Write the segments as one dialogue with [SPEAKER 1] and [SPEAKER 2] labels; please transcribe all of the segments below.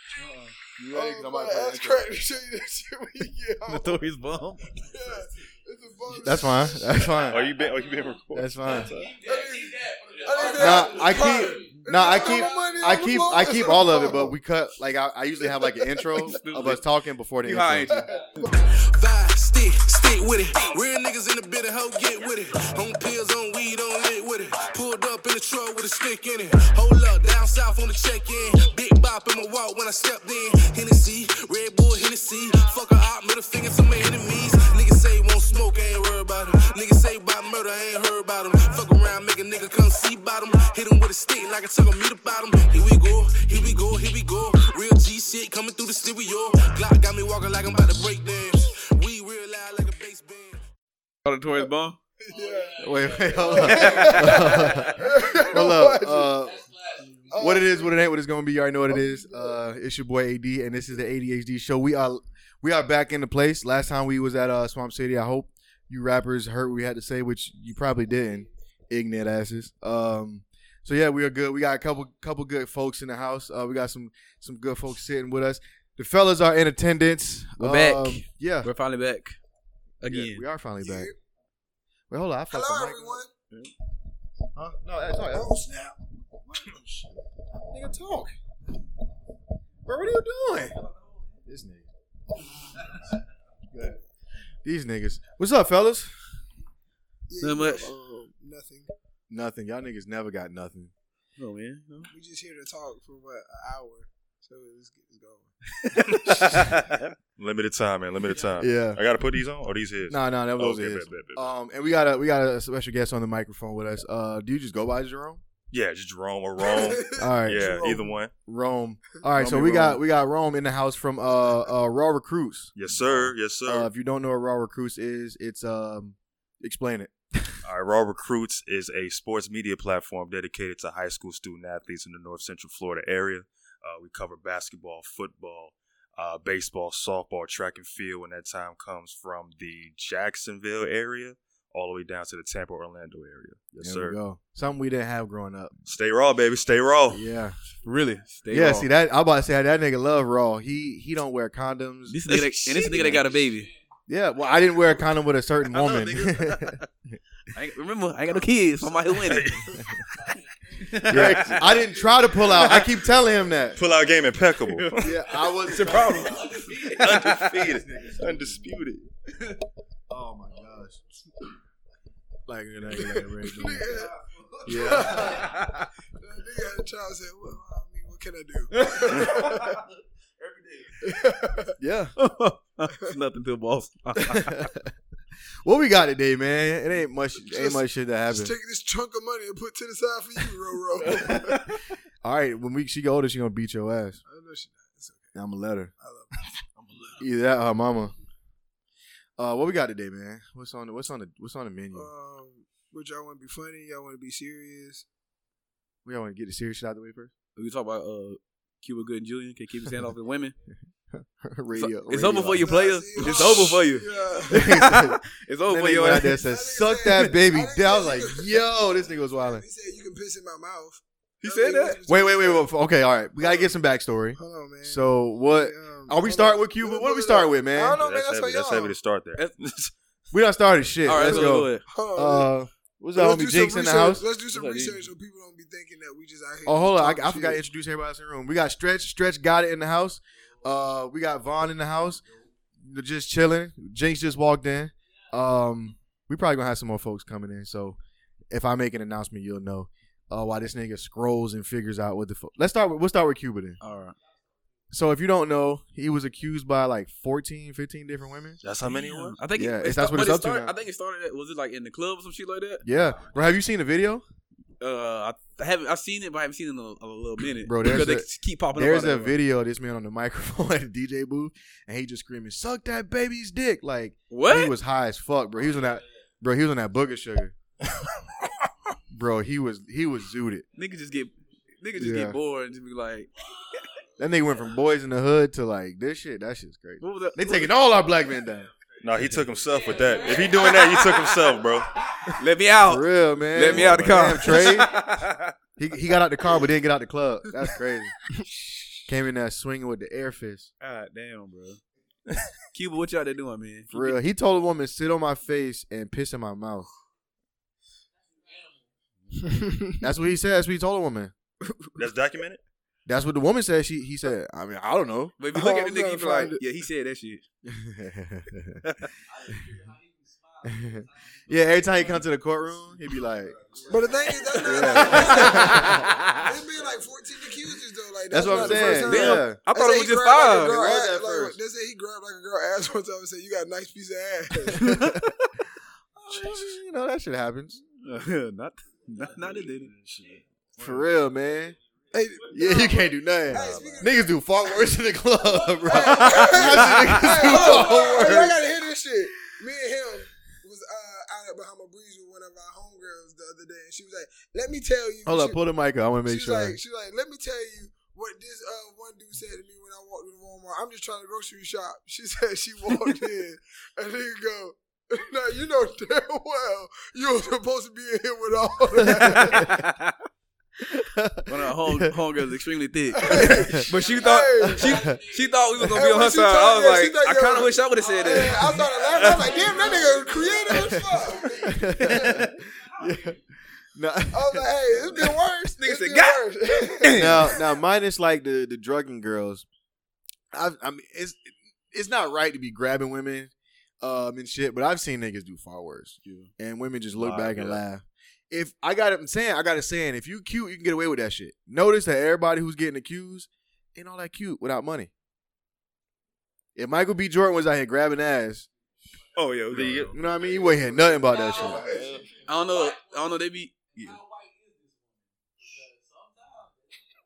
[SPEAKER 1] Uh-uh.
[SPEAKER 2] You ready? 'Cause
[SPEAKER 3] Oh,
[SPEAKER 2] I'm about
[SPEAKER 3] my
[SPEAKER 2] to play
[SPEAKER 3] ass
[SPEAKER 2] an intro.
[SPEAKER 3] crack to show you that shit when you get home.
[SPEAKER 4] The Thor's bum.
[SPEAKER 3] Yeah, it's a bonus.
[SPEAKER 2] That's fine. That's fine.
[SPEAKER 1] Oh, you been? Oh, you been recording?
[SPEAKER 2] That's fine.
[SPEAKER 3] I need
[SPEAKER 2] Nah,
[SPEAKER 3] that.
[SPEAKER 2] I keep. Nah, I keep.
[SPEAKER 3] Money
[SPEAKER 2] I
[SPEAKER 3] on the
[SPEAKER 2] keep.
[SPEAKER 3] bonus.
[SPEAKER 2] I keep all of it, but we cut. Like I, I usually have like an intro of us talking before the
[SPEAKER 4] You high, ain't
[SPEAKER 2] intro.
[SPEAKER 4] you?
[SPEAKER 5] Vibe, stick, stick with it. Real niggas in the bit of hoe, get with it. On pills, on weed, on lit with it. Pulled up in the truck with a stick in it. Hold up, down south on the check in. Big bop in my walk when I stepped in. Hennessy, Red Bull, Hennessy. Fuck her out, middle finger to my enemies. Niggas say won't smoke, I ain't worried about 'em. Niggas say about murder, I ain't heard about 'em. Fuck around, make a nigga come see about 'em. Hit him with a stick like I took a meat about 'em. Here we go, here we go, here we go. Real G shit coming through the stereo. Glock got me walking like I'm about to break dance. We real loud like a bass band.
[SPEAKER 4] Call Oh, the Tory's bum.
[SPEAKER 2] Wait, wait, hold up. hold up. Uh,
[SPEAKER 3] Oh,
[SPEAKER 2] what it is, what it ain't, what it's gonna be. You already know what it is. Uh, it's your boy AD, and this is the ADHD show. We are we are back in the place. Last time we was at uh, Swamp City. I hope you rappers heard what we had to say, which you probably didn't, ignorant asses. Um, so yeah, we are good. We got a couple couple good folks in the house. Uh, we got some some good folks sitting with us. The fellas are in attendance. Um,
[SPEAKER 4] We're back.
[SPEAKER 2] Yeah,
[SPEAKER 4] We're finally back
[SPEAKER 2] Yeah,
[SPEAKER 4] again.
[SPEAKER 2] we are finally back. Wait, hold on. I fucked the
[SPEAKER 3] Hello,
[SPEAKER 2] mic.
[SPEAKER 3] everyone.
[SPEAKER 2] Huh? No, that's all right.
[SPEAKER 3] Oh, snap.
[SPEAKER 2] Nigga, talk. Bro, what are you doing? This nigga. Good. These niggas. What's up, fellas?
[SPEAKER 3] Yeah,
[SPEAKER 4] Not much.
[SPEAKER 3] Um, nothing.
[SPEAKER 2] Nothing. Y'all niggas never got nothing.
[SPEAKER 4] Oh man. No.
[SPEAKER 3] We just here to talk for what an hour, so let's get this going.
[SPEAKER 1] Limited time, man. Limited time.
[SPEAKER 2] Yeah.
[SPEAKER 1] I gotta put these on. Or these his.
[SPEAKER 2] Nah, nah, that was
[SPEAKER 1] okay,
[SPEAKER 2] his.
[SPEAKER 1] bet, bet, bet.
[SPEAKER 2] Um, and we got a we got a special guest on the microphone with us. Uh, do you just go by Jerome?
[SPEAKER 1] yeah, just Jerome or Rome.
[SPEAKER 2] All right,
[SPEAKER 1] yeah,
[SPEAKER 3] Jerome.
[SPEAKER 1] either one.
[SPEAKER 2] Rome. All right, so
[SPEAKER 1] Call me
[SPEAKER 2] we got
[SPEAKER 1] Rome.
[SPEAKER 2] we got Rome in the house from uh, uh Raw Recruits.
[SPEAKER 1] Yes, sir. Yes, sir.
[SPEAKER 2] Uh, if you don't know what Raw Recruits is, it's um, explain it.
[SPEAKER 1] All right, Raw Recruits is a sports media platform dedicated to high school student athletes in the North Central Florida area. Uh, we cover basketball, football, uh, baseball, softball, track and field when that time comes from the Jacksonville area all the way down to the Tampa, Orlando area. Yes,
[SPEAKER 2] There
[SPEAKER 1] sir.
[SPEAKER 2] we go. Something we didn't have growing up.
[SPEAKER 1] Stay raw, baby. Stay raw.
[SPEAKER 2] Yeah.
[SPEAKER 4] Really? Stay
[SPEAKER 2] yeah,
[SPEAKER 4] raw.
[SPEAKER 2] see that I'm about to say that nigga love raw. He he don't wear condoms.
[SPEAKER 4] This nigga, that, and this nigga that got a baby.
[SPEAKER 2] Yeah, well I didn't wear a condom with a certain
[SPEAKER 4] I know,
[SPEAKER 2] woman.
[SPEAKER 4] nigga. I ain't, remember, I ain't got no kids. So I'm out here winning.
[SPEAKER 2] Yeah, I didn't try to pull out. I keep telling him that.
[SPEAKER 1] Pull out game impeccable.
[SPEAKER 2] Yeah, I was
[SPEAKER 1] Undefeated. Undisputed.
[SPEAKER 2] Oh my gosh. Like, like, like, like, like
[SPEAKER 3] Nigga,
[SPEAKER 2] Yeah.
[SPEAKER 3] that nigga had a child. Said, "What? I mean, what can I do?"
[SPEAKER 2] Yeah.
[SPEAKER 4] It's nothing to a boss.
[SPEAKER 2] what we got today, man? It ain't much ain't
[SPEAKER 3] Just-
[SPEAKER 2] much shit that
[SPEAKER 3] Just
[SPEAKER 2] happened.
[SPEAKER 3] take this chunk of money and put it to the side for you, Roro.
[SPEAKER 2] All right, when we she get older, she gonna beat your ass.
[SPEAKER 3] I know she.
[SPEAKER 2] I'm gonna let her.
[SPEAKER 3] I love
[SPEAKER 2] Either that or her mama. Uh, what we got today, man? What's on the what's on the what's on the menu?
[SPEAKER 3] Um, would y'all want to be funny? Y'all want to be serious?
[SPEAKER 2] We all want to get the serious shit out of the way first.
[SPEAKER 4] we talk about uh, Cuba Good and Julian. Can keep his hand off the women.
[SPEAKER 2] radio,
[SPEAKER 4] It's
[SPEAKER 2] radio.
[SPEAKER 4] over for you, player.
[SPEAKER 3] Nah,
[SPEAKER 4] It's
[SPEAKER 3] see,
[SPEAKER 4] over for you.
[SPEAKER 3] Yeah.
[SPEAKER 2] That
[SPEAKER 4] It's over for
[SPEAKER 2] nigga
[SPEAKER 4] you.
[SPEAKER 2] went out there and said, "Suck that baby."
[SPEAKER 3] I didn't
[SPEAKER 2] down. I was
[SPEAKER 3] say-
[SPEAKER 2] like, "Yo, this nigga was wilding."
[SPEAKER 3] He said you can piss in my mouth.
[SPEAKER 4] He said that?
[SPEAKER 2] Wait, wait, wait, wait. Okay, all right. We gotta get some backstory.
[SPEAKER 3] Hold on, man.
[SPEAKER 2] So what?
[SPEAKER 3] Um,
[SPEAKER 2] Are we
[SPEAKER 3] hold
[SPEAKER 2] starting
[SPEAKER 3] on.
[SPEAKER 2] with Cuba?
[SPEAKER 3] Let me
[SPEAKER 2] What are
[SPEAKER 3] pull
[SPEAKER 2] we
[SPEAKER 3] it
[SPEAKER 2] starting
[SPEAKER 3] up.
[SPEAKER 2] with,
[SPEAKER 3] I don't
[SPEAKER 2] man?
[SPEAKER 3] know, man.
[SPEAKER 1] That's,
[SPEAKER 3] That's,
[SPEAKER 1] heavy. That's
[SPEAKER 3] for y'all.
[SPEAKER 1] heavy to start there.
[SPEAKER 4] That's-
[SPEAKER 2] We done started shit.
[SPEAKER 4] All right,
[SPEAKER 2] Let's go.
[SPEAKER 4] ahead.
[SPEAKER 3] Hold on, man.
[SPEAKER 2] Uh, what's up,
[SPEAKER 3] Let's do
[SPEAKER 2] homie
[SPEAKER 3] some
[SPEAKER 2] Jinx in the
[SPEAKER 3] research.
[SPEAKER 2] house?
[SPEAKER 3] Let's do some
[SPEAKER 4] What's up,
[SPEAKER 3] research
[SPEAKER 4] Jinx?
[SPEAKER 3] so people don't be thinking that we just out here.
[SPEAKER 2] Oh, hold on.
[SPEAKER 3] just
[SPEAKER 2] I, I
[SPEAKER 3] talking
[SPEAKER 2] forgot to
[SPEAKER 3] shit.
[SPEAKER 2] introduce everybody else in the room. We got Stretch. Stretch got it in the house. Uh, we got Vaughn in the house. They're just chilling. Jinx just walked in. Um, we probably gonna have some more folks coming in. So if I make an announcement, you'll know. Uh, why this nigga scrolls and figures out what the. Fo- Let's start. With, we'll start with Cuba then.
[SPEAKER 4] All right.
[SPEAKER 2] So if you don't know, he was accused by like 14, 15 different women.
[SPEAKER 1] That's how many it
[SPEAKER 4] Damn.
[SPEAKER 1] was?
[SPEAKER 4] I think
[SPEAKER 2] Yeah,
[SPEAKER 4] it,
[SPEAKER 2] it's- that's what
[SPEAKER 4] but
[SPEAKER 2] it's
[SPEAKER 4] it
[SPEAKER 2] up to
[SPEAKER 4] started-
[SPEAKER 2] now.
[SPEAKER 4] I think it started. At, was it like in the club or some shit like that?
[SPEAKER 2] Yeah, bro. Have you seen the video?
[SPEAKER 4] Uh, I haven't. I've seen it, but I haven't seen it in a, a little minute.
[SPEAKER 2] Bro,
[SPEAKER 4] because
[SPEAKER 2] there's
[SPEAKER 4] they
[SPEAKER 2] a-
[SPEAKER 4] keep popping
[SPEAKER 2] There's
[SPEAKER 4] up. out
[SPEAKER 2] a
[SPEAKER 4] of everywhere.
[SPEAKER 2] video of this man on the microphone at the DJ booth, and he just screaming, "Suck that baby's dick!" Like He
[SPEAKER 4] What?
[SPEAKER 2] was high as fuck, bro. He was on that, bro. He was on that booger sugar, bro. He was he was zooted.
[SPEAKER 4] Niggas just get. Niggas just
[SPEAKER 2] Yeah.
[SPEAKER 4] get bored and just be like,
[SPEAKER 2] That nigga went from boys in the hood to like this shit. That shit's crazy.
[SPEAKER 4] "What was that?"
[SPEAKER 2] They taking all our black men down.
[SPEAKER 1] No, he took himself with that. If he doing that, he took himself, bro.
[SPEAKER 4] Let me out.
[SPEAKER 2] For real, man.
[SPEAKER 4] Let me out the
[SPEAKER 2] Damn,
[SPEAKER 4] car.
[SPEAKER 2] Trey. He he got out the car but didn't get out the club. That's crazy. Came in there swinging with the air fist.
[SPEAKER 4] God damn, bro. Cuba, what y'all there doing, man?
[SPEAKER 2] For real. He told a woman, sit on my face and piss in my mouth. That's what he said. That's what he told a woman.
[SPEAKER 1] That's documented.
[SPEAKER 2] That's what the woman said. She he said, I mean, I don't know.
[SPEAKER 4] But if you look
[SPEAKER 3] Oh,
[SPEAKER 4] at
[SPEAKER 3] I'm
[SPEAKER 4] the nigga, you
[SPEAKER 3] trying
[SPEAKER 4] be
[SPEAKER 3] to find
[SPEAKER 4] like,
[SPEAKER 3] it.
[SPEAKER 4] yeah, he said that shit.
[SPEAKER 2] yeah, every time he come to the courtroom, he'd be like,
[SPEAKER 3] But the thing is, that's not.
[SPEAKER 2] Yeah.
[SPEAKER 3] It's been like 14 accusers though. Like
[SPEAKER 2] That's what I'm
[SPEAKER 3] not the first
[SPEAKER 2] saying.
[SPEAKER 3] time.
[SPEAKER 4] Damn,
[SPEAKER 2] Yeah.
[SPEAKER 4] I
[SPEAKER 3] They
[SPEAKER 4] thought
[SPEAKER 3] say
[SPEAKER 4] it was
[SPEAKER 3] he
[SPEAKER 4] just
[SPEAKER 3] grabbed, like, a
[SPEAKER 4] five.
[SPEAKER 3] girl
[SPEAKER 2] It was
[SPEAKER 3] ass-
[SPEAKER 2] at
[SPEAKER 3] like,
[SPEAKER 2] first.
[SPEAKER 3] They say he grabbed like a girl ass one time and said, "You got a nice piece of ass."
[SPEAKER 2] you know, that shit happens.
[SPEAKER 4] not, not, not it didn't.
[SPEAKER 2] For real, man.
[SPEAKER 3] hey,
[SPEAKER 2] Yeah, you can't do nothing.
[SPEAKER 3] Hey, speaking of-
[SPEAKER 2] Niggas do far worse in the club, bro.
[SPEAKER 3] Hey,
[SPEAKER 2] Niggas do
[SPEAKER 3] hold
[SPEAKER 2] far
[SPEAKER 3] on, hold on. I
[SPEAKER 2] worse.
[SPEAKER 3] gotta hear this shit. Me and him was uh, out at Bahama Breeze with one of our homegirls the other day, and she was like, "Let me tell you."
[SPEAKER 2] Hold
[SPEAKER 3] she,
[SPEAKER 2] up, pull the mic up. I want to make
[SPEAKER 3] she's
[SPEAKER 2] sure.
[SPEAKER 3] like, she's like, "Let me tell you." What this uh, one dude said to me when I walked into Walmart, I'm just trying to grocery shop. She said she walked in, and nigga go, "Now you know damn well you were supposed to be in here with all that."
[SPEAKER 4] One of the home homegirls extremely thick, but she thought
[SPEAKER 3] Hey.
[SPEAKER 4] she she thought we was gonna be
[SPEAKER 3] Hey,
[SPEAKER 4] on
[SPEAKER 3] when
[SPEAKER 4] her
[SPEAKER 3] she
[SPEAKER 4] side.
[SPEAKER 3] told me,
[SPEAKER 4] I was
[SPEAKER 3] she
[SPEAKER 4] like,
[SPEAKER 3] thought you
[SPEAKER 4] I kind
[SPEAKER 3] were-
[SPEAKER 4] of wish I would have said
[SPEAKER 3] Yeah,
[SPEAKER 4] that.
[SPEAKER 3] I started laughing. I was like, damn, that nigga creative as fuck.
[SPEAKER 2] Yeah. No.
[SPEAKER 3] I was like, hey, it's been worse.
[SPEAKER 4] Nigga
[SPEAKER 3] It's
[SPEAKER 4] said,
[SPEAKER 3] been
[SPEAKER 4] "God
[SPEAKER 2] now,
[SPEAKER 3] worse."
[SPEAKER 2] now, minus like the the drugging girls, I, I mean, it's it's not right to be grabbing women, um, and shit. But I've seen niggas do far worse, and women just look
[SPEAKER 1] Wow,
[SPEAKER 2] back and
[SPEAKER 1] yeah.
[SPEAKER 2] laugh. If I got it, I'm saying I got a saying: if you cute, you can get away with that shit. Notice that everybody who's getting accused ain't all that cute without money. If Michael B. Jordan was out here grabbing ass,
[SPEAKER 4] Oh yeah, we
[SPEAKER 1] The-
[SPEAKER 4] don't know.
[SPEAKER 2] you know what I mean? You wouldn't hear nothing about that shit.
[SPEAKER 4] I don't know. I don't know. They be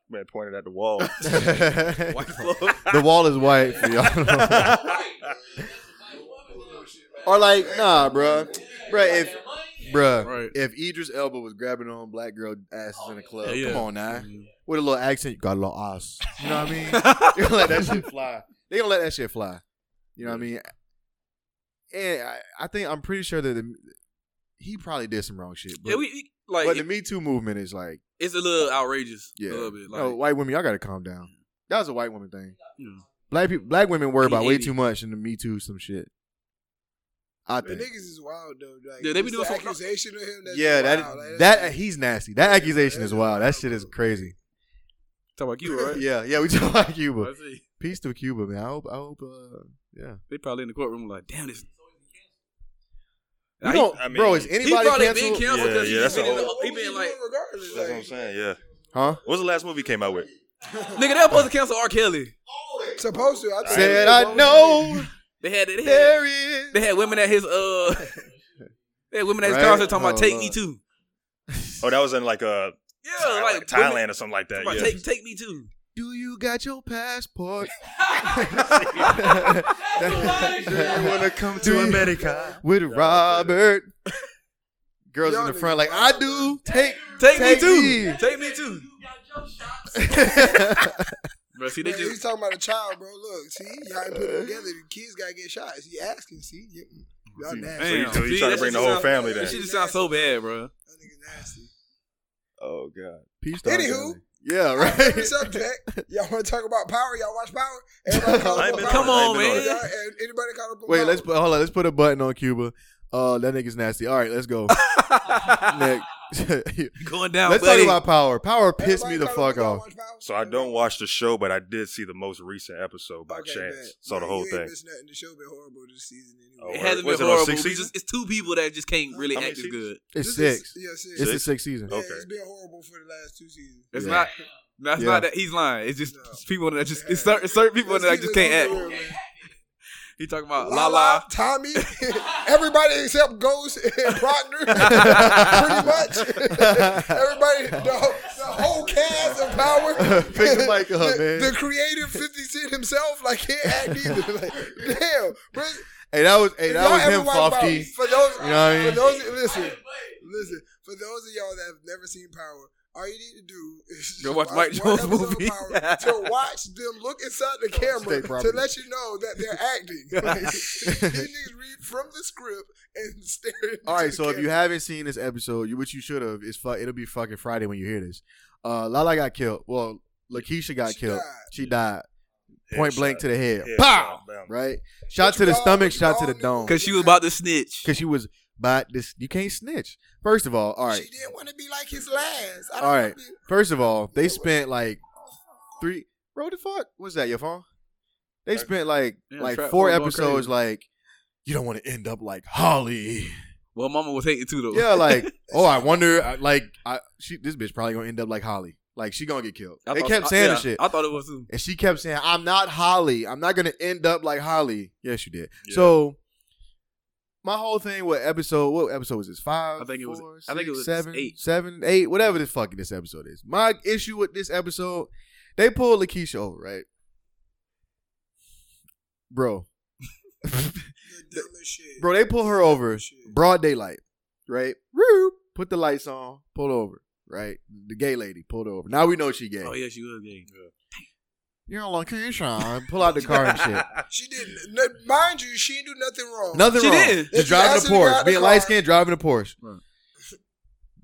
[SPEAKER 1] Man pointed at the wall.
[SPEAKER 4] white flow.
[SPEAKER 2] the wall is white for y'all. Or like, nah, bruh. Bruh, if bruh,
[SPEAKER 4] Right.
[SPEAKER 2] if Idris Elba was grabbing on black girl asses in a club,
[SPEAKER 4] Yeah, yeah. Mm-hmm.
[SPEAKER 2] come on now. With a little accent, you got a little ass. You know what I mean? they gonna let that shit fly. They gonna let that shit fly. You know what I mean? And I, I think I'm pretty sure that the, he probably did some wrong shit. But,
[SPEAKER 4] Yeah, we, we like
[SPEAKER 2] but the
[SPEAKER 4] it-
[SPEAKER 2] Me Too movement is like,
[SPEAKER 4] it's a little outrageous.
[SPEAKER 2] yeah,
[SPEAKER 4] a little bit. Like,
[SPEAKER 1] Oh.
[SPEAKER 2] no, white women, y'all gotta calm down. That was a white woman thing.
[SPEAKER 4] you know.
[SPEAKER 2] Black people, black women worry
[SPEAKER 4] He
[SPEAKER 2] about way
[SPEAKER 4] 80.
[SPEAKER 2] too much, and the Me Too some shit. I
[SPEAKER 3] The
[SPEAKER 2] think.
[SPEAKER 3] niggas is wild though. Like,
[SPEAKER 4] Yeah, they be
[SPEAKER 3] it's
[SPEAKER 4] doing
[SPEAKER 3] the
[SPEAKER 4] some-
[SPEAKER 3] accusation of him. That's
[SPEAKER 2] yeah, that
[SPEAKER 3] wild. Like,
[SPEAKER 2] that
[SPEAKER 3] that's-
[SPEAKER 2] he's nasty. That accusation is wild. That shit is crazy.
[SPEAKER 4] talk about you, right?
[SPEAKER 2] Yeah, yeah, we talk about Cuba.
[SPEAKER 4] I see.
[SPEAKER 2] Peace to Cuba, man. I hope, I hope, uh, yeah.
[SPEAKER 4] They probably in the courtroom like, damn this.
[SPEAKER 2] We
[SPEAKER 4] Nah, he-
[SPEAKER 2] don't,
[SPEAKER 1] I mean-
[SPEAKER 2] bro. Is
[SPEAKER 4] he
[SPEAKER 2] anybody
[SPEAKER 4] probably
[SPEAKER 2] canceled?
[SPEAKER 4] been canceled
[SPEAKER 1] Yeah,
[SPEAKER 4] because
[SPEAKER 1] yeah,
[SPEAKER 4] he's
[SPEAKER 1] that's
[SPEAKER 4] been,
[SPEAKER 1] a
[SPEAKER 4] in the,
[SPEAKER 1] whole-
[SPEAKER 4] he been like,
[SPEAKER 3] regardless.
[SPEAKER 1] That's what I'm
[SPEAKER 3] Like,
[SPEAKER 1] saying. Yeah.
[SPEAKER 2] huh?
[SPEAKER 1] What was the last movie he came out with?
[SPEAKER 4] nigga, they're supposed to cancel R. Kelly.
[SPEAKER 3] supposed to. I think
[SPEAKER 2] Said
[SPEAKER 3] they
[SPEAKER 2] I
[SPEAKER 3] both-
[SPEAKER 2] know
[SPEAKER 4] They had they had,
[SPEAKER 2] there is.
[SPEAKER 4] they had women at his uh, they had women at his
[SPEAKER 2] Right?
[SPEAKER 4] concert talking about
[SPEAKER 2] Oh,
[SPEAKER 4] take me
[SPEAKER 2] Lord.
[SPEAKER 4] too.
[SPEAKER 1] Oh, that was in like a
[SPEAKER 4] Yeah, like,
[SPEAKER 1] Thailand
[SPEAKER 4] women-
[SPEAKER 1] or something like that.
[SPEAKER 4] talking about
[SPEAKER 1] Yeah.
[SPEAKER 4] Take take me too.
[SPEAKER 2] Do you got your passport? Do you
[SPEAKER 6] That's
[SPEAKER 2] wanna come
[SPEAKER 1] Do
[SPEAKER 2] to America
[SPEAKER 1] America.
[SPEAKER 2] with Robert? Girls in
[SPEAKER 3] Y'all
[SPEAKER 2] the
[SPEAKER 3] niggas
[SPEAKER 2] front, like I
[SPEAKER 3] wild,
[SPEAKER 2] do. Take,
[SPEAKER 4] Take,
[SPEAKER 2] Take
[SPEAKER 4] me too.
[SPEAKER 2] me.
[SPEAKER 4] Take me too. Bro, see they
[SPEAKER 3] Man, he's
[SPEAKER 4] just
[SPEAKER 3] talking about a child, bro. Look, see, y'all ain't put it together. The kids gotta get shot. He asking, see, Yeah, y'all nasty.
[SPEAKER 1] So you,
[SPEAKER 4] Damn.
[SPEAKER 1] so you
[SPEAKER 4] See,
[SPEAKER 1] trying
[SPEAKER 4] that
[SPEAKER 1] to bring
[SPEAKER 4] shit
[SPEAKER 1] the whole
[SPEAKER 4] sound-
[SPEAKER 1] family
[SPEAKER 4] that
[SPEAKER 1] down.
[SPEAKER 4] shit just sounds so bad, bro.
[SPEAKER 3] Y'all niggas nasty.
[SPEAKER 1] Oh God.
[SPEAKER 2] Peace.
[SPEAKER 3] Anywho.
[SPEAKER 2] yeah,
[SPEAKER 3] Our favorite
[SPEAKER 2] right.
[SPEAKER 3] subject. Y'all want to talk about power? Y'all watch power? Everybody call
[SPEAKER 1] I ain't
[SPEAKER 3] up
[SPEAKER 1] been
[SPEAKER 3] power.
[SPEAKER 4] Come on,
[SPEAKER 1] I ain't been
[SPEAKER 4] man.
[SPEAKER 3] Y'all- and Anybody call up
[SPEAKER 2] Wait,
[SPEAKER 3] power?
[SPEAKER 2] let's put hold on. Let's put a button on Cuba. Uh, that nigga's nasty. All right, let's go. Nick.
[SPEAKER 4] Going down,
[SPEAKER 2] let's
[SPEAKER 4] buddy.
[SPEAKER 2] talk about power. Power pissed
[SPEAKER 3] Everybody
[SPEAKER 2] me the
[SPEAKER 3] call
[SPEAKER 2] fuck
[SPEAKER 3] up Big Dog,
[SPEAKER 2] off.
[SPEAKER 3] watch Power?
[SPEAKER 1] So I don't watch the show, but I did see the most recent episode by
[SPEAKER 3] Okay,
[SPEAKER 1] chance.
[SPEAKER 3] bet.
[SPEAKER 1] Saw the
[SPEAKER 3] Man,
[SPEAKER 1] whole
[SPEAKER 3] you ain't
[SPEAKER 1] thing.
[SPEAKER 3] missed nothing. The show been horrible this season
[SPEAKER 1] Oh,
[SPEAKER 4] it
[SPEAKER 3] anyway.
[SPEAKER 1] word.
[SPEAKER 4] hasn't been
[SPEAKER 1] Was it on
[SPEAKER 4] horrible.
[SPEAKER 1] six
[SPEAKER 4] We
[SPEAKER 1] seasons?
[SPEAKER 4] just, it's two people that just can't really
[SPEAKER 1] How many
[SPEAKER 4] act as
[SPEAKER 1] seasons?
[SPEAKER 4] good.
[SPEAKER 2] It's
[SPEAKER 3] This is-
[SPEAKER 2] six.
[SPEAKER 3] yeah, six.
[SPEAKER 2] It's the
[SPEAKER 1] Six?
[SPEAKER 2] sixth season.
[SPEAKER 3] Yeah,
[SPEAKER 1] Okay.
[SPEAKER 3] It's been horrible for the last two seasons.
[SPEAKER 4] It's
[SPEAKER 2] Yeah.
[SPEAKER 4] not. That's
[SPEAKER 2] Yeah.
[SPEAKER 4] not that he's lying. It's just
[SPEAKER 3] No.
[SPEAKER 4] people that just it's
[SPEAKER 3] Yeah.
[SPEAKER 4] certain, certain people
[SPEAKER 3] Let's
[SPEAKER 4] that
[SPEAKER 3] keep
[SPEAKER 4] just
[SPEAKER 3] it
[SPEAKER 4] can't
[SPEAKER 3] real,
[SPEAKER 4] act.
[SPEAKER 3] man.
[SPEAKER 4] He talking about la
[SPEAKER 3] Lala,
[SPEAKER 4] la.
[SPEAKER 3] Tommy, everybody except Ghost and Proctor, pretty much. everybody, the, the whole cast of Power.
[SPEAKER 2] Pick the mic up,
[SPEAKER 3] the,
[SPEAKER 2] man.
[SPEAKER 3] The creative 50 Cent himself, like, can't act either. Like, damn. Bro,
[SPEAKER 2] Hey, that was hey, that
[SPEAKER 3] y'all
[SPEAKER 2] was
[SPEAKER 3] ever
[SPEAKER 2] him,
[SPEAKER 3] watch Power-
[SPEAKER 2] Fofty.
[SPEAKER 3] For those,
[SPEAKER 2] You know what I
[SPEAKER 3] for
[SPEAKER 2] mean?
[SPEAKER 3] those, listen, listen. For those of y'all that have never seen Power, all you need to do is
[SPEAKER 4] Go watch Mike
[SPEAKER 2] Jones
[SPEAKER 3] one episode of
[SPEAKER 2] movie.
[SPEAKER 3] Power to watch them look inside the
[SPEAKER 2] State
[SPEAKER 3] camera to
[SPEAKER 2] property.
[SPEAKER 3] let you know that they're acting. Like, these niggas read from the script and stare. into
[SPEAKER 2] All right,
[SPEAKER 3] the
[SPEAKER 2] so if you
[SPEAKER 3] camera.
[SPEAKER 2] haven't seen this episode, you, which you should have, it's fu- it'll be fucking Friday when you hear this. Uh, Lala got killed. Well, Lakeisha got
[SPEAKER 3] She
[SPEAKER 2] killed.
[SPEAKER 3] died.
[SPEAKER 2] She died. Point
[SPEAKER 1] Headshot.
[SPEAKER 2] blank to the head.
[SPEAKER 1] Headshot.
[SPEAKER 2] Pow!
[SPEAKER 1] Bam.
[SPEAKER 2] Right? Shot
[SPEAKER 3] But
[SPEAKER 2] to the
[SPEAKER 3] you all-
[SPEAKER 2] stomach,
[SPEAKER 3] you
[SPEAKER 2] shot to
[SPEAKER 3] all
[SPEAKER 2] the
[SPEAKER 3] knew-
[SPEAKER 2] dome.
[SPEAKER 4] Because she was about to snitch.
[SPEAKER 2] Because she was by this. You can't snitch. First of all, all right.
[SPEAKER 3] She didn't want to be like his last. I don't
[SPEAKER 2] All
[SPEAKER 3] wanna
[SPEAKER 2] right.
[SPEAKER 3] be-
[SPEAKER 2] First of all, they spent like three. Bro, the fuck? What's that? Your phone? They spent like
[SPEAKER 4] Yeah,
[SPEAKER 2] like
[SPEAKER 4] trap
[SPEAKER 2] four
[SPEAKER 4] phone going
[SPEAKER 2] episodes.
[SPEAKER 4] crazy.
[SPEAKER 2] Like you don't want to end up like Holly.
[SPEAKER 4] Well, Mama was hating too, though.
[SPEAKER 2] Yeah, like oh, I wonder. I- Like I, she, this bitch probably gonna end up like Holly. Like she gonna get killed.
[SPEAKER 4] I
[SPEAKER 2] they
[SPEAKER 4] thought-
[SPEAKER 2] kept
[SPEAKER 4] I-
[SPEAKER 2] saying
[SPEAKER 4] yeah,
[SPEAKER 2] the shit,
[SPEAKER 4] I thought it was too.
[SPEAKER 2] and she kept saying, "I'm not Holly. I'm not gonna end up like Holly." Yes, you did.
[SPEAKER 1] Yeah.
[SPEAKER 2] So. My whole thing with episode, what episode was this? Five?
[SPEAKER 4] I think it was-
[SPEAKER 2] four,
[SPEAKER 4] I think it
[SPEAKER 2] six,
[SPEAKER 4] was
[SPEAKER 2] seven,
[SPEAKER 4] eight.
[SPEAKER 2] seven, eight, whatever the fuck this episode is. My issue with this episode, they pulled Lakeisha over, right? Bro,
[SPEAKER 3] The dumb as shit.
[SPEAKER 2] bro, they pull her over,
[SPEAKER 3] Shit.
[SPEAKER 2] broad daylight, right? Woo! Put the lights on, pull over, right? The gay lady pulled her over. Now we know she gay.
[SPEAKER 4] Oh, yeah, she was gay.
[SPEAKER 2] You're on location. Pull out the car and shit.
[SPEAKER 3] She didn't. n- Mind you, she didn't do nothing wrong.
[SPEAKER 2] Nothing
[SPEAKER 4] She
[SPEAKER 2] wrong.
[SPEAKER 4] did.
[SPEAKER 2] Just
[SPEAKER 3] If
[SPEAKER 2] driving a
[SPEAKER 3] Jackson got out
[SPEAKER 2] Porsche,
[SPEAKER 3] the
[SPEAKER 2] being
[SPEAKER 3] car-
[SPEAKER 2] light skinned, driving a Porsche.
[SPEAKER 4] Right.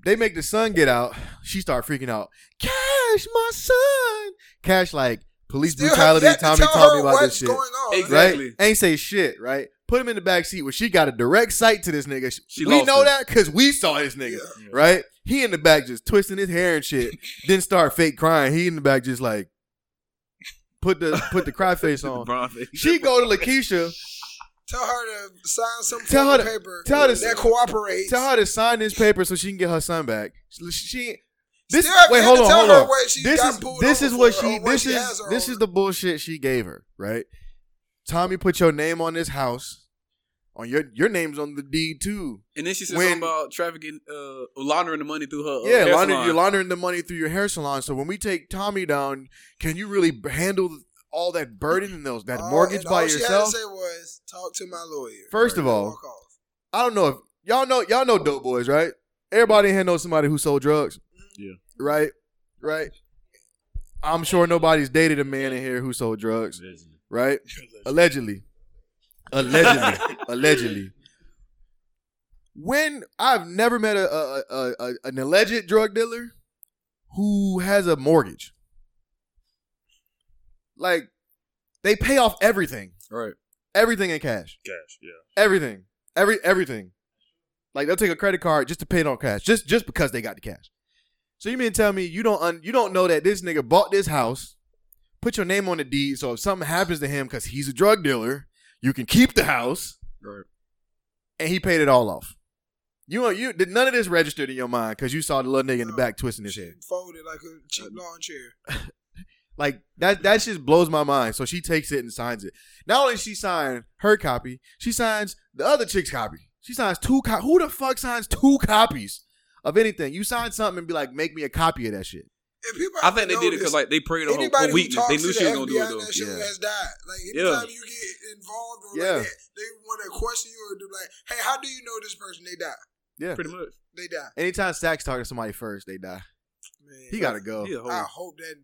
[SPEAKER 2] They make the son get out. She start freaking out. Cash, my son. Cash like police
[SPEAKER 3] Still
[SPEAKER 2] brutality.
[SPEAKER 3] have yet to
[SPEAKER 2] Tommy
[SPEAKER 3] tell
[SPEAKER 2] taught
[SPEAKER 3] her
[SPEAKER 2] me about this
[SPEAKER 3] what's
[SPEAKER 2] shit.
[SPEAKER 3] Going on.
[SPEAKER 4] Exactly.
[SPEAKER 2] Right? Ain't say shit, right? Put him in the back seat where she got a direct sight to this nigga.
[SPEAKER 4] She
[SPEAKER 2] we
[SPEAKER 4] lost
[SPEAKER 2] know
[SPEAKER 4] it.
[SPEAKER 2] that because we saw this nigga, right? He in the back just twisting his hair and shit. Didn't start fake crying. He in the back just like put the put the cry face on.
[SPEAKER 4] Brown face.
[SPEAKER 2] She go to Lakeisha,
[SPEAKER 3] Tell her to sign some
[SPEAKER 2] Tell
[SPEAKER 3] form
[SPEAKER 2] her
[SPEAKER 3] of
[SPEAKER 2] to-
[SPEAKER 3] paper
[SPEAKER 2] tell her to-
[SPEAKER 3] that cooperates.
[SPEAKER 2] tell her to sign this paper so she can get her son back. She, she this
[SPEAKER 3] Still have
[SPEAKER 2] wait
[SPEAKER 3] yet
[SPEAKER 2] hold
[SPEAKER 3] to
[SPEAKER 2] on
[SPEAKER 3] tell
[SPEAKER 2] hold
[SPEAKER 3] her
[SPEAKER 2] on.
[SPEAKER 3] what she's
[SPEAKER 2] This
[SPEAKER 3] gotten
[SPEAKER 2] is
[SPEAKER 3] pulled
[SPEAKER 2] this
[SPEAKER 3] over
[SPEAKER 2] is what
[SPEAKER 3] for or
[SPEAKER 2] she
[SPEAKER 3] what
[SPEAKER 2] this
[SPEAKER 3] she
[SPEAKER 2] is
[SPEAKER 3] has her
[SPEAKER 2] this
[SPEAKER 3] on.
[SPEAKER 2] is the bullshit she gave her right. Tommy put your name on this house, on your your name's on the deed too.
[SPEAKER 4] And then she said
[SPEAKER 2] When-
[SPEAKER 4] something about trafficking, uh, laundering the money through her. Uh,
[SPEAKER 2] yeah,
[SPEAKER 4] hair
[SPEAKER 2] launder,
[SPEAKER 4] salon.
[SPEAKER 2] you're laundering the money through your hair salon. So when we take Tommy down, can you really b- handle all that burden and those that
[SPEAKER 3] All-
[SPEAKER 2] mortgage
[SPEAKER 3] Uh, and
[SPEAKER 2] by
[SPEAKER 3] all She had to
[SPEAKER 2] yourself?
[SPEAKER 3] say was, "Talk to my lawyer."
[SPEAKER 2] First of
[SPEAKER 3] Right.
[SPEAKER 2] all,
[SPEAKER 3] Walk off.
[SPEAKER 2] I don't know if y'all know y'all know dope boys, right? Everybody in here knows somebody who sold drugs.
[SPEAKER 4] Yeah.
[SPEAKER 2] Right? Right. I'm sure nobody's dated a man in here who sold drugs, right? Allegedly. Allegedly. Allegedly. When I've never met a, a, a, a an alleged drug dealer who has a mortgage. Like they pay off everything.
[SPEAKER 4] Right.
[SPEAKER 2] Everything in cash.
[SPEAKER 1] Cash, yeah.
[SPEAKER 2] Everything. Every everything. Like they'll take a credit card just to pay it on cash. Just just because they got the cash. So you mean to tell me you don't un, you don't know that this nigga bought this house, put your name on the deed, so if something happens to him because he's a drug dealer, you can keep the house.
[SPEAKER 4] Right.
[SPEAKER 2] And he paid it all off. You know, you did none of this registered in your mind because you saw the little nigga in the back twisting his
[SPEAKER 3] She
[SPEAKER 2] head.
[SPEAKER 3] folded like a
[SPEAKER 2] Uh,
[SPEAKER 3] cheap lawn chair.
[SPEAKER 2] Like that that just blows my mind. So she takes it and signs it. Not only she signed her copy, she signs the other chick's copy. She signs two co- who the fuck signs two copies of anything? You sign something and be like, make me a copy of that shit.
[SPEAKER 3] If people
[SPEAKER 4] I think they
[SPEAKER 3] know
[SPEAKER 4] did it because
[SPEAKER 3] this,
[SPEAKER 4] like they prayed on her
[SPEAKER 3] anybody
[SPEAKER 4] for
[SPEAKER 3] who
[SPEAKER 4] weakness.
[SPEAKER 3] talks
[SPEAKER 4] They
[SPEAKER 3] to
[SPEAKER 4] knew she was
[SPEAKER 3] the
[SPEAKER 4] gonna do
[SPEAKER 3] FBI
[SPEAKER 4] it
[SPEAKER 3] and That shit
[SPEAKER 4] though.
[SPEAKER 3] has died. Like
[SPEAKER 4] Yeah.
[SPEAKER 3] anytime you get involved or
[SPEAKER 2] Yeah.
[SPEAKER 3] like that, they want to question you or do like, "Hey, how do you know this person?" They die.
[SPEAKER 2] Yeah.
[SPEAKER 4] Pretty much.
[SPEAKER 3] They die.
[SPEAKER 2] Anytime Sax talks to somebody first, they die.
[SPEAKER 3] Man,
[SPEAKER 2] He gotta go.
[SPEAKER 4] He a hoe.
[SPEAKER 3] I hope that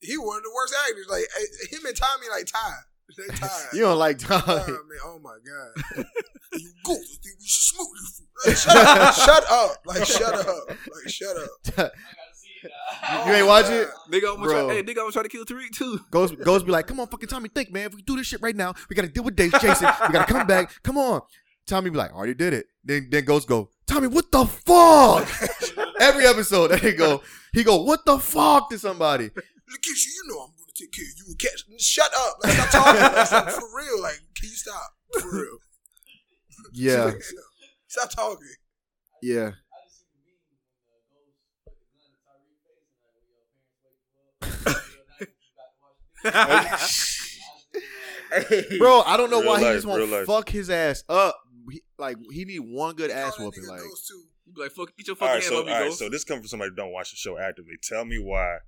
[SPEAKER 3] he one of the worst actors. Like eh, him and Tommy, like tied. They tied.
[SPEAKER 2] You don't like
[SPEAKER 3] Nah,
[SPEAKER 2] Tommy.
[SPEAKER 3] man, oh my god! you go. You think we should smoke you? fool. Like, shut, up. shut up! Like shut up! Like shut up!
[SPEAKER 2] you ain't watch it?
[SPEAKER 4] Nigga, I'm gonna
[SPEAKER 2] Bro.
[SPEAKER 4] try, hey, nigga, I'm trying to kill Tariq too.
[SPEAKER 2] Ghost, Ghost be like, come on, fucking Tommy, think, man. If we do this shit right now, we gotta deal with Dave Jason. We gotta come back. Come on. Tommy be like, already did it. Then then Ghost go, Tommy, what the fuck? Every episode, they go, he go, what the fuck to somebody.
[SPEAKER 3] Lakeisha, you know I'm gonna take care of you and catch. Shut up! Like stop talking. Like, stop, for real, like can you stop? For real.
[SPEAKER 2] Yeah,
[SPEAKER 3] Stop talking.
[SPEAKER 2] yeah. Bro, I don't know
[SPEAKER 1] Real
[SPEAKER 2] why he
[SPEAKER 1] life,
[SPEAKER 2] just won't
[SPEAKER 1] real life.
[SPEAKER 2] fuck his ass up. He, like he need one good ass
[SPEAKER 3] All that
[SPEAKER 2] whooping.
[SPEAKER 3] nigga
[SPEAKER 2] Like
[SPEAKER 3] knows, too.
[SPEAKER 4] You be like, fuck, eat your
[SPEAKER 1] All
[SPEAKER 4] fucking
[SPEAKER 1] right,
[SPEAKER 4] hand
[SPEAKER 1] so, all
[SPEAKER 4] off me,
[SPEAKER 1] right,
[SPEAKER 4] ghost.
[SPEAKER 1] so this comes from somebody who don't watch the show actively. Tell me why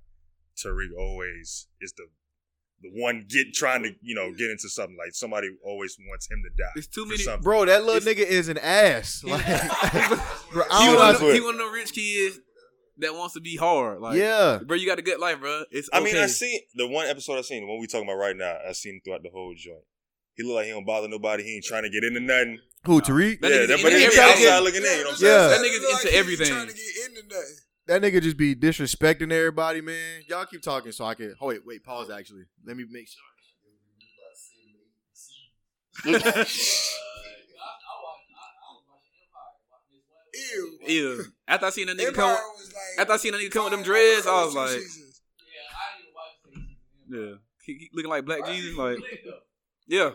[SPEAKER 1] Tariq always is the the one get trying to you know get into something like somebody always wants him to die.
[SPEAKER 4] There's too
[SPEAKER 1] for
[SPEAKER 4] many-
[SPEAKER 1] something.
[SPEAKER 2] Bro, that little nigga is an ass. Like, bro, I
[SPEAKER 4] he,
[SPEAKER 2] don't
[SPEAKER 4] one
[SPEAKER 2] know.
[SPEAKER 4] of
[SPEAKER 1] know.
[SPEAKER 4] them, he one of them rich kids that wants to be hard. Like,
[SPEAKER 2] yeah,
[SPEAKER 4] bro, you got a good life, bro. It's
[SPEAKER 1] I mean,
[SPEAKER 4] okay.
[SPEAKER 1] I seen the one episode I seen, the one we talking about right now. I seen throughout the whole joint. He look like he don't bother nobody. He ain't trying to get into nothing.
[SPEAKER 2] who Tariq?
[SPEAKER 4] That
[SPEAKER 1] yeah,
[SPEAKER 4] nigga's
[SPEAKER 1] that,
[SPEAKER 4] in
[SPEAKER 1] but he
[SPEAKER 4] every-
[SPEAKER 1] outside looking in. You know what I'm saying?
[SPEAKER 2] Yeah.
[SPEAKER 4] That nigga's
[SPEAKER 3] Like,
[SPEAKER 4] into
[SPEAKER 3] he
[SPEAKER 4] everything.
[SPEAKER 3] Trying to get into nothing.
[SPEAKER 2] that nigga just be disrespecting everybody, man. Y'all keep talking so I can. Oh wait, wait, pause. Actually, let me make sure.
[SPEAKER 3] Ew.
[SPEAKER 4] Ew. After I seen that nigga
[SPEAKER 3] Empire
[SPEAKER 4] come,
[SPEAKER 3] was like.
[SPEAKER 4] after I seen that nigga come with them
[SPEAKER 3] five
[SPEAKER 4] dreads, I
[SPEAKER 3] hours
[SPEAKER 4] was
[SPEAKER 3] two
[SPEAKER 4] like,
[SPEAKER 3] seasons.
[SPEAKER 4] yeah, he, he looking like Black Jesus, like, yeah.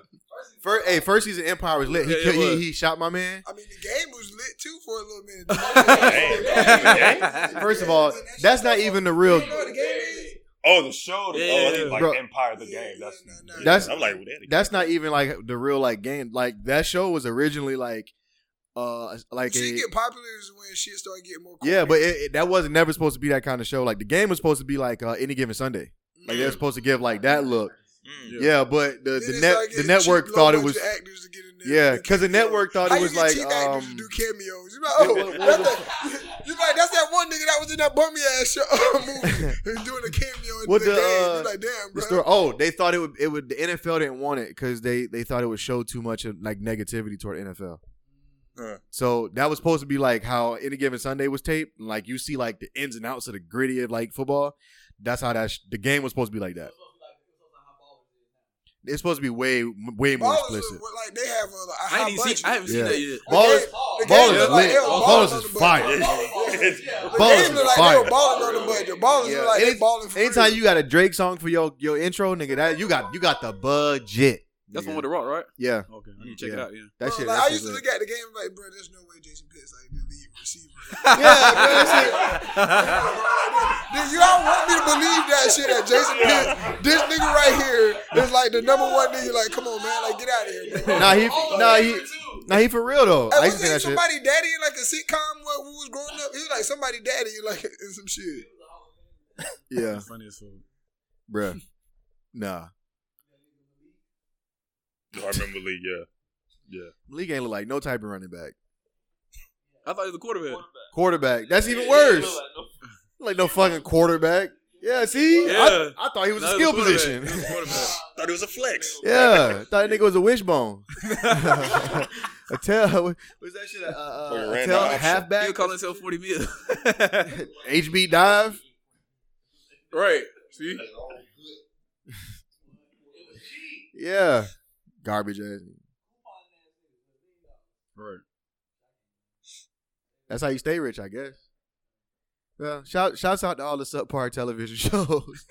[SPEAKER 2] First, hey, first season Empire was lit. He,
[SPEAKER 4] Yeah, it
[SPEAKER 2] killed-
[SPEAKER 4] was.
[SPEAKER 2] he, he shot my man.
[SPEAKER 3] I mean, the game was lit too for a little minute.
[SPEAKER 1] Damn.
[SPEAKER 2] First of all, that's not even the real.
[SPEAKER 3] You know what the game is?
[SPEAKER 1] Oh, the show. The,
[SPEAKER 4] Yeah,
[SPEAKER 1] oh, I
[SPEAKER 4] yeah,
[SPEAKER 1] think
[SPEAKER 4] yeah.
[SPEAKER 1] like
[SPEAKER 2] Bro.
[SPEAKER 1] Empire the
[SPEAKER 3] Yeah,
[SPEAKER 1] game.
[SPEAKER 3] yeah,
[SPEAKER 1] That's
[SPEAKER 3] nah, nah.
[SPEAKER 2] That's-
[SPEAKER 1] I'm like, well, that-
[SPEAKER 2] That's not even like the real like game. Like that show was originally like, uh, like
[SPEAKER 3] Shit
[SPEAKER 2] a,
[SPEAKER 3] get popular is when shit started getting more.
[SPEAKER 2] yeah, but it, it- that wasn't never supposed to be that kind of show. Like the game was supposed to be like uh, any given Sunday. Like they're supposed to give like that look.
[SPEAKER 1] Mm.
[SPEAKER 2] Yeah, but the
[SPEAKER 3] Then it
[SPEAKER 2] the net
[SPEAKER 3] started
[SPEAKER 2] the
[SPEAKER 3] getting
[SPEAKER 2] network
[SPEAKER 3] cheap,
[SPEAKER 2] thought it
[SPEAKER 3] low-budget
[SPEAKER 2] was
[SPEAKER 3] actors to get in there
[SPEAKER 2] yeah
[SPEAKER 3] and do
[SPEAKER 2] because the
[SPEAKER 3] cameos.
[SPEAKER 2] network thought
[SPEAKER 3] How
[SPEAKER 2] it was
[SPEAKER 3] you get
[SPEAKER 2] like
[SPEAKER 3] cheap actors to
[SPEAKER 2] um
[SPEAKER 3] do cameos. You like,
[SPEAKER 2] Yeah,
[SPEAKER 3] oh,
[SPEAKER 2] what- what-
[SPEAKER 3] that's that- you like that's that one nigga that was in that bummy ass show movie and doing a cameo in
[SPEAKER 2] What
[SPEAKER 3] the,
[SPEAKER 2] the,
[SPEAKER 3] game.
[SPEAKER 2] uh,
[SPEAKER 3] you like, damn,
[SPEAKER 2] the
[SPEAKER 3] bro.
[SPEAKER 2] story. Oh, they thought it would it would the NFL didn't want it because they they thought it would show too much of like negativity toward NFL.
[SPEAKER 1] Uh.
[SPEAKER 2] So that was supposed to be like how any given Sunday was taped. Like you see like the ins and outs of the gritty of like football. That's how that sh- the game was supposed to be like that. It's supposed to be way way more
[SPEAKER 3] Ballers
[SPEAKER 2] explicit.
[SPEAKER 3] were like they have a, like, a
[SPEAKER 4] I
[SPEAKER 3] high
[SPEAKER 4] ain't even
[SPEAKER 3] budget.
[SPEAKER 4] seen. I haven't
[SPEAKER 2] Yeah.
[SPEAKER 4] seen that yet.
[SPEAKER 2] Ballers,
[SPEAKER 3] The game
[SPEAKER 2] ballers
[SPEAKER 3] looked
[SPEAKER 2] is
[SPEAKER 3] like they
[SPEAKER 2] lit. Ballers is fire.
[SPEAKER 3] were balling on the budget.
[SPEAKER 1] Mm.
[SPEAKER 3] The
[SPEAKER 2] Ballers
[SPEAKER 3] game
[SPEAKER 2] is
[SPEAKER 3] looked like
[SPEAKER 2] fire.
[SPEAKER 3] they were balling on the budget. Ballers
[SPEAKER 2] Yeah.
[SPEAKER 3] looked like they
[SPEAKER 2] Any-
[SPEAKER 3] balling for
[SPEAKER 2] Anytime
[SPEAKER 3] real.
[SPEAKER 2] you got a Drake song for your your intro, nigga, that you got you got the budget.
[SPEAKER 4] That's
[SPEAKER 2] nigga.
[SPEAKER 4] one with the Rock, right?
[SPEAKER 2] Yeah,
[SPEAKER 4] Okay, I need to check it
[SPEAKER 2] Yeah.
[SPEAKER 4] out. Yeah.
[SPEAKER 2] that
[SPEAKER 3] Bro,
[SPEAKER 2] shit.
[SPEAKER 3] like,
[SPEAKER 2] that
[SPEAKER 3] I
[SPEAKER 2] shit
[SPEAKER 3] used to
[SPEAKER 2] lit.
[SPEAKER 3] look at the game and like, bro, there's no way Jason Pitts like the lead receiver.
[SPEAKER 2] Yeah, bro, that shit-
[SPEAKER 3] Dude, y'all want me to believe that shit that Jason Pitts, this nigga right here is like the number one nigga. Like, come on, man, like get out of here. Man.
[SPEAKER 2] Nah, he,
[SPEAKER 1] Oh,
[SPEAKER 2] nah, he, nah, he for real though. I
[SPEAKER 3] Hey,
[SPEAKER 2] used to
[SPEAKER 3] wasn't
[SPEAKER 2] think
[SPEAKER 3] he
[SPEAKER 2] that shit.
[SPEAKER 3] somebody daddy in like a sitcom when we was growing up? He was like somebody daddy like in some shit.
[SPEAKER 2] Yeah,
[SPEAKER 4] Funny as fuck.
[SPEAKER 2] bruh. Nah,
[SPEAKER 1] I remember Lee. Yeah, yeah.
[SPEAKER 2] Malik ain't look like no type of running back.
[SPEAKER 4] I thought he was a quarterback.
[SPEAKER 2] Quarterback. That's even worse. Like no fucking quarterback. Yeah, see,
[SPEAKER 4] Yeah.
[SPEAKER 2] I, I thought he was
[SPEAKER 4] No,
[SPEAKER 2] a
[SPEAKER 4] he
[SPEAKER 2] skill
[SPEAKER 4] was a
[SPEAKER 2] position.
[SPEAKER 4] quarterback. He was a quarterback.
[SPEAKER 1] Thought it was a flex.
[SPEAKER 2] yeah, thought that nigga was a wishbone. a tail. Was that shit? A, uh,
[SPEAKER 1] Or a
[SPEAKER 2] a
[SPEAKER 1] random
[SPEAKER 2] tail
[SPEAKER 1] option.
[SPEAKER 4] He
[SPEAKER 2] halfback.
[SPEAKER 4] would call himself forty mil.
[SPEAKER 2] HB dive.
[SPEAKER 4] right. See.
[SPEAKER 2] Yeah, garbage ass.
[SPEAKER 4] Right.
[SPEAKER 2] That's how you stay rich, I guess. Well, shout shouts out to all the subpar television shows.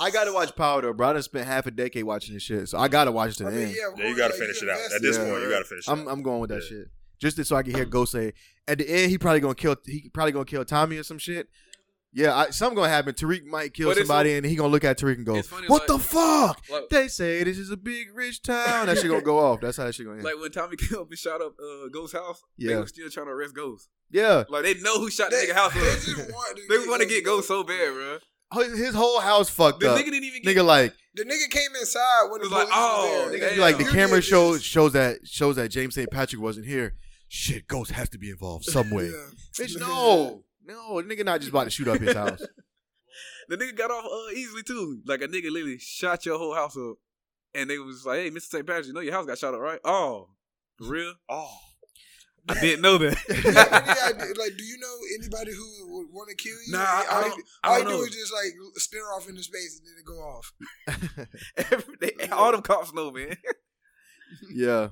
[SPEAKER 2] I gotta watch Power though, bro. I done spent half a decade watching this shit, so I gotta watch it to
[SPEAKER 3] I
[SPEAKER 2] the
[SPEAKER 3] mean,
[SPEAKER 2] end.
[SPEAKER 3] yeah, of
[SPEAKER 1] Yeah, you
[SPEAKER 3] course,
[SPEAKER 1] gotta
[SPEAKER 3] like,
[SPEAKER 1] finish
[SPEAKER 3] you
[SPEAKER 1] it out. At this
[SPEAKER 2] Yeah.
[SPEAKER 1] point, you gotta finish. it
[SPEAKER 2] I'm
[SPEAKER 1] out.
[SPEAKER 2] I'm going with that
[SPEAKER 1] Yeah.
[SPEAKER 2] shit just to- so I can hear Go say at the end he probably gonna kill he probably gonna kill Tommy or some shit. Yeah, I, something gonna happen. Tariq might kill
[SPEAKER 4] But it's
[SPEAKER 2] somebody, and he gonna look at Tariq and go,
[SPEAKER 4] it's funny,
[SPEAKER 2] "What
[SPEAKER 4] like-
[SPEAKER 2] the fuck?"
[SPEAKER 4] Like,
[SPEAKER 2] They say this is a big rich town. That shit gonna go off. That's how that shit gonna end.
[SPEAKER 4] like when Tommy came up and shot up uh, Ghost's house, they
[SPEAKER 2] Yeah.
[SPEAKER 4] were still trying to arrest Ghost.
[SPEAKER 2] yeah,
[SPEAKER 4] Like they know who shot the
[SPEAKER 3] They-
[SPEAKER 4] nigga house
[SPEAKER 3] They
[SPEAKER 4] up.
[SPEAKER 3] just want to
[SPEAKER 4] They want to get Ghost so bad, bro.
[SPEAKER 2] his, his whole house fucked
[SPEAKER 4] The
[SPEAKER 2] up.
[SPEAKER 4] nigga didn't even get.
[SPEAKER 2] Nigga, like
[SPEAKER 3] The nigga came inside when the
[SPEAKER 4] It was like,
[SPEAKER 3] police
[SPEAKER 4] oh,
[SPEAKER 3] was
[SPEAKER 4] nigga,
[SPEAKER 3] there.
[SPEAKER 2] Be like the
[SPEAKER 3] You
[SPEAKER 2] camera
[SPEAKER 3] did
[SPEAKER 2] shows
[SPEAKER 3] this.
[SPEAKER 2] shows that shows that James St. Patrick wasn't here. Shit, Ghost has to be involved some way.
[SPEAKER 3] Yeah.
[SPEAKER 2] Bitch, no, no, the nigga not just about to shoot up his house.
[SPEAKER 4] The nigga got off uh, easily too. Like a nigga literally shot your whole house up, and they was like, "Hey, Mr. St. Patrick, you know your house got shot up, right? Oh, for real?
[SPEAKER 1] Oh,
[SPEAKER 4] I didn't know that.
[SPEAKER 3] Do you have any idea- like, do you know anybody who would want to kill you?
[SPEAKER 4] Nah,
[SPEAKER 3] Like,
[SPEAKER 4] I
[SPEAKER 3] all
[SPEAKER 4] don't-
[SPEAKER 3] you-
[SPEAKER 4] I
[SPEAKER 3] all you
[SPEAKER 4] don't
[SPEAKER 3] do
[SPEAKER 4] know.
[SPEAKER 3] is just like stare off into space and then it go off.
[SPEAKER 4] Every day, all them cops know, man.
[SPEAKER 2] yeah,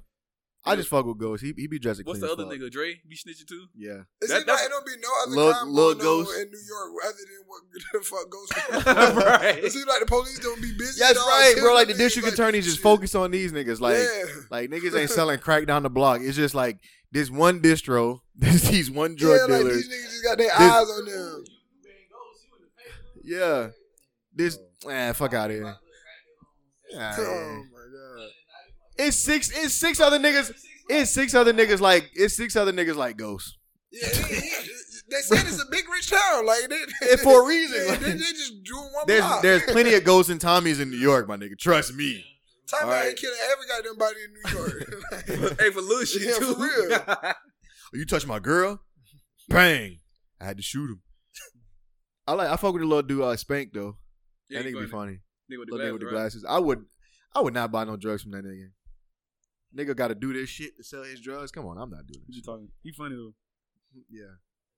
[SPEAKER 2] I just fuck with Ghost. He he be dressed
[SPEAKER 4] What's
[SPEAKER 2] clean
[SPEAKER 4] the
[SPEAKER 2] as
[SPEAKER 4] other
[SPEAKER 2] fuck.
[SPEAKER 4] nigga? Dre be snitching too.
[SPEAKER 2] Yeah,
[SPEAKER 3] It
[SPEAKER 4] That-
[SPEAKER 3] seems like
[SPEAKER 4] that's-
[SPEAKER 3] it don't be no other
[SPEAKER 2] Lil-
[SPEAKER 3] crime
[SPEAKER 2] Lil
[SPEAKER 3] going on
[SPEAKER 2] Ghost.
[SPEAKER 3] in New York other than what the fuck Ghost.
[SPEAKER 4] Right.
[SPEAKER 3] It seems like the police don't be busy.
[SPEAKER 2] that's
[SPEAKER 3] at all.
[SPEAKER 2] right,
[SPEAKER 3] Killing
[SPEAKER 2] bro. Like the
[SPEAKER 3] niggas,
[SPEAKER 2] district
[SPEAKER 3] like,
[SPEAKER 2] attorney just
[SPEAKER 3] shit.
[SPEAKER 2] focus on these niggas. Like
[SPEAKER 3] yeah.
[SPEAKER 2] like niggas ain't selling crack down the block. It's just like this one distro, this these one drug
[SPEAKER 3] yeah, like
[SPEAKER 2] dealers.
[SPEAKER 3] these niggas just got their
[SPEAKER 2] This-
[SPEAKER 3] eyes on them.
[SPEAKER 2] yeah, this ah fuck out of here. Ah, yeah.
[SPEAKER 3] Oh my god.
[SPEAKER 2] It's six. It's six other niggas. It's six other niggas like. It's six other niggas like Ghost.
[SPEAKER 3] Yeah, it- it- they said it's a big rich town, like they,
[SPEAKER 2] And for a reason,
[SPEAKER 3] Yeah,
[SPEAKER 2] like-
[SPEAKER 3] they, they just drew one
[SPEAKER 2] There's
[SPEAKER 3] block.
[SPEAKER 2] there's plenty of Ghosts and Tommies in New York, my nigga. Trust me.
[SPEAKER 3] Time
[SPEAKER 2] All right.
[SPEAKER 3] ain't killing every goddamn body in New York. Like,
[SPEAKER 4] hey, for little shit
[SPEAKER 3] Yeah,
[SPEAKER 4] too.
[SPEAKER 3] for real.
[SPEAKER 2] You touch my girl, bang! I had to shoot him. I like. I fuck with the little dude. Uh, Spank though.
[SPEAKER 4] Yeah,
[SPEAKER 2] that
[SPEAKER 4] he
[SPEAKER 2] nigga be funny.
[SPEAKER 4] funny. Nigga with the
[SPEAKER 2] Little nigga
[SPEAKER 4] glasses,
[SPEAKER 2] with the
[SPEAKER 4] right?
[SPEAKER 2] glasses. I would. I would not buy no drugs from that nigga. Nigga got to do this shit to sell his drugs. Come on, I'm not doing
[SPEAKER 4] What you talking? He funny though.
[SPEAKER 2] it. Yeah.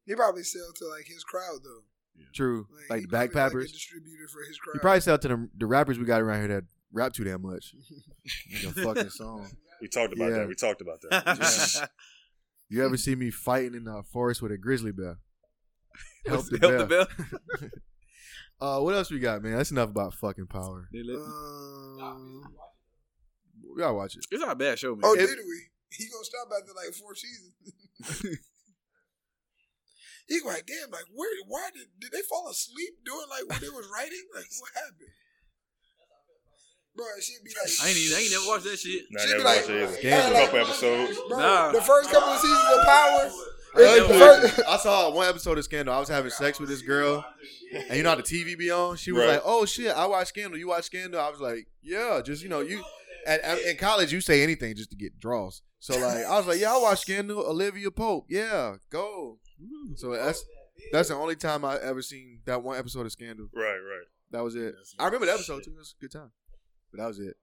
[SPEAKER 3] He probably sell to like his crowd though.
[SPEAKER 2] True. Like
[SPEAKER 3] he
[SPEAKER 2] the
[SPEAKER 3] probably,
[SPEAKER 2] backpackers.
[SPEAKER 3] Like, a distributor for his
[SPEAKER 2] He
[SPEAKER 3] crowd.
[SPEAKER 2] probably sell to the, the rappers we got around here that rap too damn much. the fucking song.
[SPEAKER 1] We talked about
[SPEAKER 2] Yeah.
[SPEAKER 1] that. We talked about that.
[SPEAKER 2] You ever see me fighting in the forest with a grizzly bear? Help the
[SPEAKER 4] Help the
[SPEAKER 2] bear.
[SPEAKER 4] bell.
[SPEAKER 2] Uh, what else we got, man? That's enough about fucking power.
[SPEAKER 4] They let-
[SPEAKER 3] Uh, Um,
[SPEAKER 2] We gotta watch it.
[SPEAKER 4] It's not a bad show, man.
[SPEAKER 3] oh, did we? He gonna stop after like four seasons. he like, damn, like where? Why did did they fall asleep doing like what they was writing? Like what happened? Bro, she'd be like,
[SPEAKER 4] I ain't even, I ain't never watched that shit.
[SPEAKER 1] Nah, I
[SPEAKER 3] She'd
[SPEAKER 1] never
[SPEAKER 3] be
[SPEAKER 1] watched
[SPEAKER 3] like,
[SPEAKER 1] it either.
[SPEAKER 3] Damn.
[SPEAKER 1] A couple episodes.
[SPEAKER 3] Bro,
[SPEAKER 4] Nah.
[SPEAKER 3] the first couple of seasons of Power.
[SPEAKER 2] I,
[SPEAKER 3] the first-
[SPEAKER 2] saw one episode of Scandal. I was having sex with this girl, and you know how the TV be on. She was
[SPEAKER 1] Right.
[SPEAKER 2] like, "Oh shit, I watch Scandal. You watch Scandal?" I was like, "Yeah, just you know, you at, at- in college you say anything just to get draws." So like, I was like, "Yeah, I watch Scandal. Olivia Pope. Yeah, go." So that's that's the only time I ever seen that one episode of Scandal.
[SPEAKER 1] Right, right.
[SPEAKER 2] That was it. I remember the episode too. It was a good time, but that was it.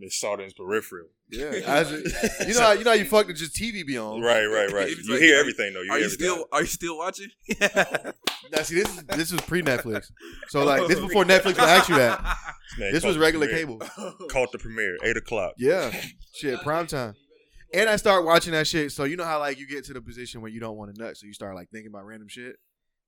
[SPEAKER 1] They saw it in his peripheral.
[SPEAKER 2] Yeah, I was- you know, how, you know, how you fuck with just TV be on.
[SPEAKER 1] Right, right, right.
[SPEAKER 4] It's
[SPEAKER 1] You
[SPEAKER 4] like,
[SPEAKER 1] hear
[SPEAKER 4] are-
[SPEAKER 1] everything though. You
[SPEAKER 4] Are
[SPEAKER 1] hear
[SPEAKER 4] you
[SPEAKER 1] everything.
[SPEAKER 4] still are you still watching?
[SPEAKER 2] Now, see, this is this was pre Netflix, so like this before Netflix would ask you that.
[SPEAKER 1] Man,
[SPEAKER 2] This
[SPEAKER 1] caught
[SPEAKER 2] was
[SPEAKER 1] the
[SPEAKER 2] regular
[SPEAKER 1] premiere.
[SPEAKER 2] cable.
[SPEAKER 1] Caught the premiere, eight o'clock.
[SPEAKER 2] Yeah, shit, prime time. And I start watching that shit. So you know how like you get to the position where you don't want to nut, so you start like thinking about random shit,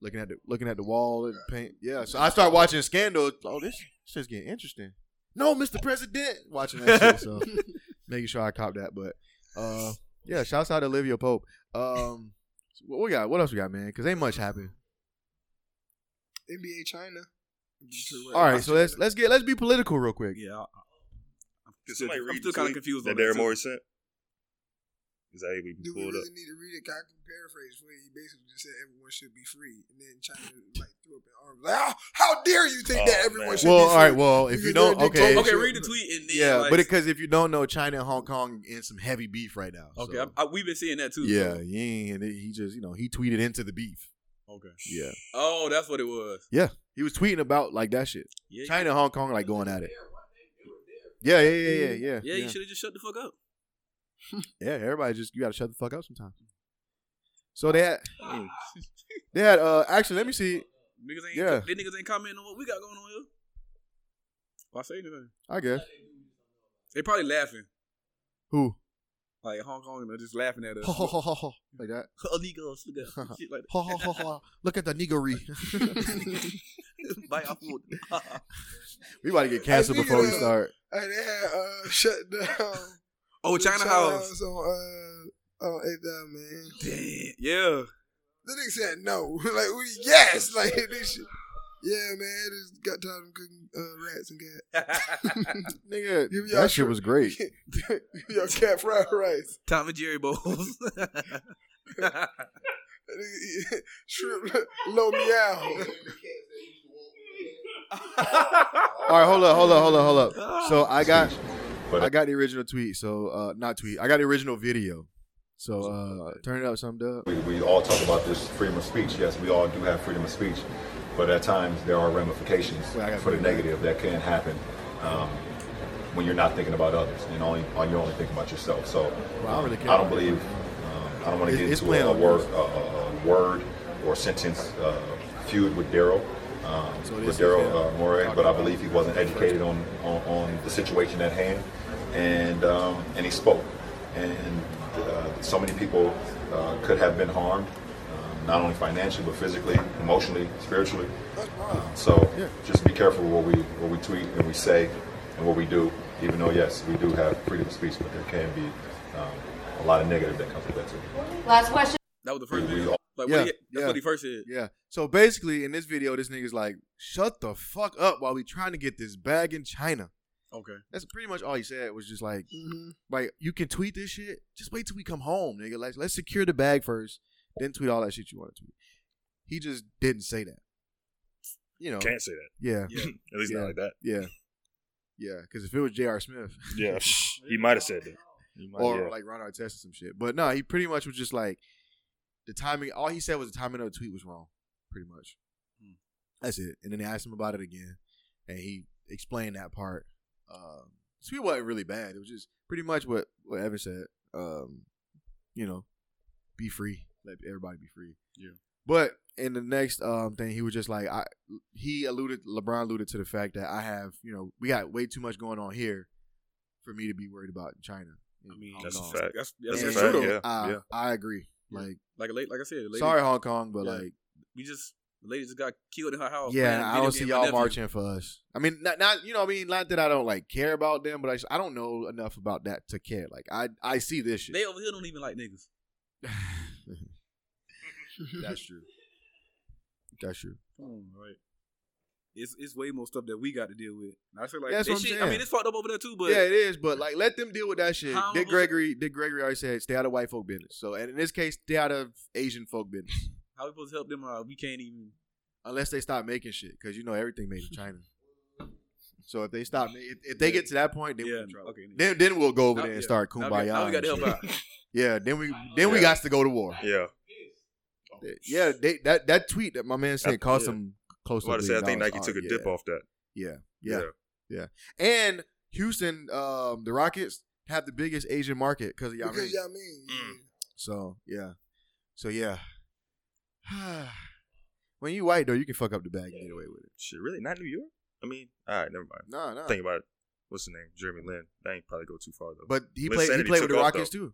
[SPEAKER 2] looking at the looking at the wall and paint. Yeah, so I start watching Scandal. Oh, this shit's getting interesting. No, Mr. President, watching that shit. So making sure I cop that. But uh, yeah, shouts out to Olivia Pope. Um, what we got? What else we got, man? Because ain't much happened.
[SPEAKER 3] NBA China.
[SPEAKER 2] All right, so let's let's get let's be political real quick.
[SPEAKER 4] Yeah, I- I'm
[SPEAKER 1] Did
[SPEAKER 4] still,
[SPEAKER 1] somebody
[SPEAKER 4] I'm
[SPEAKER 1] read
[SPEAKER 4] still
[SPEAKER 1] the
[SPEAKER 4] kind of
[SPEAKER 1] tweet
[SPEAKER 4] confused
[SPEAKER 1] That
[SPEAKER 4] on that.
[SPEAKER 1] Darren
[SPEAKER 4] too.
[SPEAKER 1] Morey sent. Is that we
[SPEAKER 3] Do we
[SPEAKER 1] pulled up?
[SPEAKER 3] really need to read it? 'Cause I can paraphrase for you. He basically just said everyone should be free, and then China like threw up in arms. Like, how, how dare you think
[SPEAKER 1] Oh,
[SPEAKER 3] that everyone
[SPEAKER 1] man.
[SPEAKER 3] should
[SPEAKER 2] Well,
[SPEAKER 3] be
[SPEAKER 2] all
[SPEAKER 3] free?
[SPEAKER 2] right. Well, if
[SPEAKER 3] Because
[SPEAKER 2] you don't,
[SPEAKER 3] they're
[SPEAKER 2] okay,
[SPEAKER 3] dictatorship.
[SPEAKER 4] Okay, read the tweet and then
[SPEAKER 2] yeah,
[SPEAKER 4] like,
[SPEAKER 2] but because if you don't know, China and Hong Kong in some heavy beef right now.
[SPEAKER 4] okay,
[SPEAKER 2] so-
[SPEAKER 4] I, I, we've been seeing that too.
[SPEAKER 2] yeah,
[SPEAKER 4] so-
[SPEAKER 2] he, ain't- and he just you know he tweeted into the beef.
[SPEAKER 4] Okay.
[SPEAKER 2] Yeah,
[SPEAKER 4] Oh, that's what it was.
[SPEAKER 2] he was tweeting about like that shit.
[SPEAKER 4] Yeah.
[SPEAKER 2] China and Hong Kong like going at it. Yeah, yeah, yeah, yeah, yeah.
[SPEAKER 4] yeah,
[SPEAKER 2] yeah.
[SPEAKER 4] you should have just shut the fuck up.
[SPEAKER 2] Yeah, everybody just you gotta shut the fuck up sometimes. So they had, they had uh actually let me see.
[SPEAKER 4] Niggas ain't,
[SPEAKER 2] Yeah.
[SPEAKER 4] they niggas ain't commenting on what we got going on here. Why say anything?
[SPEAKER 2] I guess
[SPEAKER 4] They probably laughing.
[SPEAKER 2] who
[SPEAKER 4] Like Hong Kong, they're just laughing at us.
[SPEAKER 2] ho ho ho ho ho like that.
[SPEAKER 4] Illegals, look at shit like
[SPEAKER 2] Ho ho ho ho. Look at the niggery.
[SPEAKER 4] that. Buy our food.
[SPEAKER 2] we about to get canceled before we start.
[SPEAKER 3] Hey, they had uh, shut down.
[SPEAKER 4] oh,
[SPEAKER 3] the
[SPEAKER 4] China
[SPEAKER 3] China
[SPEAKER 4] House.
[SPEAKER 3] on uh, on eight down, man.
[SPEAKER 4] Damn. Yeah.
[SPEAKER 3] The nigga said no. like we yes, like this shit. Yeah, man, I just got tired of cooking uh, rats and cat.
[SPEAKER 2] Nigga,
[SPEAKER 3] Give me
[SPEAKER 2] that
[SPEAKER 3] our
[SPEAKER 2] shit
[SPEAKER 3] shirt.
[SPEAKER 2] was great.
[SPEAKER 3] Yo, cat fried rice.
[SPEAKER 4] Tom and Jerry Bowles.
[SPEAKER 3] That nigga eat Shrimp, low meow.
[SPEAKER 2] All right, hold up, hold up, hold up, hold up. So I got, I got the original tweet. So uh, not tweet. I got the original video. So uh, turn it up, some up.
[SPEAKER 6] We, we all talk about this freedom of speech. Yes, we all do have freedom of speech, but at times there are ramifications
[SPEAKER 2] Wait, I gotta
[SPEAKER 6] for
[SPEAKER 2] put
[SPEAKER 6] the
[SPEAKER 2] it back.
[SPEAKER 6] negative that can happen um, when you're not thinking about others and only on you're only thinking about yourself. So
[SPEAKER 2] Well, I don't really care.
[SPEAKER 6] I don't believe um, I don't want to
[SPEAKER 2] It's-
[SPEAKER 6] get
[SPEAKER 2] it's
[SPEAKER 6] into
[SPEAKER 2] playing
[SPEAKER 6] a, a
[SPEAKER 2] on
[SPEAKER 6] word
[SPEAKER 2] words.
[SPEAKER 6] a, a a word or sentence uh, feud with Daryl. Um,
[SPEAKER 2] So this
[SPEAKER 6] with
[SPEAKER 2] is,
[SPEAKER 6] Daryl
[SPEAKER 2] yeah,
[SPEAKER 6] uh, Morey,
[SPEAKER 2] talking
[SPEAKER 6] but I
[SPEAKER 2] about-
[SPEAKER 6] believe he wasn't educated on, on, on the situation at hand, and um, and he spoke, and uh, so many people uh, could have been harmed, um, not only financially but physically, emotionally, spiritually. Uh, so
[SPEAKER 2] Yeah.
[SPEAKER 6] just be careful what we what we tweet and we say and what we do. Even though yes, we do have freedom of speech, but there can be um, a lot of negative that comes with that too.
[SPEAKER 7] Last question.
[SPEAKER 4] that was the first
[SPEAKER 6] We- we
[SPEAKER 4] video.
[SPEAKER 6] all-
[SPEAKER 4] Like,
[SPEAKER 2] Yeah,
[SPEAKER 4] what he, that's
[SPEAKER 2] yeah.
[SPEAKER 4] what he first said.
[SPEAKER 2] Yeah. So basically, in this video, this nigga's like, "Shut the fuck up," while we trying to get this bag in China.
[SPEAKER 4] Okay.
[SPEAKER 2] That's pretty much all he said. Was just like,
[SPEAKER 3] Mm-hmm.
[SPEAKER 2] like you can tweet this shit. Just wait till we come home, nigga. Like, let's secure the bag first, then tweet all that shit you want to tweet. He just didn't say that. You know.
[SPEAKER 1] Can't say that.
[SPEAKER 2] Yeah.
[SPEAKER 1] At least
[SPEAKER 2] Yeah.
[SPEAKER 1] not like that.
[SPEAKER 2] Yeah. Yeah, because if it was J.R. Smith
[SPEAKER 1] Yeah, he might have said that. He might-
[SPEAKER 2] or
[SPEAKER 1] yeah.
[SPEAKER 2] like Ron Artest or some shit, but no, he pretty much was just like the timing. All he said was the timing of the tweet was wrong, pretty much.
[SPEAKER 4] Hmm.
[SPEAKER 2] That's it. And then they asked him about it again, and he explained that part. Um, the tweet wasn't really bad. It was just pretty much what what Evan said. Um, you know, be free. let everybody be free.
[SPEAKER 1] Yeah.
[SPEAKER 2] But in the next um thing, he was just like I. He alluded, LeBron alluded to the fact that I have, you know, we got way too much going on here for me to be worried about in China.
[SPEAKER 4] I mean,
[SPEAKER 1] That's
[SPEAKER 2] Hong
[SPEAKER 1] a fact.
[SPEAKER 4] That's,
[SPEAKER 1] That's
[SPEAKER 2] Kong.
[SPEAKER 4] that's
[SPEAKER 1] a fact,
[SPEAKER 4] true though.
[SPEAKER 1] yeah.
[SPEAKER 2] I, I agree.
[SPEAKER 4] Yeah.
[SPEAKER 2] Like,
[SPEAKER 4] Like a late, like I said, the lady,
[SPEAKER 2] sorry Hong Kong, but
[SPEAKER 4] Yeah.
[SPEAKER 2] like.
[SPEAKER 4] we just the lady just got killed in her
[SPEAKER 1] Oh,
[SPEAKER 4] house.
[SPEAKER 2] Yeah,
[SPEAKER 4] playing
[SPEAKER 2] and I
[SPEAKER 4] video
[SPEAKER 2] don't
[SPEAKER 4] game
[SPEAKER 2] see
[SPEAKER 4] with
[SPEAKER 2] y'all
[SPEAKER 4] nephew.
[SPEAKER 2] marching for us. I mean, not, not you know, what I mean, not that I don't like care about them, but I, just, I don't know enough about that to care. Like I, I see this shit.
[SPEAKER 4] They over here don't even like niggas.
[SPEAKER 2] That's true. That's true.
[SPEAKER 4] Come on, right? It's it's way more stuff that we got to deal with. And I feel like
[SPEAKER 2] That's
[SPEAKER 4] they
[SPEAKER 2] what I'm
[SPEAKER 4] shit, I
[SPEAKER 2] saying.
[SPEAKER 4] mean, it's fucked up over there too, but
[SPEAKER 2] yeah, it is, but like, let them deal with that shit.
[SPEAKER 4] How
[SPEAKER 2] Dick
[SPEAKER 4] was-
[SPEAKER 2] Gregory, Dick Gregory already said, stay out of white folk business. So, and in this case, stay out of Asian folk business,
[SPEAKER 4] how we supposed to help them? Uh, we can't even.
[SPEAKER 2] unless they stop making shit, because you know everything made in China. So if they stop, if, if they get to that point, then,
[SPEAKER 4] yeah,
[SPEAKER 2] we,
[SPEAKER 4] okay.
[SPEAKER 2] then then we'll go over
[SPEAKER 4] Now-
[SPEAKER 2] there and
[SPEAKER 4] yeah.
[SPEAKER 2] start
[SPEAKER 4] now,
[SPEAKER 2] kumbaya.
[SPEAKER 4] we got- now we
[SPEAKER 2] and
[SPEAKER 4] got to help
[SPEAKER 2] shit.
[SPEAKER 4] out.
[SPEAKER 2] Yeah, then we then we
[SPEAKER 1] Yeah.
[SPEAKER 2] got to go to war.
[SPEAKER 1] Yeah.
[SPEAKER 2] Yeah, they, that that tweet that my man sent cost
[SPEAKER 1] yeah.
[SPEAKER 2] him
[SPEAKER 1] I
[SPEAKER 2] close
[SPEAKER 1] was about
[SPEAKER 2] to.
[SPEAKER 1] to say, I
[SPEAKER 2] $1
[SPEAKER 1] think Nike
[SPEAKER 2] Oh,
[SPEAKER 1] took a
[SPEAKER 2] yeah.
[SPEAKER 1] dip off that.
[SPEAKER 2] Yeah, yeah. And Houston, um, the Rockets have the biggest Asian market because of y'all.
[SPEAKER 3] Because
[SPEAKER 2] rings.
[SPEAKER 3] y'all mean.
[SPEAKER 1] Mm.
[SPEAKER 2] So yeah, so yeah. when you white though, you can fuck up the bag and get away with it.
[SPEAKER 1] Shit, really? Not New York? I mean, all right, never mind.
[SPEAKER 2] No, no.
[SPEAKER 1] Think about it. What's the name? Jeremy Lin. That ain't probably go too far though.
[SPEAKER 2] But he
[SPEAKER 1] Lin
[SPEAKER 2] played. He
[SPEAKER 1] Sanity
[SPEAKER 2] played with
[SPEAKER 1] took
[SPEAKER 2] the
[SPEAKER 1] off,
[SPEAKER 2] Rockets too.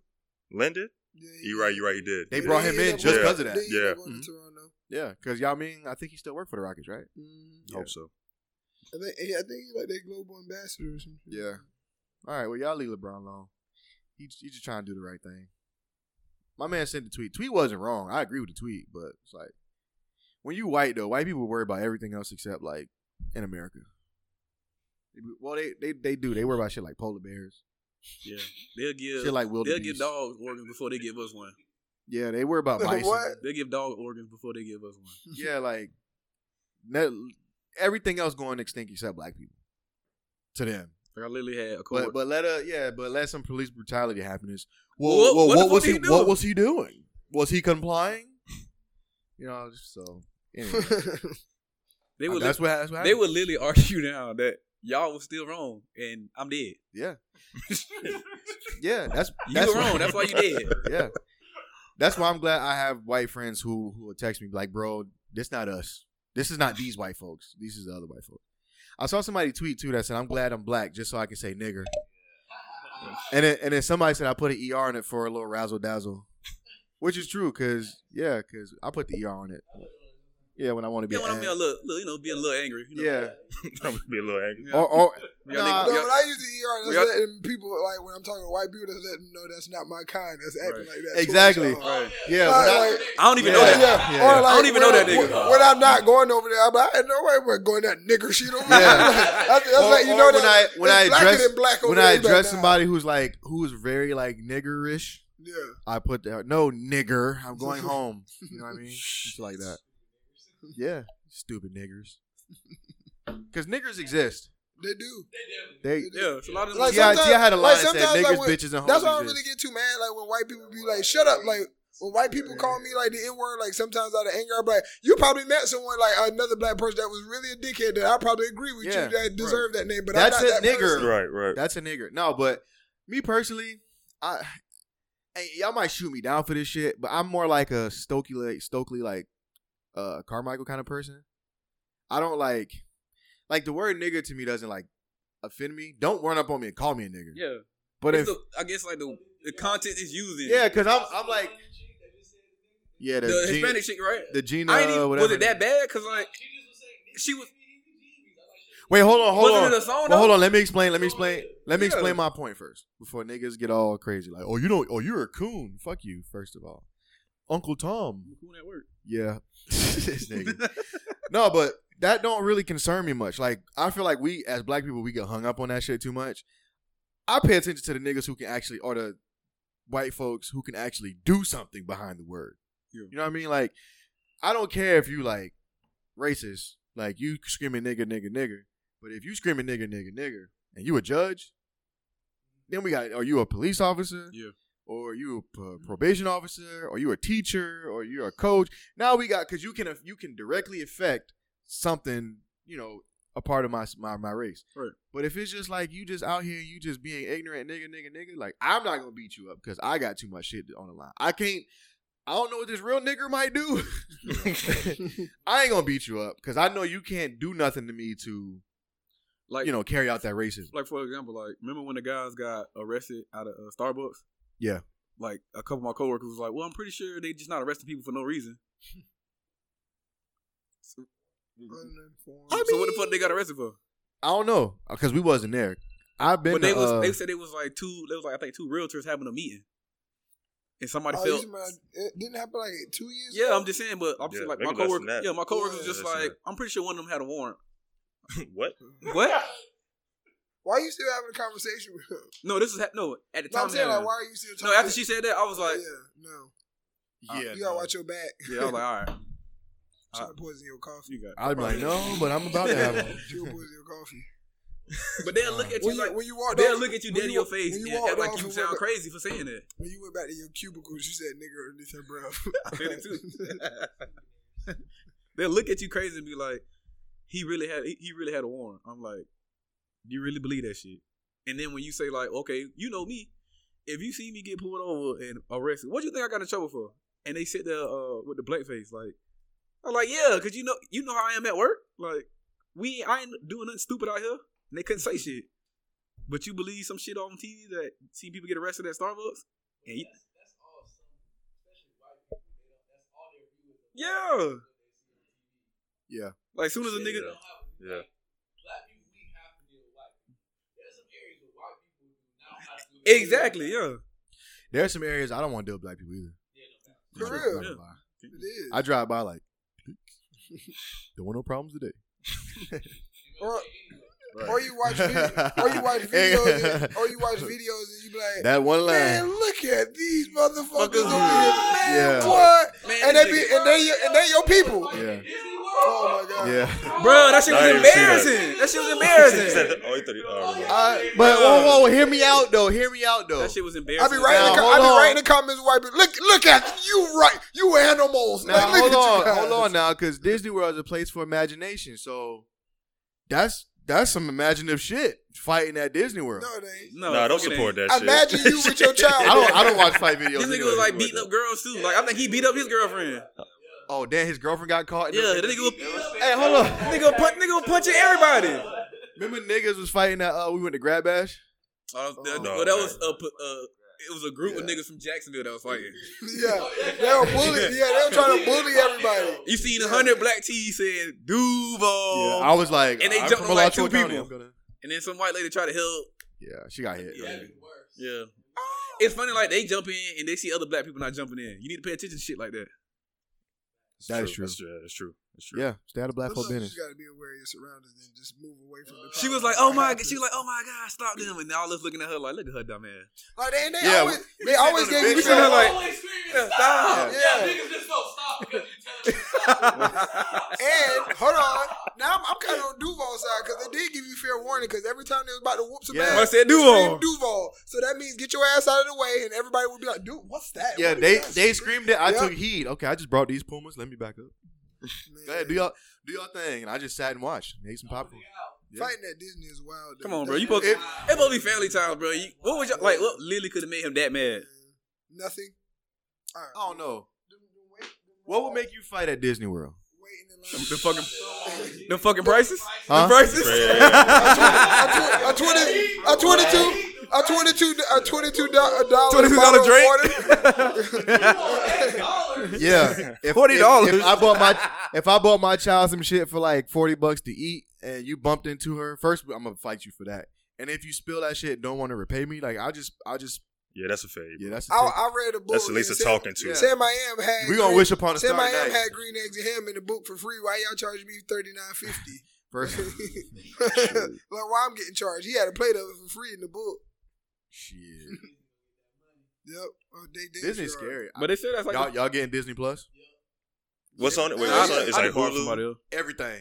[SPEAKER 1] Lin did?
[SPEAKER 3] Yeah, yeah.
[SPEAKER 1] You right, you right, he did.
[SPEAKER 2] They brought him
[SPEAKER 3] Yeah,
[SPEAKER 2] in just
[SPEAKER 3] yeah.
[SPEAKER 2] because of that.
[SPEAKER 3] They ended
[SPEAKER 1] Yeah.
[SPEAKER 3] up going to
[SPEAKER 4] Mm-hmm.
[SPEAKER 2] Mhm.
[SPEAKER 3] Toronto.
[SPEAKER 2] Yeah, because y'all mean I think he still worked for the Rockets, right?
[SPEAKER 3] Mhm.
[SPEAKER 1] Hope so.
[SPEAKER 3] I think I think he's like their global ambassador or something.
[SPEAKER 2] Yeah. All right. Well, y'all leave LeBron alone. He he just trying to do the right thing. My man sent the tweet. Tweet wasn't wrong. I agree with the tweet, but it's like when you white though, white people worry about everything else except like in America. They be- Well, they they, they do. They worry about shit like polar bears,
[SPEAKER 4] Yeah, they'll give
[SPEAKER 2] shit like
[SPEAKER 4] they'll give
[SPEAKER 2] wildebeest.
[SPEAKER 4] dog organs before they give us one.
[SPEAKER 2] yeah, they worry about bison.
[SPEAKER 3] What?
[SPEAKER 4] They'll give dog organs before they give us one.
[SPEAKER 2] Yeah, like ne- everything else going extinct except black people. To them,
[SPEAKER 4] Like I literally had a coworker.
[SPEAKER 2] but but let a yeah, but let some police brutality happen. Is well,
[SPEAKER 4] Well,
[SPEAKER 2] well,
[SPEAKER 4] what
[SPEAKER 2] what
[SPEAKER 4] the
[SPEAKER 2] was
[SPEAKER 4] fuck
[SPEAKER 2] he?
[SPEAKER 4] he
[SPEAKER 2] What
[SPEAKER 4] doing?
[SPEAKER 2] was he doing? Was he complying? You know, so anyway,
[SPEAKER 4] they would
[SPEAKER 2] that's what that's what
[SPEAKER 4] they
[SPEAKER 2] happened.
[SPEAKER 4] would literally argue now that y'all was still wrong and I'm dead.
[SPEAKER 2] yeah, yeah. That's
[SPEAKER 4] You
[SPEAKER 2] that's
[SPEAKER 4] were
[SPEAKER 2] why-
[SPEAKER 4] wrong. That's why you dead.
[SPEAKER 2] yeah, that's why I'm glad I have white friends who who will text me be like, bro, this not us. This is not these white folks. These is the other white folks. I saw somebody tweet too that said, "I'm glad I'm black just so I can say nigger." And then, and then somebody said I put an ER on it for a little razzle dazzle, which is true because yeah, because I put the ER on it. Yeah, when I want to be.
[SPEAKER 4] Yeah, when I'm
[SPEAKER 2] an-
[SPEAKER 4] being a little, little, you know, being a little angry. You know?
[SPEAKER 2] yeah.
[SPEAKER 1] I'm gonna be a little angry.
[SPEAKER 2] Or, or
[SPEAKER 4] Y'all
[SPEAKER 2] Nah.
[SPEAKER 4] niggas-
[SPEAKER 3] No,
[SPEAKER 4] y'all-
[SPEAKER 3] when I use the ER,
[SPEAKER 4] Uh, we
[SPEAKER 3] that's
[SPEAKER 4] are-
[SPEAKER 3] letting people like when I'm talking to white people, that's letting them know that's not my kind. That's acting
[SPEAKER 4] Right.
[SPEAKER 3] like that. towards
[SPEAKER 2] exactly.
[SPEAKER 3] y'all.
[SPEAKER 2] Yeah.
[SPEAKER 3] Like,
[SPEAKER 2] when I-
[SPEAKER 3] like,
[SPEAKER 4] I don't even know
[SPEAKER 2] Yeah.
[SPEAKER 4] that.
[SPEAKER 3] Yeah.
[SPEAKER 2] Yeah.
[SPEAKER 3] Or like,
[SPEAKER 4] I don't
[SPEAKER 3] when
[SPEAKER 4] even know
[SPEAKER 3] I-
[SPEAKER 4] that nigga.
[SPEAKER 3] When I'm not going over there, I'm like, I know I wasn't going that nigger shit over there.
[SPEAKER 2] Yeah.
[SPEAKER 3] that's that's
[SPEAKER 2] Or-
[SPEAKER 3] like you
[SPEAKER 2] or
[SPEAKER 3] know
[SPEAKER 2] when
[SPEAKER 3] that
[SPEAKER 2] I- when
[SPEAKER 3] it's
[SPEAKER 2] I
[SPEAKER 3] blacker
[SPEAKER 2] address-
[SPEAKER 3] than black over
[SPEAKER 2] when I
[SPEAKER 3] there, it's like,
[SPEAKER 2] address
[SPEAKER 3] nah.
[SPEAKER 2] somebody who's like who's very like niggerish,
[SPEAKER 3] yeah,
[SPEAKER 2] I put the no nigger. I'm going home. You know what I mean? Shit like that. Yeah, stupid niggers. Because niggers exist.
[SPEAKER 3] they do.
[SPEAKER 2] They
[SPEAKER 4] Yeah, it's a lot of them.
[SPEAKER 3] Like,
[SPEAKER 2] yeah,
[SPEAKER 3] sometimes-
[SPEAKER 2] see, I had a line
[SPEAKER 3] like,
[SPEAKER 2] that said
[SPEAKER 3] sometimes,
[SPEAKER 2] niggers,
[SPEAKER 3] like, when-
[SPEAKER 2] bitches, and hoes.
[SPEAKER 3] That's why I don't really
[SPEAKER 2] exist."
[SPEAKER 3] get too mad. Like when white people be like, "Shut up!" Like when white people call me like the N word. Like sometimes out of anger, I'm like, "You probably met someone like another black person that was really a dickhead that I probably agree with
[SPEAKER 2] Yeah,
[SPEAKER 3] you that deserved that name." But
[SPEAKER 2] That's
[SPEAKER 3] I'm not
[SPEAKER 2] a
[SPEAKER 3] that
[SPEAKER 2] nigger.
[SPEAKER 3] person.
[SPEAKER 1] Right, right.
[SPEAKER 2] That's a nigger. No, but me personally, I hey, y'all might shoot me down for this shit, but I'm more like a Stokely, like, Stokely like uh Carmichael kind of person. I don't like like the word nigger to me doesn't like offend me. Don't run up on me and call me a nigger.
[SPEAKER 4] Yeah,
[SPEAKER 2] but
[SPEAKER 4] It's
[SPEAKER 2] if
[SPEAKER 4] the- I guess like the the content is used in.
[SPEAKER 2] yeah, because I'm I'm like yeah, the,
[SPEAKER 4] the
[SPEAKER 2] Gina,
[SPEAKER 4] Hispanic chick, right?
[SPEAKER 2] the Gina,
[SPEAKER 4] I ain't even,
[SPEAKER 2] whatever.
[SPEAKER 4] was it that bad? Cause like she was.
[SPEAKER 2] Wait, hold on, hold
[SPEAKER 4] wasn't
[SPEAKER 2] on.
[SPEAKER 4] it a song?
[SPEAKER 2] Well,
[SPEAKER 4] though?
[SPEAKER 2] hold on. Let me explain. Let me explain. Let me
[SPEAKER 4] Yeah.
[SPEAKER 2] explain my point first before niggas get all crazy. Like, oh, you don't. Oh, you're a coon. Fuck you. First of all, Uncle Tom.
[SPEAKER 4] Who that word?
[SPEAKER 2] Yeah, This nigga. no, but that don't really concern me much. Like, I feel like we as black people we get hung up on that shit too much. I pay attention to the niggas who can actually, or the white folks who can actually do something behind the word.
[SPEAKER 4] Yeah.
[SPEAKER 2] You know what I mean? Like, I don't care if you like racist, like you screaming nigga, nigga, nigga. But if you screaming nigga, nigga, nigga, and you a judge, then we got are you a police officer?
[SPEAKER 4] Yeah. Mm-hmm.
[SPEAKER 2] Or you a p- probation officer, or you a teacher, or you're a coach. Now we got because you can you can directly affect something, you know, a part of my my, my race.
[SPEAKER 4] Right.
[SPEAKER 2] But if it's just like you just out here, you just being ignorant, nigga, nigga, nigga. Like I'm not gonna beat you up because I got too much shit on the line. I can't I don't know what this real nigger might do. I ain't gonna beat you up because I know you can't do nothing to me to
[SPEAKER 4] Like
[SPEAKER 2] you know carry out that racism.
[SPEAKER 4] like for example, like remember when the guys got arrested out of uh, Starbucks?
[SPEAKER 2] Yeah.
[SPEAKER 4] Like a couple of my coworkers was like, "Well, I'm pretty sure they just not arresting people for no reason." so,
[SPEAKER 3] Uninformed.
[SPEAKER 2] I
[SPEAKER 4] so what the
[SPEAKER 2] mean-
[SPEAKER 4] fuck they got arrested for?
[SPEAKER 2] I don't know because we wasn't there. I've been.
[SPEAKER 4] but they
[SPEAKER 2] to,
[SPEAKER 4] was
[SPEAKER 2] uh,
[SPEAKER 4] they said it was like two. There was like I think two realtors having a meeting, and somebody
[SPEAKER 3] Oh,
[SPEAKER 4] felt.
[SPEAKER 3] you man, it didn't happen like two years.
[SPEAKER 4] Yeah,
[SPEAKER 3] ago?
[SPEAKER 4] I'm just saying, but I'm
[SPEAKER 1] Yeah,
[SPEAKER 4] saying, like my
[SPEAKER 1] maybe less than
[SPEAKER 4] coworker.
[SPEAKER 1] that.
[SPEAKER 4] Yeah, my coworker was
[SPEAKER 1] Yeah,
[SPEAKER 4] just
[SPEAKER 1] less than
[SPEAKER 4] like,
[SPEAKER 1] that.
[SPEAKER 4] I'm pretty sure one of them had a warrant.
[SPEAKER 1] what?
[SPEAKER 4] What?
[SPEAKER 3] Why are you still having a conversation with him?
[SPEAKER 4] No, this is ha- no at the
[SPEAKER 3] No,
[SPEAKER 4] time.
[SPEAKER 3] I'm
[SPEAKER 4] it
[SPEAKER 3] saying
[SPEAKER 4] had-
[SPEAKER 3] like, why are you still talking?
[SPEAKER 4] no, after she said that, I was like,
[SPEAKER 3] yeah, no,
[SPEAKER 4] uh,
[SPEAKER 2] yeah,
[SPEAKER 3] you gotta watch your back.
[SPEAKER 4] yeah, I was like, all right, Uh,
[SPEAKER 3] Try to poison your coffee.
[SPEAKER 4] you got. it.
[SPEAKER 2] I'd be like, no, but I'm about to have one.
[SPEAKER 3] She'll poison your coffee.
[SPEAKER 4] But they'll look at you
[SPEAKER 3] When you,
[SPEAKER 4] like
[SPEAKER 3] when you walked
[SPEAKER 4] They'll
[SPEAKER 3] off-
[SPEAKER 4] look at you
[SPEAKER 3] when
[SPEAKER 4] dead in your
[SPEAKER 3] wa-
[SPEAKER 4] face
[SPEAKER 3] when
[SPEAKER 4] and
[SPEAKER 3] walked
[SPEAKER 4] act like
[SPEAKER 3] off
[SPEAKER 4] you
[SPEAKER 3] and
[SPEAKER 4] sound
[SPEAKER 3] went back-
[SPEAKER 4] crazy for saying that.
[SPEAKER 3] When you went back to your cubicle, you said nigger underneath her breath.
[SPEAKER 4] I feel it too. They'll look at you crazy and be like, "He really had, he, he really had a warrant." I'm like, "Do you really believe that shit?" And then when you say like, "Okay, you know me, if you see me get pulled over and arrested, what do you think I got in trouble for?" And they sit there uh, with the blank face, like, "I'm like, yeah, cause you know, you know how I am at work. Like, we, I ain't doing nothing stupid out here." And they couldn't say shit. But you believe some shit on TV that see people get arrested at Starbucks? And you, yeah.
[SPEAKER 2] Yeah.
[SPEAKER 4] Like as soon as a
[SPEAKER 1] Yeah.
[SPEAKER 4] nigga,
[SPEAKER 1] Yeah.
[SPEAKER 4] exactly, yeah.
[SPEAKER 2] There are some areas I don't want to deal with black people either.
[SPEAKER 3] For
[SPEAKER 2] I'm
[SPEAKER 3] real?
[SPEAKER 2] not gonna
[SPEAKER 4] Yeah.
[SPEAKER 2] lie.
[SPEAKER 3] it is.
[SPEAKER 2] I drive by like, don't want no problems today.
[SPEAKER 3] or, or you watch video, or you watch videos, and, or you watch videos, and you be like,
[SPEAKER 2] That one
[SPEAKER 3] man,
[SPEAKER 2] line.
[SPEAKER 3] look at these motherfuckers over here.
[SPEAKER 2] Yeah.
[SPEAKER 3] Man, what?
[SPEAKER 4] Man,
[SPEAKER 3] And
[SPEAKER 4] this
[SPEAKER 3] they be
[SPEAKER 4] nigga-
[SPEAKER 3] and they your- and they your people.
[SPEAKER 2] Yeah,
[SPEAKER 3] Oh my god.
[SPEAKER 2] yeah.
[SPEAKER 4] bro, that shit
[SPEAKER 1] I
[SPEAKER 4] was
[SPEAKER 1] didn't even see that.
[SPEAKER 4] embarrassing. That shit was
[SPEAKER 1] He
[SPEAKER 4] embarrassing.
[SPEAKER 1] said, oh, he thought he- oh, okay.
[SPEAKER 2] I, but whoa, whoa, hear me out though. Hear me out though.
[SPEAKER 4] That shit was
[SPEAKER 3] I
[SPEAKER 4] embarrassing.
[SPEAKER 3] be right in the,
[SPEAKER 2] Now,
[SPEAKER 3] I be
[SPEAKER 2] hold
[SPEAKER 3] right
[SPEAKER 2] on.
[SPEAKER 3] in the comments, white people. Look, look at you, right? You animals.
[SPEAKER 2] Now
[SPEAKER 3] Like, look
[SPEAKER 2] hold on,
[SPEAKER 3] at you
[SPEAKER 2] hold
[SPEAKER 3] guys.
[SPEAKER 2] on now, because Disney World is a place for imagination. So that's that's some imaginative shit fighting at Disney World.
[SPEAKER 3] No, they ain't.
[SPEAKER 4] No,
[SPEAKER 1] nah, don't
[SPEAKER 4] fuck it ain't.
[SPEAKER 1] support that shit.
[SPEAKER 3] Imagine you with your child.
[SPEAKER 2] I don't. I don't watch fight videos.
[SPEAKER 4] This nigga
[SPEAKER 2] anyway.
[SPEAKER 4] was like beating up girls too. Like I think he beat up his girlfriend.
[SPEAKER 2] Oh damn, his girlfriend got caught.
[SPEAKER 4] Yeah, that nigga was
[SPEAKER 2] Hey, hold on.
[SPEAKER 4] nigga punch nigga was punching everybody.
[SPEAKER 2] Remember niggas was fighting at uh, we went to Grab Bash.
[SPEAKER 4] Oh, that,
[SPEAKER 1] no.
[SPEAKER 4] well, that was a. p- Uh, it was a group of niggas from Jacksonville that was fighting.
[SPEAKER 3] Yeah, they were bullying. Yeah, they were trying to bully everybody.
[SPEAKER 4] You seen a hundred black tees saying Duval,
[SPEAKER 2] I was like,
[SPEAKER 4] And they
[SPEAKER 2] I'm
[SPEAKER 4] jumped
[SPEAKER 2] from
[SPEAKER 4] on, like,
[SPEAKER 2] Alachua
[SPEAKER 4] two
[SPEAKER 2] County,
[SPEAKER 4] people.
[SPEAKER 2] I'm gonna-
[SPEAKER 4] and then some white lady tried to help.
[SPEAKER 2] Yeah, she got hit.
[SPEAKER 4] Yeah. Yeah. It's funny, like they jump in and they see other black people not jumping in. You need to pay attention to shit like that.
[SPEAKER 1] It's
[SPEAKER 2] That is
[SPEAKER 1] That's true. That's true. That's true.
[SPEAKER 2] Yeah, stay out of black
[SPEAKER 3] Sometimes
[SPEAKER 2] folk business.
[SPEAKER 3] You gotta be aware of your surroundings and just move away from the.
[SPEAKER 4] She was like, "Oh my," she was like, "Oh my God, stop them!" And all us looking at her like, "Look at her dumb ass."
[SPEAKER 3] like, and they
[SPEAKER 2] Yeah,
[SPEAKER 3] always, they always
[SPEAKER 2] the
[SPEAKER 3] gave you
[SPEAKER 2] bench
[SPEAKER 4] We sitting there
[SPEAKER 3] some
[SPEAKER 4] like,
[SPEAKER 3] like,
[SPEAKER 4] "Stop!"
[SPEAKER 3] yeah.
[SPEAKER 5] Niggas just don't stop because you tell them to stop.
[SPEAKER 3] And hold on, now I'm, I'm kind of on Duval's side because they did give you fair warning because every time they was about to whoop some
[SPEAKER 2] Yeah.
[SPEAKER 4] I
[SPEAKER 3] ass,
[SPEAKER 4] said,
[SPEAKER 3] they screamed
[SPEAKER 4] "Duval."
[SPEAKER 3] Duval. So that means get your ass out of the way, and everybody would be like, "Dude, what's that?"
[SPEAKER 2] Yeah,
[SPEAKER 3] What is
[SPEAKER 2] they
[SPEAKER 3] that
[SPEAKER 2] they
[SPEAKER 3] shit?"
[SPEAKER 2] screamed it. I
[SPEAKER 3] Yeah.
[SPEAKER 2] took heed. Okay, I just brought these pumas. Let me back up.
[SPEAKER 3] Man,
[SPEAKER 2] Go ahead, do y'all do y'all thing. And I just sat and watched. Ate some popcorn. Yeah.
[SPEAKER 3] Fighting at Disney is wild.
[SPEAKER 4] Come
[SPEAKER 3] though.
[SPEAKER 4] on, bro. You
[SPEAKER 3] That's-
[SPEAKER 4] supposed it supposed to be family time, bro. You, what was y'all like? What Lily could have made him that mad?
[SPEAKER 3] nothing. All right.
[SPEAKER 2] I don't know. What would make you fight at Disney World?
[SPEAKER 3] waiting in
[SPEAKER 4] The
[SPEAKER 3] line?
[SPEAKER 4] fucking, the fucking prices,
[SPEAKER 2] Huh?
[SPEAKER 4] the prices.
[SPEAKER 3] a twenty, a twenty-two, a twenty-two, a twenty-two dollar,
[SPEAKER 4] $22 drink?
[SPEAKER 2] Yeah, if,
[SPEAKER 4] $40.
[SPEAKER 2] If, if I bought my if I bought my child some shit for like forty bucks to eat, and you bumped into her, first I'm gonna fight you for that. And if you spill that shit, don't want to repay me. Like I just, I just,
[SPEAKER 1] Yeah, that's a fade.
[SPEAKER 2] yeah, that's.
[SPEAKER 3] I, I read a book.
[SPEAKER 1] That's at least a
[SPEAKER 3] Sam-
[SPEAKER 1] talking to.
[SPEAKER 2] Yeah.
[SPEAKER 3] Sam I am had.
[SPEAKER 2] we gonna
[SPEAKER 3] green-
[SPEAKER 2] wish upon a star
[SPEAKER 3] Sam I am
[SPEAKER 2] night.
[SPEAKER 3] had green eggs and ham in the book for free. Why y'all charging me thirty nine fifty?
[SPEAKER 2] First,
[SPEAKER 3] Like why I'm getting charged? He had a plate of it for free in the book.
[SPEAKER 2] shit,
[SPEAKER 3] Yep. Oh, they, they
[SPEAKER 2] Disney's
[SPEAKER 3] sure.
[SPEAKER 2] scary.
[SPEAKER 4] But they said that's like
[SPEAKER 2] y'all, y'all getting Disney Plus?
[SPEAKER 1] What's on it? Wait,
[SPEAKER 3] Nah,
[SPEAKER 1] what's
[SPEAKER 3] I-
[SPEAKER 1] on it? It's
[SPEAKER 4] I
[SPEAKER 1] like
[SPEAKER 4] could borrow somebody
[SPEAKER 1] Hulu,
[SPEAKER 4] else.
[SPEAKER 2] Everything.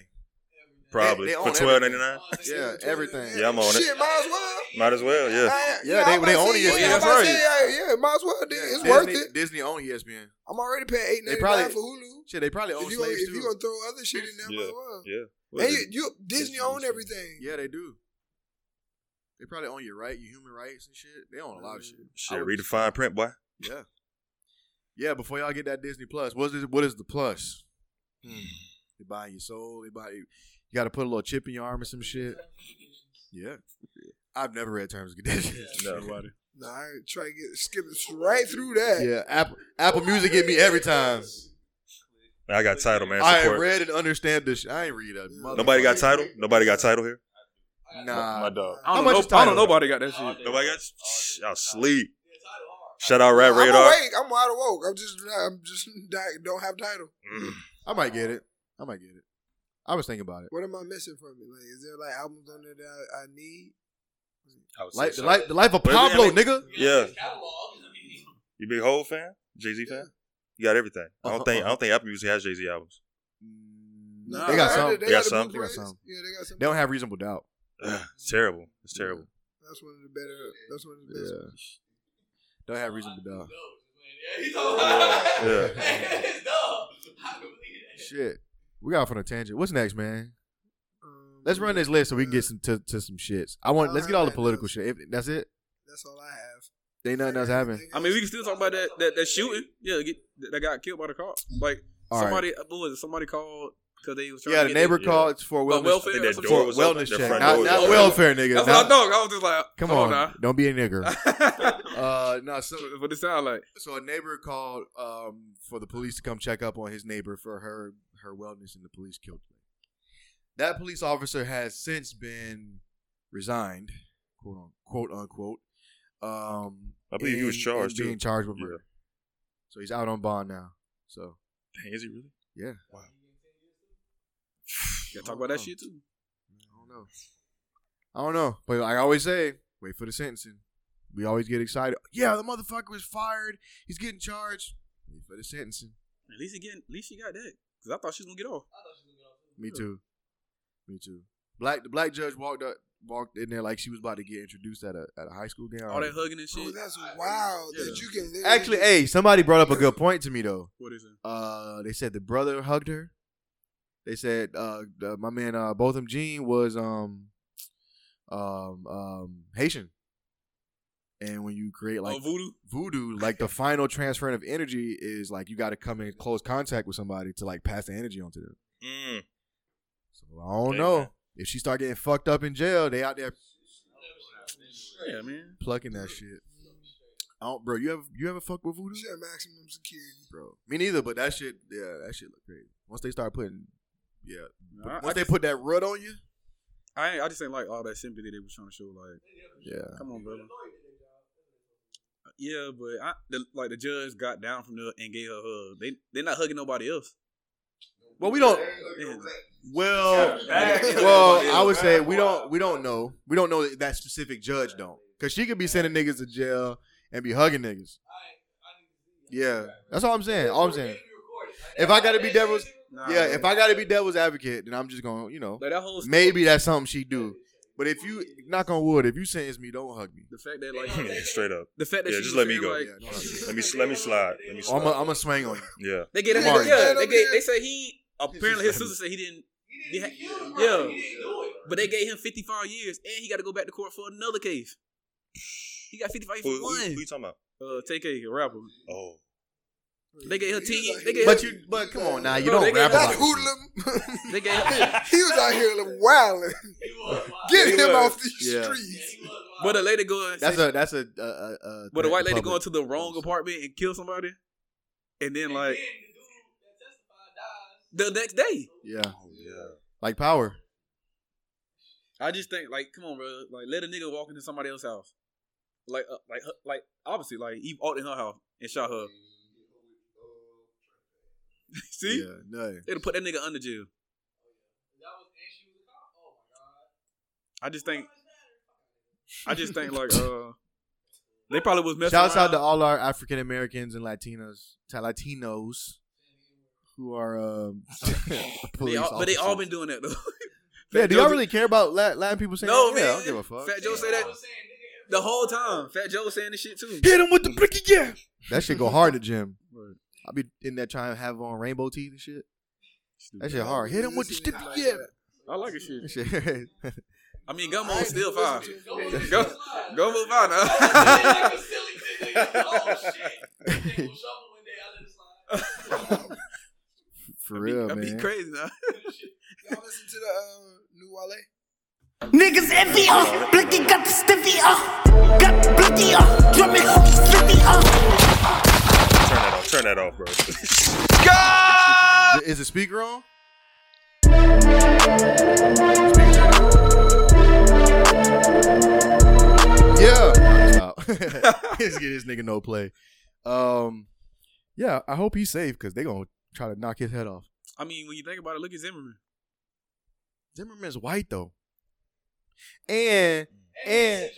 [SPEAKER 1] probably
[SPEAKER 2] They- they
[SPEAKER 1] for
[SPEAKER 2] own
[SPEAKER 1] twelve ninety nine.
[SPEAKER 2] Yeah, everything.
[SPEAKER 1] Yeah, I'm on it.
[SPEAKER 3] Shit, might as well.
[SPEAKER 1] Might as well, yeah.
[SPEAKER 3] I-
[SPEAKER 2] Yeah, they-
[SPEAKER 3] I'm about
[SPEAKER 2] they
[SPEAKER 3] to
[SPEAKER 2] own ESPN,
[SPEAKER 3] say, Yeah, I'm
[SPEAKER 2] that's
[SPEAKER 3] about to
[SPEAKER 2] right.
[SPEAKER 3] say, yeah, yeah, might as well. It's
[SPEAKER 2] Disney,
[SPEAKER 3] worth it.
[SPEAKER 2] Disney own E ESPN.
[SPEAKER 3] I'm already paying eight
[SPEAKER 2] They
[SPEAKER 3] ninety
[SPEAKER 2] probably-
[SPEAKER 3] nine for Hulu.
[SPEAKER 2] Shit, they probably own
[SPEAKER 3] If you gonna,
[SPEAKER 2] slaves
[SPEAKER 3] if you
[SPEAKER 2] too.
[SPEAKER 3] gonna throw other shit in there,
[SPEAKER 1] Yeah.
[SPEAKER 3] might as well.
[SPEAKER 1] Yeah.
[SPEAKER 3] And you, you Disney
[SPEAKER 1] Disney
[SPEAKER 3] own
[SPEAKER 1] owns it.
[SPEAKER 3] everything.
[SPEAKER 2] Yeah, they do. They probably
[SPEAKER 3] Mm.
[SPEAKER 2] own your right, your human rights and shit. They own a lot of shit. I
[SPEAKER 1] Shit,
[SPEAKER 2] would-
[SPEAKER 1] read the fine print, boy.
[SPEAKER 2] Yeah. Yeah, before y'all get that Disney Plus, what is what is the plus?
[SPEAKER 4] Hmm.
[SPEAKER 2] They buy your soul. They buy you. You got to put a little chip in your arm or some shit. Yeah, I've never read terms and conditions.
[SPEAKER 4] Nobody.
[SPEAKER 3] Nah, I ain't try to get skip right through that.
[SPEAKER 2] Yeah, Apple Apple Music get me every time.
[SPEAKER 1] I got title, man.
[SPEAKER 2] I ain't
[SPEAKER 1] Support.
[SPEAKER 2] read and understand this. Shit. I ain't read a mother-
[SPEAKER 1] Nobody got title. Nobody got title here.
[SPEAKER 2] Nah,
[SPEAKER 1] My dog.
[SPEAKER 4] I
[SPEAKER 2] How
[SPEAKER 4] don't,
[SPEAKER 2] much
[SPEAKER 4] know,
[SPEAKER 2] is
[SPEAKER 4] I
[SPEAKER 2] title?
[SPEAKER 4] don't know nobody got that shit.
[SPEAKER 1] Nobody got. Shh, I'll sleep. Shout out Rat
[SPEAKER 3] I'm
[SPEAKER 1] Radar.
[SPEAKER 3] awake. I'm wide awake. I'm just, not- I'm just not- don't have title.
[SPEAKER 1] Mm.
[SPEAKER 2] I might get it. I might get it. I was thinking about it.
[SPEAKER 3] What am I missing from it? Like, is there like albums on there that I, I need?
[SPEAKER 1] I would say
[SPEAKER 2] Like the
[SPEAKER 1] so.
[SPEAKER 2] life, the life of
[SPEAKER 1] But I mean-
[SPEAKER 2] Pablo, nigga.
[SPEAKER 1] Yeah. You big Hov fan? Jay Z fan? You got everything. I don't think I don't think Apple Music has Jay Z albums.
[SPEAKER 2] They got
[SPEAKER 3] I
[SPEAKER 2] some.
[SPEAKER 3] heard that
[SPEAKER 1] They got
[SPEAKER 3] the
[SPEAKER 1] some.
[SPEAKER 2] They got
[SPEAKER 3] Blueprints.
[SPEAKER 2] some.
[SPEAKER 3] Yeah, they got some.
[SPEAKER 2] They don't have reasonable doubt.
[SPEAKER 1] Ugh, it's terrible. It's terrible.
[SPEAKER 3] That's one of the better. That's one of the best.
[SPEAKER 2] Yeah, don't have reasonable doubt.
[SPEAKER 1] Yeah.
[SPEAKER 2] Shit, we got off on a tangent. What's next, man?
[SPEAKER 3] Um,
[SPEAKER 2] Let's run this list so we can get some to, to some shits. I want. Let's get all the political shit. If, that's it.
[SPEAKER 3] That's all I have.
[SPEAKER 2] Ain't nothing else happening.
[SPEAKER 4] I mean, we can still talk about that that, that shooting. Yeah, get, that that got killed by the car. Like
[SPEAKER 2] All right.
[SPEAKER 4] somebody, who was it? Somebody called because they was trying.
[SPEAKER 2] Yeah,
[SPEAKER 4] to
[SPEAKER 2] the
[SPEAKER 4] get
[SPEAKER 2] neighbor
[SPEAKER 4] their-
[SPEAKER 1] yeah.
[SPEAKER 2] called. It's for
[SPEAKER 4] But
[SPEAKER 2] wellness.
[SPEAKER 4] welfare
[SPEAKER 1] I
[SPEAKER 4] or
[SPEAKER 1] think that
[SPEAKER 4] some
[SPEAKER 1] door
[SPEAKER 4] shit.
[SPEAKER 2] for
[SPEAKER 1] was
[SPEAKER 2] wellness
[SPEAKER 1] open, the
[SPEAKER 2] check,
[SPEAKER 1] front
[SPEAKER 2] not,
[SPEAKER 1] door was
[SPEAKER 2] not
[SPEAKER 1] open.
[SPEAKER 2] welfare, nigga. Not-
[SPEAKER 4] That's what I thought. I was just like,
[SPEAKER 2] Come
[SPEAKER 4] hold
[SPEAKER 2] on, don't be a nigger.
[SPEAKER 4] now.
[SPEAKER 2] uh, no. So,
[SPEAKER 4] That's what it sound like.
[SPEAKER 2] so a neighbor called um for the police to come check up on his neighbor for her her wellness, and the police killed her. That police officer has since been resigned, quote unquote, quote unquote. Um,
[SPEAKER 1] I believe he was
[SPEAKER 2] and-
[SPEAKER 1] charged,
[SPEAKER 2] and
[SPEAKER 1] too.
[SPEAKER 2] being charged with
[SPEAKER 1] Yeah.
[SPEAKER 2] murder. So he's out on bond now. So
[SPEAKER 1] Dang, is he really?
[SPEAKER 2] yeah,
[SPEAKER 4] Gotta talk about that shit too.
[SPEAKER 2] I don't know. I don't know. But like I always say, wait for the sentencing. We always get excited. Yeah, the motherfucker was fired. He's getting charged. Wait for the sentencing.
[SPEAKER 4] At least again, at least she got that. Cause I thought she was gonna get off.
[SPEAKER 2] Me too. Me too. Black the black judge walked up walked in there like she was about to get introduced at a at a high school game.
[SPEAKER 4] All Oh, that hugging and shit.
[SPEAKER 3] Bro, Oh, that's wild
[SPEAKER 4] Yeah.
[SPEAKER 3] that you can literally-
[SPEAKER 2] Actually, hey, somebody brought up a good point to me though.
[SPEAKER 4] What is it?
[SPEAKER 2] Uh, they said the brother hugged her. They said uh, the, my man uh, Botham Jean was um, um, um, Haitian. And when you create like
[SPEAKER 4] oh, voodoo.
[SPEAKER 2] voodoo, like the final transfer of energy is like you got to come in close contact with somebody to like pass the energy onto them.
[SPEAKER 1] Mm.
[SPEAKER 2] So I don't
[SPEAKER 1] Hey,
[SPEAKER 2] know
[SPEAKER 1] man.
[SPEAKER 2] if she start getting fucked up in jail, they out there
[SPEAKER 4] Yeah, man.
[SPEAKER 2] plucking that shit. I don't, bro. You have you ever fuck with voodoo?
[SPEAKER 3] She had maximum security.
[SPEAKER 2] bro. Me neither, but that shit, yeah, that shit look crazy. Once they start putting, yeah,
[SPEAKER 4] I, I
[SPEAKER 2] once they
[SPEAKER 4] just,
[SPEAKER 2] put that rut on you,
[SPEAKER 4] I, ain't- I just ain't like all that sympathy they was trying to show. Like,
[SPEAKER 2] yeah,
[SPEAKER 4] come on, brother. Yeah, but I the, like the judge got down from there and gave her a hug. They they're not hugging nobody else.
[SPEAKER 2] Well, we don't.
[SPEAKER 4] Yeah.
[SPEAKER 2] Well,
[SPEAKER 4] Yeah.
[SPEAKER 2] well, I would say we don't. We don't know. We don't know that, that specific judge don't, because she could be sending niggas to jail and be hugging niggas. Yeah, that's all I'm saying. All I'm saying. If I gotta be devil's,
[SPEAKER 4] Nah,
[SPEAKER 2] yeah,
[SPEAKER 4] bro.
[SPEAKER 2] if I gotta be devil's advocate, then I'm just gonna, you know,
[SPEAKER 4] Like, that whole
[SPEAKER 2] maybe that's something she do. But if you knock on wood, if you sentence me, don't hug me.
[SPEAKER 4] the fact that like
[SPEAKER 1] Straight up.
[SPEAKER 4] the fact that
[SPEAKER 1] Yeah,
[SPEAKER 4] she
[SPEAKER 1] just
[SPEAKER 4] was
[SPEAKER 1] let me
[SPEAKER 4] saying,
[SPEAKER 1] go.
[SPEAKER 4] Like,
[SPEAKER 2] Yeah, don't hug me.
[SPEAKER 1] Let me let me slide. Let me
[SPEAKER 2] I'm
[SPEAKER 1] slide.
[SPEAKER 2] gonna I'm swing on you.
[SPEAKER 1] Yeah.
[SPEAKER 4] They gave that
[SPEAKER 2] Come
[SPEAKER 4] nigga,
[SPEAKER 2] on.
[SPEAKER 4] yeah, they gave, they say he apparently his sister said he didn't. He had- yeah, but they gave him fifty five years, and he got to go back to court for another case. He got fifty five
[SPEAKER 1] Who,
[SPEAKER 4] for
[SPEAKER 1] who, who
[SPEAKER 4] one.
[SPEAKER 1] you talking about?
[SPEAKER 4] Uh, take a rapper.
[SPEAKER 1] Oh,
[SPEAKER 4] They gave her
[SPEAKER 3] He was
[SPEAKER 4] ten.
[SPEAKER 3] out
[SPEAKER 4] They
[SPEAKER 3] here-
[SPEAKER 4] gave
[SPEAKER 2] But you, but come on now, you
[SPEAKER 4] Bro,
[SPEAKER 2] don't
[SPEAKER 4] they
[SPEAKER 2] rap
[SPEAKER 4] got-
[SPEAKER 2] about
[SPEAKER 3] That
[SPEAKER 2] this shit.
[SPEAKER 3] hoodlum.
[SPEAKER 4] they gave him,
[SPEAKER 3] he was out here wilding. Get him off these
[SPEAKER 2] Yeah.
[SPEAKER 3] streets.
[SPEAKER 4] but a lady go. and
[SPEAKER 2] That's
[SPEAKER 4] say-
[SPEAKER 2] a that's a a, a, a
[SPEAKER 4] but a white lady
[SPEAKER 2] public.
[SPEAKER 4] going to the wrong apartment and kill somebody, and then like the next day.
[SPEAKER 2] Yeah,
[SPEAKER 4] Oh,
[SPEAKER 1] yeah.
[SPEAKER 2] like power.
[SPEAKER 4] I just think like, come on, bro. Like, let a nigga walk into somebody else's house. Like, uh, like, her- like, obviously, like he walked in her house and shot her. See,
[SPEAKER 2] Yeah, no.
[SPEAKER 4] they'd put that nigga under jail. Oh, I just think, I just think like, uh, they probably was messing.
[SPEAKER 2] Shouts out
[SPEAKER 4] around.
[SPEAKER 2] to all our African Americans and Latinos, Ta- Latinos, who are um, police
[SPEAKER 4] They all, but they all
[SPEAKER 2] officers.
[SPEAKER 4] been doing that though.
[SPEAKER 2] Yeah,
[SPEAKER 4] Fat
[SPEAKER 2] do y'all
[SPEAKER 4] Joe-
[SPEAKER 2] really care about La- Latin people saying?
[SPEAKER 4] No,
[SPEAKER 2] that? Yeah, I
[SPEAKER 4] man.
[SPEAKER 2] don't give a fuck.
[SPEAKER 4] Fat Joe say that the whole time. Fat Joe was saying this shit too.
[SPEAKER 2] Hit him with the blicky, yeah. That shit go hard at gym. I'll be in there trying to have on rainbow teeth and shit. That shit hard. Hit him with the
[SPEAKER 3] Listen,
[SPEAKER 2] stippy,
[SPEAKER 3] like
[SPEAKER 2] yeah.
[SPEAKER 3] that.
[SPEAKER 4] I like his shit.
[SPEAKER 2] That shit.
[SPEAKER 4] I mean, Gummo was still
[SPEAKER 3] I
[SPEAKER 4] fine.
[SPEAKER 3] ain't
[SPEAKER 4] Go,
[SPEAKER 3] listen to him.
[SPEAKER 4] go move on now.
[SPEAKER 2] yeah, For real,
[SPEAKER 4] That'd be
[SPEAKER 2] man.
[SPEAKER 4] crazy now.
[SPEAKER 3] Y'all listen to the uh, new Wale?
[SPEAKER 7] Niggas envy us, Blicky got the stiffy up. Got Blicky up, drumming hooky stiffy up.
[SPEAKER 1] Turn that off. Turn that off, bro.
[SPEAKER 2] Is the speaker on? Yeah. Stop. Let's get this nigga no play. Um, yeah, I hope he's safe because they gonna try to knock his head off.
[SPEAKER 4] I mean, when you think about it, look at Zimmerman.
[SPEAKER 2] Zimmerman's white though, and and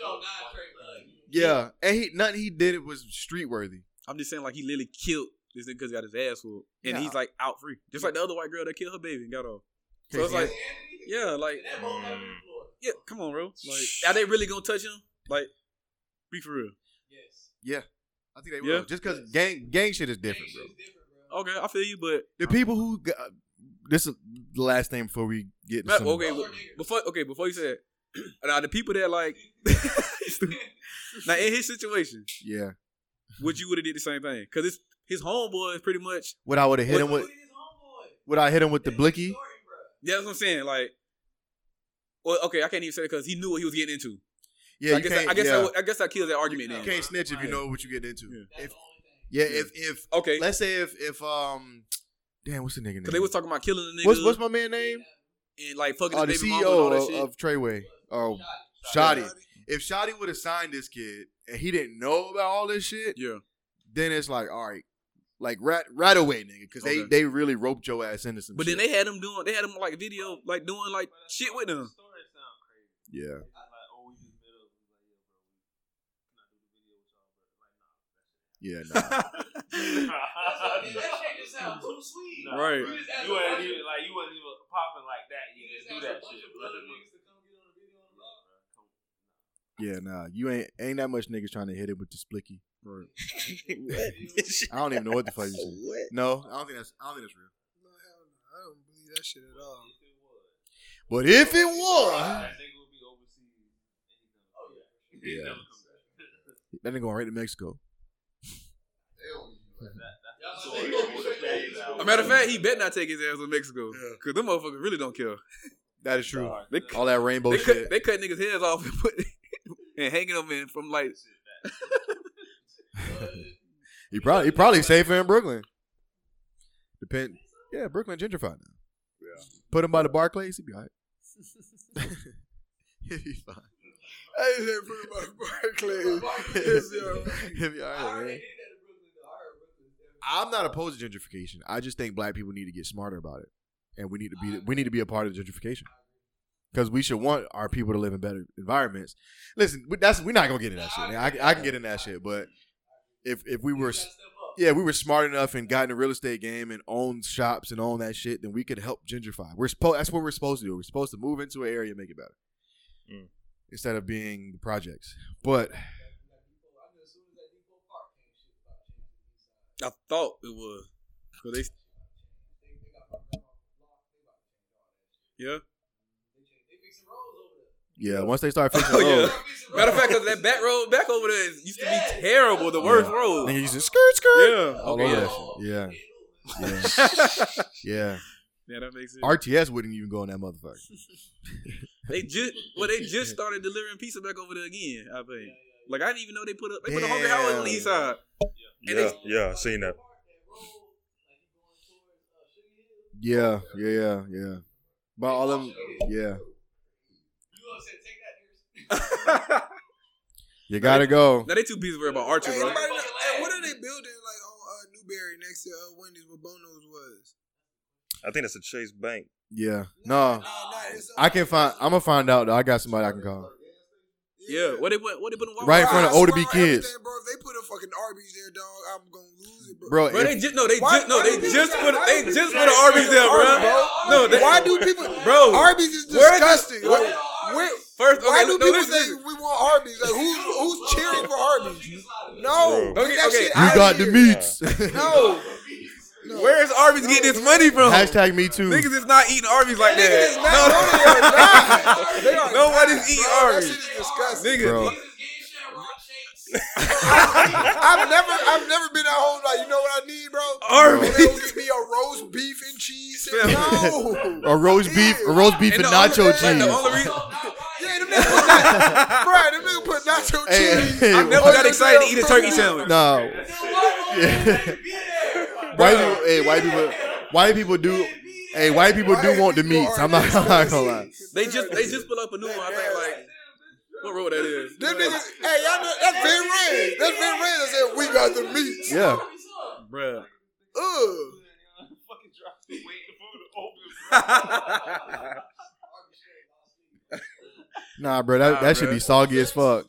[SPEAKER 2] yeah, and he nothing he did it was street worthy.
[SPEAKER 4] I'm just saying, like, he literally killed this nigga because he got his ass whooped. And
[SPEAKER 2] Yeah.
[SPEAKER 4] he's, like, out free. Just like the other white girl that killed her baby and got off. So it's like, yeah, like,
[SPEAKER 2] Mm.
[SPEAKER 4] yeah, come on, bro. Like, are they really going to touch him? Like, be for real.
[SPEAKER 2] I think they will
[SPEAKER 4] Yeah.
[SPEAKER 2] just because gang gang shit is different, bro.
[SPEAKER 4] Okay, I feel you, but
[SPEAKER 2] The people who got, this is the last thing before we get into
[SPEAKER 4] Ma-
[SPEAKER 2] some-
[SPEAKER 4] okay, well, before okay, before you said now the people that like now in his situation,
[SPEAKER 2] yeah.
[SPEAKER 4] would you would have did the same thing? Because it's his homeboy is pretty much
[SPEAKER 2] Would I would have hit
[SPEAKER 4] What-
[SPEAKER 2] him with? Would I hit him with the blicky?
[SPEAKER 4] yeah, that's what I'm saying. Like, well, okay, I can't even say because he knew what he was getting into.
[SPEAKER 2] Yeah,
[SPEAKER 4] I
[SPEAKER 2] you
[SPEAKER 4] guess I,
[SPEAKER 2] can't.
[SPEAKER 4] I guess
[SPEAKER 2] yeah.
[SPEAKER 4] I, I guess that kills that argument.
[SPEAKER 2] you
[SPEAKER 4] Then
[SPEAKER 2] can't snitch if you know what you get into.
[SPEAKER 4] Yeah.
[SPEAKER 2] If, yeah, if if
[SPEAKER 4] okay, because
[SPEAKER 2] let's say if if um, damn, what's the nigga name?
[SPEAKER 4] they was talking about killing the nigga
[SPEAKER 2] what's what's my man name?
[SPEAKER 4] and like fucking
[SPEAKER 2] Oh, the
[SPEAKER 4] his baby mama and all that
[SPEAKER 2] CEO
[SPEAKER 4] shit.
[SPEAKER 2] of, of Treyway. Oh, Shoddy. If Shoddy would have signed this kid and he didn't know about all this shit,
[SPEAKER 4] yeah,
[SPEAKER 2] then it's like all right, like right right away, nigga, because they
[SPEAKER 4] Okay.
[SPEAKER 2] they really roped your ass into some.
[SPEAKER 4] but
[SPEAKER 2] shit.
[SPEAKER 4] then they had him doing they had him like video like doing like shit with them.
[SPEAKER 2] yeah.
[SPEAKER 8] oh,
[SPEAKER 2] Yeah, nah.
[SPEAKER 4] Right.
[SPEAKER 8] You ain't even like you wasn't even popping like that. You didn't do that shit, bro.
[SPEAKER 2] yeah, nah. You ain't ain't that much niggas trying to hit it with the splicky. I don't even know what the fuck you said. No, I don't think that's I don't think that's real.
[SPEAKER 3] No, hell no. I don't believe that shit at all.
[SPEAKER 2] But if it was,
[SPEAKER 8] That nigga would be overseas. Oh yeah.
[SPEAKER 2] Yeah. that nigga going right to Mexico.
[SPEAKER 4] A matter of fact, he bet not take his ass to Mexico because them motherfuckers really don't care.
[SPEAKER 2] That is true.
[SPEAKER 4] They,
[SPEAKER 2] All that rainbow
[SPEAKER 4] they, cut,
[SPEAKER 2] Oh, shit.
[SPEAKER 4] they cut niggas' heads off and put and hanging them in from like
[SPEAKER 2] He probably he probably safer in Brooklyn. Depend. Yeah, Brooklyn gentrified now. Yeah. Put him by the Barclays, he'd be all right. he'd be fine.
[SPEAKER 3] I ain't that pretty much Barclays.
[SPEAKER 2] he'd be all right, man. I'm not opposed to gentrification. I just think black people need to get smarter about it, and we need to be we need to be a part of the gentrification because we should want our people to live in better environments. Listen, we- that's we're not gonna get in that shit. man. I, I can get in that shit, but if if we were yeah we were smart enough and got in the real estate game and owned shops and own that shit, then we could help gentrify. We're supposed that's what we're supposed to do. We're supposed to move into an area and make it better
[SPEAKER 1] Mm.
[SPEAKER 2] instead of being the projects. But
[SPEAKER 4] I thought it was. 'Cause they, yeah.
[SPEAKER 2] yeah, once they start fixing
[SPEAKER 4] Oh,
[SPEAKER 2] roads,
[SPEAKER 4] yeah. Matter of fact, 'cause that back road back over there is- used to be terrible, the worst
[SPEAKER 2] Yeah. Oh,
[SPEAKER 4] road.
[SPEAKER 2] Niggas used to skirt, skirt.
[SPEAKER 4] Yeah.
[SPEAKER 2] All
[SPEAKER 4] Okay,
[SPEAKER 2] over
[SPEAKER 4] yeah.
[SPEAKER 2] that shit. Yeah. Yeah.
[SPEAKER 4] Yeah, that makes sense.
[SPEAKER 2] yeah. RTS wouldn't even go in that motherfucker.
[SPEAKER 4] They just well, they just started delivering pizza back over there again. I think. Like I didn't even know they put a they put a hungry
[SPEAKER 2] Damn.
[SPEAKER 4] hours on the east side.
[SPEAKER 1] Yeah, yeah, I seen that.
[SPEAKER 2] Yeah, yeah, yeah, yeah. But all them, yeah. You gotta go.
[SPEAKER 4] Now they too busy worried about Archer,
[SPEAKER 3] Hey,
[SPEAKER 4] bro.
[SPEAKER 3] anybody know- hey, what are they building like on uh, Newberry next to uh, Wendy's where Bono's was?
[SPEAKER 1] I think that's a Chase Bank.
[SPEAKER 2] Yeah, no,
[SPEAKER 3] Nah, nah, it's
[SPEAKER 2] I can find. I'm gonna find out though. I got somebody I can call.
[SPEAKER 4] Yeah, what they put what they put in Walmart.
[SPEAKER 2] Right in front of
[SPEAKER 3] I
[SPEAKER 2] older B
[SPEAKER 3] swear on
[SPEAKER 2] kids.
[SPEAKER 3] everything, Bro, if they put a fucking Arby's there, dog, I'm gonna lose it, bro.
[SPEAKER 2] Bro,
[SPEAKER 4] Bro,
[SPEAKER 2] if-
[SPEAKER 4] they just no, they
[SPEAKER 3] Why-
[SPEAKER 4] just no,
[SPEAKER 3] why
[SPEAKER 4] they
[SPEAKER 3] do people
[SPEAKER 4] just
[SPEAKER 3] say
[SPEAKER 4] put they
[SPEAKER 3] Arby's?
[SPEAKER 4] just put an Arby's there, bro. No, they,
[SPEAKER 3] why do people?
[SPEAKER 4] Bro.
[SPEAKER 3] Arby's is
[SPEAKER 4] Where is
[SPEAKER 3] disgusting.
[SPEAKER 4] it- where-
[SPEAKER 3] Like, where-
[SPEAKER 4] first? Okay,
[SPEAKER 3] why do
[SPEAKER 4] no,
[SPEAKER 3] people
[SPEAKER 4] listen,
[SPEAKER 3] say
[SPEAKER 4] listen.
[SPEAKER 3] we want Arby's? Like, who's who's cheering for Arby's? No, get
[SPEAKER 1] Bro.
[SPEAKER 4] Okay,
[SPEAKER 3] that
[SPEAKER 4] okay.
[SPEAKER 3] shit
[SPEAKER 2] you
[SPEAKER 3] outta
[SPEAKER 2] got the
[SPEAKER 3] here.
[SPEAKER 2] meats.
[SPEAKER 3] No,
[SPEAKER 4] Where is Arby's getting this money from?
[SPEAKER 2] Hashtag me too.
[SPEAKER 4] Niggas is not eating Arby's like
[SPEAKER 3] niggas is
[SPEAKER 4] that.
[SPEAKER 3] not. No, they are not. They are
[SPEAKER 4] Nobody's
[SPEAKER 3] not,
[SPEAKER 4] eating
[SPEAKER 3] bro.
[SPEAKER 4] Arby's.
[SPEAKER 3] That shit is disgusting.
[SPEAKER 4] No, niggas.
[SPEAKER 2] Bro,
[SPEAKER 3] I've never, I've never been at home like, you know what I need, bro? You
[SPEAKER 4] Arby's.
[SPEAKER 3] know, they'll give me a roast beef and cheese. And no.
[SPEAKER 2] Or roast beef, or roast beef and,
[SPEAKER 4] the
[SPEAKER 2] nacho
[SPEAKER 4] only- like,
[SPEAKER 2] cheese.
[SPEAKER 4] the only reason-
[SPEAKER 3] yeah, them niggas put nacho, bro, them niggas put nacho
[SPEAKER 2] Hey,
[SPEAKER 3] cheese.
[SPEAKER 2] hey,
[SPEAKER 4] I never
[SPEAKER 2] why-
[SPEAKER 4] got excited to eat a turkey sandwich.
[SPEAKER 2] No. Yeah. white people, hey, white people, white people do. Hey, white people do want the meats. I'm not, I'm not gonna lie.
[SPEAKER 4] They just they just put up a new one. I think like what road that is.
[SPEAKER 3] Them niggas, hey, y'all know, that's Vin Red. That's Vin Red that said, we got the meats.
[SPEAKER 2] Yeah,
[SPEAKER 4] Bruh.
[SPEAKER 3] Ugh.
[SPEAKER 2] nah, bro, that,
[SPEAKER 4] Nah,
[SPEAKER 2] that should
[SPEAKER 4] bruh.
[SPEAKER 2] be soggy as fuck.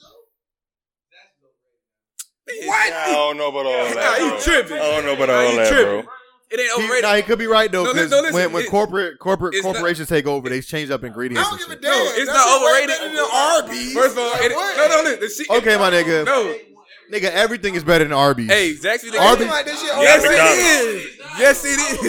[SPEAKER 4] What?
[SPEAKER 1] I don't know about all
[SPEAKER 4] Nah,
[SPEAKER 1] that.
[SPEAKER 4] you
[SPEAKER 1] bro.
[SPEAKER 4] tripping.
[SPEAKER 1] I don't know about
[SPEAKER 4] Nah,
[SPEAKER 1] all
[SPEAKER 4] you
[SPEAKER 1] that,
[SPEAKER 4] tripping.
[SPEAKER 1] bro.
[SPEAKER 4] It ain't
[SPEAKER 2] He,
[SPEAKER 4] overrated.
[SPEAKER 2] nah, he could be right though,
[SPEAKER 4] No, li-
[SPEAKER 2] because
[SPEAKER 4] no, listen,
[SPEAKER 2] when, when
[SPEAKER 4] it-
[SPEAKER 2] corporate corporate
[SPEAKER 4] it's not-
[SPEAKER 2] corporations take over, they change up
[SPEAKER 3] I
[SPEAKER 2] ingredients.
[SPEAKER 3] don't
[SPEAKER 2] and
[SPEAKER 3] give a
[SPEAKER 2] shit.
[SPEAKER 3] damn.
[SPEAKER 4] No, it's
[SPEAKER 3] That
[SPEAKER 4] not
[SPEAKER 3] shit way
[SPEAKER 4] overrated.
[SPEAKER 3] better than Arby's.
[SPEAKER 4] First of all,
[SPEAKER 3] Like,
[SPEAKER 4] it,
[SPEAKER 3] what?
[SPEAKER 4] no, no, the shit.
[SPEAKER 2] Okay, my nigga.
[SPEAKER 4] No,
[SPEAKER 2] Nigga, everything is better than Arby's.
[SPEAKER 4] hey, Zaxby.
[SPEAKER 3] They
[SPEAKER 2] Arby's-
[SPEAKER 3] seem like that shit
[SPEAKER 4] Yes,
[SPEAKER 3] overrated.
[SPEAKER 4] it is. Yes, it is.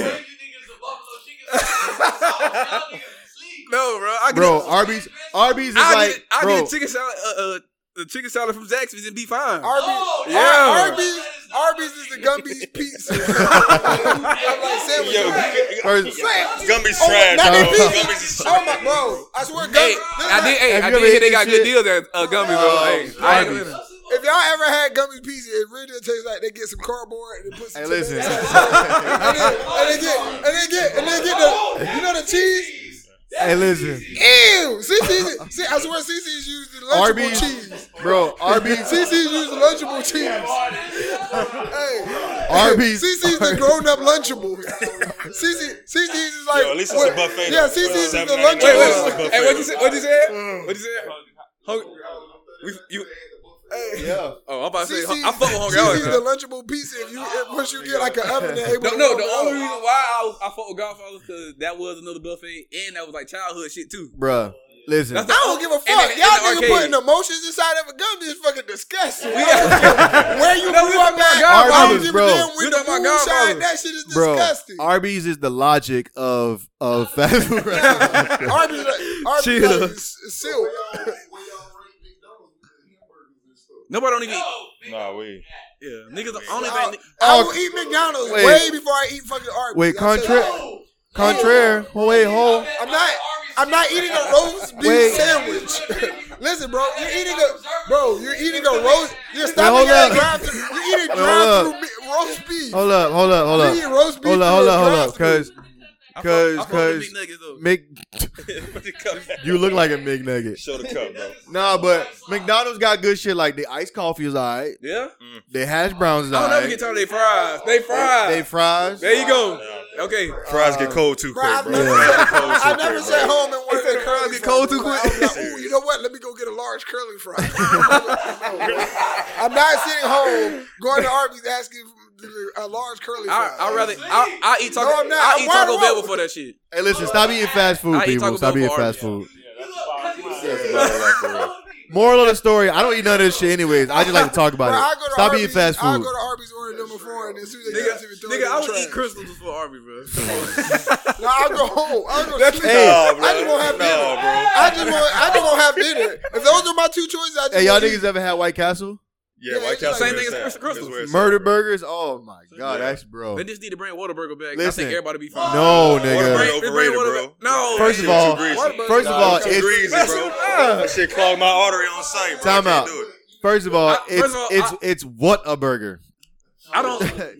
[SPEAKER 4] No, bro. I get
[SPEAKER 2] bro, Arby's, Arby's is
[SPEAKER 4] I
[SPEAKER 2] like,
[SPEAKER 4] get, I
[SPEAKER 2] bro,
[SPEAKER 4] get a chicken salad. Uh, uh, the chicken salad from Zaxby's and be fine.
[SPEAKER 3] Arby's,
[SPEAKER 4] yeah.
[SPEAKER 3] Arby's, Arby's is the Gumby's pizza. I'm like sandwich.
[SPEAKER 1] Yo,
[SPEAKER 3] Yo,
[SPEAKER 2] first-
[SPEAKER 1] Gumby's trash,
[SPEAKER 3] Oh, not
[SPEAKER 1] bro.
[SPEAKER 3] that pizza.
[SPEAKER 1] Gumby's is
[SPEAKER 3] oh
[SPEAKER 1] trash.
[SPEAKER 3] my, bro, I swear, Gumby.
[SPEAKER 4] hey,
[SPEAKER 3] this
[SPEAKER 4] I
[SPEAKER 3] is
[SPEAKER 4] did. Hey,
[SPEAKER 2] Have
[SPEAKER 4] I
[SPEAKER 2] you
[SPEAKER 4] did
[SPEAKER 2] ever
[SPEAKER 4] hear they
[SPEAKER 2] eaten
[SPEAKER 4] got
[SPEAKER 2] shit?
[SPEAKER 4] good deals at uh, Gumby, bro.
[SPEAKER 2] Oh,
[SPEAKER 4] Hey, I ain't
[SPEAKER 2] Arby's.
[SPEAKER 4] gonna-
[SPEAKER 3] like- if y'all ever had Gumby's pizza, it really does taste like they get some cardboard and they put some.
[SPEAKER 2] Hey,
[SPEAKER 3] tomato
[SPEAKER 2] listen.
[SPEAKER 3] sauce. and, then, and they get, and they get, and they get the, you know the cheese.
[SPEAKER 2] hey, listen,
[SPEAKER 3] Ew, CC's, see, I swear, CC's used the lunchable
[SPEAKER 2] Arby's,
[SPEAKER 3] cheese.
[SPEAKER 2] bro, Arby's,
[SPEAKER 3] CC's used the lunchable cheese. hey,
[SPEAKER 2] Arby's,
[SPEAKER 3] CC's the grown up Lunchables. CC, CC's is like.
[SPEAKER 1] Yo, at least it's a buffet,
[SPEAKER 3] Yeah,
[SPEAKER 1] though.
[SPEAKER 3] CC's is the
[SPEAKER 4] Wait,
[SPEAKER 1] $7.99.
[SPEAKER 4] wait,
[SPEAKER 3] Lunchables.
[SPEAKER 1] Oh, Buffet.
[SPEAKER 4] wait. Hey, what you say? What you
[SPEAKER 2] Mm.
[SPEAKER 4] said? What you said? Hung- we, you,
[SPEAKER 2] yeah,
[SPEAKER 4] oh, I'm about to say.
[SPEAKER 3] CC's
[SPEAKER 4] I fuck with Hungry
[SPEAKER 3] CC's the
[SPEAKER 4] Hours.
[SPEAKER 3] Lunchable pizza. If you, if, once you get like an oven that able
[SPEAKER 4] No,
[SPEAKER 3] to
[SPEAKER 4] no.
[SPEAKER 3] warm
[SPEAKER 4] The
[SPEAKER 3] it
[SPEAKER 4] only
[SPEAKER 3] up.
[SPEAKER 4] reason why I, I fuck with Godfather because that was another buffet and that was like childhood shit too.
[SPEAKER 2] bro, listen,
[SPEAKER 4] That's the-
[SPEAKER 3] I don't give a
[SPEAKER 4] And
[SPEAKER 3] fuck.
[SPEAKER 4] in- in
[SPEAKER 3] Y'all
[SPEAKER 4] the
[SPEAKER 3] niggas
[SPEAKER 4] arcade.
[SPEAKER 3] putting emotions inside of a gun is fucking disgusting.
[SPEAKER 4] We got-
[SPEAKER 3] Where you
[SPEAKER 4] No, we
[SPEAKER 3] grew
[SPEAKER 4] talking
[SPEAKER 3] up
[SPEAKER 4] about
[SPEAKER 3] at,
[SPEAKER 2] Godfathers,
[SPEAKER 3] I don't give
[SPEAKER 2] bro.
[SPEAKER 3] a damn
[SPEAKER 4] We
[SPEAKER 3] with the
[SPEAKER 4] talking about
[SPEAKER 3] moonshine.
[SPEAKER 4] Godfathers.
[SPEAKER 3] That shit is
[SPEAKER 2] bro,
[SPEAKER 3] disgusting.
[SPEAKER 2] Arby's is the logic of of fast food. restaurants.
[SPEAKER 3] Arby's like, Arby's
[SPEAKER 4] Chill.
[SPEAKER 3] like, s- silk.
[SPEAKER 4] Nobody don't even. eat-
[SPEAKER 1] Nah, we.
[SPEAKER 4] Yeah, niggas. The only
[SPEAKER 3] I,
[SPEAKER 4] thing.
[SPEAKER 3] I will eat McDonald's
[SPEAKER 2] Wait.
[SPEAKER 3] way before I eat fucking Arby's.
[SPEAKER 2] Wait,
[SPEAKER 3] I'll tell you
[SPEAKER 2] contra-
[SPEAKER 3] that.
[SPEAKER 2] contrary, oh, wait, hold,
[SPEAKER 3] I'm not. I'm not eating a roast beef
[SPEAKER 2] Wait.
[SPEAKER 3] sandwich. Listen, bro, you're eating a bro. You're eating a roast. You're stopping
[SPEAKER 2] hold
[SPEAKER 3] at a
[SPEAKER 2] up.
[SPEAKER 3] drive through. You're eating drive
[SPEAKER 2] up.
[SPEAKER 3] through roast beef.
[SPEAKER 2] hold up, hold up, hold
[SPEAKER 3] You
[SPEAKER 2] up,
[SPEAKER 3] eat roast beef
[SPEAKER 2] hold up,
[SPEAKER 3] through
[SPEAKER 2] hold
[SPEAKER 3] a
[SPEAKER 2] up, hold up,
[SPEAKER 3] drive-through.
[SPEAKER 2] because because
[SPEAKER 4] I fuck
[SPEAKER 2] because
[SPEAKER 4] with McNuggets though.
[SPEAKER 2] Mc,
[SPEAKER 4] What you call that?
[SPEAKER 2] you look like a McNugget.
[SPEAKER 1] Show the cup, bro.
[SPEAKER 2] Nah, but McDonald's got good shit like the iced coffee is alright,
[SPEAKER 4] Yeah.
[SPEAKER 2] the hash browns is
[SPEAKER 4] I don't never
[SPEAKER 2] alright,
[SPEAKER 4] get tired of they fries. Mm. They fries.
[SPEAKER 2] they fries.
[SPEAKER 4] there you go. Okay.
[SPEAKER 1] Fries get cold too
[SPEAKER 3] Bro,
[SPEAKER 1] quick,
[SPEAKER 3] I've
[SPEAKER 1] bro.
[SPEAKER 3] never, I never
[SPEAKER 1] quick,
[SPEAKER 3] sat home and wanted
[SPEAKER 4] said
[SPEAKER 3] a
[SPEAKER 4] curls
[SPEAKER 3] curly
[SPEAKER 4] get cold
[SPEAKER 3] fry.
[SPEAKER 4] too
[SPEAKER 3] I
[SPEAKER 4] quick.
[SPEAKER 3] was like, ooh, you know what? Let me go get a large curly fry. I'm not sitting home going to Arby's asking for a large curly fry.
[SPEAKER 4] I I rather I I eat taco.
[SPEAKER 3] No, I'm not.
[SPEAKER 4] I
[SPEAKER 3] I'm
[SPEAKER 4] eat Taco
[SPEAKER 3] wide
[SPEAKER 4] Bell
[SPEAKER 3] open.
[SPEAKER 4] before that shit.
[SPEAKER 2] Hey, listen, stop eating fast food,
[SPEAKER 4] I eat
[SPEAKER 2] people.
[SPEAKER 4] Taco
[SPEAKER 2] Stop
[SPEAKER 4] Bell
[SPEAKER 2] eating
[SPEAKER 4] for
[SPEAKER 2] fast
[SPEAKER 4] Arby's.
[SPEAKER 2] food.
[SPEAKER 1] That's about right,
[SPEAKER 2] Moral of the story: I don't eat none of this shit, anyways. I just like to talk about
[SPEAKER 3] Bro, I
[SPEAKER 2] it.
[SPEAKER 3] go to
[SPEAKER 2] Stop
[SPEAKER 3] Arby's,
[SPEAKER 2] eating fast
[SPEAKER 3] I
[SPEAKER 2] food.
[SPEAKER 3] go to Arby's order number four, and as soon as they
[SPEAKER 4] Nigga,
[SPEAKER 3] get to me, throw it in
[SPEAKER 4] nigga, I
[SPEAKER 3] the
[SPEAKER 4] would
[SPEAKER 3] trash.
[SPEAKER 4] eat crystals before Arby, bro.
[SPEAKER 3] No, I'll go home. I'll go sleep.
[SPEAKER 2] Hey.
[SPEAKER 1] No, bro.
[SPEAKER 3] I just won't have
[SPEAKER 1] No,
[SPEAKER 3] dinner.
[SPEAKER 1] bro.
[SPEAKER 3] I just won't. I just won't have dinner. If those are my two choices, I just
[SPEAKER 2] Hey, y'all
[SPEAKER 3] won't eat.
[SPEAKER 2] niggas ever had White Castle?
[SPEAKER 1] Yeah,
[SPEAKER 3] Yeah,
[SPEAKER 1] White
[SPEAKER 3] it's
[SPEAKER 1] Castle.
[SPEAKER 3] like-
[SPEAKER 4] Same thing
[SPEAKER 1] is
[SPEAKER 4] as
[SPEAKER 1] sad.
[SPEAKER 4] Crystal.
[SPEAKER 1] That's where it's at,
[SPEAKER 2] Murder
[SPEAKER 1] bro.
[SPEAKER 2] burgers? Oh my god,
[SPEAKER 1] Yeah.
[SPEAKER 2] that's bro.
[SPEAKER 4] They just need to bring Whataburger back. I
[SPEAKER 2] Listen.
[SPEAKER 4] think everybody be fine.
[SPEAKER 2] No,
[SPEAKER 1] Whataburger
[SPEAKER 2] nigga.
[SPEAKER 4] Bring- bring
[SPEAKER 1] overrated,
[SPEAKER 4] Whataburger-
[SPEAKER 1] bro.
[SPEAKER 4] No.
[SPEAKER 2] First of
[SPEAKER 1] Too
[SPEAKER 2] all,
[SPEAKER 1] greasy.
[SPEAKER 2] first of all,
[SPEAKER 1] Too greasy,
[SPEAKER 2] it's
[SPEAKER 1] bro. That shit clogged my artery on sight, bro.
[SPEAKER 2] Time
[SPEAKER 1] I
[SPEAKER 2] out.
[SPEAKER 1] can't do it.
[SPEAKER 2] first of all,
[SPEAKER 4] I- first
[SPEAKER 2] it's
[SPEAKER 4] of all,
[SPEAKER 2] it's
[SPEAKER 4] I-
[SPEAKER 2] it's what a burger,
[SPEAKER 4] I don't.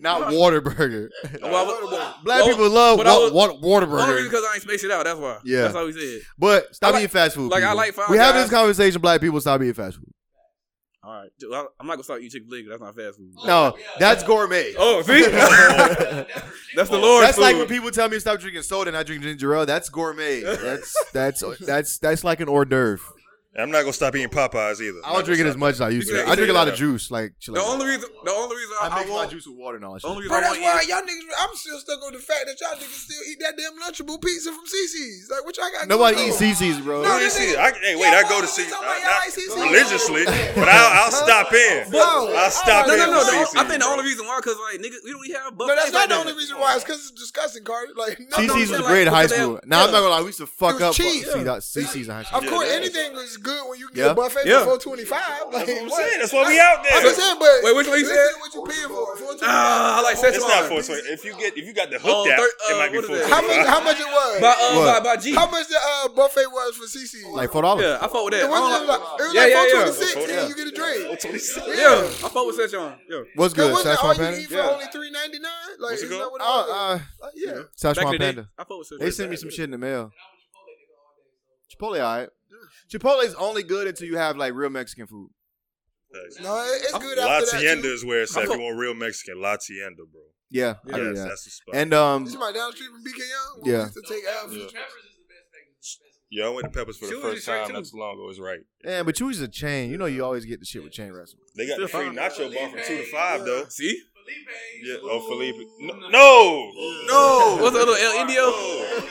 [SPEAKER 2] not water burger.
[SPEAKER 4] Well, I-
[SPEAKER 2] Black
[SPEAKER 4] well,
[SPEAKER 2] people love
[SPEAKER 4] but I
[SPEAKER 2] what
[SPEAKER 4] was-
[SPEAKER 2] what water
[SPEAKER 4] Only reason
[SPEAKER 2] burger.
[SPEAKER 4] because I ain't spaced it out. That's why.
[SPEAKER 2] Yeah.
[SPEAKER 4] That's how we said.
[SPEAKER 2] But
[SPEAKER 4] I
[SPEAKER 2] stop
[SPEAKER 4] like-
[SPEAKER 2] eating fast food.
[SPEAKER 4] like, I
[SPEAKER 2] people.
[SPEAKER 4] like Five
[SPEAKER 2] We having
[SPEAKER 4] Guys.
[SPEAKER 2] this conversation, black people. Stop eating fast food.
[SPEAKER 4] All right. Dude, I- I'm not gonna start eating chicken fil A. 'cause That's not fast food.
[SPEAKER 2] No, that's gourmet.
[SPEAKER 4] Oh, see. That's the Lord's
[SPEAKER 2] That's
[SPEAKER 4] food.
[SPEAKER 2] like when people tell me to stop drinking soda and I drink ginger ale. That's gourmet. That's that's that's that's like an hors d'oeuvre.
[SPEAKER 1] I'm not gonna stop eating Popeyes either.
[SPEAKER 2] I don't drink it as much as I used to.
[SPEAKER 4] Yeah,
[SPEAKER 2] I drink a lot
[SPEAKER 1] yeah.
[SPEAKER 2] of juice, like chill
[SPEAKER 4] the
[SPEAKER 2] out.
[SPEAKER 4] only reason. The only reason
[SPEAKER 2] I
[SPEAKER 4] I, I,
[SPEAKER 2] mix my
[SPEAKER 4] won't.
[SPEAKER 2] juice with water and all that shit.
[SPEAKER 4] Only
[SPEAKER 3] Bro,
[SPEAKER 4] reason I
[SPEAKER 3] that's
[SPEAKER 4] won't
[SPEAKER 3] why
[SPEAKER 4] eat.
[SPEAKER 3] y'all niggas. I'm still stuck on the fact that y'all niggas still eat that damn lunchable pizza from CC's. Like, what y'all got?
[SPEAKER 2] Nobody
[SPEAKER 3] going
[SPEAKER 2] eats
[SPEAKER 3] on?
[SPEAKER 2] CC's, bro.
[SPEAKER 1] Go to Oh, see. I, hey, wait, I go to see.
[SPEAKER 3] Y'all
[SPEAKER 1] I-
[SPEAKER 3] like CC's?
[SPEAKER 1] not religiously, but I'll, I'll stop in.
[SPEAKER 3] No.
[SPEAKER 1] I'll stop
[SPEAKER 4] No,
[SPEAKER 1] in.
[SPEAKER 4] no, no. the-
[SPEAKER 1] for CC's,
[SPEAKER 4] I think the only
[SPEAKER 1] bro.
[SPEAKER 4] reason why, cause like nigga, we don't even have buffets.
[SPEAKER 3] No, that's not
[SPEAKER 4] like
[SPEAKER 3] the
[SPEAKER 4] that.
[SPEAKER 3] only reason why. It's because it's disgusting, Cardi. Like, no,
[SPEAKER 4] I'm
[SPEAKER 2] CC's was
[SPEAKER 4] saying,
[SPEAKER 2] great in high
[SPEAKER 4] like, because they
[SPEAKER 2] school.
[SPEAKER 4] have-
[SPEAKER 2] Now I'm
[SPEAKER 4] yeah.
[SPEAKER 2] not gonna lie, we used to
[SPEAKER 3] It
[SPEAKER 2] fuck
[SPEAKER 3] was
[SPEAKER 2] up
[SPEAKER 3] cheap.
[SPEAKER 2] CC's CC's in high
[SPEAKER 3] Of
[SPEAKER 2] school.
[SPEAKER 3] course,
[SPEAKER 1] Yeah.
[SPEAKER 3] anything was good when you get
[SPEAKER 2] Yeah.
[SPEAKER 3] a buffet
[SPEAKER 4] Yeah.
[SPEAKER 3] for four twenty five. Like,
[SPEAKER 1] That's what I'm
[SPEAKER 3] what?
[SPEAKER 1] saying. That's why we out
[SPEAKER 3] That's what
[SPEAKER 1] there.
[SPEAKER 3] I'm saying, but
[SPEAKER 4] Wait, which one you
[SPEAKER 3] listen
[SPEAKER 4] said?
[SPEAKER 3] to what you paying for. Four twenty
[SPEAKER 4] Ah, I
[SPEAKER 3] five.
[SPEAKER 4] like Szechuan.
[SPEAKER 1] It's not four twenty. If you get if you got the
[SPEAKER 4] Oh,
[SPEAKER 1] hook down,
[SPEAKER 4] thir-
[SPEAKER 1] it might
[SPEAKER 4] uh,
[SPEAKER 1] be
[SPEAKER 4] what is
[SPEAKER 1] four
[SPEAKER 4] that?
[SPEAKER 3] How
[SPEAKER 1] twenty.
[SPEAKER 3] much? How much it was?
[SPEAKER 4] By uh, by,
[SPEAKER 2] What?
[SPEAKER 4] by G.
[SPEAKER 3] how much the uh, buffet was for CC?
[SPEAKER 2] Like four dollars.
[SPEAKER 4] yeah, I fought with
[SPEAKER 3] it
[SPEAKER 4] that. I
[SPEAKER 3] wasn't
[SPEAKER 4] don't
[SPEAKER 3] like,
[SPEAKER 4] like,
[SPEAKER 3] it was
[SPEAKER 4] Yeah,
[SPEAKER 3] like
[SPEAKER 4] yeah, yeah.
[SPEAKER 3] four twenty six,
[SPEAKER 1] Yeah.
[SPEAKER 3] and you get a drink.
[SPEAKER 4] yeah, I fought with Szechuan. Yeah.
[SPEAKER 2] What's
[SPEAKER 3] That
[SPEAKER 2] good?
[SPEAKER 3] wasn't all
[SPEAKER 2] Szechuan
[SPEAKER 3] you
[SPEAKER 2] Panda.
[SPEAKER 3] eat for
[SPEAKER 4] Yeah.
[SPEAKER 3] only three ninety nine. Like,
[SPEAKER 1] What's it
[SPEAKER 3] isn't that
[SPEAKER 1] called?
[SPEAKER 3] what it
[SPEAKER 2] Oh,
[SPEAKER 3] was?
[SPEAKER 2] uh,
[SPEAKER 3] Like, yeah.
[SPEAKER 4] Back in
[SPEAKER 2] Szechuan
[SPEAKER 4] the day,
[SPEAKER 2] Panda.
[SPEAKER 4] I fought with Szechuan.
[SPEAKER 2] They sent me some shit in the mail. Chipotle, all right. Chipotle's only good until you have like real Mexican food.
[SPEAKER 3] No, it- it's good
[SPEAKER 1] La
[SPEAKER 3] after that.
[SPEAKER 1] Tienda
[SPEAKER 3] Too.
[SPEAKER 1] is where it's
[SPEAKER 4] I'm
[SPEAKER 1] at. If
[SPEAKER 4] so-
[SPEAKER 1] you want real Mexican, La Tienda, bro.
[SPEAKER 2] Yeah, I do
[SPEAKER 1] Yes,
[SPEAKER 2] that.
[SPEAKER 1] that's the spot.
[SPEAKER 2] And um,
[SPEAKER 3] This is my down the street from BKM.
[SPEAKER 2] Yeah.
[SPEAKER 3] Yeah. To take out.
[SPEAKER 1] Yeah. yeah, I went to Peppers for the
[SPEAKER 4] She was
[SPEAKER 1] first
[SPEAKER 4] just right,
[SPEAKER 1] time
[SPEAKER 4] too.
[SPEAKER 1] not too long ago. It was right.
[SPEAKER 2] man, but you is a chain. You know, you always get the shit with chain restaurants.
[SPEAKER 1] They got the
[SPEAKER 4] Still
[SPEAKER 1] free
[SPEAKER 4] fine.
[SPEAKER 1] nacho bar from two to five though.
[SPEAKER 4] See?
[SPEAKER 1] Yeah. Oh, Felipe. No. no!
[SPEAKER 4] No. What's the other El Indio?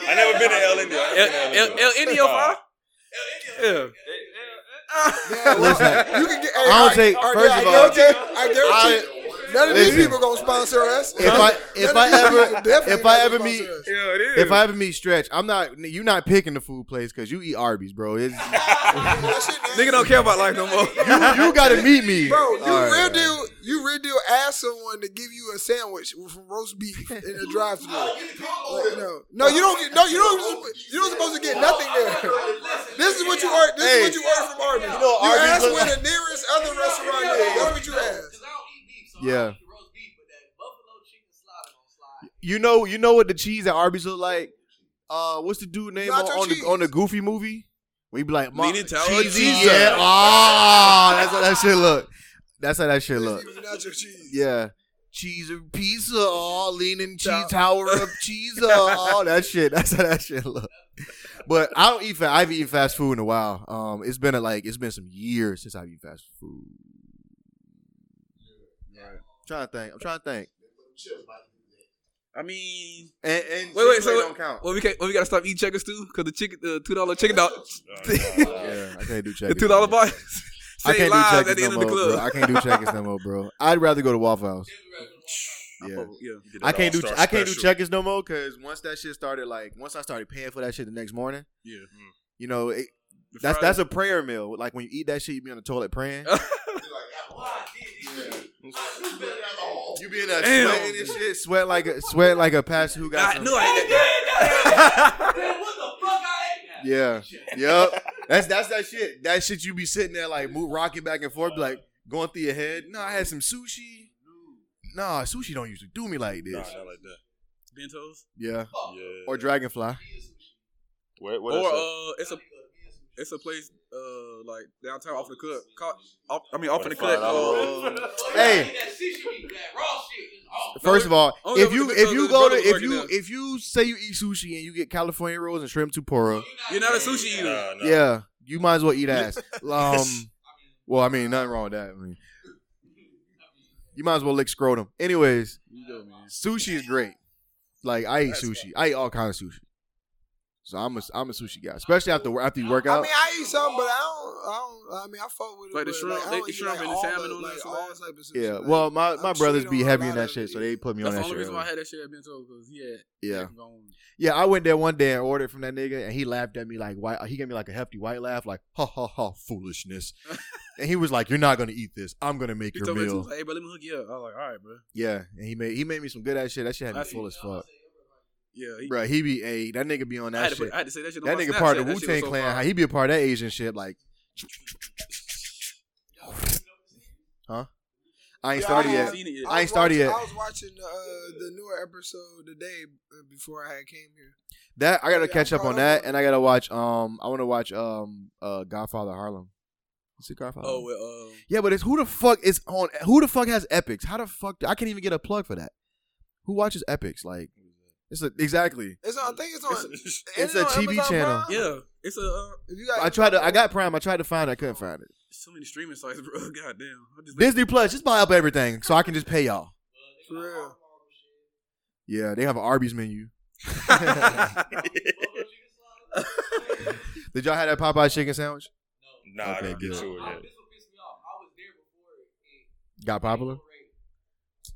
[SPEAKER 1] I never been to El Indio. I
[SPEAKER 4] Oh, El,
[SPEAKER 1] never been to
[SPEAKER 4] El, El Indio five. Yeah.
[SPEAKER 2] Listen,
[SPEAKER 3] You can get. Hey,
[SPEAKER 2] I don't take.
[SPEAKER 3] I,
[SPEAKER 2] First
[SPEAKER 3] I
[SPEAKER 2] of all,
[SPEAKER 3] guarantee. I guarantee. none of these
[SPEAKER 2] listen.
[SPEAKER 3] people gonna sponsor us.
[SPEAKER 2] if I if I ever
[SPEAKER 3] Definitely
[SPEAKER 2] if I
[SPEAKER 3] not
[SPEAKER 2] ever
[SPEAKER 3] gonna
[SPEAKER 2] meet
[SPEAKER 3] sponsor us.
[SPEAKER 4] Yeah, it is.
[SPEAKER 2] if I ever meet Stretch, I'm not. You not picking the food place because you eat Arby's, bro. It's,
[SPEAKER 3] That shit nasty.
[SPEAKER 4] Nigga don't care about life no more.
[SPEAKER 2] you gotta meet me,
[SPEAKER 3] Bro, you
[SPEAKER 2] All right,
[SPEAKER 3] real
[SPEAKER 2] all right.
[SPEAKER 3] deal. You real deal. Ask someone to give you a sandwich from roast beef in the drive-through. Like, no, no, you don't. get- No, you don't. You don't supposed to get nothing there. This is what you order. This
[SPEAKER 2] Hey.
[SPEAKER 3] is what you order from Arby's. You,
[SPEAKER 2] know, Arby's
[SPEAKER 3] ask
[SPEAKER 2] look-
[SPEAKER 3] where the nearest other restaurant is. That's what you ask.
[SPEAKER 2] Yeah. You know, you know what the cheese at Arby's look like. Uh, what's the dude name on,
[SPEAKER 3] Nacho
[SPEAKER 2] on the
[SPEAKER 3] cheese.
[SPEAKER 2] on the Goofy movie? We be like, Ma-
[SPEAKER 4] Lean into our
[SPEAKER 2] cheesy,
[SPEAKER 4] cheese.
[SPEAKER 2] yeah. Oh, that's how that shit look. That's how that shit look.
[SPEAKER 3] Even nacho cheese.
[SPEAKER 2] Yeah. Cheese or pizza, oh, leaning cheese tower of cheese, oh, that shit. That's how that shit look. But I don't eat. Fa- I've eaten fast food in a while. Um, it's been a, like it's been some years since I've eaten fast food. trying to think. I'm trying to think.
[SPEAKER 4] I mean,
[SPEAKER 2] And, and
[SPEAKER 4] wait, wait.
[SPEAKER 2] Chick-fil-A
[SPEAKER 4] So
[SPEAKER 2] don't count.
[SPEAKER 4] Well, we can't. Well, we gotta stop eating checkers too, cause the chicken, the two dollar chicken dog,
[SPEAKER 2] yeah, I can't do checkers.
[SPEAKER 4] the two dollar box.
[SPEAKER 2] I
[SPEAKER 4] Save
[SPEAKER 2] can't do
[SPEAKER 4] lives
[SPEAKER 2] checkers
[SPEAKER 4] at the end
[SPEAKER 2] no
[SPEAKER 4] of the
[SPEAKER 2] more, bro. I
[SPEAKER 4] club.
[SPEAKER 2] can't do checkers no more, bro. I'd rather go to Waffle House. Yeah.
[SPEAKER 4] Oh, Yeah.
[SPEAKER 1] Get
[SPEAKER 2] I
[SPEAKER 1] that
[SPEAKER 2] can't do
[SPEAKER 1] All-Star
[SPEAKER 2] I can't do
[SPEAKER 1] Special.
[SPEAKER 2] checkers no more because once that shit started, like once I started paying for that shit the next morning,
[SPEAKER 4] Yeah. Mm.
[SPEAKER 2] you know, it, that's that's a prayer meal. Like when you eat that shit, you be on the toilet praying. you be in that
[SPEAKER 4] Damn.
[SPEAKER 2] sweating and shit, sweat like a sweat like a pastor who got.
[SPEAKER 4] I
[SPEAKER 2] some-
[SPEAKER 4] knew I ate that.
[SPEAKER 2] Yeah. Yep. That's that's that shit. That shit you be sitting there like move, rocking back and forth, be like going through your head. No, I had some sushi. Nah, sushi don't usually do me like this.
[SPEAKER 1] Nah, not like that.
[SPEAKER 4] Bentos.
[SPEAKER 2] Yeah.
[SPEAKER 1] Yeah.
[SPEAKER 2] Or dragonfly.
[SPEAKER 1] Wait, what
[SPEAKER 4] Or
[SPEAKER 1] else?
[SPEAKER 4] uh, it's a it's a place uh like downtown off the cut. Caught, off, I mean off in the cut.
[SPEAKER 1] $25
[SPEAKER 4] Uh,
[SPEAKER 2] Hey. First of all,
[SPEAKER 4] Oh, yeah,
[SPEAKER 2] if you
[SPEAKER 4] but the-
[SPEAKER 2] if
[SPEAKER 4] the-
[SPEAKER 2] you
[SPEAKER 4] the
[SPEAKER 2] go to
[SPEAKER 4] brother was
[SPEAKER 2] if
[SPEAKER 4] working
[SPEAKER 2] you
[SPEAKER 4] there.
[SPEAKER 2] if you say you eat sushi and you get California rolls and shrimp tempura,
[SPEAKER 4] you're not a sushi eater.
[SPEAKER 1] Nah, nah.
[SPEAKER 2] yeah, you might as well eat ass. Um, well, I mean, nothing wrong with that. I mean, you might as well lick scrotum. Anyways, sushi is great. Like I eat sushi. I eat all kinds of sushi. So I'm a I'm a sushi guy, especially after wor- after you work
[SPEAKER 3] I
[SPEAKER 2] out.
[SPEAKER 3] mean, I eat something, but I don't. I don't. I mean, I fuck with it.
[SPEAKER 4] Like the
[SPEAKER 3] but,
[SPEAKER 4] shrimp-
[SPEAKER 3] I
[SPEAKER 4] they-
[SPEAKER 3] don't
[SPEAKER 4] the
[SPEAKER 3] eat,
[SPEAKER 4] shrimp and the
[SPEAKER 3] all
[SPEAKER 4] salmon
[SPEAKER 3] the-
[SPEAKER 4] on
[SPEAKER 3] like,
[SPEAKER 4] that
[SPEAKER 3] all
[SPEAKER 4] shit.
[SPEAKER 3] type of sushi.
[SPEAKER 2] Yeah.
[SPEAKER 3] Like,
[SPEAKER 2] Well, my my
[SPEAKER 3] I'm
[SPEAKER 2] brothers
[SPEAKER 3] straight
[SPEAKER 2] be
[SPEAKER 3] on a
[SPEAKER 2] heavy in
[SPEAKER 3] lot
[SPEAKER 2] that
[SPEAKER 3] of
[SPEAKER 2] shit, so
[SPEAKER 3] it.
[SPEAKER 2] they put me on
[SPEAKER 4] That's the
[SPEAKER 2] that
[SPEAKER 4] only
[SPEAKER 2] shit.
[SPEAKER 4] reason why I
[SPEAKER 2] early.
[SPEAKER 4] had that shit at Bentos because he had
[SPEAKER 2] Yeah.
[SPEAKER 4] gone.
[SPEAKER 2] Yeah, I went there one day and ordered from that nigga, and he laughed at me like white. He gave me like a hefty white laugh, like ha ha ha foolishness. and he was like, "You're not gonna eat this. I'm gonna make
[SPEAKER 4] He
[SPEAKER 2] your
[SPEAKER 4] told me too.
[SPEAKER 2] meal."
[SPEAKER 4] Like, hey, bro, let me hook you up. I was like, all right, bro.
[SPEAKER 2] Yeah, and he made he made me some good ass shit. That shit had me
[SPEAKER 4] I see.
[SPEAKER 2] full as fuck,
[SPEAKER 4] Yeah, he,
[SPEAKER 2] bro. He be a that nigga be on
[SPEAKER 4] I, had
[SPEAKER 2] that
[SPEAKER 4] to put,
[SPEAKER 2] shit.
[SPEAKER 4] I had to say that shit. on
[SPEAKER 2] That
[SPEAKER 4] my
[SPEAKER 2] nigga
[SPEAKER 4] Snapchat.
[SPEAKER 2] part of the
[SPEAKER 4] That
[SPEAKER 2] Wu
[SPEAKER 4] shit was
[SPEAKER 2] Tang
[SPEAKER 4] so
[SPEAKER 2] Clan.
[SPEAKER 4] fire.
[SPEAKER 2] How he be a part of that Asian shit, like. Huh? I ain't
[SPEAKER 3] Yeah,
[SPEAKER 2] started
[SPEAKER 3] I
[SPEAKER 2] yet.
[SPEAKER 3] have-
[SPEAKER 4] Seen it yet.
[SPEAKER 2] I ain't
[SPEAKER 3] was
[SPEAKER 2] started
[SPEAKER 3] watching-
[SPEAKER 2] yet.
[SPEAKER 3] I was watching uh, the newer episode the day uh, before I had came here.
[SPEAKER 2] That I gotta
[SPEAKER 3] Yeah,
[SPEAKER 2] catch up
[SPEAKER 3] bro,
[SPEAKER 2] on
[SPEAKER 3] that
[SPEAKER 2] that, and I gotta watch. Um, I want to watch um uh Godfather Harlem. Is it Godfather?
[SPEAKER 4] Oh, well, um,
[SPEAKER 2] Yeah, but it's who the fuck is on? Who the fuck has Epics? How the fuck? I can't even get a plug for that. Who watches Epics? Like, it's a, exactly.
[SPEAKER 3] It's on, I think it's on.
[SPEAKER 1] It's-
[SPEAKER 3] isn't
[SPEAKER 2] it's
[SPEAKER 3] it
[SPEAKER 2] a
[SPEAKER 3] on
[SPEAKER 2] TV
[SPEAKER 3] Amazon
[SPEAKER 2] channel.
[SPEAKER 3] Prime?
[SPEAKER 4] yeah, it's a uh,
[SPEAKER 3] If you got,
[SPEAKER 2] I tried to. I got Prime. I tried to find. it. I couldn't find it.
[SPEAKER 4] so many streaming sites, bro. Goddamn, I just
[SPEAKER 2] Disney Plus. Just buy up everything so I can just pay y'all.
[SPEAKER 3] For real.
[SPEAKER 2] Yeah, they have an Arby's menu. Did y'all have that Popeye chicken sandwich?
[SPEAKER 1] Nah, I
[SPEAKER 2] Okay,
[SPEAKER 1] didn't get
[SPEAKER 2] good.
[SPEAKER 1] to it yet.
[SPEAKER 2] Got popular.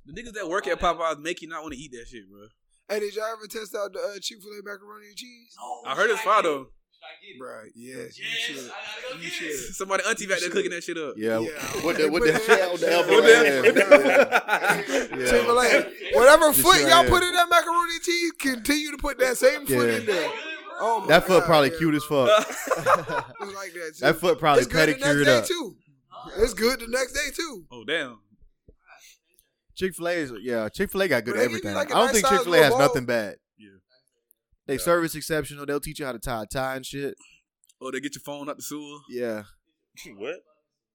[SPEAKER 4] the niggas that work at Popeyes make you not want to eat that shit, bro.
[SPEAKER 3] Hey, did y'all ever test out the uh, Chick Fil A macaroni and cheese?
[SPEAKER 4] I heard it's fire though.
[SPEAKER 8] I get it.
[SPEAKER 4] Right.
[SPEAKER 8] Yes,
[SPEAKER 4] Yes. You should.
[SPEAKER 8] I gotta go
[SPEAKER 4] You
[SPEAKER 8] get
[SPEAKER 4] should.
[SPEAKER 8] it.
[SPEAKER 4] Somebody auntie back there
[SPEAKER 8] should.
[SPEAKER 4] cooking that shit up.
[SPEAKER 2] Yeah.
[SPEAKER 3] Yeah.
[SPEAKER 2] What the what the
[SPEAKER 3] Put that
[SPEAKER 2] shit on
[SPEAKER 3] shit
[SPEAKER 2] the elbow?
[SPEAKER 3] on
[SPEAKER 2] Yeah. Yeah.
[SPEAKER 3] Timberlake. Whatever
[SPEAKER 2] Just
[SPEAKER 3] foot
[SPEAKER 2] right
[SPEAKER 3] y'all
[SPEAKER 2] here.
[SPEAKER 3] put in that macaroni and cheese, continue to put that same foot
[SPEAKER 2] Yeah.
[SPEAKER 3] in there. Oh my
[SPEAKER 2] That foot
[SPEAKER 3] God,
[SPEAKER 2] probably
[SPEAKER 3] yeah,
[SPEAKER 2] cute as
[SPEAKER 3] bro.
[SPEAKER 2] fuck.
[SPEAKER 3] It's like that. Too.
[SPEAKER 2] That foot probably
[SPEAKER 3] it's good the next
[SPEAKER 2] pedicured
[SPEAKER 3] day
[SPEAKER 2] up.
[SPEAKER 3] too. It's good the next day too.
[SPEAKER 4] Oh damn.
[SPEAKER 2] Chick Fil A is yeah. Chick Fil A got good
[SPEAKER 3] But they give you
[SPEAKER 2] everything.
[SPEAKER 3] like a
[SPEAKER 2] I don't
[SPEAKER 3] nice
[SPEAKER 2] think
[SPEAKER 3] size
[SPEAKER 2] Chick Fil A has
[SPEAKER 3] little bowl.
[SPEAKER 2] nothing bad.
[SPEAKER 4] Yeah.
[SPEAKER 2] They service exceptional. They'll teach you how to tie a tie and shit.
[SPEAKER 4] Oh, they get your phone out the sewer.
[SPEAKER 2] Yeah.
[SPEAKER 1] What?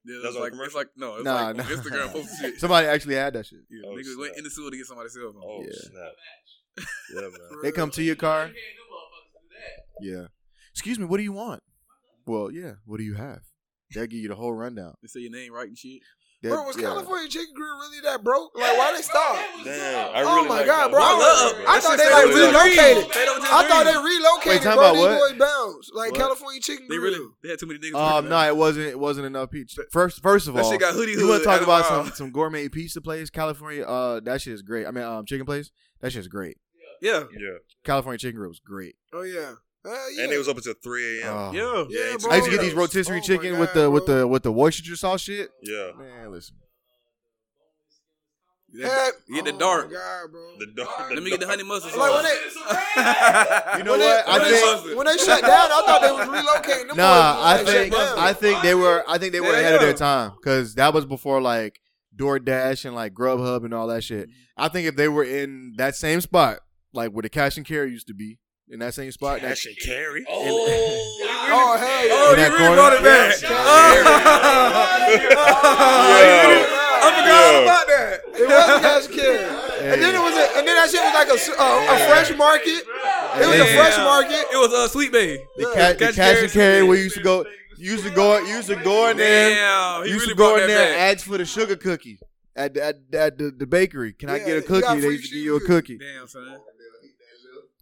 [SPEAKER 4] Yeah,
[SPEAKER 1] That's
[SPEAKER 4] it's
[SPEAKER 1] on
[SPEAKER 4] like
[SPEAKER 1] commercial?
[SPEAKER 4] it's like no, it's
[SPEAKER 2] Nah,
[SPEAKER 4] like
[SPEAKER 2] nah.
[SPEAKER 4] on Instagram post shit.
[SPEAKER 2] Somebody actually had that shit.
[SPEAKER 4] Yeah,
[SPEAKER 1] Oh,
[SPEAKER 4] niggas
[SPEAKER 1] snap.
[SPEAKER 4] went in the sewer to get somebody's cell phone.
[SPEAKER 1] Oh
[SPEAKER 2] Yeah.
[SPEAKER 1] snap! Yeah, man.
[SPEAKER 2] They come to your
[SPEAKER 8] You
[SPEAKER 2] car.
[SPEAKER 8] can't do motherfuckers do that.
[SPEAKER 2] Yeah. Excuse me. What do you want? Well, yeah. What do you have? They'll give you the whole rundown.
[SPEAKER 4] They say your name right and shit.
[SPEAKER 2] That-
[SPEAKER 3] Bro, was
[SPEAKER 2] yeah.
[SPEAKER 3] California Chicken Grill really that broke? Like, why they
[SPEAKER 8] Bro,
[SPEAKER 3] stop?
[SPEAKER 8] that was
[SPEAKER 1] Damn,
[SPEAKER 8] up.
[SPEAKER 1] I
[SPEAKER 3] Oh
[SPEAKER 1] really
[SPEAKER 3] my
[SPEAKER 1] like
[SPEAKER 3] God,
[SPEAKER 1] that
[SPEAKER 3] bro, I
[SPEAKER 1] one.
[SPEAKER 3] love-
[SPEAKER 1] Yeah.
[SPEAKER 3] I
[SPEAKER 4] That
[SPEAKER 3] thought
[SPEAKER 4] shit
[SPEAKER 3] they,
[SPEAKER 4] stay
[SPEAKER 3] like,
[SPEAKER 4] over there.
[SPEAKER 3] relocated.
[SPEAKER 4] Stay over there.
[SPEAKER 3] I thought they relocated,
[SPEAKER 2] Wait, talking
[SPEAKER 3] bro.
[SPEAKER 2] about
[SPEAKER 3] These
[SPEAKER 2] what?
[SPEAKER 3] boys bounced. Like
[SPEAKER 1] What?
[SPEAKER 3] California Chicken
[SPEAKER 4] They
[SPEAKER 3] Grill.
[SPEAKER 4] really they had too many niggas.
[SPEAKER 2] Um,
[SPEAKER 4] working
[SPEAKER 2] no,
[SPEAKER 4] there.
[SPEAKER 2] it wasn't. It wasn't enough pizza. First, first of
[SPEAKER 4] that
[SPEAKER 2] all,
[SPEAKER 4] shit got hoodie hood.
[SPEAKER 2] you want to talk
[SPEAKER 4] Adam
[SPEAKER 2] about
[SPEAKER 4] Wild.
[SPEAKER 2] some some gourmet pizza place, California? Uh, that shit is great. I mean, um, chicken place. That shit is great.
[SPEAKER 4] Yeah,
[SPEAKER 1] Yeah,
[SPEAKER 2] California chicken grill was great.
[SPEAKER 3] Oh yeah. Hell yeah.
[SPEAKER 1] and it was up until three a.m.
[SPEAKER 2] Oh.
[SPEAKER 4] yeah.
[SPEAKER 1] Yeah,
[SPEAKER 3] Yeah,
[SPEAKER 1] it's-
[SPEAKER 3] bro.
[SPEAKER 2] I used to get these
[SPEAKER 3] Burritos.
[SPEAKER 2] rotisserie
[SPEAKER 3] Oh my
[SPEAKER 2] chicken with
[SPEAKER 3] God,
[SPEAKER 2] the with
[SPEAKER 3] bro.
[SPEAKER 2] the with the Worcestershire sauce shit.
[SPEAKER 1] Yeah,
[SPEAKER 2] Man, listen.
[SPEAKER 3] Heck,
[SPEAKER 4] Get the
[SPEAKER 3] oh
[SPEAKER 4] dark.
[SPEAKER 3] my God, bro.
[SPEAKER 1] the dog.
[SPEAKER 4] Let me get the honey mustard.
[SPEAKER 3] Like, when
[SPEAKER 4] sauce.
[SPEAKER 3] they-
[SPEAKER 2] You know
[SPEAKER 3] When they,
[SPEAKER 2] what? I
[SPEAKER 3] when they-
[SPEAKER 2] think
[SPEAKER 3] when they shut down, I thought they was relocating. Them
[SPEAKER 2] nah.
[SPEAKER 3] boys,
[SPEAKER 2] I
[SPEAKER 3] like,
[SPEAKER 2] think
[SPEAKER 3] shut down.
[SPEAKER 2] I think they were I think they were
[SPEAKER 4] Yeah,
[SPEAKER 2] ahead of their
[SPEAKER 4] yeah.
[SPEAKER 2] time because that was before like DoorDash and like Grubhub and all that shit.
[SPEAKER 3] Mm-hmm.
[SPEAKER 2] I think if they were in that same spot, like where the cash and carry used to be, in that same spot, that
[SPEAKER 1] Cash and carry.
[SPEAKER 3] Oh hell yeah. Oh,
[SPEAKER 4] Oh,
[SPEAKER 2] In
[SPEAKER 4] you
[SPEAKER 2] that
[SPEAKER 4] really brought
[SPEAKER 2] corner?
[SPEAKER 4] it back.
[SPEAKER 1] Yeah.
[SPEAKER 2] Oh,
[SPEAKER 4] Oh,
[SPEAKER 1] Yeah.
[SPEAKER 4] I forgot all
[SPEAKER 1] Yeah.
[SPEAKER 4] about that.
[SPEAKER 3] It was cash and carry. And then it was, a, and then that shit was like a, s- a- a fresh market. It was a
[SPEAKER 2] Yeah.
[SPEAKER 3] fresh market.
[SPEAKER 4] It was a uh, sweet bay.
[SPEAKER 2] the, ca- the
[SPEAKER 4] Cash and
[SPEAKER 2] cash and
[SPEAKER 4] carry's
[SPEAKER 2] carry
[SPEAKER 4] good.
[SPEAKER 2] where you used to go, you used to go, you used to go in there,
[SPEAKER 4] Damn,
[SPEAKER 2] you
[SPEAKER 4] he
[SPEAKER 2] used
[SPEAKER 4] Oh, really
[SPEAKER 2] to go in
[SPEAKER 4] brought that
[SPEAKER 2] there and
[SPEAKER 4] back.
[SPEAKER 2] ask for the sugar cookie at the, at, at the, the bakery. Can I
[SPEAKER 3] Yeah,
[SPEAKER 2] get a
[SPEAKER 3] you got
[SPEAKER 2] cookie? They
[SPEAKER 3] free
[SPEAKER 2] used to give
[SPEAKER 3] sugar
[SPEAKER 2] you a cookie.
[SPEAKER 3] cookie.
[SPEAKER 4] Damn, son.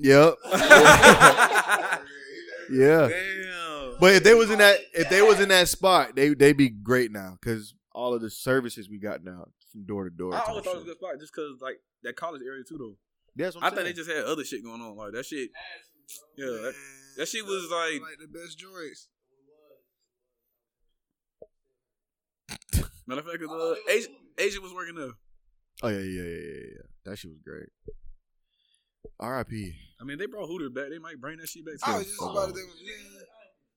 [SPEAKER 2] Yep. yeah.
[SPEAKER 4] Damn.
[SPEAKER 2] But if they was in that if they was in that spot, they they be great now because all of the services we got now from door to door.
[SPEAKER 4] I
[SPEAKER 2] type
[SPEAKER 4] always thought it was
[SPEAKER 2] shit.
[SPEAKER 4] a good spot just because like that college area too though.
[SPEAKER 2] That's what
[SPEAKER 4] I
[SPEAKER 2] I'm
[SPEAKER 4] thought they
[SPEAKER 2] saying.
[SPEAKER 4] just had other shit going on like that shit. Yeah, that, that shit was like
[SPEAKER 3] Like the best joints.
[SPEAKER 4] matter of fact, 'cause, uh, Asia, Asia was working there.
[SPEAKER 2] oh yeah, yeah, yeah, yeah, yeah. That shit was great. R.I.P.
[SPEAKER 4] I mean, they brought Hooter back. They might bring that shit back
[SPEAKER 3] I
[SPEAKER 4] too.
[SPEAKER 3] was just about to think, yeah.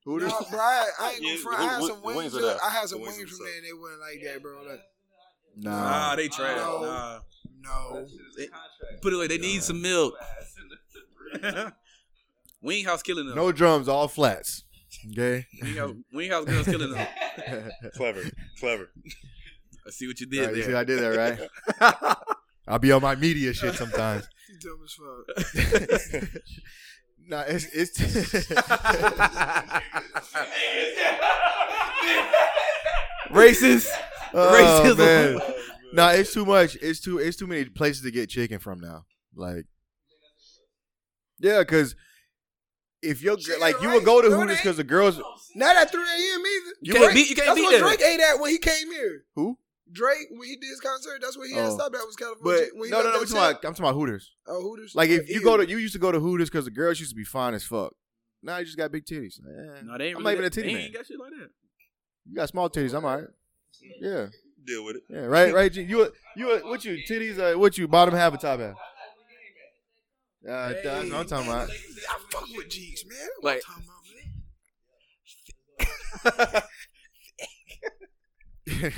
[SPEAKER 2] Who
[SPEAKER 3] Nah,
[SPEAKER 2] this-
[SPEAKER 3] bro, I, I ain't
[SPEAKER 1] Yeah,
[SPEAKER 3] gonna front. I had
[SPEAKER 1] the
[SPEAKER 3] some
[SPEAKER 1] wi-
[SPEAKER 3] wings.
[SPEAKER 1] wings are
[SPEAKER 3] look,
[SPEAKER 1] there.
[SPEAKER 3] I had some
[SPEAKER 1] The
[SPEAKER 3] wings,
[SPEAKER 1] wings are
[SPEAKER 3] from there, and they weren't like that, bro. Like,
[SPEAKER 4] Nah,
[SPEAKER 2] Nah.
[SPEAKER 4] they trash.
[SPEAKER 3] No.
[SPEAKER 4] Nah,
[SPEAKER 3] no,
[SPEAKER 4] They- put it like they need some milk. Wing House killing them.
[SPEAKER 2] No drums, all flats. Okay.
[SPEAKER 4] Wing House, Wing House girls killing them.
[SPEAKER 1] Oh, Clever, clever.
[SPEAKER 4] I see what you
[SPEAKER 2] All
[SPEAKER 4] did
[SPEAKER 2] right, you see
[SPEAKER 4] there.
[SPEAKER 2] how I did that, right? I'll be on my media shit sometimes.
[SPEAKER 3] you dumb as fuck.
[SPEAKER 2] nah, it's it's
[SPEAKER 4] Racist.
[SPEAKER 2] Oh,
[SPEAKER 4] Racism.
[SPEAKER 2] man. Nah, it's too much. It's too it's too many places to get chicken from now. Like, yeah, because if your gir-
[SPEAKER 3] Chicken
[SPEAKER 2] like you would
[SPEAKER 3] rice,
[SPEAKER 2] go to
[SPEAKER 3] no,
[SPEAKER 2] Hooters
[SPEAKER 3] they-
[SPEAKER 2] because the girls
[SPEAKER 3] Not at 3 a.m. either.
[SPEAKER 4] You
[SPEAKER 3] Drake-
[SPEAKER 4] can't beat. You can't
[SPEAKER 3] that's
[SPEAKER 4] beat
[SPEAKER 3] what
[SPEAKER 4] that.
[SPEAKER 3] Drake ate at when he came here.
[SPEAKER 2] who?
[SPEAKER 3] Drake, when he did his concert, that's where he had
[SPEAKER 2] Oh.
[SPEAKER 3] stopped at was California.
[SPEAKER 2] But
[SPEAKER 3] when he
[SPEAKER 2] no, no, no. I'm
[SPEAKER 3] left that
[SPEAKER 2] talking,
[SPEAKER 3] shit.
[SPEAKER 2] about, I'm talking about Hooters.
[SPEAKER 3] Oh, Hooters.
[SPEAKER 2] Like if
[SPEAKER 3] Oh,
[SPEAKER 2] you go to
[SPEAKER 3] ew.
[SPEAKER 2] you used to go to Hooters because the girls used to be fine as fuck. Now you just got big titties. Eh,
[SPEAKER 4] No, they ain't
[SPEAKER 2] I'm
[SPEAKER 4] really
[SPEAKER 2] not even a
[SPEAKER 4] that-
[SPEAKER 2] titty
[SPEAKER 4] they
[SPEAKER 2] man.
[SPEAKER 4] ain't got shit like that.
[SPEAKER 2] You got small titties. I'm alright. Yeah,
[SPEAKER 1] Deal with it.
[SPEAKER 2] yeah. Right, right. G. You, a- you. a- What you titties? Uh, what you bottom half or top half? Uh, that's what I'm talking about.
[SPEAKER 3] I fuck with Jeeks, man.
[SPEAKER 4] Like,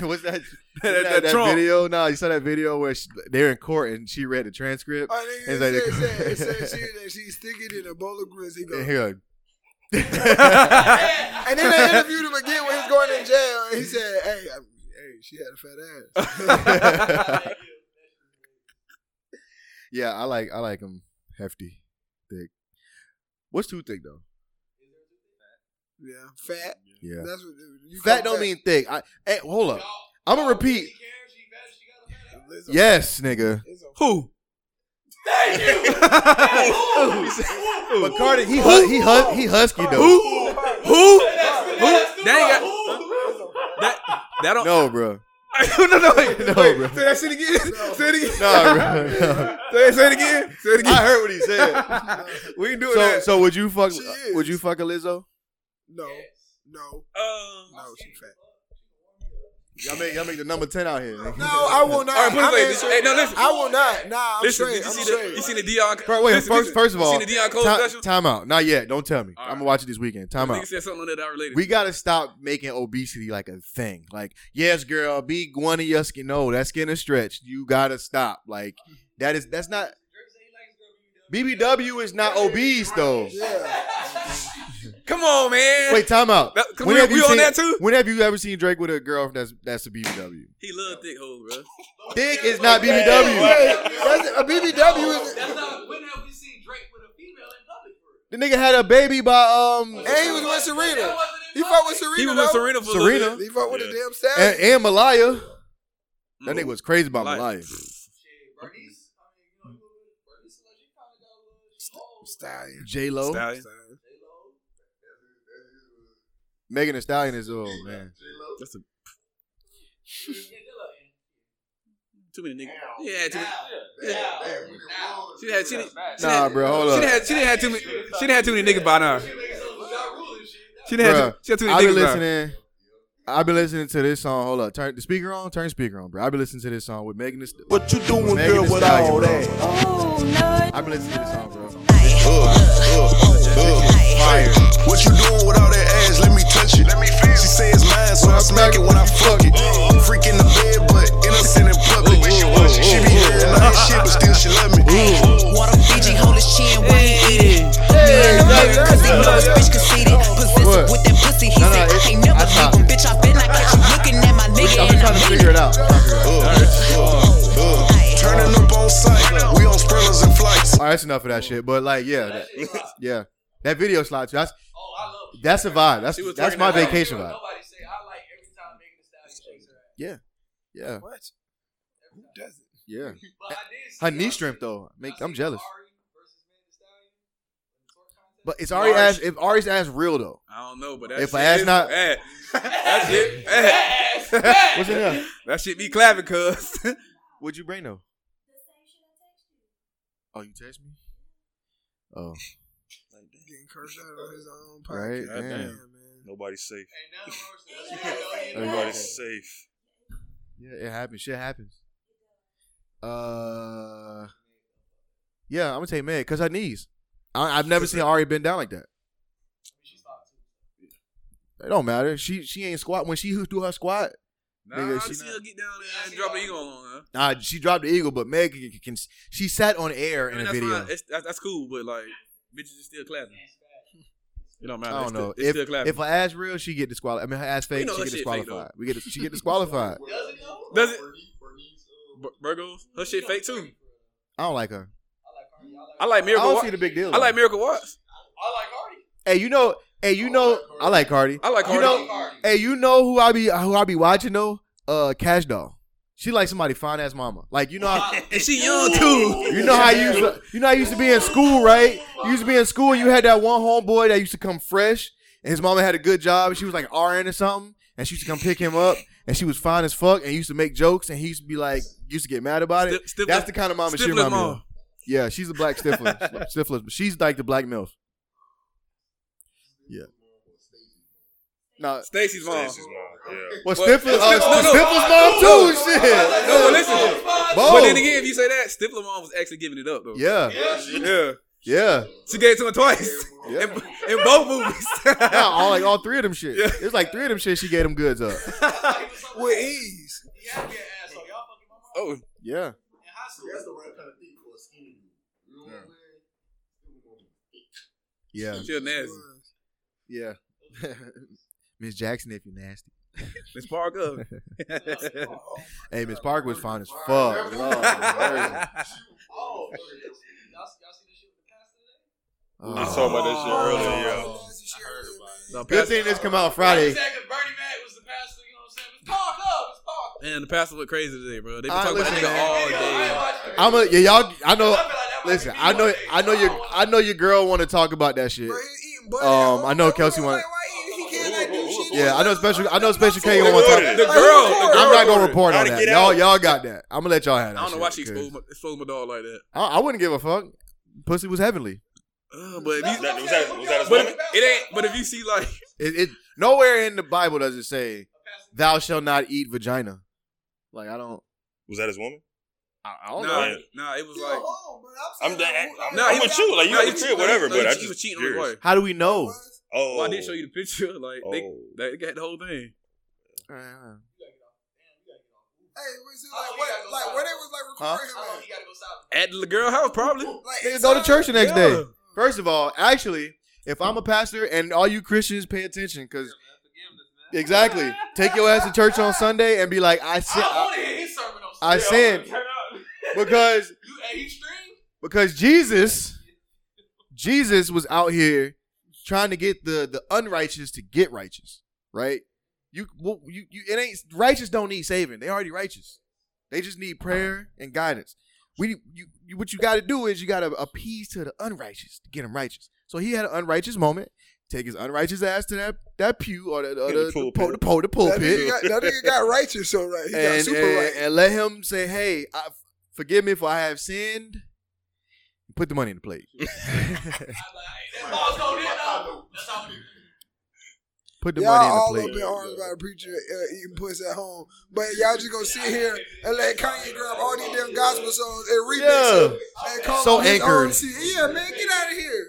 [SPEAKER 2] What's that?
[SPEAKER 4] That-
[SPEAKER 2] that,
[SPEAKER 4] that
[SPEAKER 2] that
[SPEAKER 4] Trump.
[SPEAKER 2] video? Nah, you saw that video where she, they're in court and she read the transcript.
[SPEAKER 3] Oh,
[SPEAKER 2] It's
[SPEAKER 3] nigga, it
[SPEAKER 2] like
[SPEAKER 3] said,
[SPEAKER 2] the-
[SPEAKER 3] it said, it said she, that she's sticking in a bowl of grits. He goes,
[SPEAKER 2] And he like,
[SPEAKER 3] And then they interviewed him again when he was going in jail, and he said, "Hey, I, hey, she had a fat ass."
[SPEAKER 2] yeah, I like I like him hefty, thick. What's too thick though?
[SPEAKER 3] Yeah, fat.
[SPEAKER 2] Yeah,
[SPEAKER 3] That's what you
[SPEAKER 2] fat
[SPEAKER 3] call
[SPEAKER 2] don't mean thick. I hey, hold up. I'm gonna repeat.
[SPEAKER 3] It's a-
[SPEAKER 2] Yes, nigga.
[SPEAKER 3] it's a-
[SPEAKER 4] Who?
[SPEAKER 2] But Carter, he hu- he hu- he husky though.
[SPEAKER 4] Who? Who? Who? That ain't got that. That don't.
[SPEAKER 2] No, bro.
[SPEAKER 4] No, no, no. Wait,
[SPEAKER 2] No,
[SPEAKER 4] wait.
[SPEAKER 2] bro.
[SPEAKER 4] Say that shit again. Say it again.
[SPEAKER 2] Nah, bro. No.
[SPEAKER 4] Say, say it again. Say it again.
[SPEAKER 2] I heard what he said.
[SPEAKER 4] we ain't doing
[SPEAKER 2] So
[SPEAKER 4] that.
[SPEAKER 2] so would you fuck
[SPEAKER 3] She is.
[SPEAKER 2] would you fuck a Lizzo?
[SPEAKER 3] No, no,
[SPEAKER 8] Um,
[SPEAKER 3] no, she fat.
[SPEAKER 2] Y'all make y'all make the number ten out here.
[SPEAKER 3] No, I will not.
[SPEAKER 4] All right, put it
[SPEAKER 3] I'm
[SPEAKER 4] this way,
[SPEAKER 3] in-
[SPEAKER 4] this- hey, no, listen.
[SPEAKER 3] I will not. Nah, I'm
[SPEAKER 4] Listen,
[SPEAKER 3] straight.
[SPEAKER 4] did you
[SPEAKER 3] I'm
[SPEAKER 4] see
[SPEAKER 3] straight.
[SPEAKER 4] the you seen the Dion?
[SPEAKER 2] Bro, wait.
[SPEAKER 4] listen,
[SPEAKER 2] first,
[SPEAKER 4] listen.
[SPEAKER 2] first of
[SPEAKER 4] You
[SPEAKER 2] all,
[SPEAKER 4] seen the Dion Cole
[SPEAKER 2] ti-
[SPEAKER 4] special?
[SPEAKER 2] time out. Not yet. Don't tell me.
[SPEAKER 4] All
[SPEAKER 2] I'm gonna
[SPEAKER 4] right.
[SPEAKER 2] watch it this weekend. Time out.
[SPEAKER 4] Nigga said something on there that I related.
[SPEAKER 2] We gotta stop making obesity like a thing. Like, yes, girl, be one of your skin. No, that skin is stretched. You gotta stop. Like, that is that's not. BBW is not obese though.
[SPEAKER 3] Yeah,
[SPEAKER 4] Come on, man.
[SPEAKER 2] Wait, time out.
[SPEAKER 4] That- 'cause we- we on
[SPEAKER 2] seen,
[SPEAKER 4] that too?
[SPEAKER 2] When have you ever seen Drake with a girl that's that's a BBW?
[SPEAKER 4] he loved thick hoes, bro.
[SPEAKER 2] Dick is not BBW.
[SPEAKER 3] that's a BBW is.
[SPEAKER 8] That's not. When have we seen Drake with a female in public? for real?
[SPEAKER 2] The nigga had a baby by um
[SPEAKER 3] And he was with Serena.
[SPEAKER 8] That wasn't in
[SPEAKER 3] He fuck with
[SPEAKER 8] public.
[SPEAKER 3] Serena.
[SPEAKER 4] He was with
[SPEAKER 3] though.
[SPEAKER 4] Serena for a
[SPEAKER 2] Serena?
[SPEAKER 4] little bit.
[SPEAKER 3] He fuck with
[SPEAKER 1] Yeah.
[SPEAKER 3] the damn stallion.
[SPEAKER 2] and, and Malaya. That
[SPEAKER 4] Mm.
[SPEAKER 2] nigga was crazy about
[SPEAKER 4] Malaya.
[SPEAKER 2] Malaya.
[SPEAKER 8] Shit, bro, these- I mean, you know, you know, bro, these celebrities, you kinda got a little- she old.
[SPEAKER 3] stallion.
[SPEAKER 2] J Lo,
[SPEAKER 4] Stallion.
[SPEAKER 2] Megan Thee Stallion is oh man.
[SPEAKER 4] That's a too many niggas. Yeah, too many.
[SPEAKER 8] Yeah.
[SPEAKER 4] She had she didn't. she
[SPEAKER 2] Nah,
[SPEAKER 4] didn't-
[SPEAKER 2] bro, hold
[SPEAKER 4] She
[SPEAKER 2] up.
[SPEAKER 4] didn't have she didn't have too many. She didn't have too many niggas by now. She didn't have
[SPEAKER 2] Bruh,
[SPEAKER 4] too, she had too many
[SPEAKER 2] I've been
[SPEAKER 4] niggas by now.
[SPEAKER 2] listening. I've been listening to this song. Hold up, turn the speaker on. Turn the speaker on, bro. I've been listening to this song with Megan. Thee St-
[SPEAKER 5] What you doing,
[SPEAKER 2] Megan
[SPEAKER 5] girl,
[SPEAKER 2] Thee
[SPEAKER 5] with
[SPEAKER 2] Stallion,
[SPEAKER 5] all
[SPEAKER 2] bro.
[SPEAKER 5] that?
[SPEAKER 2] I've been listening to this song, bro.
[SPEAKER 5] Fire. What you doing with all that ass? Let me touch it. Let me feel. She say it's mine, so I smack it when I fuck it. I'm freak in the bed, but innocent in public. She be hearing all that shit, but still she love me.
[SPEAKER 9] Water Fiji, hold his chin while he eat it. Me and the mirror, cause he know his bitch conceited.
[SPEAKER 2] What?
[SPEAKER 9] Possessive with that pussy, he
[SPEAKER 2] No, no,
[SPEAKER 9] said, I
[SPEAKER 2] it's-
[SPEAKER 9] ain't never
[SPEAKER 2] I
[SPEAKER 9] leave
[SPEAKER 2] thought-
[SPEAKER 9] him, bitch. I been I catch you looking at my nigga
[SPEAKER 2] I've
[SPEAKER 9] and
[SPEAKER 2] been
[SPEAKER 9] I
[SPEAKER 2] trying to
[SPEAKER 9] mean
[SPEAKER 2] figure it out.
[SPEAKER 5] Turning up on sight, we on sprinters and flights.
[SPEAKER 2] All right, Oh, that's enough of that shit. But like, yeah, that, yeah, that video slide too. That's
[SPEAKER 8] Oh, I love it.
[SPEAKER 2] that's a vibe. That's
[SPEAKER 4] She was
[SPEAKER 2] that's
[SPEAKER 4] twerking
[SPEAKER 2] my
[SPEAKER 4] that out.
[SPEAKER 2] vacation vibe.
[SPEAKER 8] Nobody say I like every time Megan Thee Stallion shakes her ass.
[SPEAKER 2] Yeah,
[SPEAKER 3] What? Who does it?
[SPEAKER 2] yeah.
[SPEAKER 8] But I did see
[SPEAKER 2] Her knee
[SPEAKER 8] y'all
[SPEAKER 2] strength
[SPEAKER 8] see-
[SPEAKER 2] though, make
[SPEAKER 8] y'all
[SPEAKER 2] I'm
[SPEAKER 8] see
[SPEAKER 2] jealous.
[SPEAKER 8] Ari versus Megan Thee Stallion in the twerk contest?
[SPEAKER 2] But it's Ari ass. If Ari's ass real though,
[SPEAKER 4] I don't know, but that
[SPEAKER 2] If
[SPEAKER 4] shit
[SPEAKER 2] I ask
[SPEAKER 4] is
[SPEAKER 2] not-
[SPEAKER 4] bad. that shit, bad.
[SPEAKER 2] what's in there?
[SPEAKER 4] that shit be clapping, cuz.
[SPEAKER 2] What'd you bring though? Oh, you text me? Oh,
[SPEAKER 3] Getting cursed out on his own
[SPEAKER 2] right.
[SPEAKER 3] podcast.
[SPEAKER 2] Damn.
[SPEAKER 3] Damn, man.
[SPEAKER 1] Nobody's safe.
[SPEAKER 8] Ain't nothing worse than that.
[SPEAKER 1] Nobody's safe.
[SPEAKER 2] Yeah, it happens. Shit happens. Uh, yeah, I'm gonna take Meg because her knees. I, I've never seen Ari bend down like that. It don't matter. She she ain't squat when she do her squat.
[SPEAKER 4] Nah,
[SPEAKER 2] Nigga,
[SPEAKER 4] I
[SPEAKER 2] she
[SPEAKER 4] see
[SPEAKER 2] not-
[SPEAKER 4] her get down there and drop an eagle on her.
[SPEAKER 2] Nah, she dropped the eagle, but Meg can, can she sat on air
[SPEAKER 4] I
[SPEAKER 2] in
[SPEAKER 4] mean,
[SPEAKER 2] a
[SPEAKER 4] that's
[SPEAKER 2] video.
[SPEAKER 4] fine. It's, that's, that's cool, but like, bitches is still clapping. It don't matter.
[SPEAKER 2] I
[SPEAKER 4] It's
[SPEAKER 2] don't know.
[SPEAKER 4] Still,
[SPEAKER 2] If
[SPEAKER 4] it's still clapping.
[SPEAKER 2] if her ass real, she get disqualified. I mean, her ass fake,
[SPEAKER 4] know
[SPEAKER 2] she
[SPEAKER 4] her
[SPEAKER 2] get
[SPEAKER 4] shit fake,
[SPEAKER 2] disqualified. we get she get disqualified.
[SPEAKER 4] Does it?
[SPEAKER 3] uh,
[SPEAKER 4] Bur- Burgos, her shit fake too.
[SPEAKER 2] I don't like her.
[SPEAKER 4] I like
[SPEAKER 2] I
[SPEAKER 4] Miracle.
[SPEAKER 2] don't
[SPEAKER 4] Wa-
[SPEAKER 2] see the big deal.
[SPEAKER 4] I like
[SPEAKER 2] though.
[SPEAKER 4] Miracle Watts.
[SPEAKER 2] Hey, you know. Hey, you know. Oh, I like Cardi.
[SPEAKER 4] I like Cardi.
[SPEAKER 2] You know. Hey, you know who I be who I be watching though? Uh, Cash Doll. She like somebody fine ass mama. Like you know. How,
[SPEAKER 4] and she young too.
[SPEAKER 2] you know how you used to, you know how you used to be in school, right? You used to be in school and you had that one homeboy that used to come fresh, and his mama had a good job. And she was like RN or something, and she used to come pick him up, and she was fine as fuck, and used to make jokes, and he used to be like, used to get mad about it.
[SPEAKER 4] Stif- Stifler's-
[SPEAKER 2] That's the kind of mama she
[SPEAKER 4] Stifler's
[SPEAKER 2] reminded me of.
[SPEAKER 4] mom.
[SPEAKER 2] Yeah, she's a black stifler, stifler, but she's like the black milf. Yeah. No,
[SPEAKER 4] Stacy's mom.
[SPEAKER 1] Stacey's mom. Yeah.
[SPEAKER 2] well,
[SPEAKER 4] Well,
[SPEAKER 2] Stifler, uh,
[SPEAKER 4] Stif- no, no.
[SPEAKER 2] Stifler's mom too. Shit.
[SPEAKER 4] No, but listen. But
[SPEAKER 3] Oh.
[SPEAKER 2] Bold.
[SPEAKER 4] then again, if you say that, Stifler mom was actually giving it up though.
[SPEAKER 2] Yeah,
[SPEAKER 4] Yeah.
[SPEAKER 2] yeah.
[SPEAKER 4] She gave it to him twice.
[SPEAKER 2] Yeah.
[SPEAKER 4] In, in both movies.
[SPEAKER 2] Nah, all like all three of them shit. It's like three of them shit. She gave them goods up.
[SPEAKER 3] With ease.
[SPEAKER 4] oh,
[SPEAKER 2] Yeah. Yeah.
[SPEAKER 4] she a nasty.
[SPEAKER 2] Yeah. Miss Jackson, if you're nasty.
[SPEAKER 4] Let's park up.
[SPEAKER 2] Hey, Miss Park was fine as fuck. Lord.
[SPEAKER 1] I was
[SPEAKER 2] Oh.
[SPEAKER 1] talking about that shit earlier, yo.
[SPEAKER 3] Oh, that's the shit earlier, man.
[SPEAKER 4] The
[SPEAKER 2] Good
[SPEAKER 4] pastor-
[SPEAKER 2] thing this come out Friday.
[SPEAKER 4] Man, the pastor look crazy today, bro. They been
[SPEAKER 2] All right,
[SPEAKER 4] talking about that
[SPEAKER 2] listen,
[SPEAKER 4] nigga all day.
[SPEAKER 2] I'm a yeah, y'all. I know. Listen, I know. I know your. I know your girl want to talk about that shit.
[SPEAKER 3] Bro, he eating butter.
[SPEAKER 2] Um, I know
[SPEAKER 3] Like,
[SPEAKER 2] Kelsey
[SPEAKER 3] why-
[SPEAKER 2] wanna-
[SPEAKER 3] why he- he can't, like, do shit?
[SPEAKER 2] Yeah, I know special. I know special K
[SPEAKER 1] Who
[SPEAKER 2] want to talk.
[SPEAKER 1] ordered it?
[SPEAKER 4] The girl, the girl.
[SPEAKER 2] I'm not gonna
[SPEAKER 4] ordered it.
[SPEAKER 2] report on
[SPEAKER 1] Gotta
[SPEAKER 2] that.
[SPEAKER 1] get
[SPEAKER 2] Y'all,
[SPEAKER 1] out.
[SPEAKER 2] y'all got that. I'm gonna let y'all have
[SPEAKER 4] I
[SPEAKER 2] that.
[SPEAKER 4] don't know
[SPEAKER 2] shit,
[SPEAKER 4] why she
[SPEAKER 2] because
[SPEAKER 4] exposed my, exposed my dog like that.
[SPEAKER 2] I, I wouldn't give a fuck. Pussy was heavenly.
[SPEAKER 4] Uh, but if you,
[SPEAKER 1] That- was that- was that his
[SPEAKER 4] but
[SPEAKER 1] woman?
[SPEAKER 4] if, it ain't. But if you see like,
[SPEAKER 2] It, it nowhere in the Bible does it say, "Thou shalt not eat vagina." Like I don't.
[SPEAKER 1] Was that his woman?
[SPEAKER 2] I, I
[SPEAKER 4] nah,
[SPEAKER 2] don't know.
[SPEAKER 1] know.
[SPEAKER 4] nah, it was
[SPEAKER 3] You're
[SPEAKER 4] like,
[SPEAKER 3] home, but
[SPEAKER 1] I'm,
[SPEAKER 3] saying-
[SPEAKER 1] i I'm,
[SPEAKER 4] Nah, he
[SPEAKER 1] I'm
[SPEAKER 4] was-
[SPEAKER 1] with you. Like you
[SPEAKER 4] nah,
[SPEAKER 1] like
[SPEAKER 4] he
[SPEAKER 1] the
[SPEAKER 4] was-
[SPEAKER 1] kid, whatever.
[SPEAKER 4] nah,
[SPEAKER 1] but
[SPEAKER 4] he
[SPEAKER 1] I
[SPEAKER 4] was-
[SPEAKER 1] just
[SPEAKER 4] he was cheating on his
[SPEAKER 1] curious.
[SPEAKER 4] wife.
[SPEAKER 2] How do we know?
[SPEAKER 1] Oh,
[SPEAKER 4] well, I did show you the picture. Like they,
[SPEAKER 1] Oh.
[SPEAKER 4] they got the whole thing.
[SPEAKER 3] Hey, was it
[SPEAKER 8] How
[SPEAKER 3] like
[SPEAKER 8] long
[SPEAKER 3] what?
[SPEAKER 8] you gotta go
[SPEAKER 3] Like
[SPEAKER 8] silent?
[SPEAKER 3] what they was like
[SPEAKER 2] Huh?
[SPEAKER 3] recording
[SPEAKER 8] How long
[SPEAKER 3] him
[SPEAKER 8] you gotta go silent?
[SPEAKER 4] At the girl house, probably.
[SPEAKER 3] at? Like
[SPEAKER 2] Nigga,
[SPEAKER 3] it's
[SPEAKER 2] go to
[SPEAKER 3] not-
[SPEAKER 2] church the next
[SPEAKER 4] Yeah.
[SPEAKER 2] day. First of all, actually, if I'm a pastor and all you Christians pay attention, because exactly, take your ass to church on Sunday and be like, I sin,
[SPEAKER 8] I
[SPEAKER 2] I,
[SPEAKER 8] wanna hear his sermon on
[SPEAKER 2] I
[SPEAKER 8] Sunday.
[SPEAKER 2] sinned.
[SPEAKER 8] Turn up.
[SPEAKER 2] because
[SPEAKER 8] You hey, you stream?
[SPEAKER 2] because Jesus, Jesus was out here trying to get the the unrighteous to get righteous, right? You well, you you it ain't righteous don't need saving. They already righteous. They just need prayer and guidance. We you, you what you got to do is you got to appease to the unrighteous to get them righteous. So he had an unrighteous moment. Take his unrighteous ass to that that pew or the, or
[SPEAKER 1] Yeah, the
[SPEAKER 2] the, the, pul-
[SPEAKER 1] pulpit.
[SPEAKER 2] the, pul- the
[SPEAKER 3] That
[SPEAKER 2] pulpit
[SPEAKER 3] nigga, got, that nigga got righteous, so right. He got
[SPEAKER 2] and,
[SPEAKER 3] super
[SPEAKER 2] and-
[SPEAKER 3] right.
[SPEAKER 2] and let him say, "Hey, I, forgive me for I have sinned." Put the money in the plate.
[SPEAKER 8] That ball's going in though. That's how we do.
[SPEAKER 2] Put the
[SPEAKER 3] y'all all
[SPEAKER 2] money in
[SPEAKER 3] up
[SPEAKER 2] the
[SPEAKER 3] in
[SPEAKER 2] plate.
[SPEAKER 3] arms about a preacher uh, eating puss at home, but y'all just gonna sit here and let Kanye grab all these damn gospel songs and remix
[SPEAKER 2] Yeah.
[SPEAKER 3] them and call
[SPEAKER 2] So
[SPEAKER 3] them his own
[SPEAKER 2] anchored.
[SPEAKER 3] shit. Yeah, man, get out of here.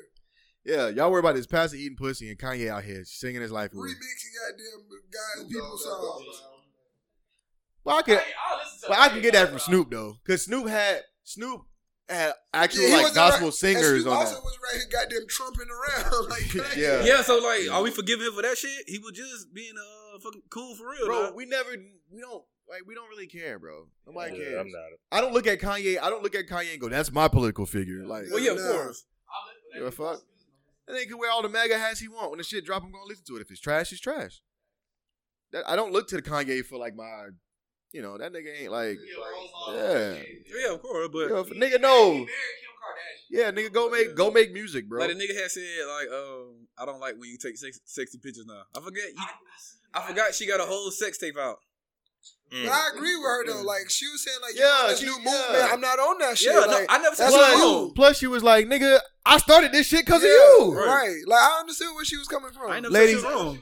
[SPEAKER 2] Yeah, y'all worry about this pastor eating pussy and Kanye out here singing his life away.
[SPEAKER 3] Remixing goddamn God's people songs.
[SPEAKER 2] Well, I could,
[SPEAKER 8] I'll listen to
[SPEAKER 2] well, I could get that from Snoop though, because Snoop had Snoop had actual like
[SPEAKER 3] wasn't
[SPEAKER 2] gospel
[SPEAKER 3] right- and
[SPEAKER 2] singers
[SPEAKER 3] Snoop
[SPEAKER 2] on
[SPEAKER 3] also
[SPEAKER 2] that.
[SPEAKER 3] was right here goddamn trumping around like crazy.
[SPEAKER 2] Yeah.
[SPEAKER 4] Yeah, so like, are we forgiving him for that shit? He was just being uh fucking cool for real,
[SPEAKER 2] Bro,
[SPEAKER 4] dog.
[SPEAKER 2] we never, we don't like, we don't really care, bro. Nobody
[SPEAKER 1] Yeah,
[SPEAKER 2] cares.
[SPEAKER 1] I'm not.
[SPEAKER 2] I don't look at Kanye. I don't look at Kanye and go, "That's my political figure." Like,
[SPEAKER 4] well, yeah, of
[SPEAKER 3] Nah.
[SPEAKER 4] course.
[SPEAKER 2] Give a fuck. And they can wear all the MAGA hats he want. When the shit drop, I'm gonna listen to it. If it's trash, it's trash. That, I don't look to the Kanye for like my, you know, that nigga ain't like, yeah,
[SPEAKER 4] Yeah, of course. But
[SPEAKER 2] Yeah, f- nigga, no,
[SPEAKER 8] Kim Kardashian.
[SPEAKER 2] yeah, nigga, go make go make music, bro.
[SPEAKER 4] like the nigga had said, like, um, I don't like when you take sex- sexy pictures now. I forget. You, I forgot she got a whole sex tape out.
[SPEAKER 2] Mm.
[SPEAKER 3] But I agree with her though. Like she was saying, like
[SPEAKER 2] Yeah,
[SPEAKER 3] yeah, this
[SPEAKER 2] she-
[SPEAKER 3] new
[SPEAKER 2] yeah.
[SPEAKER 3] movement. I'm not on that shit.
[SPEAKER 4] yeah, no,
[SPEAKER 3] like,
[SPEAKER 4] I never said
[SPEAKER 3] that's
[SPEAKER 4] she
[SPEAKER 3] what
[SPEAKER 4] was
[SPEAKER 3] you-
[SPEAKER 4] wrong.
[SPEAKER 2] plus, plus she was like, nigga, I started this shit because
[SPEAKER 3] Yeah,
[SPEAKER 2] of you.
[SPEAKER 4] Right.
[SPEAKER 3] Right. Like I understood where she was coming from.
[SPEAKER 4] I ain't never
[SPEAKER 2] Ladies-
[SPEAKER 4] said she was wrong.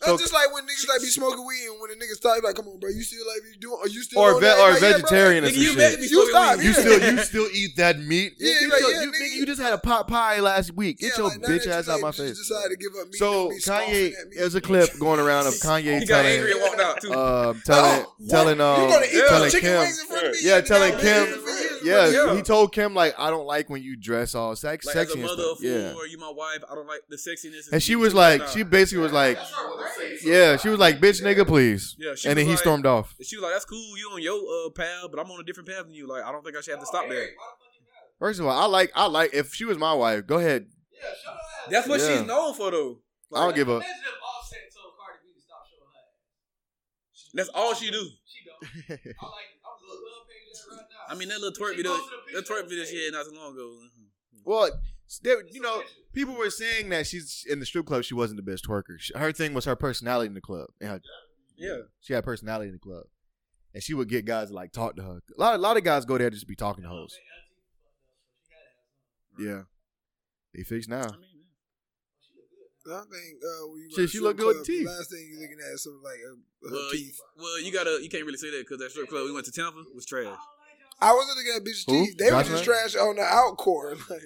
[SPEAKER 3] That's
[SPEAKER 2] So-
[SPEAKER 3] just like when niggas like be smoking weed and when a nigga stop, like, come on, bro, you still like you doing? Are you still
[SPEAKER 2] Or
[SPEAKER 3] on
[SPEAKER 2] ve-
[SPEAKER 3] that?
[SPEAKER 2] or
[SPEAKER 3] Like, yeah, bro,
[SPEAKER 2] vegetarian or
[SPEAKER 4] Nigga,
[SPEAKER 2] some
[SPEAKER 4] you
[SPEAKER 2] shit.
[SPEAKER 4] bet me
[SPEAKER 3] You stop,
[SPEAKER 2] You
[SPEAKER 3] yeah.
[SPEAKER 2] still you still eat that meat?
[SPEAKER 3] Yeah,
[SPEAKER 2] nigga, you,
[SPEAKER 3] like,
[SPEAKER 2] still-
[SPEAKER 3] yeah,
[SPEAKER 2] you-
[SPEAKER 3] nigga,
[SPEAKER 2] nigga, you just had a pot pie last week. Get
[SPEAKER 3] Yeah,
[SPEAKER 2] your
[SPEAKER 3] like, now
[SPEAKER 2] bitch
[SPEAKER 3] that
[SPEAKER 2] ass
[SPEAKER 3] you
[SPEAKER 2] out my
[SPEAKER 3] just
[SPEAKER 2] face.
[SPEAKER 3] Decided to give up meat.
[SPEAKER 2] So
[SPEAKER 3] don't be scoffing
[SPEAKER 2] Kanye,
[SPEAKER 3] at me.
[SPEAKER 2] there's a clip going around of Kanye
[SPEAKER 4] He got
[SPEAKER 2] telling
[SPEAKER 4] angry and walked out too.
[SPEAKER 2] um, telling
[SPEAKER 3] Oh, what?
[SPEAKER 2] telling
[SPEAKER 3] you
[SPEAKER 2] um,
[SPEAKER 3] gonna eat
[SPEAKER 4] yeah.
[SPEAKER 3] those
[SPEAKER 2] telling
[SPEAKER 3] chicken
[SPEAKER 2] Kim,
[SPEAKER 3] wings in front of me?
[SPEAKER 2] yeah,
[SPEAKER 3] You've been
[SPEAKER 2] telling
[SPEAKER 3] out
[SPEAKER 2] Kim,
[SPEAKER 3] there for years,
[SPEAKER 2] yeah,
[SPEAKER 3] bro.
[SPEAKER 4] Yeah.
[SPEAKER 2] he told Kim like, I don't like when you dress all sex,
[SPEAKER 4] like, as a
[SPEAKER 2] sexy and
[SPEAKER 4] mother
[SPEAKER 2] stuff.
[SPEAKER 4] of four,
[SPEAKER 2] Yeah,
[SPEAKER 4] you my wife. I don't like the sexiness.
[SPEAKER 2] and she was like, she basically was like, yeah, she was like, bitch, nigga, please.
[SPEAKER 4] Yeah, she
[SPEAKER 2] And then
[SPEAKER 4] was
[SPEAKER 2] he
[SPEAKER 4] like-
[SPEAKER 2] stormed off.
[SPEAKER 4] And she was like, that's cool. You on your uh, path, but I'm on a different path than you. Like, I don't think I should have to stop there.
[SPEAKER 2] First of all, I like, I like. If she was my wife, go ahead.
[SPEAKER 4] That's what
[SPEAKER 2] Yeah.
[SPEAKER 4] she's known for, though.
[SPEAKER 2] I don't give up.
[SPEAKER 8] Imagine if Offset told Cardi B to stop showing her ass.
[SPEAKER 4] That's all she do.
[SPEAKER 8] She don't. I like it. I'm a little love page right now.
[SPEAKER 4] I mean, that little twerk
[SPEAKER 8] She
[SPEAKER 4] video,
[SPEAKER 8] posted a
[SPEAKER 4] that
[SPEAKER 8] picture
[SPEAKER 4] twerk video
[SPEAKER 8] of
[SPEAKER 4] she had not too long ago. Mm-hmm.
[SPEAKER 2] Well, there, you know, people were saying that she's in the strip club. She wasn't the best twerker. She- Her thing was her personality in the club and her
[SPEAKER 4] Yeah,
[SPEAKER 2] She had personality in the club. And she would get guys to like talk to her. A lot, a lot of guys go there just to be talking to hoes. Yeah. They fixed now.
[SPEAKER 4] I mean,
[SPEAKER 3] I think uh, we
[SPEAKER 2] Shit, she look good with teeth.
[SPEAKER 3] Last thing you looking at is something like uh, her
[SPEAKER 4] well, you,
[SPEAKER 3] teeth.
[SPEAKER 4] well, you gotta, you can't really say that because that strip club we went to Tampa was trash.
[SPEAKER 3] I wasn't looking at bitches'
[SPEAKER 2] Who?
[SPEAKER 3] teeth. They were
[SPEAKER 2] Josh
[SPEAKER 3] just
[SPEAKER 2] Lynn?
[SPEAKER 3] trash on the outcore. Like,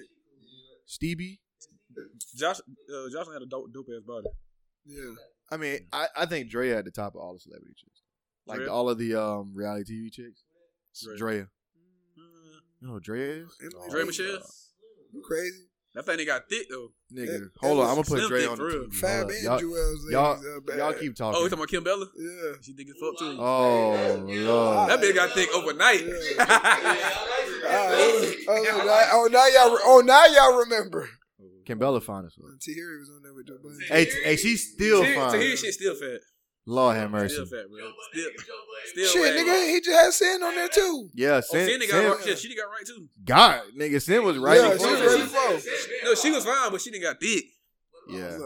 [SPEAKER 2] Stevie?
[SPEAKER 4] Josh, uh, Josh had a dope, dope ass body.
[SPEAKER 3] yeah.
[SPEAKER 2] I mean, I, I think Drea at the top of all the celebrity chicks. Like
[SPEAKER 4] Drea?
[SPEAKER 2] all of the um reality TV chicks. Drea.
[SPEAKER 4] Drea.
[SPEAKER 2] Drea.
[SPEAKER 4] Mm-hmm.
[SPEAKER 2] You know who Drea is?
[SPEAKER 4] Oh, Dre Michelle,
[SPEAKER 3] You crazy?
[SPEAKER 4] that thing they got thick though.
[SPEAKER 2] Nigga.
[SPEAKER 3] That-
[SPEAKER 2] Hold
[SPEAKER 3] that
[SPEAKER 2] on, I'm gonna
[SPEAKER 3] was
[SPEAKER 2] put
[SPEAKER 4] slim
[SPEAKER 2] Drea
[SPEAKER 4] thick
[SPEAKER 2] on the
[SPEAKER 4] for real.
[SPEAKER 2] TV.
[SPEAKER 3] Fab
[SPEAKER 2] Hold
[SPEAKER 3] and
[SPEAKER 2] up.
[SPEAKER 3] Jewel's
[SPEAKER 2] Y'all,
[SPEAKER 3] ladies, uh,
[SPEAKER 2] y'all,
[SPEAKER 3] bad.
[SPEAKER 2] y'all keep
[SPEAKER 4] Oh, we
[SPEAKER 2] talking.
[SPEAKER 4] talking about Kim Bella?
[SPEAKER 3] Yeah.
[SPEAKER 4] She think it's fuck too.
[SPEAKER 2] Oh, Lord.
[SPEAKER 4] That bitch got thick overnight.
[SPEAKER 3] Oh, so now, oh now y'all re- oh now y'all remember.
[SPEAKER 2] Can Bella find us?
[SPEAKER 3] Tahiri was on there with Joe Budden.
[SPEAKER 2] Hey, t- hey, she's still
[SPEAKER 4] So
[SPEAKER 2] fine.
[SPEAKER 4] here shit still fat.
[SPEAKER 2] Lord have mercy.
[SPEAKER 4] Still fat, bro. Still, still
[SPEAKER 3] Shit,
[SPEAKER 4] wag.
[SPEAKER 3] nigga, he just had sin on there too.
[SPEAKER 2] Yeah,
[SPEAKER 4] Oh,
[SPEAKER 2] Sin,
[SPEAKER 4] Cindy got
[SPEAKER 2] Sin,
[SPEAKER 4] right. Yeah, she done got right too.
[SPEAKER 2] God, nigga, Sin was right
[SPEAKER 3] Yeah,
[SPEAKER 2] in
[SPEAKER 3] she
[SPEAKER 2] front
[SPEAKER 3] was
[SPEAKER 2] of us.
[SPEAKER 3] ready
[SPEAKER 8] Oh,
[SPEAKER 3] for.
[SPEAKER 4] No, she was fine, but she didn't got thick.
[SPEAKER 2] Yeah.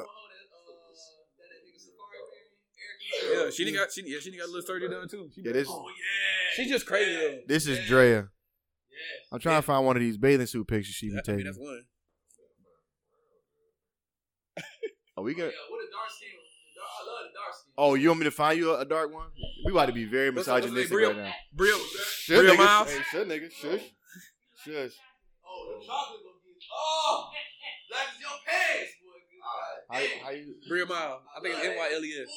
[SPEAKER 4] Yeah, she didn't got. She, yeah, she didn't got a little thirty done too. She,
[SPEAKER 2] Yeah, this
[SPEAKER 4] she just crazy though.
[SPEAKER 2] this is Drea. I'm trying to find one of these bathing suit pictures she be
[SPEAKER 4] That- I mean,
[SPEAKER 2] taking.
[SPEAKER 4] that's one.
[SPEAKER 2] Are Oh, we
[SPEAKER 8] Yeah,
[SPEAKER 2] gonna?
[SPEAKER 8] what a dark skin. dar- I love the dark skin.
[SPEAKER 2] Oh, you want me to find you a, a dark one? We about to be very
[SPEAKER 4] Let's- let's
[SPEAKER 2] misogynistic
[SPEAKER 4] say Bria-
[SPEAKER 2] right now.
[SPEAKER 4] Bria,
[SPEAKER 2] Shush,
[SPEAKER 4] Bria
[SPEAKER 2] nigga.
[SPEAKER 4] Miles.
[SPEAKER 2] Hey, shush, nigga. Shush. Shush.
[SPEAKER 8] Oh, the chocolate gonna be. Oh, black is your pants, boy. Good God.
[SPEAKER 2] How, how you?
[SPEAKER 4] Bria Miles. I think it's NYLES.
[SPEAKER 8] Ooh, real miles.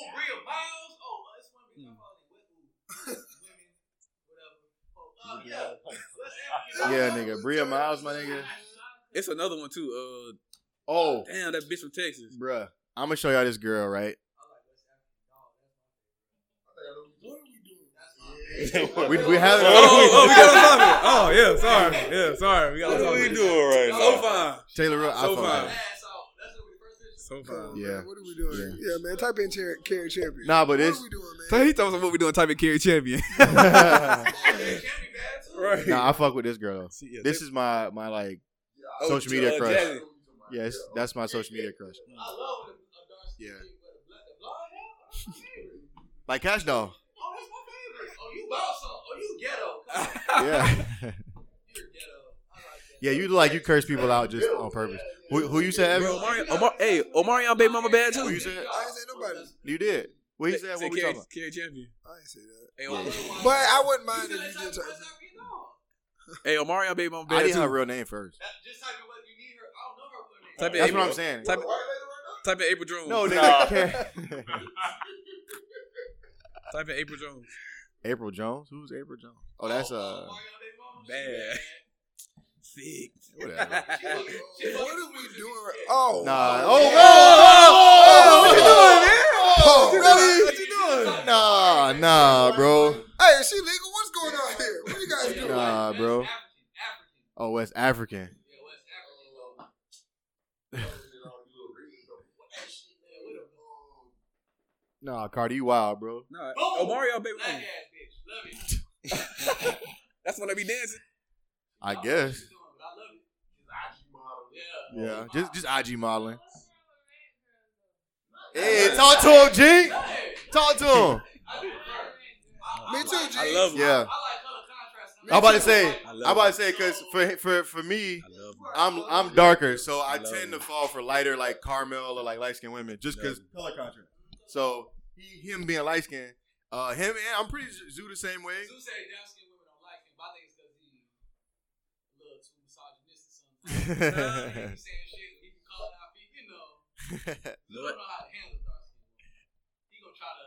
[SPEAKER 8] Oh, well, it's one thing I'm calling it. Wet ooh. Women, whatever. Oh, uh, yeah. Let's
[SPEAKER 2] Yeah, nigga. Bria Miles, my nigga.
[SPEAKER 4] It's another one too.
[SPEAKER 2] Oh,
[SPEAKER 4] Uh, damn, that bitch from Texas.
[SPEAKER 2] bruh. I'm gonna show y'all this girl, right? we we have.
[SPEAKER 4] Oh, oh, oh, we got a topic. Oh, yeah, sorry. Yeah, sorry. We got a
[SPEAKER 1] What are we
[SPEAKER 4] topic.
[SPEAKER 1] doing right
[SPEAKER 4] So
[SPEAKER 1] now?
[SPEAKER 4] fine.
[SPEAKER 2] Taylor, real
[SPEAKER 4] So
[SPEAKER 8] Ass
[SPEAKER 2] iPhone.
[SPEAKER 4] fine.
[SPEAKER 8] out. That's gonna be the first picture.
[SPEAKER 4] So
[SPEAKER 3] Come on,
[SPEAKER 4] fine.
[SPEAKER 2] Yeah.
[SPEAKER 3] man, What are we doing? Yeah, man. Type in Cher- Karen Champion.
[SPEAKER 2] Nah, but
[SPEAKER 3] What
[SPEAKER 2] it's.
[SPEAKER 3] are we doing, man?
[SPEAKER 4] So he told us what we doing. Type in Carrie Champion.
[SPEAKER 2] nah,
[SPEAKER 8] It can't be bad, too.
[SPEAKER 4] right.
[SPEAKER 2] I fuck with this girl. though.
[SPEAKER 4] See, yeah,
[SPEAKER 2] This is my my like
[SPEAKER 4] oh,
[SPEAKER 2] social
[SPEAKER 4] uh,
[SPEAKER 2] media crush.
[SPEAKER 4] Jazzy.
[SPEAKER 2] Yes, that's my social media crush.
[SPEAKER 8] I love when a dark skin
[SPEAKER 2] Yeah.
[SPEAKER 8] chick with a black- the blonde hair. Oh, that's my favorite.
[SPEAKER 2] Like Cash Doll.
[SPEAKER 8] Oh, that's my favorite. Oh, you bounce on. Oh, you ghetto. Come on,
[SPEAKER 2] Yeah.
[SPEAKER 8] You're ghetto. I like that.
[SPEAKER 2] yeah, you like you curse people out just on purpose. Who who you said?
[SPEAKER 4] Bro, Omari, Omar, hey, Omarion Baby Mama bad too.
[SPEAKER 2] Who you said?
[SPEAKER 3] I ain't say nobody.
[SPEAKER 2] You did. What he said? What
[SPEAKER 4] Said
[SPEAKER 2] we
[SPEAKER 4] Carrie-
[SPEAKER 2] talking about?
[SPEAKER 4] Carrie Champion.
[SPEAKER 3] I ain't say that.
[SPEAKER 4] Hey, Omar,
[SPEAKER 3] But I wouldn't mind if you did type.
[SPEAKER 8] That's how we know.
[SPEAKER 4] hey, Omarion Baby Mama
[SPEAKER 2] I
[SPEAKER 4] bad
[SPEAKER 2] didn't have her
[SPEAKER 4] too.
[SPEAKER 2] real name first.
[SPEAKER 8] That- Just type in what you need her. I don't know her real name.
[SPEAKER 4] Type in
[SPEAKER 2] That's what
[SPEAKER 4] April.
[SPEAKER 2] I'm saying.
[SPEAKER 4] Type
[SPEAKER 8] Right later, right now?
[SPEAKER 4] in- Type in April Jones.
[SPEAKER 2] No, nigga.
[SPEAKER 1] Nah.
[SPEAKER 2] Car-
[SPEAKER 4] Type in April Jones.
[SPEAKER 2] April Jones. Who's April Jones? Oh, that's uh.
[SPEAKER 8] Mario Baby Mama, she
[SPEAKER 4] Oh, Bad. Sick.
[SPEAKER 2] Whatever.
[SPEAKER 3] What are we doing? right- Oh,
[SPEAKER 2] Nah.
[SPEAKER 3] oh,
[SPEAKER 2] Oh, oh, oh, oh,
[SPEAKER 3] what you
[SPEAKER 2] oh,
[SPEAKER 3] doing, man?
[SPEAKER 2] oh,
[SPEAKER 3] really?
[SPEAKER 2] What you doing? Nah, nah, bro.
[SPEAKER 3] Hey, is she legal? What's going on here? What you guys doing?
[SPEAKER 2] Nah, bro. Oh, West African. Nah, Cardi, you wild, bro.
[SPEAKER 4] Nah,
[SPEAKER 8] Boom.
[SPEAKER 4] Omarion Baby
[SPEAKER 8] Black
[SPEAKER 4] Mama.
[SPEAKER 8] ass bitch. Love it.
[SPEAKER 4] That's when they be dancing.
[SPEAKER 2] I guess.
[SPEAKER 8] She's doing, but I love it. She's IG model. Yeah.
[SPEAKER 2] Yeah, just just IG modeling. Hey, talk to him, G. Talk to him.
[SPEAKER 8] I do her.
[SPEAKER 3] Me too, G.
[SPEAKER 4] I love her.
[SPEAKER 2] Yeah,
[SPEAKER 8] I like color contrast.
[SPEAKER 2] I'm about to say.
[SPEAKER 4] I
[SPEAKER 2] I'm
[SPEAKER 4] love
[SPEAKER 2] about
[SPEAKER 4] her.
[SPEAKER 2] to say because for for for me,
[SPEAKER 4] I love her.
[SPEAKER 2] I'm I'm darker, so
[SPEAKER 4] I
[SPEAKER 2] I
[SPEAKER 4] love
[SPEAKER 2] tend
[SPEAKER 4] it.
[SPEAKER 2] to fall for lighter like Carmel or like light skinned women just because color contrast. So he, him being light skinned, uh, him and I'm pretty sure Zoo the same way.
[SPEAKER 8] Sue said dark skinned women don't like him, but I think it's 'cause he a little too misogynistic sometimes. Nah, he be saying shit, he be calling out people, you know. You don't know how to handle dark skinned women. He gonna try to.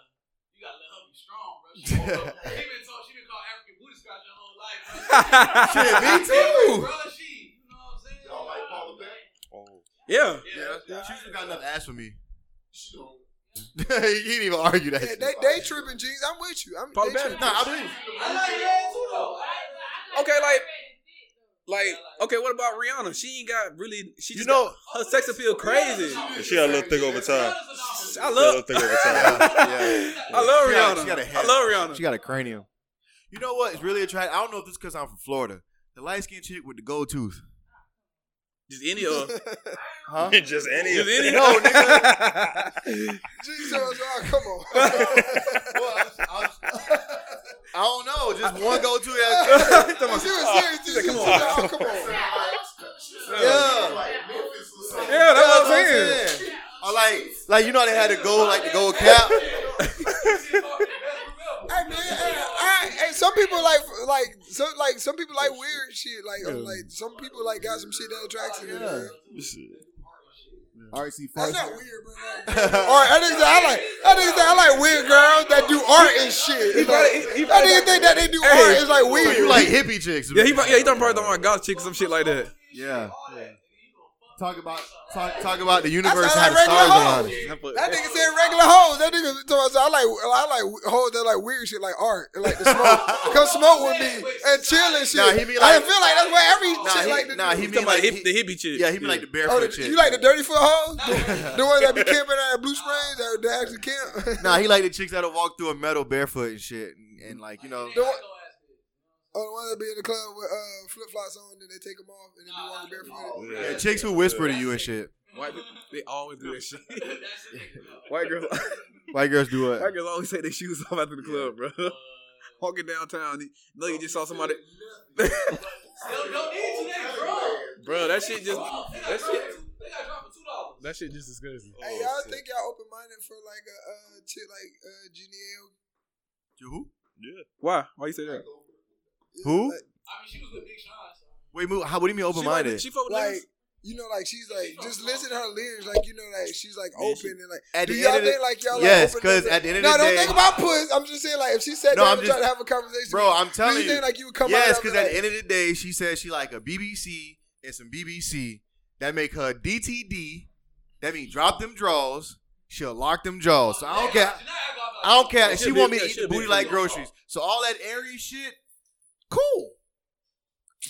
[SPEAKER 8] You gotta let her be strong, bro. She, woke up- she been told she been called African booty scratch her whole life. Bro.
[SPEAKER 2] Shit, me too.
[SPEAKER 8] bro, she. You know what I'm saying?
[SPEAKER 6] Y'all like Paula Beck?
[SPEAKER 1] Oh,
[SPEAKER 4] Yeah.
[SPEAKER 8] Yeah.
[SPEAKER 2] She still got enough ass for me. you didn't even argue that.
[SPEAKER 3] Yeah,
[SPEAKER 2] shit.
[SPEAKER 3] they, they tripping, G's. I'm with you. I'm
[SPEAKER 4] Paul
[SPEAKER 3] they tripping.
[SPEAKER 4] Bannon.
[SPEAKER 2] Nah, I believe.
[SPEAKER 8] I like that too, though. I-
[SPEAKER 4] Okay, like, like, okay, what about Rihanna? She ain't got really. She
[SPEAKER 2] You
[SPEAKER 4] just
[SPEAKER 2] know-
[SPEAKER 4] got- her sex appeal crazy.
[SPEAKER 1] she had a little thick over
[SPEAKER 4] I
[SPEAKER 1] time. She had a little
[SPEAKER 4] love,
[SPEAKER 1] thick over time.
[SPEAKER 2] Yeah.
[SPEAKER 4] I love
[SPEAKER 2] She got- she
[SPEAKER 4] Rihanna.
[SPEAKER 2] got a
[SPEAKER 4] I
[SPEAKER 2] head.
[SPEAKER 4] love Rihanna.
[SPEAKER 2] She got a cranium. You know what? It's really attractive. I don't know if this because I'm from Florida. The light skinned chick with the gold tooth.
[SPEAKER 4] just any of.
[SPEAKER 2] Huh?
[SPEAKER 1] Just any.
[SPEAKER 4] Just any
[SPEAKER 2] No,
[SPEAKER 4] of.
[SPEAKER 3] G's, oh, come on.
[SPEAKER 2] I, don't know. Just one gold tooth. that-
[SPEAKER 3] She was serious. She said, come on. Oh, come on.
[SPEAKER 2] yeah.
[SPEAKER 4] Yeah,
[SPEAKER 2] what
[SPEAKER 4] that's what I'm
[SPEAKER 2] I'm
[SPEAKER 4] saying.
[SPEAKER 2] saying. Or like, like you know how they had the gold, like the gold cap.
[SPEAKER 3] Hey, man. Hey, I, hey, some people like, like, so, like, some people like weird shit. Like, or, like, some people like got some shit that attracts them. man.
[SPEAKER 2] RC
[SPEAKER 3] That's not weird, bro.
[SPEAKER 2] E
[SPEAKER 3] Or I think that I like, I think that I like weird girls that do art and shit. It's
[SPEAKER 4] probably-
[SPEAKER 3] like,
[SPEAKER 4] he-
[SPEAKER 3] I
[SPEAKER 4] he probably-
[SPEAKER 3] think that they do
[SPEAKER 4] Hey.
[SPEAKER 3] art is like
[SPEAKER 2] So
[SPEAKER 3] weird.
[SPEAKER 2] you like hippie chicks?
[SPEAKER 4] Yeah, he probably, yeah, he done probably done like goth chick or some shit like that.
[SPEAKER 2] Yeah. Talk about talk, talk about the universe and
[SPEAKER 3] That's
[SPEAKER 2] how the
[SPEAKER 3] not like regular
[SPEAKER 2] stars align.
[SPEAKER 3] hoes.
[SPEAKER 4] That put-
[SPEAKER 3] That nigga said regular hoes. That nigga told us I like I like hoes that like weird shit like art and like the smoke. Come smoke with me and chill and shit.
[SPEAKER 2] Nah, he be
[SPEAKER 3] I
[SPEAKER 2] like-
[SPEAKER 3] didn't feel like that's what every
[SPEAKER 2] Nah,
[SPEAKER 3] chick
[SPEAKER 2] he-
[SPEAKER 3] like to
[SPEAKER 2] nah,
[SPEAKER 3] do.
[SPEAKER 2] he
[SPEAKER 4] He
[SPEAKER 2] mean
[SPEAKER 4] talking about
[SPEAKER 2] like
[SPEAKER 4] the,
[SPEAKER 2] he-
[SPEAKER 4] hip, the hippie chick.
[SPEAKER 2] Yeah, he be like the barefoot
[SPEAKER 3] Oh, the,
[SPEAKER 2] chick.
[SPEAKER 3] you like the dirty foot hoes? The, the ones that be camping out at Blue Springs that, that actually camp.
[SPEAKER 2] Nah, he like the chicks that'll walk through a meadow barefoot and shit, and, and like you know.
[SPEAKER 3] The one- Oh, the ones that be in the club with uh, flip flops on, then they take them off and then be walking barefoot.
[SPEAKER 2] Yeah, chicks who whisper to you and shit.
[SPEAKER 4] White, people- they always do that shit. White girls,
[SPEAKER 2] White girls do
[SPEAKER 4] white
[SPEAKER 2] it.
[SPEAKER 4] girls always take their shoes off after the club,
[SPEAKER 8] Uh,
[SPEAKER 4] bro. Walking downtown, you know you just saw somebody.
[SPEAKER 8] Don't need to, they drunk.
[SPEAKER 4] Bro, that shit just
[SPEAKER 8] They got drunk for $2.
[SPEAKER 4] That shit just disgusting.
[SPEAKER 3] Hey, y'all think y'all open minded for like a uh, chick like uh, Janelle?
[SPEAKER 4] Why? Why you say that?
[SPEAKER 2] Who?
[SPEAKER 8] I mean, she was with Big Sean, so.
[SPEAKER 2] Wait, move. How? What do you mean open minded?
[SPEAKER 4] She fuck with
[SPEAKER 3] Like,
[SPEAKER 4] niggas?
[SPEAKER 3] you know, like she's like just listen to her lyrics, like you know, like she's like open and like.
[SPEAKER 2] At
[SPEAKER 3] do
[SPEAKER 2] the
[SPEAKER 3] y'all
[SPEAKER 2] end of
[SPEAKER 3] think
[SPEAKER 2] the,
[SPEAKER 3] like y'all
[SPEAKER 2] yes,
[SPEAKER 3] like
[SPEAKER 2] because
[SPEAKER 3] open?
[SPEAKER 2] at the end of
[SPEAKER 3] no,
[SPEAKER 2] the
[SPEAKER 3] don't
[SPEAKER 2] day,
[SPEAKER 3] think about puss. I'm just saying like if she sat
[SPEAKER 2] No,
[SPEAKER 3] down
[SPEAKER 2] I'm
[SPEAKER 3] and
[SPEAKER 2] just-
[SPEAKER 3] tried to have a conversation,
[SPEAKER 2] bro. I'm
[SPEAKER 3] do you
[SPEAKER 2] telling
[SPEAKER 3] think
[SPEAKER 2] you.
[SPEAKER 3] like you would come? out
[SPEAKER 2] Yes,
[SPEAKER 3] and be
[SPEAKER 2] because at
[SPEAKER 3] like,
[SPEAKER 2] the end of the day, she said she like a BBC and some BBC. That make her DTD. That mean drop them draws. She'll lock them jaws. So I don't care. I don't care. She
[SPEAKER 4] She'll
[SPEAKER 2] want me
[SPEAKER 4] be-
[SPEAKER 2] to
[SPEAKER 4] yeah,
[SPEAKER 2] eat
[SPEAKER 4] she'll
[SPEAKER 2] the
[SPEAKER 4] be
[SPEAKER 2] booty
[SPEAKER 4] cool.
[SPEAKER 2] like groceries. So all that airy shit, cool.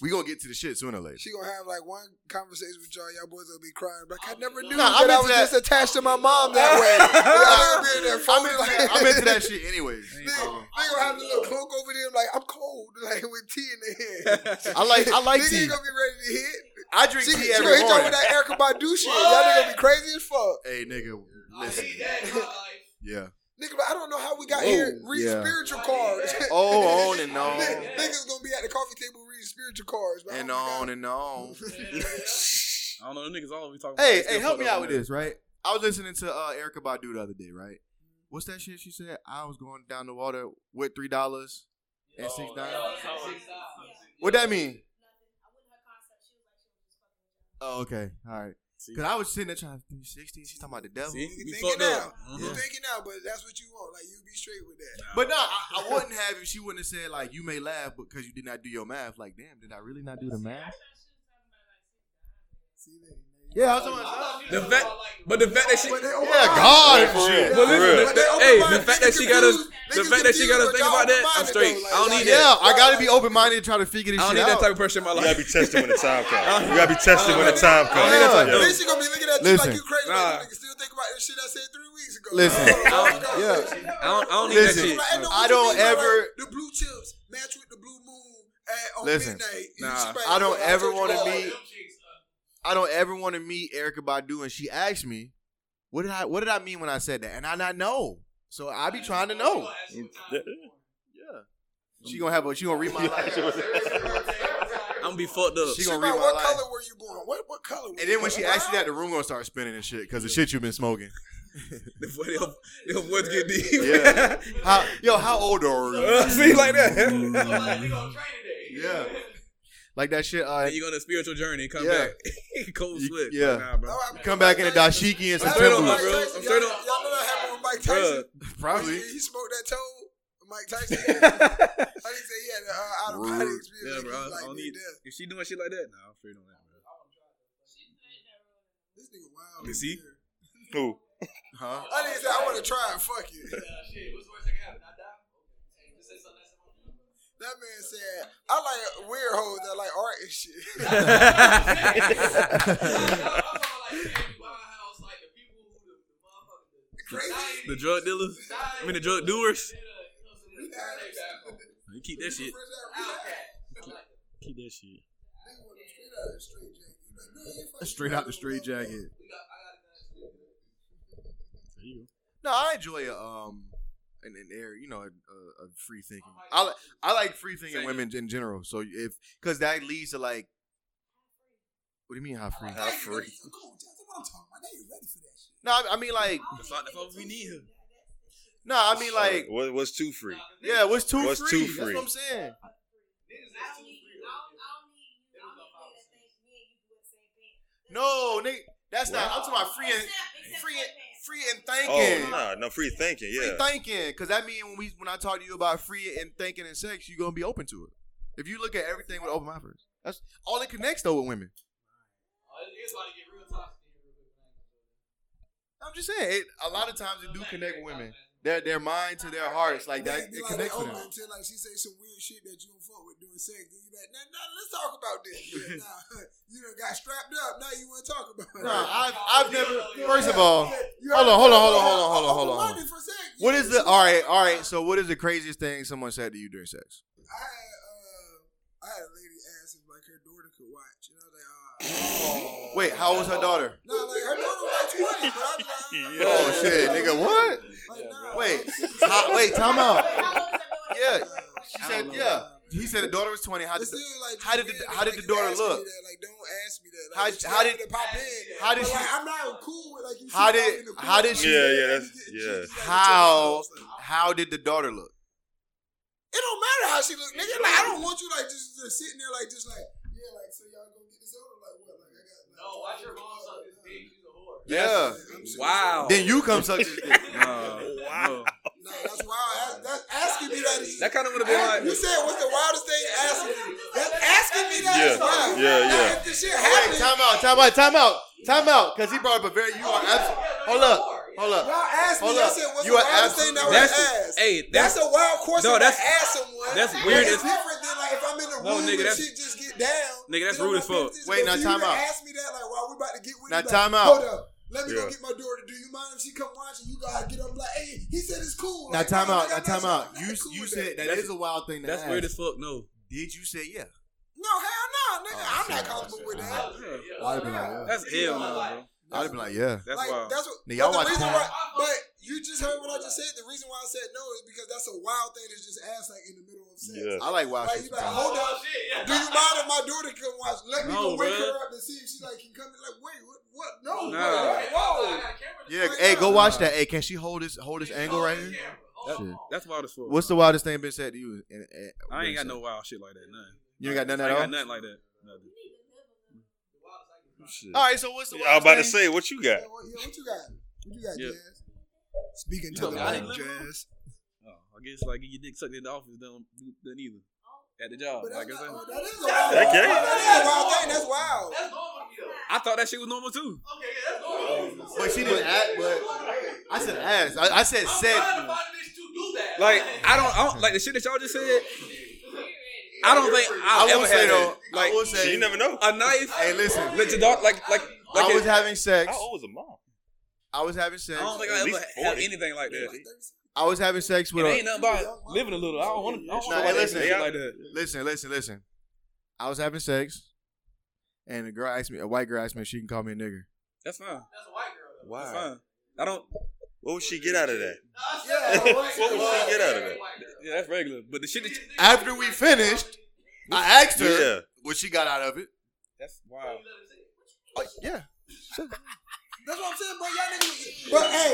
[SPEAKER 2] We gonna get to the shit sooner or later.
[SPEAKER 3] She gonna have like one conversation with y'all. Y'all boys gonna be crying. Like I never knew
[SPEAKER 2] Nah, I'm
[SPEAKER 3] that I
[SPEAKER 2] into
[SPEAKER 3] was
[SPEAKER 2] that.
[SPEAKER 3] just attached to my mom that way. Y'all gonna be in there
[SPEAKER 2] I'm
[SPEAKER 3] folding
[SPEAKER 2] into
[SPEAKER 3] like,
[SPEAKER 2] that, I'm into that shit anyways.
[SPEAKER 3] They, they gonna have the little cloak over them. Like I'm cold. Like with tea in their hand.
[SPEAKER 2] I like I like
[SPEAKER 3] nigga
[SPEAKER 2] tea.
[SPEAKER 3] ain't gonna be ready to hit.
[SPEAKER 2] I drink
[SPEAKER 3] She,
[SPEAKER 2] tea
[SPEAKER 3] she gonna
[SPEAKER 2] every
[SPEAKER 3] hit y'all
[SPEAKER 2] morning.
[SPEAKER 3] with that Erica Badu shit. Y'all nigga gonna be crazy as fuck.
[SPEAKER 2] Hey nigga, listen. Yeah.
[SPEAKER 3] Nigga, but I don't know how we got
[SPEAKER 2] Whoa,
[SPEAKER 3] here reading
[SPEAKER 2] yeah.
[SPEAKER 3] spiritual cards.
[SPEAKER 2] Oh, on and on.
[SPEAKER 3] Niggas niggas gonna be at the coffee table reading spiritual cards. But
[SPEAKER 2] And
[SPEAKER 3] oh my
[SPEAKER 2] on
[SPEAKER 3] God.
[SPEAKER 2] and on.
[SPEAKER 4] I don't know. The niggas always talking.
[SPEAKER 2] Hey,
[SPEAKER 4] about
[SPEAKER 2] hey, help me
[SPEAKER 4] fuck
[SPEAKER 2] out
[SPEAKER 4] up
[SPEAKER 2] with this, right? I was listening to uh, Erica Badu the other day, right? What's that shit she said? I was going down the water with three dollars and
[SPEAKER 4] Oh,
[SPEAKER 2] six dollars. What that mean? Oh, okay, all right.
[SPEAKER 4] See?
[SPEAKER 2] Cause I was sitting there trying to do sixty. She's talking about the devil,
[SPEAKER 4] See,
[SPEAKER 3] You
[SPEAKER 4] we
[SPEAKER 3] thinking
[SPEAKER 4] fucked
[SPEAKER 3] now?
[SPEAKER 4] up.
[SPEAKER 3] You
[SPEAKER 4] Mhm.
[SPEAKER 3] thinking now? But that's what you want. Like you be straight with that.
[SPEAKER 2] but no, I, I wouldn't have if she wouldn't have said like you may laugh because you did not do your math. Like, damn, did I really not do the math? Yeah, I was talking about.
[SPEAKER 4] The fact, but the fact that she,
[SPEAKER 3] But they over-
[SPEAKER 2] Yeah, God, for real.
[SPEAKER 4] but
[SPEAKER 1] For real.
[SPEAKER 4] listen,
[SPEAKER 3] But
[SPEAKER 4] the,
[SPEAKER 3] they
[SPEAKER 4] hey,
[SPEAKER 3] open-minded.
[SPEAKER 4] the fact
[SPEAKER 3] They
[SPEAKER 4] that she got us,
[SPEAKER 3] confused. They
[SPEAKER 4] the fact that she got us
[SPEAKER 3] confused,
[SPEAKER 4] thinking
[SPEAKER 3] but y'all
[SPEAKER 4] about that,
[SPEAKER 3] open-minded
[SPEAKER 4] I'm straight.
[SPEAKER 3] though, like,
[SPEAKER 4] I don't
[SPEAKER 3] y'all-
[SPEAKER 4] need
[SPEAKER 2] Yeah,
[SPEAKER 4] that.
[SPEAKER 2] I gotta be open minded and try to figure this
[SPEAKER 4] I
[SPEAKER 2] shit
[SPEAKER 4] don't need that
[SPEAKER 2] out.
[SPEAKER 4] type of person in my
[SPEAKER 1] You
[SPEAKER 4] life.
[SPEAKER 1] gotta be tested when the time comes. You gotta be tested when the time comes.
[SPEAKER 2] Yeah.
[SPEAKER 1] Yeah.
[SPEAKER 3] Then she gonna be looking at you
[SPEAKER 2] Listen.
[SPEAKER 3] like you crazy.
[SPEAKER 4] Nah.
[SPEAKER 3] Like, you nigga still think about this shit I said three weeks ago.
[SPEAKER 2] Listen.
[SPEAKER 3] yeah.
[SPEAKER 4] I don't, I don't need
[SPEAKER 2] Listen.
[SPEAKER 4] that
[SPEAKER 3] Like,
[SPEAKER 4] shit.
[SPEAKER 3] no,
[SPEAKER 2] I
[SPEAKER 3] what
[SPEAKER 2] don't
[SPEAKER 3] you mean by,
[SPEAKER 2] ever-
[SPEAKER 3] like, the blue chips match with the blue moon at, on
[SPEAKER 2] Listen.
[SPEAKER 3] midnight. You
[SPEAKER 4] Nah.
[SPEAKER 3] just like,
[SPEAKER 2] I don't
[SPEAKER 3] oh,
[SPEAKER 2] ever
[SPEAKER 3] told you
[SPEAKER 2] wanna
[SPEAKER 3] all
[SPEAKER 2] be-
[SPEAKER 3] that.
[SPEAKER 2] I don't ever want to meet Erica Badu, and she asked me, "What did I What did I mean when I said that?" And I not know, so I be trying to know. She gonna have a she gonna read my life,
[SPEAKER 4] I'm gonna be fucked up.
[SPEAKER 2] She
[SPEAKER 3] She
[SPEAKER 2] gonna
[SPEAKER 3] about
[SPEAKER 2] read my
[SPEAKER 3] what
[SPEAKER 2] life.
[SPEAKER 3] color were you born? What what color?
[SPEAKER 2] and then when she asked you that, the room gonna start spinning and shit because the shit you've been smoking.
[SPEAKER 4] The boy, them- them boys get deep.
[SPEAKER 2] Yeah. How, yo, how old are you?
[SPEAKER 4] See, like that.
[SPEAKER 2] Yeah, like that shit. Uh,
[SPEAKER 4] and you're on a spiritual journey. Come
[SPEAKER 2] Yeah.
[SPEAKER 4] back. Cold
[SPEAKER 2] You-
[SPEAKER 4] sweat.
[SPEAKER 2] yeah.
[SPEAKER 4] Nah, bro.
[SPEAKER 3] Oh,
[SPEAKER 2] come back in a dashiki and some
[SPEAKER 4] I'm straight on,
[SPEAKER 2] timbers.
[SPEAKER 4] bro. I'm straight on.
[SPEAKER 3] Y'all know that happened with Mike
[SPEAKER 4] Bruh.
[SPEAKER 3] Tyson.
[SPEAKER 2] Probably.
[SPEAKER 3] He, he smoked that toad. Mike Tyson. I didn't say he had an uh, out of body
[SPEAKER 2] Rude.
[SPEAKER 3] experience.
[SPEAKER 4] Yeah, bro. I,
[SPEAKER 3] Like,
[SPEAKER 4] I don't
[SPEAKER 3] dude,
[SPEAKER 4] need
[SPEAKER 3] that-
[SPEAKER 4] If she doing shit like that, nah, I'm straight on that, bro.
[SPEAKER 3] This nigga wild.
[SPEAKER 4] You see?
[SPEAKER 1] Who?
[SPEAKER 2] Huh?
[SPEAKER 3] I didn't say I want to try and fuck you. That man said, I like weird hoes that like art and shit. Crazy.
[SPEAKER 4] The drug dealers. I mean, the drug doers. You keep that shit. Keep that shit.
[SPEAKER 2] Straight out the straight jacket.
[SPEAKER 4] There you
[SPEAKER 2] No, I enjoy a, um an, an air, you know, a, a, a free thinking.
[SPEAKER 1] Oh,
[SPEAKER 2] I like I like free thinking
[SPEAKER 4] Same.
[SPEAKER 2] women in general. So if because that leads to like, what do you mean how free?
[SPEAKER 1] How free?
[SPEAKER 2] No, I, I mean like
[SPEAKER 4] go. That's all, that's all we need here.
[SPEAKER 2] no, I mean like
[SPEAKER 1] what, what's too free?
[SPEAKER 2] yeah, what's too
[SPEAKER 1] What's
[SPEAKER 2] free?
[SPEAKER 1] too
[SPEAKER 2] That's
[SPEAKER 1] free?
[SPEAKER 2] what I'm saying. No, nigga, that's not. I'm talking about free and free and, free and
[SPEAKER 1] Oh,
[SPEAKER 2] thinking.
[SPEAKER 1] nah, no free thinking.
[SPEAKER 2] Free
[SPEAKER 1] Yeah.
[SPEAKER 2] thinking, because that means when we when I talk to you about free and thinking and sex, you're gonna be open to it. If you look at everything with open mind first, that's all it connects though with women. I'm just saying, it, a lot of times it do connect with women. Their their mind to their hearts, like that,
[SPEAKER 3] Niggas be
[SPEAKER 2] it
[SPEAKER 3] like, they
[SPEAKER 2] connects with
[SPEAKER 3] open
[SPEAKER 2] them.
[SPEAKER 3] until like she say some weird shit that you don't fuck with doing sex. Then you like, nah, nah, let's talk about this. Yeah, nah, you done got strapped up. Now you want to talk about it.
[SPEAKER 2] No, I've I've never. First of all, hold on, hold on, hold on, hold on, hold on, hold on, hold on. What is the all right, all right? So what is the craziest thing someone said to you during sex?
[SPEAKER 3] I had, uh, I had a lady ask if like her daughter could watch, and I was like, ah.
[SPEAKER 2] Wait, how old was her daughter?
[SPEAKER 3] No, like her daughter was like twenty, but I was like,
[SPEAKER 2] Oh shit, nigga, what?
[SPEAKER 3] like, nah,
[SPEAKER 2] Wait, how, wait, time out. Yeah, she said yeah. He said the daughter was twenty. How
[SPEAKER 3] But
[SPEAKER 2] did
[SPEAKER 3] still, like,
[SPEAKER 2] how did the-
[SPEAKER 3] weird,
[SPEAKER 2] how did
[SPEAKER 3] like,
[SPEAKER 2] the daughter
[SPEAKER 3] ask me
[SPEAKER 2] look?
[SPEAKER 3] that, Like, don't ask me that.
[SPEAKER 2] How-
[SPEAKER 3] Like, it's
[SPEAKER 2] how
[SPEAKER 3] just
[SPEAKER 2] did-
[SPEAKER 3] to pop in.
[SPEAKER 2] how did
[SPEAKER 3] But,
[SPEAKER 2] she-
[SPEAKER 3] like, I'm not cool with like you. see
[SPEAKER 2] How
[SPEAKER 3] me
[SPEAKER 2] did-
[SPEAKER 3] out in the
[SPEAKER 2] how
[SPEAKER 3] club,
[SPEAKER 2] did she-
[SPEAKER 3] like,
[SPEAKER 1] Yeah, yeah, that's-
[SPEAKER 3] just-
[SPEAKER 1] yeah.
[SPEAKER 3] just, like,
[SPEAKER 2] how
[SPEAKER 3] just-
[SPEAKER 2] how did the daughter look?
[SPEAKER 3] It don't matter how she look, nigga. Like, I don't want you like just, just sitting there like just like yeah, like so y'all gonna get this over like what? Like I got
[SPEAKER 8] No, watch your mom suck this dick. She's a whore.
[SPEAKER 2] Yeah.
[SPEAKER 4] Wow.
[SPEAKER 2] Then you come suck this dick.
[SPEAKER 4] No, no.
[SPEAKER 3] No, that's wild. That, that's asking me that. Is,
[SPEAKER 4] That kind of would have
[SPEAKER 3] Ask-
[SPEAKER 4] been
[SPEAKER 3] you
[SPEAKER 4] like,
[SPEAKER 3] said what's the wildest thing asking me? That's asking me that
[SPEAKER 1] Yeah,
[SPEAKER 3] is wild.
[SPEAKER 1] yeah,
[SPEAKER 3] Now,
[SPEAKER 1] yeah.
[SPEAKER 3] If this shit
[SPEAKER 2] Wait,
[SPEAKER 3] happened,
[SPEAKER 2] time out, time out, time out, time out. Because he brought up a very you are absolutely. Hold up, hold up.
[SPEAKER 3] y'all asked me.
[SPEAKER 2] Hold
[SPEAKER 3] Y'all
[SPEAKER 2] up.
[SPEAKER 3] said what's
[SPEAKER 2] You
[SPEAKER 3] the
[SPEAKER 2] are
[SPEAKER 3] wildest thing that was
[SPEAKER 2] absolutely-
[SPEAKER 3] asked?
[SPEAKER 4] hey,
[SPEAKER 3] That's a wild question.
[SPEAKER 4] No,
[SPEAKER 3] No, that's
[SPEAKER 4] that's-
[SPEAKER 3] ask someone.
[SPEAKER 4] that's
[SPEAKER 3] But
[SPEAKER 4] weird
[SPEAKER 3] It's
[SPEAKER 4] as-
[SPEAKER 3] different than like if I'm in the
[SPEAKER 4] No,
[SPEAKER 3] room
[SPEAKER 4] nigga,
[SPEAKER 3] and
[SPEAKER 4] that's-
[SPEAKER 3] shit just get down.
[SPEAKER 4] Nigga, that's
[SPEAKER 3] then I'm
[SPEAKER 4] rude as
[SPEAKER 3] like,
[SPEAKER 4] fuck.
[SPEAKER 3] bitch,
[SPEAKER 2] Wait,
[SPEAKER 3] for
[SPEAKER 2] now
[SPEAKER 3] you
[SPEAKER 2] time
[SPEAKER 3] to
[SPEAKER 2] out.
[SPEAKER 3] Ask me that like while we about to get with
[SPEAKER 2] Now
[SPEAKER 3] it, like,
[SPEAKER 2] time out.
[SPEAKER 3] Hold up. Let me go
[SPEAKER 1] Yeah.
[SPEAKER 3] get my daughter. Do you mind if she come watching? You gotta get up like, hey, he said it's cool.
[SPEAKER 2] Now
[SPEAKER 3] Like,
[SPEAKER 2] time
[SPEAKER 3] nah,
[SPEAKER 2] out,
[SPEAKER 3] nigga,
[SPEAKER 2] now
[SPEAKER 3] I'm
[SPEAKER 2] time out.
[SPEAKER 3] not- I'm
[SPEAKER 2] You
[SPEAKER 3] not cool
[SPEAKER 2] you
[SPEAKER 3] with
[SPEAKER 2] said that
[SPEAKER 4] That's-
[SPEAKER 2] is a wild thing to
[SPEAKER 4] that's
[SPEAKER 2] ask.
[SPEAKER 4] weird as fuck. No.
[SPEAKER 2] Did you say yeah?
[SPEAKER 3] No, hell no, nigga.
[SPEAKER 1] Oh,
[SPEAKER 3] I'm not comfortable with that.
[SPEAKER 2] I'd have been like, yeah.
[SPEAKER 4] That's hell, no, bro.
[SPEAKER 2] I'd have been like, yeah.
[SPEAKER 4] That's
[SPEAKER 3] like,
[SPEAKER 4] wild.
[SPEAKER 3] That's what.
[SPEAKER 2] Now, y'all
[SPEAKER 3] but
[SPEAKER 2] watch
[SPEAKER 3] the
[SPEAKER 2] porn.
[SPEAKER 3] reason why, but you just heard what I just said. The reason why I said no is because that's a wild thing to just ask like in the middle of sex.
[SPEAKER 1] Yeah.
[SPEAKER 2] I like wild
[SPEAKER 3] Like
[SPEAKER 2] shit.
[SPEAKER 3] you like, hold up. Do you mind if my daughter come watch? Let me
[SPEAKER 4] No,
[SPEAKER 3] go wake
[SPEAKER 4] man.
[SPEAKER 3] her up and see if she like can come. in. Like, wait, what? What? No,
[SPEAKER 4] Nah.
[SPEAKER 3] whoa, whoa.
[SPEAKER 2] Yeah, hey, go watch that. Hey, can she hold this hold this angle right here? Shit.
[SPEAKER 4] That's wild as fuck.
[SPEAKER 2] What's the wildest thing been said to you? And, and-
[SPEAKER 4] I ain't got
[SPEAKER 2] been
[SPEAKER 4] no
[SPEAKER 2] said?
[SPEAKER 4] wild shit like that. None.
[SPEAKER 2] You ain't got none
[SPEAKER 4] I
[SPEAKER 2] at
[SPEAKER 4] ain't
[SPEAKER 2] all.
[SPEAKER 4] got nothing like that. Nothing.
[SPEAKER 1] Shit.
[SPEAKER 2] All right, so what's the
[SPEAKER 1] I was
[SPEAKER 2] wildest
[SPEAKER 1] about to
[SPEAKER 2] thing-
[SPEAKER 1] say, what you got?
[SPEAKER 3] Yeah, what, yeah, what you got? What you got,
[SPEAKER 4] Yeah.
[SPEAKER 3] Jazz? Speaking
[SPEAKER 4] You
[SPEAKER 3] to the
[SPEAKER 4] know, I ain't
[SPEAKER 3] mic,
[SPEAKER 4] living
[SPEAKER 3] Jazz.
[SPEAKER 4] Oh, I guess like get your dick sucked in the office, don't do that either. At the job,
[SPEAKER 3] But that's
[SPEAKER 4] like I
[SPEAKER 3] not,
[SPEAKER 4] said,
[SPEAKER 3] oh, that is a wild.
[SPEAKER 1] That
[SPEAKER 3] thing.
[SPEAKER 1] gay?
[SPEAKER 3] That is a wild thing. That's wild.
[SPEAKER 4] I thought that shit was normal too.
[SPEAKER 3] Oh.
[SPEAKER 2] But she didn't ask. But I said ass. I, I said said.
[SPEAKER 4] Like I don't, I don't like the shit that y'all just said. I don't think I'll
[SPEAKER 2] I
[SPEAKER 4] ever
[SPEAKER 2] will say
[SPEAKER 4] have
[SPEAKER 2] though.
[SPEAKER 4] that.
[SPEAKER 2] I will
[SPEAKER 4] Like
[SPEAKER 1] Shit,
[SPEAKER 2] say.
[SPEAKER 1] you never know.
[SPEAKER 4] a knife.
[SPEAKER 2] Hey, listen.
[SPEAKER 4] Let your dog like like like.
[SPEAKER 2] I was
[SPEAKER 4] it-
[SPEAKER 2] having sex.
[SPEAKER 1] How old was a mom?
[SPEAKER 2] I was having sex.
[SPEAKER 4] Oh. I don't think I
[SPEAKER 1] At
[SPEAKER 4] ever
[SPEAKER 1] least
[SPEAKER 4] have
[SPEAKER 1] 40.
[SPEAKER 4] anything like that.
[SPEAKER 1] Yeah.
[SPEAKER 2] I was having sex
[SPEAKER 4] It
[SPEAKER 2] with
[SPEAKER 4] ain't
[SPEAKER 2] a.
[SPEAKER 4] nothing about living a little. I don't want to. I don't
[SPEAKER 2] Nah,
[SPEAKER 4] want
[SPEAKER 2] hey,
[SPEAKER 4] to
[SPEAKER 2] listen.
[SPEAKER 4] shit like that.
[SPEAKER 2] Listen, listen, listen. I was having sex, and a girl asked me. A white girl asked me if she can call me a nigger.
[SPEAKER 4] That's fine. That's
[SPEAKER 1] Wow.
[SPEAKER 4] fine. I don't.
[SPEAKER 1] What would she get out of that?
[SPEAKER 3] Yeah,
[SPEAKER 1] What would she get out of that?
[SPEAKER 4] Yeah, that's regular. But the shit that you,
[SPEAKER 2] After we finished, I asked her
[SPEAKER 1] Yeah.
[SPEAKER 2] what she got out of it.
[SPEAKER 4] that's wild.
[SPEAKER 2] Oh, yeah.
[SPEAKER 3] That's what I'm saying, bro. Y'all niggas, but hey,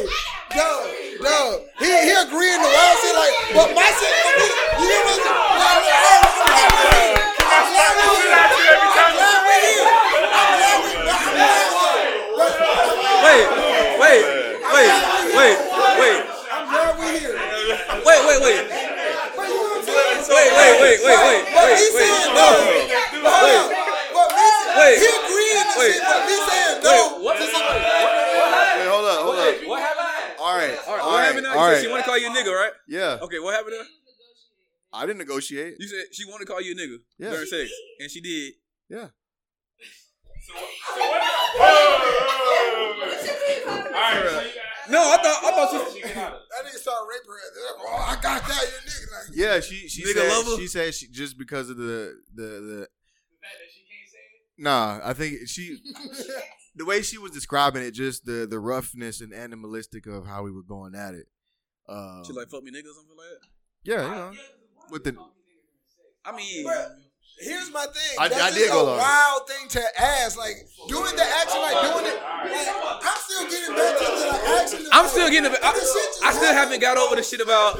[SPEAKER 3] Dub, Dub, he he agreeing to wild shit like, but my shit, but this- you know what I'm saying? Like, I'm glad we here. I'm glad we here. I'm glad we here. I'm glad we here. I'm glad we here. That's what I'm saying.
[SPEAKER 4] Wait, wait, wait, wait, wait,
[SPEAKER 3] I'm glad we here.
[SPEAKER 4] wait, wait, wait.
[SPEAKER 3] But you know what I'm saying?
[SPEAKER 4] Wait, wait, wait, wait, wait,
[SPEAKER 3] But he
[SPEAKER 4] wait, wait.
[SPEAKER 3] said no. Hold up. But me,
[SPEAKER 4] Wait.
[SPEAKER 3] he agreeing to
[SPEAKER 4] Wait.
[SPEAKER 3] shit, but me saying no.
[SPEAKER 4] What
[SPEAKER 3] to
[SPEAKER 4] happened?
[SPEAKER 3] something.
[SPEAKER 2] Wait, hold up, hold up.
[SPEAKER 4] What happened?
[SPEAKER 2] All right,
[SPEAKER 4] All right,
[SPEAKER 2] all
[SPEAKER 4] what
[SPEAKER 2] right,
[SPEAKER 4] happened now? You
[SPEAKER 2] all
[SPEAKER 4] said she
[SPEAKER 2] right.
[SPEAKER 4] want to call you a nigga, right?
[SPEAKER 2] Yeah,
[SPEAKER 4] Okay, what happened now?
[SPEAKER 2] I didn't negotiate.
[SPEAKER 4] You said she want to call you a nigga
[SPEAKER 2] Yeah.
[SPEAKER 4] during sex, and she did.
[SPEAKER 2] Yeah.
[SPEAKER 4] No, I thought I thought she.
[SPEAKER 3] That nigga started raping her. Oh, I got that, you nigga. Like,
[SPEAKER 2] Yeah, she she
[SPEAKER 4] Nigga
[SPEAKER 2] said
[SPEAKER 4] love her?
[SPEAKER 2] she said she just because of the the the. Nah, I think she the way she was describing it, just the the roughness and animalistic of how we were going at it. Uh,
[SPEAKER 4] She like fuck me nigga or something like that.
[SPEAKER 2] yeah, you know, with the
[SPEAKER 4] I mean,
[SPEAKER 3] Bruh, Here's my thing.
[SPEAKER 2] I-
[SPEAKER 3] That's
[SPEAKER 2] I
[SPEAKER 3] just
[SPEAKER 2] did go long.
[SPEAKER 3] a wild thing to ask. Like doing the action, like doing it. Like, I'm still getting back to the action. of,
[SPEAKER 4] I'm
[SPEAKER 3] like,
[SPEAKER 4] still getting. A, I,
[SPEAKER 3] this shit just
[SPEAKER 4] I still haven't
[SPEAKER 3] happened.
[SPEAKER 4] got over the shit about.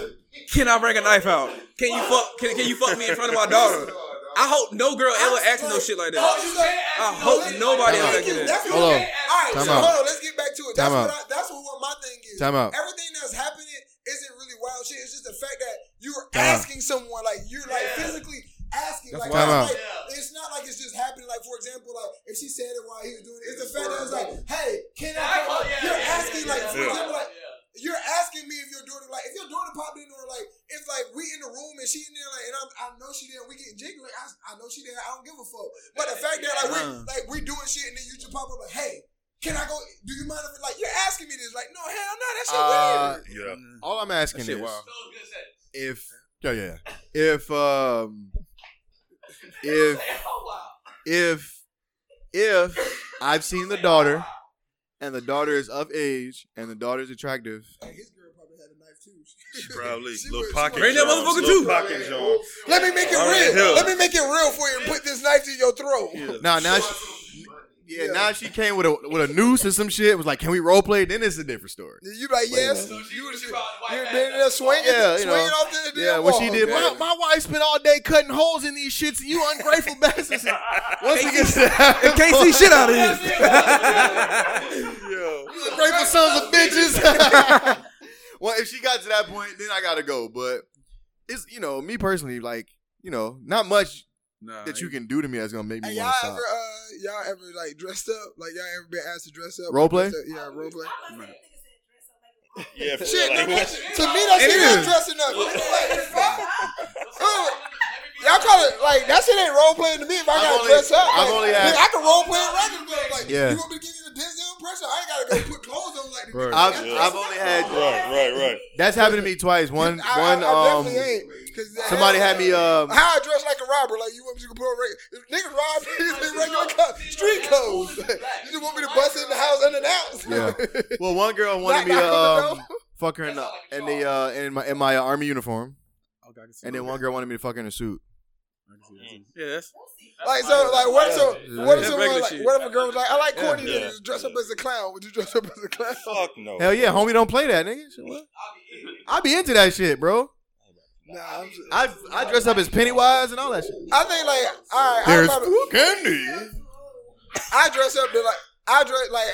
[SPEAKER 4] Can I bring a knife out? Can you fuck? Can, can you fuck me in front of my daughter? I hope no girl ever asks me no shit like
[SPEAKER 3] Oh,
[SPEAKER 4] that.
[SPEAKER 3] you got-
[SPEAKER 4] I hope
[SPEAKER 3] Let's-
[SPEAKER 4] nobody
[SPEAKER 3] Thank
[SPEAKER 2] ever
[SPEAKER 3] you.
[SPEAKER 4] did.
[SPEAKER 3] That's what-
[SPEAKER 2] Hold on.
[SPEAKER 3] All right,
[SPEAKER 2] Time
[SPEAKER 3] so
[SPEAKER 2] out.
[SPEAKER 3] hold on. Let's get back to it. That's
[SPEAKER 2] Time
[SPEAKER 3] what. I,
[SPEAKER 2] out.
[SPEAKER 3] that's what, what my thing is.
[SPEAKER 2] time out.
[SPEAKER 3] Everything that's happening isn't really wild shit. It's just the fact that you're
[SPEAKER 2] Time out.
[SPEAKER 3] asking someone, like you're like physically asking,
[SPEAKER 4] That's
[SPEAKER 3] like,
[SPEAKER 2] Time
[SPEAKER 3] it's
[SPEAKER 4] wild.
[SPEAKER 3] like it's not like it's just happening. Like for example, like if she said it while he was doing it, it's the fact that it's like, hey, can I? Like, you're asking, like for
[SPEAKER 1] yeah.
[SPEAKER 3] example, like. You're asking me if your daughter like if your daughter popped in or like if like we in the room and she in there like and I'm, I know she there we getting jiggling I, I know she there I don't give a fuck but the fact that like we
[SPEAKER 4] Uh.
[SPEAKER 3] like we doing shit and then you just pop up like hey can I go do you mind if like you're asking me this like no hell no that shit weird
[SPEAKER 2] Uh,
[SPEAKER 1] Yeah.
[SPEAKER 2] all I'm asking
[SPEAKER 4] Mm, That
[SPEAKER 2] is
[SPEAKER 4] shit wild.
[SPEAKER 2] if yeah yeah yeah. if um if if if I've seen the daughter and the daughter is of age and the daughter is attractive
[SPEAKER 3] Like, his girl probably had a knife too.
[SPEAKER 1] She probably
[SPEAKER 3] She
[SPEAKER 1] little
[SPEAKER 3] was-
[SPEAKER 1] pocket.
[SPEAKER 4] Bring that
[SPEAKER 1] Johns,
[SPEAKER 4] motherfucker
[SPEAKER 1] little
[SPEAKER 4] too.
[SPEAKER 1] Pocket Johns.
[SPEAKER 3] Let me make it
[SPEAKER 1] All right,
[SPEAKER 3] real.
[SPEAKER 1] hell.
[SPEAKER 3] Let me make it real for you and put this knife to your throat.
[SPEAKER 2] Nah, now she, yeah, now she came with a with a noose or some shit. was like, can we role play? Then it's a different story.
[SPEAKER 3] Then You like yes?
[SPEAKER 8] So she
[SPEAKER 3] You
[SPEAKER 8] was
[SPEAKER 3] would
[SPEAKER 8] she
[SPEAKER 3] have
[SPEAKER 8] probably white
[SPEAKER 3] been in there swinging,
[SPEAKER 2] Yeah, you
[SPEAKER 3] swinging
[SPEAKER 2] know.
[SPEAKER 3] off to the
[SPEAKER 2] Yeah,
[SPEAKER 3] damn
[SPEAKER 2] what
[SPEAKER 3] wall.
[SPEAKER 2] she did. My, my wife spent all day cutting holes in these shits. You ungrateful bastards. Once it gets
[SPEAKER 4] Can't see shit out of here.
[SPEAKER 2] ungrateful sons of bitches. well, if she got to that point, then I gotta go. But it's you know me personally, like you know, not much
[SPEAKER 4] Nah,
[SPEAKER 2] that you can do to me that's gonna make
[SPEAKER 3] Hey,
[SPEAKER 2] me
[SPEAKER 3] y'all
[SPEAKER 2] want to
[SPEAKER 3] ever
[SPEAKER 2] stop.
[SPEAKER 3] uh, y'all ever like dressed up? Like y'all ever been asked to dress up?
[SPEAKER 2] Role play?
[SPEAKER 3] Yeah, role play.
[SPEAKER 1] Yeah, for
[SPEAKER 3] Shit,
[SPEAKER 1] real, like,
[SPEAKER 3] no,
[SPEAKER 1] what?
[SPEAKER 3] that's- to me that
[SPEAKER 2] It
[SPEAKER 3] shit not
[SPEAKER 2] is.
[SPEAKER 3] dressing up. Like, fuck. Y'all call it like that shit ain't role playing to me if I
[SPEAKER 2] I've
[SPEAKER 3] gotta
[SPEAKER 2] only-
[SPEAKER 3] dress up.
[SPEAKER 2] I've
[SPEAKER 3] Like,
[SPEAKER 2] only
[SPEAKER 3] nigga,
[SPEAKER 2] had-
[SPEAKER 3] I can role play in regular clothes. Like
[SPEAKER 2] Yeah.
[SPEAKER 3] you gonna be giving me the Denzel impression? I ain't gotta go put clothes on like the
[SPEAKER 2] I've,
[SPEAKER 3] nigga.
[SPEAKER 2] I've only had
[SPEAKER 1] right, right, right.
[SPEAKER 2] that's happened to me twice. One
[SPEAKER 3] I,
[SPEAKER 2] one
[SPEAKER 3] I, I
[SPEAKER 2] um
[SPEAKER 3] definitely ain't. 'Cause that-
[SPEAKER 2] somebody had me um
[SPEAKER 3] How I dress like a robber? Like you want me to go put on regular? Niggas rob people in regular co- street clothes. you just want me to bust in the house unannounced?
[SPEAKER 2] Yeah. Well, one girl wanted me
[SPEAKER 3] Knock,
[SPEAKER 2] to
[SPEAKER 3] knock on the
[SPEAKER 2] um, fuck her in the in the uh, in my in my uh, army uniform,
[SPEAKER 4] Okay, I can see
[SPEAKER 2] and then
[SPEAKER 4] that.
[SPEAKER 2] one girl wanted me to fuck her in a suit.
[SPEAKER 4] I can see that. Yeah, that's
[SPEAKER 3] Like so, like what? if So what if
[SPEAKER 4] That's
[SPEAKER 3] someone
[SPEAKER 4] regular
[SPEAKER 3] like
[SPEAKER 4] shit.
[SPEAKER 3] what if a girl was like, I like Courtney,
[SPEAKER 1] Yeah.
[SPEAKER 3] niggas, dress up as a clown? Would you dress up as a clown?
[SPEAKER 1] Fuck no.
[SPEAKER 2] Hell yeah, homie, don't play that, nigga. Shit, what? I be into that shit, bro.
[SPEAKER 3] Nah, I'm just,
[SPEAKER 2] I I dress up as Pennywise and all that shit.
[SPEAKER 3] I think like all right, I,
[SPEAKER 2] There's
[SPEAKER 3] probably,
[SPEAKER 2] food candy.
[SPEAKER 3] I dress up to like I dress like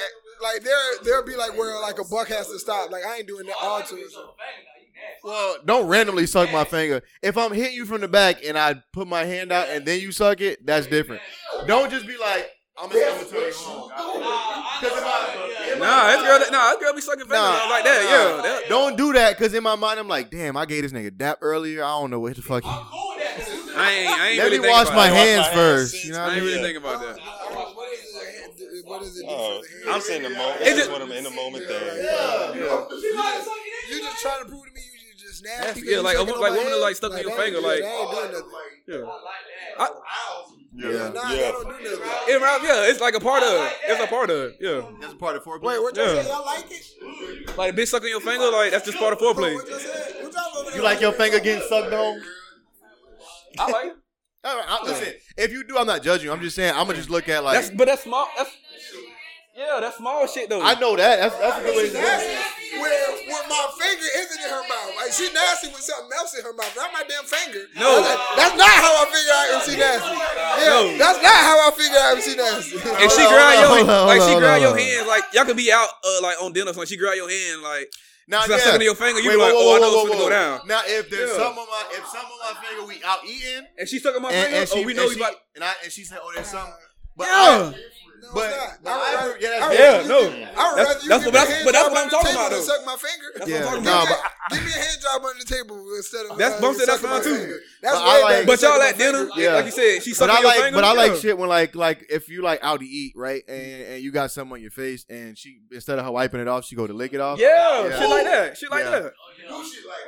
[SPEAKER 3] like there there'll be like where like a buck has to stop. Like I ain't doing that all to it.
[SPEAKER 2] Well, Uh, don't randomly suck my finger. If I'm hitting you from the back and I put my hand out and then you suck it, that's different. Don't just be like, I'm gonna I'm gonna tell you.
[SPEAKER 4] Nah, this girl, that, nah, this girl be sucking fingers
[SPEAKER 2] Nah.
[SPEAKER 4] out like that.
[SPEAKER 2] Nah.
[SPEAKER 4] Yeah, that,
[SPEAKER 2] Don't do that, cause in my mind I'm like, damn, I gave this nigga dap earlier. I don't know what the fuck. He-
[SPEAKER 4] I ain't, I ain't
[SPEAKER 2] Let
[SPEAKER 4] really
[SPEAKER 2] me
[SPEAKER 4] think
[SPEAKER 2] wash
[SPEAKER 4] about
[SPEAKER 2] my
[SPEAKER 4] that.
[SPEAKER 2] hands
[SPEAKER 1] hands
[SPEAKER 2] first.
[SPEAKER 1] since
[SPEAKER 2] You know
[SPEAKER 4] I
[SPEAKER 2] what I
[SPEAKER 4] ain't
[SPEAKER 2] mean?
[SPEAKER 4] really thinking about that.
[SPEAKER 3] What is it? What is it? do
[SPEAKER 1] Oh,
[SPEAKER 3] for the
[SPEAKER 1] I'm
[SPEAKER 3] hand?
[SPEAKER 1] saying the moment.
[SPEAKER 4] It's
[SPEAKER 1] It's just
[SPEAKER 4] just-
[SPEAKER 1] one of them in the moment thing.
[SPEAKER 3] You just trying to prove to me you just nasty.
[SPEAKER 4] Yeah, like, a wo- like, women are, like, stuck in your
[SPEAKER 3] that ain't
[SPEAKER 4] finger,
[SPEAKER 3] good.
[SPEAKER 4] like-
[SPEAKER 3] That ain't doing nothing.
[SPEAKER 4] I,
[SPEAKER 3] Yeah, nah, that
[SPEAKER 1] Yeah.
[SPEAKER 3] don't do nothing.
[SPEAKER 4] it, round- yeah, it's like a part of it. It's a part of it. Yeah.
[SPEAKER 2] That's part of foreplay.
[SPEAKER 3] Wait, what you
[SPEAKER 4] Yeah.
[SPEAKER 3] say? Y'all like it?
[SPEAKER 4] Like, bitch sucking your finger, like, that's just part of foreplay.
[SPEAKER 3] What y'all said? What y'all over there?
[SPEAKER 2] You like your finger getting sucked on?
[SPEAKER 4] I like it.
[SPEAKER 2] All right, I- listen, if you do, I'm not judging you. I'm just saying, I'm gonna just look at like
[SPEAKER 4] That's, but that's small. That's, yeah, that's small shit, though.
[SPEAKER 2] I know that. That's that's a good way to
[SPEAKER 3] She's
[SPEAKER 2] do it.
[SPEAKER 3] nasty where, where my finger isn't in her mouth. Like she nasty with something else in her mouth, not my damn finger.
[SPEAKER 4] No.
[SPEAKER 3] Like, that's not how I figure out if she nasty. Yeah,
[SPEAKER 4] No.
[SPEAKER 3] that's not how I figure out if she nasty.
[SPEAKER 4] And she
[SPEAKER 2] Hold on,
[SPEAKER 4] grab
[SPEAKER 2] hold on,
[SPEAKER 4] your,
[SPEAKER 2] hold on,
[SPEAKER 4] like,
[SPEAKER 2] hold
[SPEAKER 4] she
[SPEAKER 2] on,
[SPEAKER 4] grab
[SPEAKER 2] hold
[SPEAKER 4] your
[SPEAKER 2] on.
[SPEAKER 4] hand. Like, y'all could be out, uh, like, on dinner or something. She grab your hand, like,
[SPEAKER 2] Now,
[SPEAKER 4] she's not sucking your finger. You be like, oh, I know it's gonna go down.
[SPEAKER 2] Now, if there's
[SPEAKER 4] Yeah.
[SPEAKER 2] some of my if some of my finger we out eating,
[SPEAKER 4] And she sucking my
[SPEAKER 2] and,
[SPEAKER 4] finger,
[SPEAKER 2] and she
[SPEAKER 4] oh, we know
[SPEAKER 2] and
[SPEAKER 4] we
[SPEAKER 2] she,
[SPEAKER 4] about.
[SPEAKER 2] and I and she said, oh, there's something. But
[SPEAKER 4] Yeah.
[SPEAKER 2] I,
[SPEAKER 3] No,
[SPEAKER 2] but,
[SPEAKER 3] it's not.
[SPEAKER 2] but
[SPEAKER 3] I would
[SPEAKER 2] I-
[SPEAKER 3] rather-
[SPEAKER 2] yeah,
[SPEAKER 3] I would
[SPEAKER 2] that's
[SPEAKER 4] Yeah,
[SPEAKER 3] rather
[SPEAKER 4] no.
[SPEAKER 3] you- I would
[SPEAKER 4] That's-
[SPEAKER 3] rather you
[SPEAKER 4] that's
[SPEAKER 3] give
[SPEAKER 4] what-
[SPEAKER 3] me a hand
[SPEAKER 4] but that's
[SPEAKER 3] job
[SPEAKER 4] what
[SPEAKER 3] under
[SPEAKER 4] I'm
[SPEAKER 3] the
[SPEAKER 4] talking
[SPEAKER 3] table
[SPEAKER 4] about,
[SPEAKER 3] than
[SPEAKER 4] though.
[SPEAKER 3] Suck my finger.
[SPEAKER 4] That's
[SPEAKER 2] Yeah.
[SPEAKER 4] what I'm talking
[SPEAKER 2] Nah,
[SPEAKER 4] about.
[SPEAKER 2] but-
[SPEAKER 3] Give me a hand job under the table instead of
[SPEAKER 4] That's
[SPEAKER 3] uh,
[SPEAKER 4] bumped, that's
[SPEAKER 3] sucking
[SPEAKER 4] fine,
[SPEAKER 3] my
[SPEAKER 4] too.
[SPEAKER 3] finger. That's
[SPEAKER 2] But I
[SPEAKER 3] way
[SPEAKER 2] like-
[SPEAKER 3] better.
[SPEAKER 4] But
[SPEAKER 3] than
[SPEAKER 4] y'all
[SPEAKER 3] sucking
[SPEAKER 4] at
[SPEAKER 3] my
[SPEAKER 4] dinner,
[SPEAKER 3] finger.
[SPEAKER 2] Yeah.
[SPEAKER 4] like you said, she
[SPEAKER 2] But I
[SPEAKER 4] sucking your
[SPEAKER 2] like,
[SPEAKER 4] finger.
[SPEAKER 2] but I like
[SPEAKER 4] yeah.
[SPEAKER 2] shit when like, like if you like out to eat, right, and and you got something on your face, and she instead of her wiping it off, she go to lick it off.
[SPEAKER 4] Yeah,
[SPEAKER 2] Yeah.
[SPEAKER 4] shit like that. Shit like
[SPEAKER 2] Yeah.
[SPEAKER 4] that.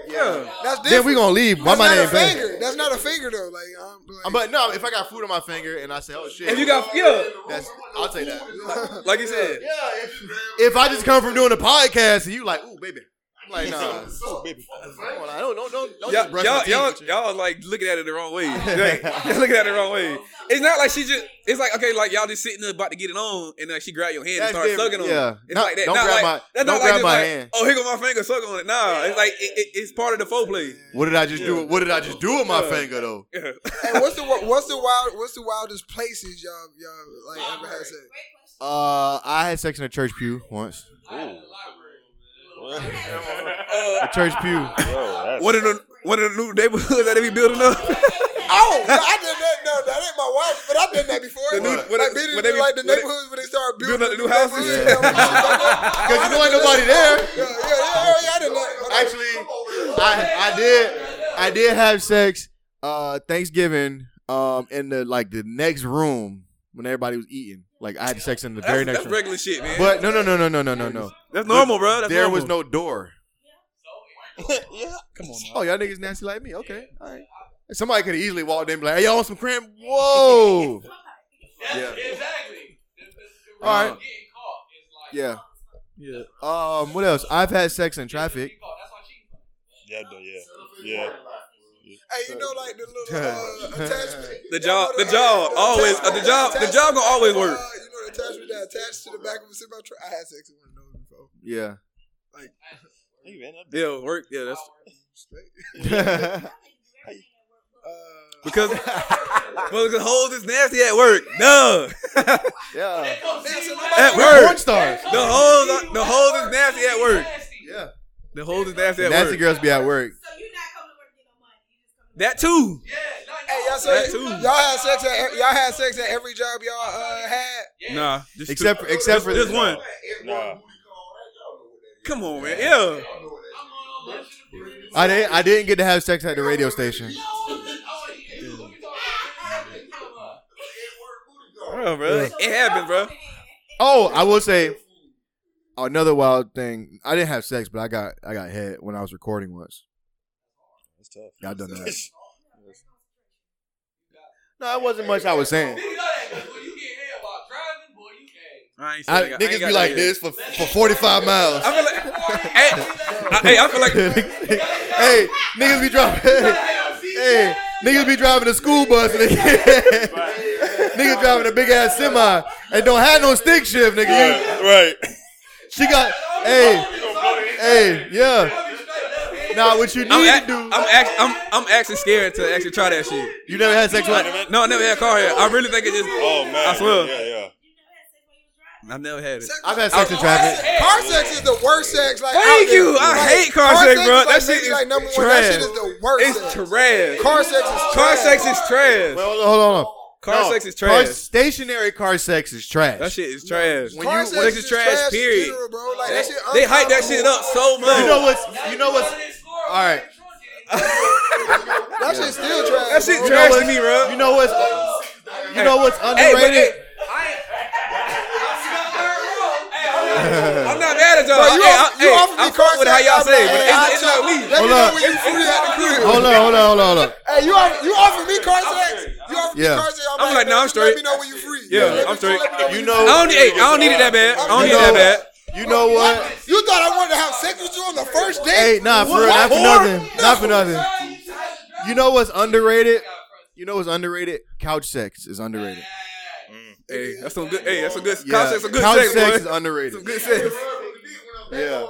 [SPEAKER 4] Yeah.
[SPEAKER 3] That's different.
[SPEAKER 2] Then we gonna leave. My
[SPEAKER 3] That's
[SPEAKER 2] mind
[SPEAKER 3] not a
[SPEAKER 2] ain't bad.
[SPEAKER 3] finger. That's not a finger though. Like, I'm, like
[SPEAKER 2] But no, if I got food on my finger and I say, oh shit,
[SPEAKER 4] If you got yeah,
[SPEAKER 2] that's, I'll take that.
[SPEAKER 4] like you said,
[SPEAKER 2] If I just come from doing a podcast and you like, ooh, baby, I'm like, nah,
[SPEAKER 1] baby.
[SPEAKER 2] come on, I don't, don't, don't, don't just
[SPEAKER 4] Oh, y'all,
[SPEAKER 2] brush
[SPEAKER 4] y'all,
[SPEAKER 2] my
[SPEAKER 4] y'all,
[SPEAKER 2] teeth.
[SPEAKER 4] y'all like looking at it the wrong way. Like, y'all looking at it the wrong way. It's not like she just. It's like okay, like y'all just sitting there about to get it on, and like she grabbed your hand
[SPEAKER 2] That's
[SPEAKER 4] and
[SPEAKER 2] different,
[SPEAKER 4] started sucking on
[SPEAKER 2] yeah.
[SPEAKER 4] it. It's
[SPEAKER 2] Not-
[SPEAKER 4] like that.
[SPEAKER 2] don't
[SPEAKER 4] not
[SPEAKER 2] grab
[SPEAKER 4] like,
[SPEAKER 2] my-
[SPEAKER 4] that's
[SPEAKER 2] don't
[SPEAKER 4] not like
[SPEAKER 2] grab
[SPEAKER 4] just
[SPEAKER 2] my
[SPEAKER 4] like,
[SPEAKER 2] hand.
[SPEAKER 4] Oh, here go my finger, suck on it. Nah, it's like it, it, it's part of the foreplay.
[SPEAKER 2] what did I just do? What did I just do with my finger though?
[SPEAKER 4] Yeah.
[SPEAKER 3] And what's the wi- what's the wild what's the wildest places y'all y'all like ever had sex?
[SPEAKER 2] Uh, I had sex in a church pew once. A church pew.
[SPEAKER 4] One of the one of the new neighborhoods that they be building up.
[SPEAKER 3] Oh, no, I did that. No, that ain't my wife, but I've done that before.
[SPEAKER 4] The new-
[SPEAKER 3] like,
[SPEAKER 4] when
[SPEAKER 3] like,
[SPEAKER 4] it-
[SPEAKER 3] being
[SPEAKER 4] when
[SPEAKER 3] in,
[SPEAKER 4] they be-
[SPEAKER 3] like the
[SPEAKER 4] when they-
[SPEAKER 3] neighborhoods where they start building,
[SPEAKER 4] building the new houses?
[SPEAKER 3] neighborhoods. Yeah,
[SPEAKER 2] Cause you know ain't nobody there.
[SPEAKER 3] yeah, yeah, yeah, I did that.
[SPEAKER 2] Actually, I I did I did have sex uh Thanksgiving um in the like the next room when everybody was eating. Like I had sex in the very
[SPEAKER 4] That's,
[SPEAKER 2] next
[SPEAKER 4] that's
[SPEAKER 2] room.
[SPEAKER 4] regular shit, man.
[SPEAKER 2] But no no no no no no no no.
[SPEAKER 4] that's normal, bro. That's
[SPEAKER 2] There
[SPEAKER 4] normal.
[SPEAKER 2] was no door.
[SPEAKER 4] Come on,
[SPEAKER 2] Oh y'all niggas nasty like me. Okay. All right. Somebody could have easily walked in and be like, hey, y'all want some cramp? Whoa. Yeah.
[SPEAKER 8] Exactly.
[SPEAKER 2] All right.
[SPEAKER 8] Getting caught is like
[SPEAKER 2] Yeah.
[SPEAKER 4] yeah.
[SPEAKER 2] Um, what else? I've had sex in traffic.
[SPEAKER 8] That's why she
[SPEAKER 1] Yeah, yeah, yeah.
[SPEAKER 3] Hey, you know, like the little uh, attachment.
[SPEAKER 4] The
[SPEAKER 3] Y'all
[SPEAKER 4] job,
[SPEAKER 3] know
[SPEAKER 4] the job
[SPEAKER 3] attachment-
[SPEAKER 4] always, uh, the job, the job gonna always work.
[SPEAKER 3] Uh, you know the attachment that attached to the back of a semi truck. I had sex with one of those before.
[SPEAKER 2] Yeah.
[SPEAKER 1] Hey, man, that-
[SPEAKER 4] Yeah, work. Yeah, that's
[SPEAKER 3] Straight. Uh,
[SPEAKER 4] because well, because hoes is nasty at work. No,
[SPEAKER 2] yeah.
[SPEAKER 4] at
[SPEAKER 2] We're porn
[SPEAKER 4] work,
[SPEAKER 2] stars.
[SPEAKER 4] the hoes, are- the hoes is nasty at work.
[SPEAKER 2] Yeah.
[SPEAKER 4] The hoes is nasty at
[SPEAKER 2] Nasty
[SPEAKER 4] work.
[SPEAKER 2] girls be at work.
[SPEAKER 10] So you're not coming to work to get no money. You just come to
[SPEAKER 4] That too.
[SPEAKER 3] hey, y'all
[SPEAKER 4] That
[SPEAKER 3] say
[SPEAKER 4] too.
[SPEAKER 3] y'all had sex at y'all had sex at every job y'all uh, had.
[SPEAKER 4] Nah, just
[SPEAKER 2] Except
[SPEAKER 4] two.
[SPEAKER 2] for, except
[SPEAKER 4] Just-
[SPEAKER 2] for
[SPEAKER 4] just one.
[SPEAKER 1] Nah.
[SPEAKER 4] Come on, man. Yeah,
[SPEAKER 2] I didn't. I didn't get to have sex at the radio station.
[SPEAKER 4] Bruh, bro. It happened, bro.
[SPEAKER 2] Oh, I will say another wild thing. I didn't have sex, but I got I got head when I was recording once.
[SPEAKER 1] That's tough.
[SPEAKER 2] Yeah, I done that. No, it wasn't much I was saying.
[SPEAKER 4] I ain't,
[SPEAKER 2] I,
[SPEAKER 4] saying- ain't
[SPEAKER 2] niggas
[SPEAKER 4] got
[SPEAKER 2] be
[SPEAKER 4] no
[SPEAKER 2] like
[SPEAKER 4] head.
[SPEAKER 2] this for, for 45 miles.
[SPEAKER 4] I feel like, hey, I, hey, I feel like,
[SPEAKER 2] hey, niggas be driving. hey, niggas be driving a school bus. Nigga. niggas driving a big ass semi and don't have no stick shift, nigga.
[SPEAKER 1] Right.
[SPEAKER 2] She got. Hey, hey, yeah. Nah, what you need
[SPEAKER 4] I'm,
[SPEAKER 2] to
[SPEAKER 4] act,
[SPEAKER 2] do?
[SPEAKER 4] I'm, act, I'm, I'm actually scared to actually try that shit.
[SPEAKER 2] you never had sex with.
[SPEAKER 4] No, I never had car hair. I really think it just.
[SPEAKER 1] Oh man.
[SPEAKER 4] I swear.
[SPEAKER 1] Yeah, yeah.
[SPEAKER 4] I never had it.
[SPEAKER 2] I've had sex in traffic.
[SPEAKER 3] Car sex is the worst sex. Like
[SPEAKER 4] Thank
[SPEAKER 3] out there.
[SPEAKER 4] you. I hate car sex,
[SPEAKER 3] is,
[SPEAKER 4] bro.
[SPEAKER 3] like,
[SPEAKER 4] That shit
[SPEAKER 3] maybe,
[SPEAKER 4] is
[SPEAKER 3] like number one.
[SPEAKER 4] trash.
[SPEAKER 3] That shit is the worst.
[SPEAKER 4] It's
[SPEAKER 3] sex.
[SPEAKER 4] trash.
[SPEAKER 3] Car sex is
[SPEAKER 4] Car
[SPEAKER 3] trash.
[SPEAKER 4] sex is trash.
[SPEAKER 2] Well, hold on, hold on, hold on.
[SPEAKER 4] Car sex is
[SPEAKER 2] Car,
[SPEAKER 4] trash.
[SPEAKER 2] stationary car sex is trash.
[SPEAKER 4] That shit is trash.
[SPEAKER 2] When
[SPEAKER 3] Car
[SPEAKER 2] you-
[SPEAKER 3] sex
[SPEAKER 4] sex is trash,
[SPEAKER 3] in
[SPEAKER 4] period.
[SPEAKER 3] general, bro. Like, that shit
[SPEAKER 4] They hype that shit up so much.
[SPEAKER 2] You know what's? You know what's? All right.
[SPEAKER 3] That shit still trash.
[SPEAKER 4] That shit
[SPEAKER 3] bro.
[SPEAKER 4] trash to me, bro.
[SPEAKER 2] You know what's? You know what's
[SPEAKER 4] Hey, but
[SPEAKER 2] underrated?
[SPEAKER 4] hey, I'm not mad at y'all.
[SPEAKER 3] Bro, you
[SPEAKER 4] hey,
[SPEAKER 3] off-
[SPEAKER 4] I,
[SPEAKER 3] you
[SPEAKER 4] hey,
[SPEAKER 3] offered me
[SPEAKER 4] I'm
[SPEAKER 3] car
[SPEAKER 4] fuck with how
[SPEAKER 3] sex
[SPEAKER 4] y'all
[SPEAKER 3] last
[SPEAKER 4] say it,
[SPEAKER 3] night.
[SPEAKER 4] but
[SPEAKER 3] Hey,
[SPEAKER 4] it's, it's
[SPEAKER 3] I
[SPEAKER 4] not
[SPEAKER 3] told-
[SPEAKER 4] me.
[SPEAKER 3] Let me
[SPEAKER 2] Hold
[SPEAKER 3] know
[SPEAKER 2] up.
[SPEAKER 3] when you free at the crib.
[SPEAKER 2] Hold on, hold on, hold on, hold on.
[SPEAKER 3] Hey, you offer, you offer me car sex? You offer
[SPEAKER 2] Yeah.
[SPEAKER 3] me car sex?
[SPEAKER 4] I'm like, nah, I'm
[SPEAKER 3] Let
[SPEAKER 4] straight.
[SPEAKER 3] me know when you free.
[SPEAKER 4] Yeah,
[SPEAKER 3] Let me-
[SPEAKER 4] I'm straight.
[SPEAKER 3] let me know when
[SPEAKER 2] You
[SPEAKER 3] you
[SPEAKER 2] know-
[SPEAKER 4] I don't, need- hey, I don't need it that bad. I
[SPEAKER 2] You
[SPEAKER 4] don't need it that
[SPEAKER 2] know-
[SPEAKER 4] bad.
[SPEAKER 2] You know what?
[SPEAKER 3] free. You thought I wanted to have sex with you on the first
[SPEAKER 2] Hey,
[SPEAKER 3] date?
[SPEAKER 2] nah, for real, not for nothing, not for nothing. You know what's underrated? You know what's underrated? Couch sex is underrated.
[SPEAKER 4] Hey, that's some good. Hey, that's some good.
[SPEAKER 2] Yeah.
[SPEAKER 4] Couch sex, some good
[SPEAKER 2] Couch
[SPEAKER 4] sex,
[SPEAKER 2] sex is
[SPEAKER 4] boy.
[SPEAKER 2] underrated.
[SPEAKER 4] Some good sex.
[SPEAKER 2] Yeah.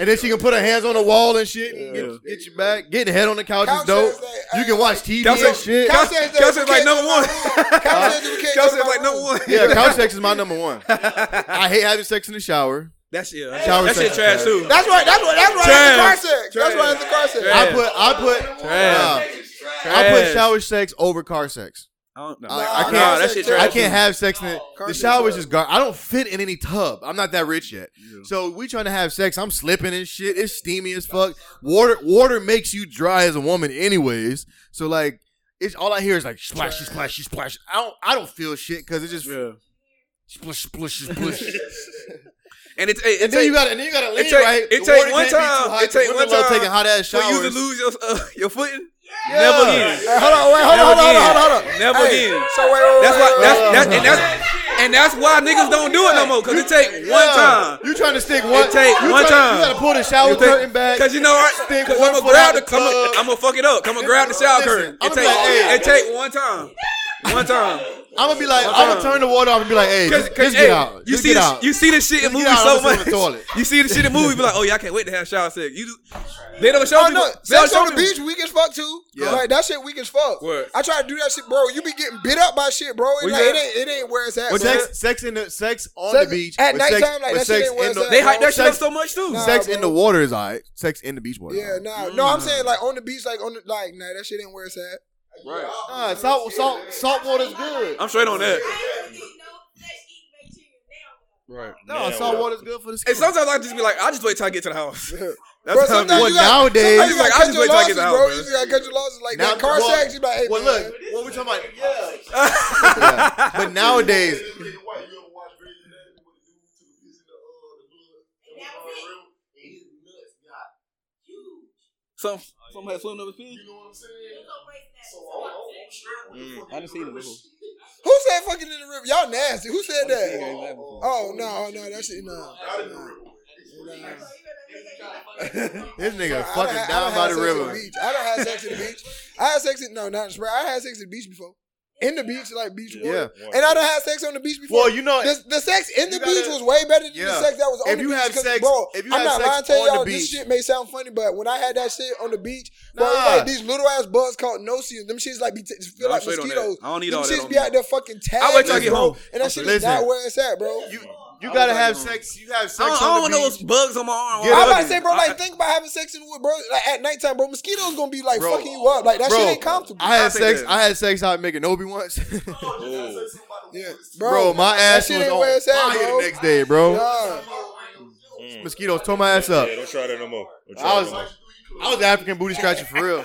[SPEAKER 2] And then she can put her hands on the wall and shit and get, get you back. Getting head on the couch,
[SPEAKER 3] Couch
[SPEAKER 2] is dope.
[SPEAKER 3] sex, like,
[SPEAKER 2] you can watch TV
[SPEAKER 4] Couch
[SPEAKER 2] and
[SPEAKER 4] sex-
[SPEAKER 2] shit.
[SPEAKER 4] couch-
[SPEAKER 3] sex
[SPEAKER 4] Couch
[SPEAKER 3] that
[SPEAKER 4] sex
[SPEAKER 3] we
[SPEAKER 4] like
[SPEAKER 3] can't
[SPEAKER 4] number
[SPEAKER 3] go
[SPEAKER 4] one.
[SPEAKER 3] by. Couch sex that we can't
[SPEAKER 4] Couch
[SPEAKER 3] go
[SPEAKER 4] sex
[SPEAKER 3] by
[SPEAKER 4] like number
[SPEAKER 3] rules.
[SPEAKER 4] one.
[SPEAKER 2] yeah, couch sex is my number one. I hate having sex in the shower.
[SPEAKER 4] That's yeah.
[SPEAKER 2] Shower
[SPEAKER 4] That
[SPEAKER 2] sex
[SPEAKER 4] shit
[SPEAKER 2] is
[SPEAKER 4] trash
[SPEAKER 2] trash.
[SPEAKER 4] too.
[SPEAKER 3] That's right. That's right. That's right. That's
[SPEAKER 4] Trash.
[SPEAKER 3] the car sex. That's right. That's the car sex.
[SPEAKER 4] Trash.
[SPEAKER 2] I put I put
[SPEAKER 4] Trash.
[SPEAKER 2] nah, I put
[SPEAKER 4] Trash.
[SPEAKER 2] shower sex over car sex.
[SPEAKER 4] Uh, I don't know.
[SPEAKER 2] I, I can't.
[SPEAKER 4] Nah, that shit trash.
[SPEAKER 2] I can't have sex in it.
[SPEAKER 3] Car
[SPEAKER 2] The
[SPEAKER 3] sex
[SPEAKER 2] shower is
[SPEAKER 3] sucks.
[SPEAKER 2] just gar- I don't fit in any tub. I'm not that rich yet. So we trying to have sex. I'm slipping and shit. It's steamy as fuck. Water water makes you dry as a woman, anyways. So like, it's all I hear is like splashy, splashy, splash. I don't I don't feel shit because it's just
[SPEAKER 4] Yeah.
[SPEAKER 2] splish, splish, splish.
[SPEAKER 4] And it's hey,
[SPEAKER 2] and then you got and then you got to lean
[SPEAKER 4] it take-
[SPEAKER 2] right. The
[SPEAKER 4] it take
[SPEAKER 2] water can't
[SPEAKER 4] one
[SPEAKER 2] be too
[SPEAKER 4] time.
[SPEAKER 2] hot.
[SPEAKER 4] It take
[SPEAKER 2] Women
[SPEAKER 4] one
[SPEAKER 2] love
[SPEAKER 4] time
[SPEAKER 2] taking hot ass
[SPEAKER 4] for
[SPEAKER 2] showers.
[SPEAKER 4] you to lose your uh, your footing. Never again.
[SPEAKER 3] Hey, hold on. Wait. Hold on. Hold on.
[SPEAKER 4] Never
[SPEAKER 3] Hold
[SPEAKER 4] again.
[SPEAKER 3] on. Hold on.
[SPEAKER 4] Never
[SPEAKER 3] Hey,
[SPEAKER 4] again.
[SPEAKER 3] So wait. Wait. wait,
[SPEAKER 4] That's why.
[SPEAKER 3] wait,
[SPEAKER 4] That's
[SPEAKER 3] wait.
[SPEAKER 4] that's and that's and that's why niggas don't do it no more. Cause it take one
[SPEAKER 2] Yeah.
[SPEAKER 4] time.
[SPEAKER 2] You trying to stick one
[SPEAKER 4] It take
[SPEAKER 2] you
[SPEAKER 4] one
[SPEAKER 2] tryna-
[SPEAKER 4] time.
[SPEAKER 2] You gotta pull the shower curtain back.
[SPEAKER 4] Cause you know, right?
[SPEAKER 2] Stick
[SPEAKER 4] Cause
[SPEAKER 2] one
[SPEAKER 4] I'm gonna
[SPEAKER 2] foot
[SPEAKER 4] grab
[SPEAKER 2] out
[SPEAKER 4] the,
[SPEAKER 2] the
[SPEAKER 4] I'm
[SPEAKER 2] tub.
[SPEAKER 4] gonna fuck it up. I'm gonna grab the shower
[SPEAKER 2] Listen,
[SPEAKER 4] curtain.
[SPEAKER 2] I'm
[SPEAKER 4] It take,
[SPEAKER 2] like, hey.
[SPEAKER 4] it take one time, one time.
[SPEAKER 2] I'm gonna be like, I'm gonna turn the water off and be like, hey,
[SPEAKER 4] Cause,
[SPEAKER 2] just,
[SPEAKER 4] 'cause,
[SPEAKER 2] just get
[SPEAKER 4] hey,
[SPEAKER 2] out.
[SPEAKER 4] You
[SPEAKER 2] Just
[SPEAKER 4] see
[SPEAKER 2] get
[SPEAKER 4] this,
[SPEAKER 2] out.
[SPEAKER 4] you see this shit
[SPEAKER 2] Just
[SPEAKER 4] in movies
[SPEAKER 2] get out, I'm
[SPEAKER 4] so
[SPEAKER 2] gonna sit
[SPEAKER 4] much.
[SPEAKER 2] on the toilet.
[SPEAKER 4] You see this shit in movies, be like, oh yeah, I can't wait to have shower sex. You do, they don't show
[SPEAKER 3] Oh
[SPEAKER 4] people.
[SPEAKER 3] no,
[SPEAKER 4] they don't
[SPEAKER 3] sex
[SPEAKER 4] show
[SPEAKER 3] on the
[SPEAKER 4] people-
[SPEAKER 3] beach weak as fuck too.
[SPEAKER 2] Yeah.
[SPEAKER 3] Like that shit weak as fuck.
[SPEAKER 4] What?
[SPEAKER 3] I try to do that shit, bro. You be getting bit up by shit, bro. It,
[SPEAKER 4] What
[SPEAKER 3] like,
[SPEAKER 4] you
[SPEAKER 3] it
[SPEAKER 4] said?
[SPEAKER 3] ain't it ain't where it's at.
[SPEAKER 2] But
[SPEAKER 3] bro.
[SPEAKER 2] sex, sex in the sex on the
[SPEAKER 3] Sex-
[SPEAKER 2] beach
[SPEAKER 3] at
[SPEAKER 2] but sex-
[SPEAKER 3] nighttime, like,
[SPEAKER 2] but
[SPEAKER 3] that shit
[SPEAKER 2] sex
[SPEAKER 3] ain't where
[SPEAKER 2] in
[SPEAKER 3] it's
[SPEAKER 2] the-
[SPEAKER 3] at,
[SPEAKER 4] They hype that shit up
[SPEAKER 2] sex-
[SPEAKER 4] so much too.
[SPEAKER 3] Nah,
[SPEAKER 2] Sex
[SPEAKER 3] bro.
[SPEAKER 2] in the water is alright. Sex in the beach water.
[SPEAKER 3] Yeah, nah. No, I'm
[SPEAKER 2] Mm.
[SPEAKER 3] saying like on the beach, like on the like, nah, that shit ain't where it's at.
[SPEAKER 4] Right.
[SPEAKER 2] Nah, salt salt salt water's good.
[SPEAKER 4] I'm straight on that.
[SPEAKER 1] Right.
[SPEAKER 2] No, salt water's good for the skin.
[SPEAKER 4] And sometimes I just be like, I just wait till I get to the house.
[SPEAKER 3] Bro,
[SPEAKER 4] That's how I be.
[SPEAKER 3] sometimes
[SPEAKER 2] Well,
[SPEAKER 3] you gotta,
[SPEAKER 2] nowadays-
[SPEAKER 3] sometimes you
[SPEAKER 4] Like,
[SPEAKER 3] gotta
[SPEAKER 4] I
[SPEAKER 3] cut
[SPEAKER 4] just
[SPEAKER 3] your
[SPEAKER 4] wait till I
[SPEAKER 3] losses,
[SPEAKER 4] get the
[SPEAKER 3] bro.
[SPEAKER 4] house, bro.
[SPEAKER 3] You just gotta cut your losses. Like
[SPEAKER 2] Now-
[SPEAKER 3] that car
[SPEAKER 2] well-
[SPEAKER 3] sex, you be like, hey,
[SPEAKER 2] Well,
[SPEAKER 3] man.
[SPEAKER 2] look, what we talking about? Yeah. Yeah. But nowadays,
[SPEAKER 4] Some some had swim up his pee.
[SPEAKER 2] Mm.
[SPEAKER 4] I didn't see him before.
[SPEAKER 3] who said fucking in the river? Y'all nasty. Who said that? Oh no, no, that shit no. Nah.
[SPEAKER 2] This nigga
[SPEAKER 3] I done
[SPEAKER 2] fucking
[SPEAKER 3] had- I
[SPEAKER 2] down
[SPEAKER 3] done
[SPEAKER 2] by
[SPEAKER 3] had
[SPEAKER 2] the
[SPEAKER 3] sex at
[SPEAKER 2] river.
[SPEAKER 3] beach. I don't have sex at the beach. I had sex at no, not in the spring. I had sex at the beach before. In the beach, like beach
[SPEAKER 2] Yeah.
[SPEAKER 3] water. And I don't have sex on the beach before.
[SPEAKER 2] Well, you know,
[SPEAKER 3] the, the sex in the
[SPEAKER 2] You
[SPEAKER 3] beach
[SPEAKER 2] gotta-
[SPEAKER 3] was way better than
[SPEAKER 2] Yeah.
[SPEAKER 3] the sex that was on
[SPEAKER 2] If
[SPEAKER 3] the
[SPEAKER 2] you
[SPEAKER 3] beach.
[SPEAKER 2] have
[SPEAKER 3] 'cause,
[SPEAKER 2] sex-
[SPEAKER 3] bro,
[SPEAKER 2] if you
[SPEAKER 3] I'm
[SPEAKER 2] have
[SPEAKER 3] not
[SPEAKER 2] sex
[SPEAKER 3] lying to
[SPEAKER 2] on the
[SPEAKER 3] y'all. This
[SPEAKER 2] beach-
[SPEAKER 3] shit may sound funny, but when I had that shit on the beach, bro, it was
[SPEAKER 2] Nah.
[SPEAKER 3] like these little ass bugs called noceans. Them shits like be t- feel
[SPEAKER 4] Nah,
[SPEAKER 3] like
[SPEAKER 4] I'm straight on that.
[SPEAKER 3] mosquitoes.
[SPEAKER 4] I don't need
[SPEAKER 3] Them
[SPEAKER 4] all that
[SPEAKER 3] shits
[SPEAKER 4] on
[SPEAKER 3] be
[SPEAKER 4] me.
[SPEAKER 3] out there fucking tagging.
[SPEAKER 4] I'll wait till I get
[SPEAKER 3] bro,
[SPEAKER 4] home.
[SPEAKER 3] And that shit is
[SPEAKER 2] Listen.
[SPEAKER 3] not where it's at, bro.
[SPEAKER 2] You you gotta
[SPEAKER 4] was
[SPEAKER 2] have
[SPEAKER 4] like,
[SPEAKER 2] sex. You have
[SPEAKER 4] I don't,
[SPEAKER 2] sex
[SPEAKER 4] I don't
[SPEAKER 2] on
[SPEAKER 4] want
[SPEAKER 2] the
[SPEAKER 4] those
[SPEAKER 2] beach.
[SPEAKER 4] bugs on my arm.
[SPEAKER 2] Get
[SPEAKER 3] I'm
[SPEAKER 2] up.
[SPEAKER 3] about to say, bro,
[SPEAKER 4] I-
[SPEAKER 3] like, think about having sex in the wood, bro. Like, at nighttime, bro, mosquitoes gonna be, like,
[SPEAKER 2] Bro.
[SPEAKER 3] fucking you up. Like, that
[SPEAKER 2] Bro,
[SPEAKER 3] shit ain't comfortable.
[SPEAKER 2] I had
[SPEAKER 4] I'll take
[SPEAKER 2] sex.
[SPEAKER 4] that.
[SPEAKER 2] I had sex out making Obi once.
[SPEAKER 3] yeah.
[SPEAKER 2] bro, my ass
[SPEAKER 3] that shit
[SPEAKER 2] was
[SPEAKER 3] ain't
[SPEAKER 2] on
[SPEAKER 3] where it's at,
[SPEAKER 2] fire
[SPEAKER 3] bro.
[SPEAKER 2] the next day, bro.
[SPEAKER 3] Nah.
[SPEAKER 2] Mosquitoes tore my ass up.
[SPEAKER 1] Yeah, don't try that no more. Don't try
[SPEAKER 2] I
[SPEAKER 1] that
[SPEAKER 2] was,
[SPEAKER 1] no more.
[SPEAKER 2] I was African booty scratching for real.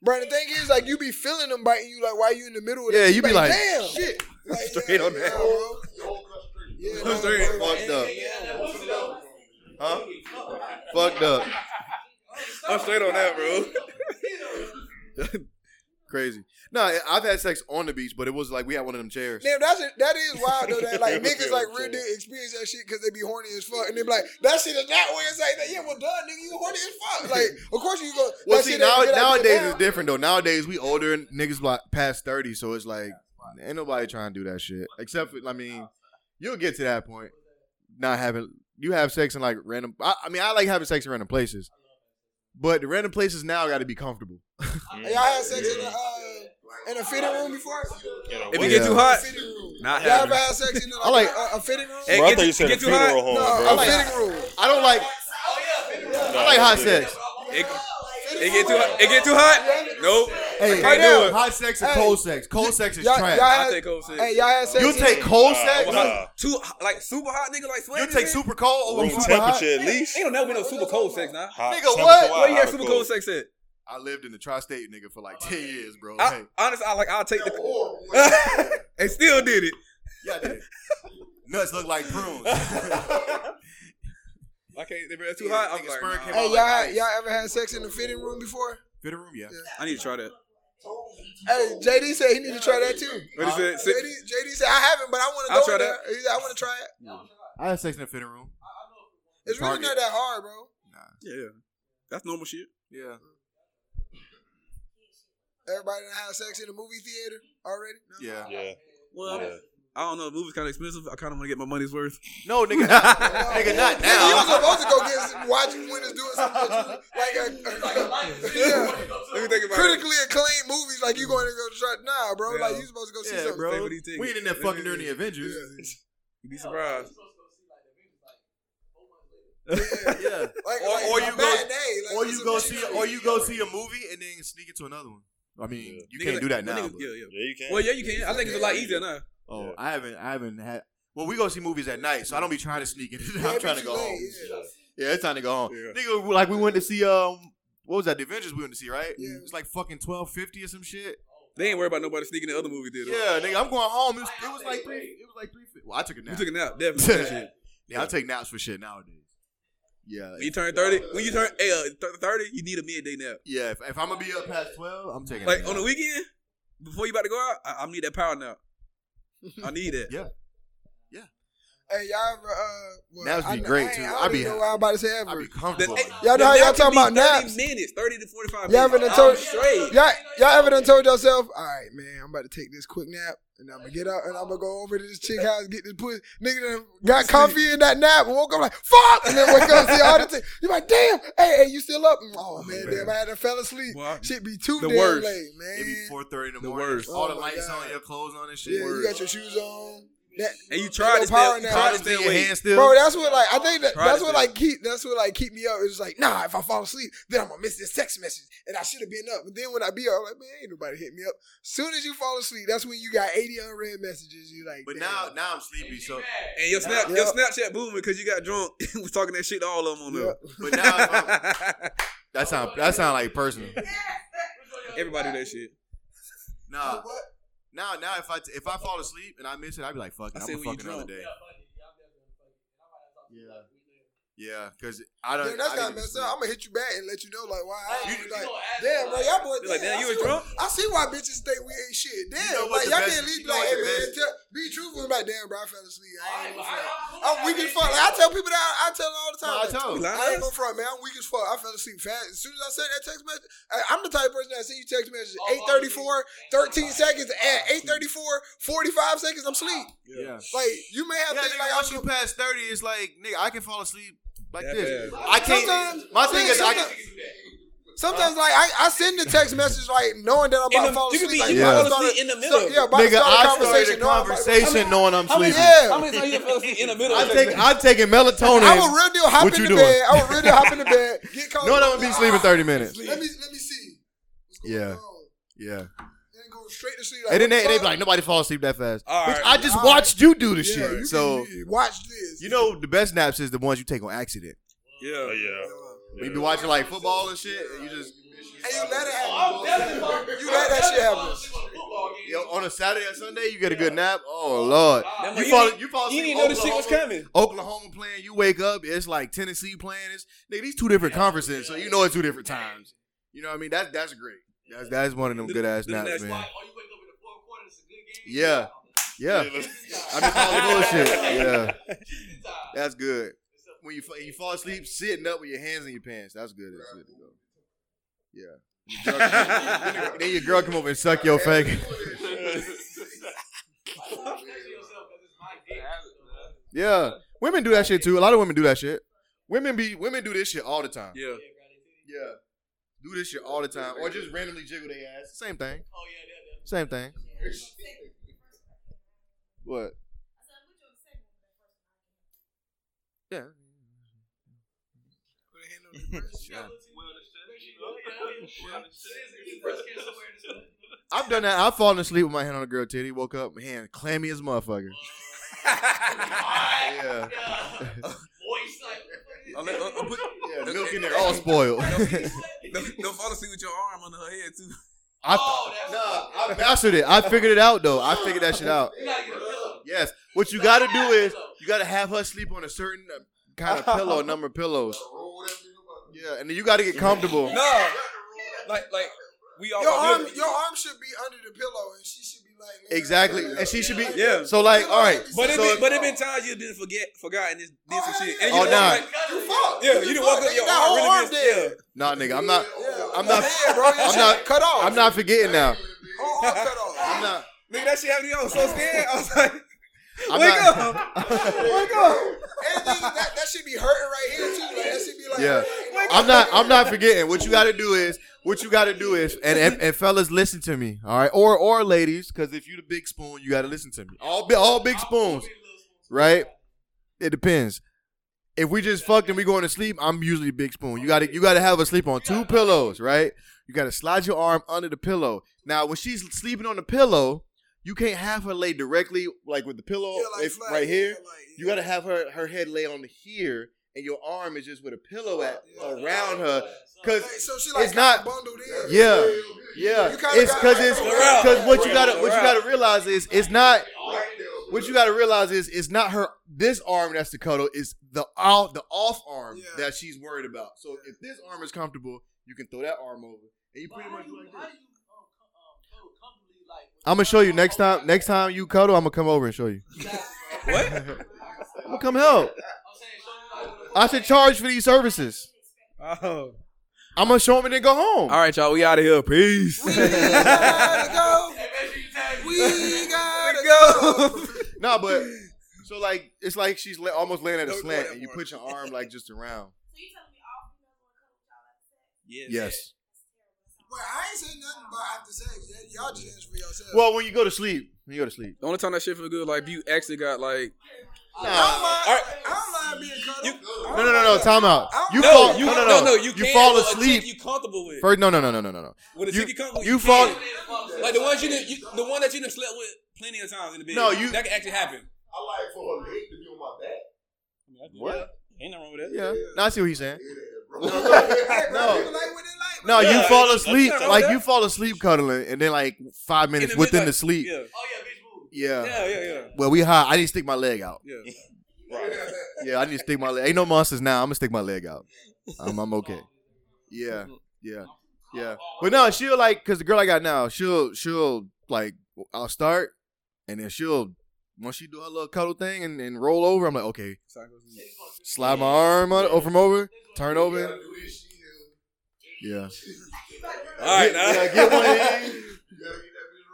[SPEAKER 3] Bro, the thing is, like, you be feeling them biting you, like, while you in the middle of
[SPEAKER 2] Yeah,
[SPEAKER 3] that
[SPEAKER 2] you be like,
[SPEAKER 3] damn. shit. Like,
[SPEAKER 1] Straight
[SPEAKER 3] yeah,
[SPEAKER 1] on
[SPEAKER 3] yeah,
[SPEAKER 1] that.
[SPEAKER 3] bro. Yeah, bro,
[SPEAKER 2] Straight
[SPEAKER 3] bro,
[SPEAKER 2] fucked up.
[SPEAKER 8] up.
[SPEAKER 2] Huh? Fucked up.
[SPEAKER 1] I'm straight on that, bro.
[SPEAKER 2] Crazy. No, I've had sex on the beach, but it was like we had one of them chairs.
[SPEAKER 3] Damn, that's a, that is wild though. That like
[SPEAKER 1] Yeah,
[SPEAKER 3] niggas
[SPEAKER 1] yeah,
[SPEAKER 3] like
[SPEAKER 1] yeah.
[SPEAKER 3] real did experience that shit because they be horny as fuck, and they be like, that shit is not where it's like that. Yeah, well done, nigga, you horny as fuck. Like, of course you go.
[SPEAKER 2] Well,
[SPEAKER 3] that
[SPEAKER 2] see,
[SPEAKER 3] shit
[SPEAKER 2] now,
[SPEAKER 3] ain't get out there
[SPEAKER 2] nowadays
[SPEAKER 3] now.
[SPEAKER 2] it's different though. Nowadays we older and niggas like past thirty, so it's like ain't nobody trying to do that shit. Except for, I mean, you'll get to that point. Not having you have sex in like random. I, I mean, I like having sex in random places, but the random places now got to be comfortable.
[SPEAKER 3] Y'all had sex in a uh, in a fitting room before?
[SPEAKER 4] If it get too hot,
[SPEAKER 3] Fitting room.
[SPEAKER 4] not
[SPEAKER 3] Y'all ever
[SPEAKER 4] happening.
[SPEAKER 3] had sex in
[SPEAKER 2] I
[SPEAKER 3] a,
[SPEAKER 2] like-
[SPEAKER 3] like, a, a fitting room?
[SPEAKER 4] Hey,
[SPEAKER 1] Bro, I
[SPEAKER 4] get
[SPEAKER 1] thought
[SPEAKER 4] you-
[SPEAKER 1] you said a
[SPEAKER 4] get you hot?
[SPEAKER 1] funeral home,
[SPEAKER 3] no,
[SPEAKER 1] bro.
[SPEAKER 3] a fitting room.
[SPEAKER 2] I don't like. I like hot sex.
[SPEAKER 4] It, it get too hot. It get too hot. Nope.
[SPEAKER 2] Hey,
[SPEAKER 4] can't do it.
[SPEAKER 2] hot sex or
[SPEAKER 3] Hey,
[SPEAKER 2] cold sex? Cold sex is
[SPEAKER 3] Y'all, y'all
[SPEAKER 2] trash.
[SPEAKER 4] I
[SPEAKER 3] had,
[SPEAKER 4] take over.
[SPEAKER 3] hey, y'all had sex.
[SPEAKER 2] You
[SPEAKER 3] in-
[SPEAKER 2] take cold
[SPEAKER 1] Nah,
[SPEAKER 2] sex.
[SPEAKER 1] nah.
[SPEAKER 4] Too hot- like super hot nigga like sweating.
[SPEAKER 2] You take
[SPEAKER 4] and shit?
[SPEAKER 2] super cold over
[SPEAKER 1] Room
[SPEAKER 2] super hot.
[SPEAKER 1] temperature at least.
[SPEAKER 4] Ain't no never been no super cold sex now.
[SPEAKER 1] Hot
[SPEAKER 2] Nigga,
[SPEAKER 1] temperature,
[SPEAKER 2] what?
[SPEAKER 1] hot,
[SPEAKER 4] Where you
[SPEAKER 1] hot
[SPEAKER 4] had
[SPEAKER 1] or
[SPEAKER 4] super
[SPEAKER 1] cold?
[SPEAKER 4] cold sex at?
[SPEAKER 2] I lived in the tri-state, nigga, for like ten years, bro.
[SPEAKER 4] I,
[SPEAKER 2] Hey.
[SPEAKER 4] honestly, I like. I'll take the. and still did it.
[SPEAKER 2] Yeah, I did. Nuts look like prunes.
[SPEAKER 4] I can't. If it's too hot, I'm
[SPEAKER 2] Nigga,
[SPEAKER 4] like.
[SPEAKER 2] sperm
[SPEAKER 4] nah.
[SPEAKER 2] came
[SPEAKER 3] Hey,
[SPEAKER 2] out
[SPEAKER 3] y'all,
[SPEAKER 2] like
[SPEAKER 3] had,
[SPEAKER 2] ice.
[SPEAKER 3] y'all ever had sex in a fitting room before?
[SPEAKER 2] Fitting room, yeah.
[SPEAKER 4] I need to try that.
[SPEAKER 3] Hey, JD said he need to try that too.
[SPEAKER 4] What is it?
[SPEAKER 3] JD, JD said I haven't, but I want to
[SPEAKER 4] I'll
[SPEAKER 3] go
[SPEAKER 4] try
[SPEAKER 3] in there. He said, I want to try it.
[SPEAKER 2] I had sex in a fitting room.
[SPEAKER 3] It's really
[SPEAKER 2] Target.
[SPEAKER 3] not that hard, bro.
[SPEAKER 4] Yeah, yeah. That's normal shit.
[SPEAKER 2] Yeah.
[SPEAKER 3] Everybody done had sex in a movie theater already. No?
[SPEAKER 2] Yeah.
[SPEAKER 1] Yeah.
[SPEAKER 4] Well,
[SPEAKER 1] Yeah.
[SPEAKER 4] I don't know. The movie's kind of expensive. I kind of want to get my money's worth.
[SPEAKER 2] No, nigga. not- nigga, not
[SPEAKER 3] Nigga, you was
[SPEAKER 2] now.
[SPEAKER 3] supposed to go get some, watch winners doing something that you- like a, yeah,
[SPEAKER 4] Let me think about it.
[SPEAKER 3] critically acclaimed movies. Like you going to go try? Nah, bro. Like you supposed to go see
[SPEAKER 2] Yeah,
[SPEAKER 3] something.
[SPEAKER 2] bro.
[SPEAKER 4] What do you think?
[SPEAKER 2] We ain't in there fucking during the Avengers.
[SPEAKER 4] You'd be surprised.
[SPEAKER 2] Yeah.
[SPEAKER 3] Like,
[SPEAKER 2] Or-
[SPEAKER 3] like,
[SPEAKER 2] or
[SPEAKER 3] a
[SPEAKER 2] you go-
[SPEAKER 3] bad day. Like,
[SPEAKER 2] Or
[SPEAKER 3] it's
[SPEAKER 2] you
[SPEAKER 3] a
[SPEAKER 2] go
[SPEAKER 3] bad
[SPEAKER 2] see,
[SPEAKER 3] day.
[SPEAKER 2] or you go see a movie and then sneak into another one. I mean, you
[SPEAKER 4] Niggas
[SPEAKER 2] can't
[SPEAKER 4] like-
[SPEAKER 2] do that
[SPEAKER 4] well,
[SPEAKER 2] now.
[SPEAKER 4] niggas-
[SPEAKER 2] but-
[SPEAKER 4] Yeah, yeah.
[SPEAKER 1] Yeah, you can.
[SPEAKER 4] Well, yeah, you can. I think it's a lot easier now.
[SPEAKER 2] Oh,
[SPEAKER 1] Yeah.
[SPEAKER 2] I haven't, I haven't had. Well, we go see movies at night, so I don't be trying to sneak in.
[SPEAKER 3] Yeah,
[SPEAKER 2] I'm
[SPEAKER 3] it
[SPEAKER 2] trying
[SPEAKER 3] be
[SPEAKER 2] to
[SPEAKER 3] too
[SPEAKER 2] go
[SPEAKER 3] late,
[SPEAKER 2] home.
[SPEAKER 3] Yeah.
[SPEAKER 2] Yeah, it's time to go home.
[SPEAKER 4] Yeah.
[SPEAKER 2] Nigga, like we went to see um, what was that? The Avengers we went to see, right?
[SPEAKER 3] Yeah.
[SPEAKER 2] It was like fucking twelve fifty or some shit.
[SPEAKER 4] They ain't worried about nobody sneaking in the other movie theater.
[SPEAKER 2] Yeah, nigga, I'm going home. It was, it was like three. It was like three. fif- Well, I took a
[SPEAKER 4] You
[SPEAKER 2] nap.
[SPEAKER 4] took a nap, definitely. That shit.
[SPEAKER 2] yeah, I take naps for shit nowadays. Yeah,
[SPEAKER 4] When you turn thirty, when you turn hey, uh, thir- thirty, you need a midday nap.
[SPEAKER 2] yeah. If, if I'm gonna be up past twelve, I'm taking. a
[SPEAKER 4] Like
[SPEAKER 2] nap.
[SPEAKER 4] on the weekend, before you about to go out, I, I need that power nap. I need that.
[SPEAKER 2] Yeah.
[SPEAKER 3] Hey, y'all ever? Uh, well,
[SPEAKER 2] Naps be
[SPEAKER 3] I-
[SPEAKER 2] great,
[SPEAKER 3] I ain't-
[SPEAKER 2] too.
[SPEAKER 3] I
[SPEAKER 2] I
[SPEAKER 3] don't
[SPEAKER 2] be
[SPEAKER 3] even know
[SPEAKER 2] ha-
[SPEAKER 3] what I'm about to say
[SPEAKER 2] I
[SPEAKER 3] ever.
[SPEAKER 2] be comfortable.
[SPEAKER 4] The- eh,
[SPEAKER 3] Y'all know how
[SPEAKER 4] the
[SPEAKER 3] y'all
[SPEAKER 4] nap
[SPEAKER 3] talking
[SPEAKER 4] can be
[SPEAKER 3] about
[SPEAKER 4] 30
[SPEAKER 3] naps?
[SPEAKER 4] Minutes, thirty to forty-five.
[SPEAKER 3] Y'all ever
[SPEAKER 4] minutes.
[SPEAKER 3] done told-
[SPEAKER 4] I'm straight.
[SPEAKER 3] Y'all, y'all ever done told yourself, all right, man, I'm about to take this quick nap and I'm gonna get up and I'm gonna go over to this chick house, get this pussy. Nigga done got comfy in that nap and woke up like, fuck! And then wake up and see all the thing. You're like, damn, hey, hey, you still up? Oh, man, damn, I had to fell asleep.
[SPEAKER 4] Boy,
[SPEAKER 3] Shit be too
[SPEAKER 4] The
[SPEAKER 3] damn
[SPEAKER 4] worst.
[SPEAKER 3] late, man.
[SPEAKER 2] It be four thirty in the
[SPEAKER 4] The
[SPEAKER 2] morning.
[SPEAKER 4] worst.
[SPEAKER 2] All the
[SPEAKER 3] Oh my
[SPEAKER 2] lights
[SPEAKER 3] God.
[SPEAKER 2] on, your clothes on and shit.
[SPEAKER 3] yeah, you got your shoes on. That,
[SPEAKER 4] and you tried to
[SPEAKER 3] Little power
[SPEAKER 4] stay, you
[SPEAKER 3] nap.
[SPEAKER 4] tried to
[SPEAKER 2] Condoms
[SPEAKER 4] stay
[SPEAKER 2] in your
[SPEAKER 4] awake.
[SPEAKER 2] hand still.
[SPEAKER 3] Bro, that's what like I think that,
[SPEAKER 4] Try
[SPEAKER 3] that's
[SPEAKER 4] to
[SPEAKER 3] what
[SPEAKER 4] do.
[SPEAKER 3] like keep that's what like keep me up. It's like nah, if I fall asleep, then I'm gonna miss this text message, and I should have been up. But then when I be up, I'm like man, ain't nobody hit me up. Soon as you fall asleep, that's when you got 80 unread messages. You like,
[SPEAKER 2] but
[SPEAKER 3] damn.
[SPEAKER 2] now, now I'm sleepy. So,
[SPEAKER 4] And your snap,
[SPEAKER 3] Yeah.
[SPEAKER 4] your Snapchat booming because you got drunk. was talking that shit to all of them on
[SPEAKER 3] Yeah.
[SPEAKER 4] there.
[SPEAKER 2] but now if I'm- that sound that sound like personal.
[SPEAKER 4] Everybody do that shit.
[SPEAKER 2] Nah, now, now if I if I fall asleep and I miss it, I'd be like, fuck it,
[SPEAKER 4] I
[SPEAKER 2] I'm
[SPEAKER 4] said
[SPEAKER 2] gonna
[SPEAKER 4] when you
[SPEAKER 2] fuck another
[SPEAKER 4] drunk.
[SPEAKER 2] day. Yeah, because I don't.
[SPEAKER 3] Damn,
[SPEAKER 2] I
[SPEAKER 3] that's
[SPEAKER 2] didn't
[SPEAKER 3] kind of messed
[SPEAKER 2] sleep.
[SPEAKER 3] up. I'm gonna hit you back and let you know like why. I ain't
[SPEAKER 2] You-
[SPEAKER 3] like, damn, bro, y'all boys.
[SPEAKER 4] They're like, damn,
[SPEAKER 3] I see
[SPEAKER 4] you was
[SPEAKER 3] why-
[SPEAKER 4] drunk?
[SPEAKER 3] I see why bitches think we ain't shit. Damn,
[SPEAKER 2] know what
[SPEAKER 3] like
[SPEAKER 2] the
[SPEAKER 3] y'all
[SPEAKER 2] best-
[SPEAKER 3] can't leave
[SPEAKER 2] you
[SPEAKER 3] me
[SPEAKER 2] know
[SPEAKER 3] like,
[SPEAKER 2] what the
[SPEAKER 3] hey man,
[SPEAKER 2] best-
[SPEAKER 3] tell, Be truthful about damn, bro. I fell asleep. I
[SPEAKER 8] Alright,
[SPEAKER 3] ain't gonna
[SPEAKER 8] but
[SPEAKER 3] front.
[SPEAKER 8] I- I-
[SPEAKER 3] I'm weak as fuck. Like, I tell people that. I tell them all the time.
[SPEAKER 2] No, I
[SPEAKER 3] like,
[SPEAKER 2] told you.
[SPEAKER 3] I ain't gonna front, man. I'm weak as fuck. I fell asleep fast. As soon as I sent that text message, I- I'm the type of person that send you text messages
[SPEAKER 8] Oh, oh,
[SPEAKER 3] 834, 13 seconds, at 834, 45 seconds, I'm asleep.
[SPEAKER 4] Yeah.
[SPEAKER 3] Like, you may have
[SPEAKER 2] Yeah,
[SPEAKER 3] to
[SPEAKER 2] nigga,
[SPEAKER 3] like, I'm
[SPEAKER 2] once you pass 30, it's like, nigga, I can fall asleep like
[SPEAKER 4] That
[SPEAKER 2] this.
[SPEAKER 4] bad.
[SPEAKER 2] I can't.
[SPEAKER 3] Sometimes-
[SPEAKER 2] my thing is, I
[SPEAKER 3] sometimes-
[SPEAKER 2] can.
[SPEAKER 3] Sometimes, like, I, I send the text message, like, knowing that I'm
[SPEAKER 5] In
[SPEAKER 3] about to
[SPEAKER 5] the-
[SPEAKER 3] fall
[SPEAKER 5] you could
[SPEAKER 3] asleep.
[SPEAKER 5] be-
[SPEAKER 3] like,
[SPEAKER 5] you
[SPEAKER 3] about
[SPEAKER 2] could
[SPEAKER 3] to
[SPEAKER 5] fall
[SPEAKER 3] start
[SPEAKER 5] asleep in the
[SPEAKER 3] so-
[SPEAKER 5] middle.
[SPEAKER 3] yeah, about to
[SPEAKER 2] Nigga,
[SPEAKER 3] start a
[SPEAKER 2] I started
[SPEAKER 3] conversation.
[SPEAKER 2] a
[SPEAKER 3] knowing I'm about-
[SPEAKER 2] conversation knowing I'm
[SPEAKER 5] How many,
[SPEAKER 2] sleeping.
[SPEAKER 3] Yeah.
[SPEAKER 5] how many times you done fell asleep in the middle?
[SPEAKER 2] I'm,
[SPEAKER 5] of
[SPEAKER 2] taking, I'm taking melatonin.
[SPEAKER 3] I will real deal hop
[SPEAKER 2] What
[SPEAKER 3] in
[SPEAKER 2] you
[SPEAKER 3] the
[SPEAKER 2] doing?
[SPEAKER 3] bed. I will real deal hop in the bed. Get caught.
[SPEAKER 2] no, no, I'm gonna be sleeping 30 minutes.
[SPEAKER 3] Let me let me see. What's going
[SPEAKER 2] Yeah.
[SPEAKER 3] on?
[SPEAKER 2] Yeah.
[SPEAKER 3] Then go straight to sleep.
[SPEAKER 2] And then they,
[SPEAKER 3] what
[SPEAKER 2] they
[SPEAKER 3] the
[SPEAKER 2] be like, nobody falls asleep that fast.
[SPEAKER 5] All
[SPEAKER 2] Which
[SPEAKER 5] right.
[SPEAKER 2] I just
[SPEAKER 3] All
[SPEAKER 2] watched you do the
[SPEAKER 3] fuck? Yeah, you
[SPEAKER 2] shit.
[SPEAKER 3] can-
[SPEAKER 2] So,
[SPEAKER 3] you- watch this.
[SPEAKER 2] you know, the best naps is the ones you take on accident.
[SPEAKER 1] Oh,
[SPEAKER 4] Yeah.
[SPEAKER 1] yeah.
[SPEAKER 2] When you be watching like football and shit, and you just.
[SPEAKER 3] and you let
[SPEAKER 8] I'm
[SPEAKER 3] it
[SPEAKER 5] Oh,
[SPEAKER 3] happen.
[SPEAKER 8] definitely falling
[SPEAKER 3] You let that shit happen.
[SPEAKER 8] asleep on the football game.
[SPEAKER 2] Yo, on a Saturday or Sunday, you get a good nap. Oh lord,
[SPEAKER 5] That
[SPEAKER 2] you
[SPEAKER 5] you
[SPEAKER 2] fall,
[SPEAKER 5] didn't-
[SPEAKER 2] you fall
[SPEAKER 5] You
[SPEAKER 2] asleep.
[SPEAKER 5] didn't know this shit was
[SPEAKER 2] Oklahoma-
[SPEAKER 5] coming.
[SPEAKER 2] Oklahoma playing, you wake up, it's like Tennessee playing. It's nigga, these two different conferences, so you know it's two different times. You know what I mean? That's that's great. That's that's one of them good ass
[SPEAKER 4] Little
[SPEAKER 2] naps,
[SPEAKER 4] naps.
[SPEAKER 2] man.
[SPEAKER 8] Or oh, you wake up in the fourth quarter, it's a good game.
[SPEAKER 2] Yeah. Yeah, I miss all the bullshit. Yeah, that's good. When you fa- you fall asleep sitting up with your hands in your pants, that's good. That's good to go. Yeah. Your girl come- then your girl come over and suck your fake. Yeah, women do that shit too. A lot of women do that shit. Women be women do this shit all the time.
[SPEAKER 4] Yeah.
[SPEAKER 2] Yeah. Do this shit all the time. Or just randomly jiggle their ass. Same thing.
[SPEAKER 8] Oh, yeah, yeah, yeah.
[SPEAKER 2] Same thing.
[SPEAKER 10] I
[SPEAKER 2] What?
[SPEAKER 10] said, I'm with you on the second one, but first one.
[SPEAKER 2] Yeah. I've done that. I've fallen asleep with my hand on a girl titty. Woke up, hand clammy as a motherfucker. Yeah. uh, Yeah, milk in there all spoiled.
[SPEAKER 4] Don't, don't fall asleep with your arm under her head too.
[SPEAKER 2] I,
[SPEAKER 4] Oh,
[SPEAKER 2] nah, I mastered it. I figured it out though. I figured that shit out. Yes. What you gotta do is you gotta have her sleep on a certain uh, kind of pillow, number of pillows. Yeah, and then you gotta get comfortable.
[SPEAKER 4] No. Like like we all
[SPEAKER 3] Your arm, your arm should be under the pillow, and she should be like nigga,
[SPEAKER 2] Exactly.
[SPEAKER 3] yeah.
[SPEAKER 2] And she should be
[SPEAKER 4] Yeah.
[SPEAKER 2] So like, all right.
[SPEAKER 4] But it
[SPEAKER 2] so
[SPEAKER 4] been, but it been times you've been forget forgotten this this
[SPEAKER 3] Oh,
[SPEAKER 4] and shit.
[SPEAKER 3] yeah.
[SPEAKER 4] And you
[SPEAKER 2] Oh,
[SPEAKER 4] walk
[SPEAKER 2] nah.
[SPEAKER 4] like-
[SPEAKER 3] You fuck.
[SPEAKER 4] yeah, you done walk up your
[SPEAKER 3] That
[SPEAKER 4] arm
[SPEAKER 3] whole
[SPEAKER 4] really
[SPEAKER 3] arm
[SPEAKER 4] been-
[SPEAKER 3] there.
[SPEAKER 4] yeah.
[SPEAKER 2] nah nigga, I'm not
[SPEAKER 3] Yeah.
[SPEAKER 2] I'm not
[SPEAKER 3] Yeah, bro. Your
[SPEAKER 2] I'm
[SPEAKER 3] shit
[SPEAKER 2] not-
[SPEAKER 3] cut off.
[SPEAKER 2] I'm not forgetting now.
[SPEAKER 3] Whole arm cut off.
[SPEAKER 2] I'm not
[SPEAKER 4] Nigga, that shit happened to you. I was so scared. I was like,
[SPEAKER 2] I'm
[SPEAKER 4] wake
[SPEAKER 2] not,
[SPEAKER 4] up.
[SPEAKER 3] And then that, that should be hurting right here too. Like that should be like
[SPEAKER 2] Yeah.
[SPEAKER 3] hurting, like,
[SPEAKER 2] I'm not. I'm not forgetting. What you got to do is. What you got to do is. And, and and fellas, listen to me. All right. Or or ladies, because if you the big spoon, you got to listen to me. All bi- all big spoons, right? It depends. If we just fucked and we going to sleep, I'm usually big spoon. You got to you got to have her sleep on two pillows, right? You got to slide your arm under the pillow. Now, when she's sleeping on the pillow, you can't have her lay directly like with the pillow
[SPEAKER 3] Yeah, like
[SPEAKER 2] if-
[SPEAKER 3] flat,
[SPEAKER 2] right here.
[SPEAKER 3] yeah, like,
[SPEAKER 2] You gotta have her her head lay on here, and your arm is just with a pillow at around her, cause
[SPEAKER 3] Like, so she like
[SPEAKER 2] it's not-
[SPEAKER 3] bundled in.
[SPEAKER 2] yeah, yeah,
[SPEAKER 3] You kinda
[SPEAKER 2] it's
[SPEAKER 3] got-
[SPEAKER 2] cause it's
[SPEAKER 4] Darrell,
[SPEAKER 2] cause what you gotta
[SPEAKER 4] Darrell.
[SPEAKER 2] what you gotta realize is it's not what you gotta realize is it's not her this arm that's the cuddle, it's the out the off arm
[SPEAKER 3] Yeah.
[SPEAKER 2] that she's worried about. So if this arm is comfortable, you can throw that arm over, and you um, pretty much like this. I'm gonna show you next time. Next time you cuddle, I'm gonna come over and show you.
[SPEAKER 4] What?
[SPEAKER 2] I'm gonna come help. I should charge for these services.
[SPEAKER 4] Oh.
[SPEAKER 2] I'm gonna show him and then go home.
[SPEAKER 4] All right, y'all. We out of here. Peace.
[SPEAKER 3] We gotta go. We gotta go.
[SPEAKER 2] No, but so like it's like she's la- almost laying at a
[SPEAKER 4] Don't do
[SPEAKER 2] slant,
[SPEAKER 4] that
[SPEAKER 2] and you
[SPEAKER 4] more.
[SPEAKER 2] put your arm like just around.
[SPEAKER 10] So you telling me all females will come with y'all after sex?
[SPEAKER 2] Yes.
[SPEAKER 3] Well, I ain't saying nothing about after sex. Y- Y'all just answer for yourself.
[SPEAKER 2] Well, when you go to sleep, when you go to sleep.
[SPEAKER 4] The only time that shit feel good, like you actually got like
[SPEAKER 2] Nah.
[SPEAKER 3] I don't mind being
[SPEAKER 2] No,
[SPEAKER 3] cuddled.
[SPEAKER 2] no, no, no. Time out. You
[SPEAKER 4] no,
[SPEAKER 2] fall.
[SPEAKER 4] you
[SPEAKER 2] no, no,
[SPEAKER 4] no, you,
[SPEAKER 2] you
[SPEAKER 4] can
[SPEAKER 2] fall
[SPEAKER 4] with a
[SPEAKER 2] asleep.
[SPEAKER 4] chick You comfortable with
[SPEAKER 2] First, no, no, no, no, no, no, no.
[SPEAKER 4] with a
[SPEAKER 2] you-
[SPEAKER 4] chick you comfortable? with,
[SPEAKER 2] you
[SPEAKER 4] can.
[SPEAKER 2] fall-
[SPEAKER 4] like the ones you, did, you the one that you done slept with plenty of times in the bed.
[SPEAKER 2] No, you-
[SPEAKER 4] that can actually happen.
[SPEAKER 6] like for a leg to be on my back.
[SPEAKER 2] What?
[SPEAKER 4] Ain't nothing wrong with that.
[SPEAKER 2] Yeah. Now I see what he's saying.
[SPEAKER 3] no.
[SPEAKER 2] No.
[SPEAKER 3] People like what they like.
[SPEAKER 2] No, you
[SPEAKER 4] Yeah,
[SPEAKER 2] fall
[SPEAKER 4] it's-
[SPEAKER 2] asleep.
[SPEAKER 4] it's-
[SPEAKER 2] Like you fall asleep cuddling, and then like five
[SPEAKER 4] In
[SPEAKER 2] minutes
[SPEAKER 4] mid-
[SPEAKER 2] within
[SPEAKER 4] like-
[SPEAKER 2] the sleep.
[SPEAKER 4] Yeah, Oh,
[SPEAKER 2] Yeah.
[SPEAKER 4] yeah, yeah, yeah.
[SPEAKER 2] Well, we high. I need to stick my leg out.
[SPEAKER 4] yeah.
[SPEAKER 2] Yeah, I need to stick my leg. Ain't no monsters now. I'm gonna stick my leg out. Um, I'm okay. Yeah, yeah, yeah. But no, she'll like, cause the girl I got now, she'll she'll like, I'll start, and then she'll once she do her little cuddle thing and, and roll over, I'm like, okay,
[SPEAKER 4] Psychos.
[SPEAKER 2] slide my arm on, over from over, turn over. Yeah.
[SPEAKER 4] All right, now.
[SPEAKER 2] Yeah, get one of these.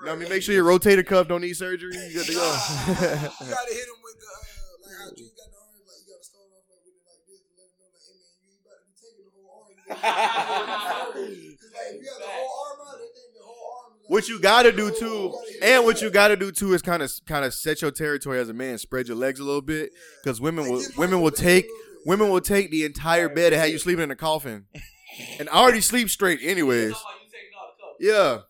[SPEAKER 2] Now, I mean, make sure your rotator cuff don't need surgery. You good to go.
[SPEAKER 3] You gotta hit him with the uh, like how Drew got the arm, like you gotta start off like with it like this, and let him know like, hey man, you ain't about to be taking the whole arm. Because like if you got the whole arm out, they think the whole arm. Is, like,
[SPEAKER 2] what you gotta do too, and what you gotta do too is kind of kind of set your territory as a man. Spread your legs a little bit, because women will women will take women will take the entire bed and have you sleeping in a coffin. And I already sleep straight anyways. Yeah.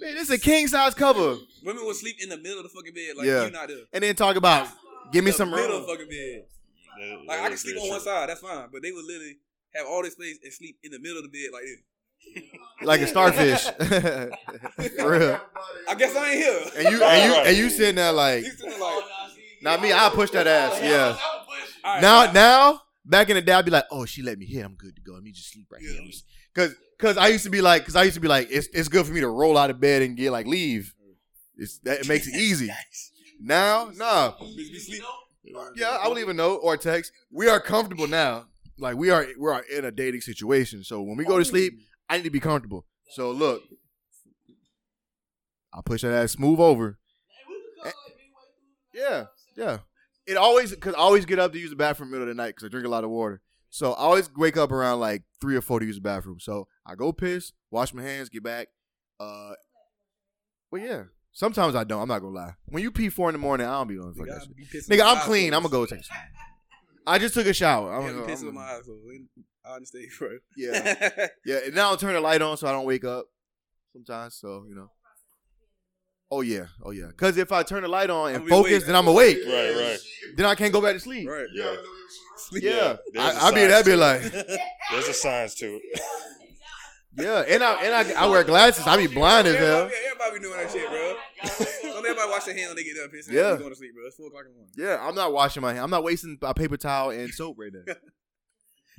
[SPEAKER 2] Man, it's a king size cover.
[SPEAKER 4] Women will sleep in the middle of the fucking bed. Like,
[SPEAKER 2] Yeah.
[SPEAKER 4] you're not there.
[SPEAKER 2] And then talk about give me
[SPEAKER 4] The
[SPEAKER 2] some
[SPEAKER 4] middle
[SPEAKER 2] room.
[SPEAKER 4] fucking bed.
[SPEAKER 1] That-
[SPEAKER 4] Like,
[SPEAKER 1] that
[SPEAKER 4] I can
[SPEAKER 1] is
[SPEAKER 4] sleep
[SPEAKER 1] very
[SPEAKER 4] on one
[SPEAKER 1] true.
[SPEAKER 4] side. That's fine. But they would literally have all this space and sleep in the middle of the bed like this.
[SPEAKER 2] Like a starfish. For real.
[SPEAKER 4] I guess I ain't here.
[SPEAKER 2] And you and you and you sitting there like
[SPEAKER 4] He's sitting there like,
[SPEAKER 2] not me, I'll push that ass. oh, Yeah.
[SPEAKER 4] all right,
[SPEAKER 2] Now now back in the day I'd be like, oh she let me hit, I'm good to go. Let me just sleep right here. Cause cause I used to be like cause I used to be like, it's it's good for me to roll out of bed and get like leave. It's that it makes it easy. Now, nah.
[SPEAKER 4] bitch, be sleep.
[SPEAKER 2] Yeah, I will leave a note or a text. We are comfortable now. Like we are we are in a dating situation. So when we go to sleep, I need to be comfortable. So look. I push that ass smooth over. Eh. Yeah, yeah. It always cause I always get up to use the bathroom middle of the night because I drink a lot of water. So I always wake up around like three or four to use the bathroom. So I go piss, wash my hands, get back. Uh well yeah. Sometimes I don't, I'm not gonna lie. When you pee four in the morning, I don't be on fuck that shit. Nigga, I'm clean. I'm gonna go take. a shower. I just took a shower. I'm
[SPEAKER 4] I'm
[SPEAKER 2] gonna,
[SPEAKER 4] pissing
[SPEAKER 2] I'm-
[SPEAKER 4] with my eyes. So I understand, bro.
[SPEAKER 2] yeah, yeah. And now I'll turn the light on so I don't wake up sometimes. So you know. Oh yeah, oh yeah. Because if I turn the light on and
[SPEAKER 4] I'll be
[SPEAKER 2] focus,
[SPEAKER 4] awake.
[SPEAKER 2] then I'm awake.
[SPEAKER 1] Right, right.
[SPEAKER 2] Then I can't go back to sleep.
[SPEAKER 4] right.
[SPEAKER 1] Yeah.
[SPEAKER 2] Yeah,
[SPEAKER 1] Yeah, there's a
[SPEAKER 2] I, I be that
[SPEAKER 1] science
[SPEAKER 2] be
[SPEAKER 1] to
[SPEAKER 2] like,
[SPEAKER 1] There's a science to it.
[SPEAKER 2] yeah, and I and I, I wear glasses. I be blind as hell.
[SPEAKER 4] Everybody, everybody be doing that shit, bro. Don't everybody wash their hand when they get up pissing.
[SPEAKER 2] Yeah.
[SPEAKER 4] Yeah. Going to sleep, bro. It's four o'clock in the morning.
[SPEAKER 2] Yeah, I'm not washing my hand. I'm not wasting a paper towel and soap right there.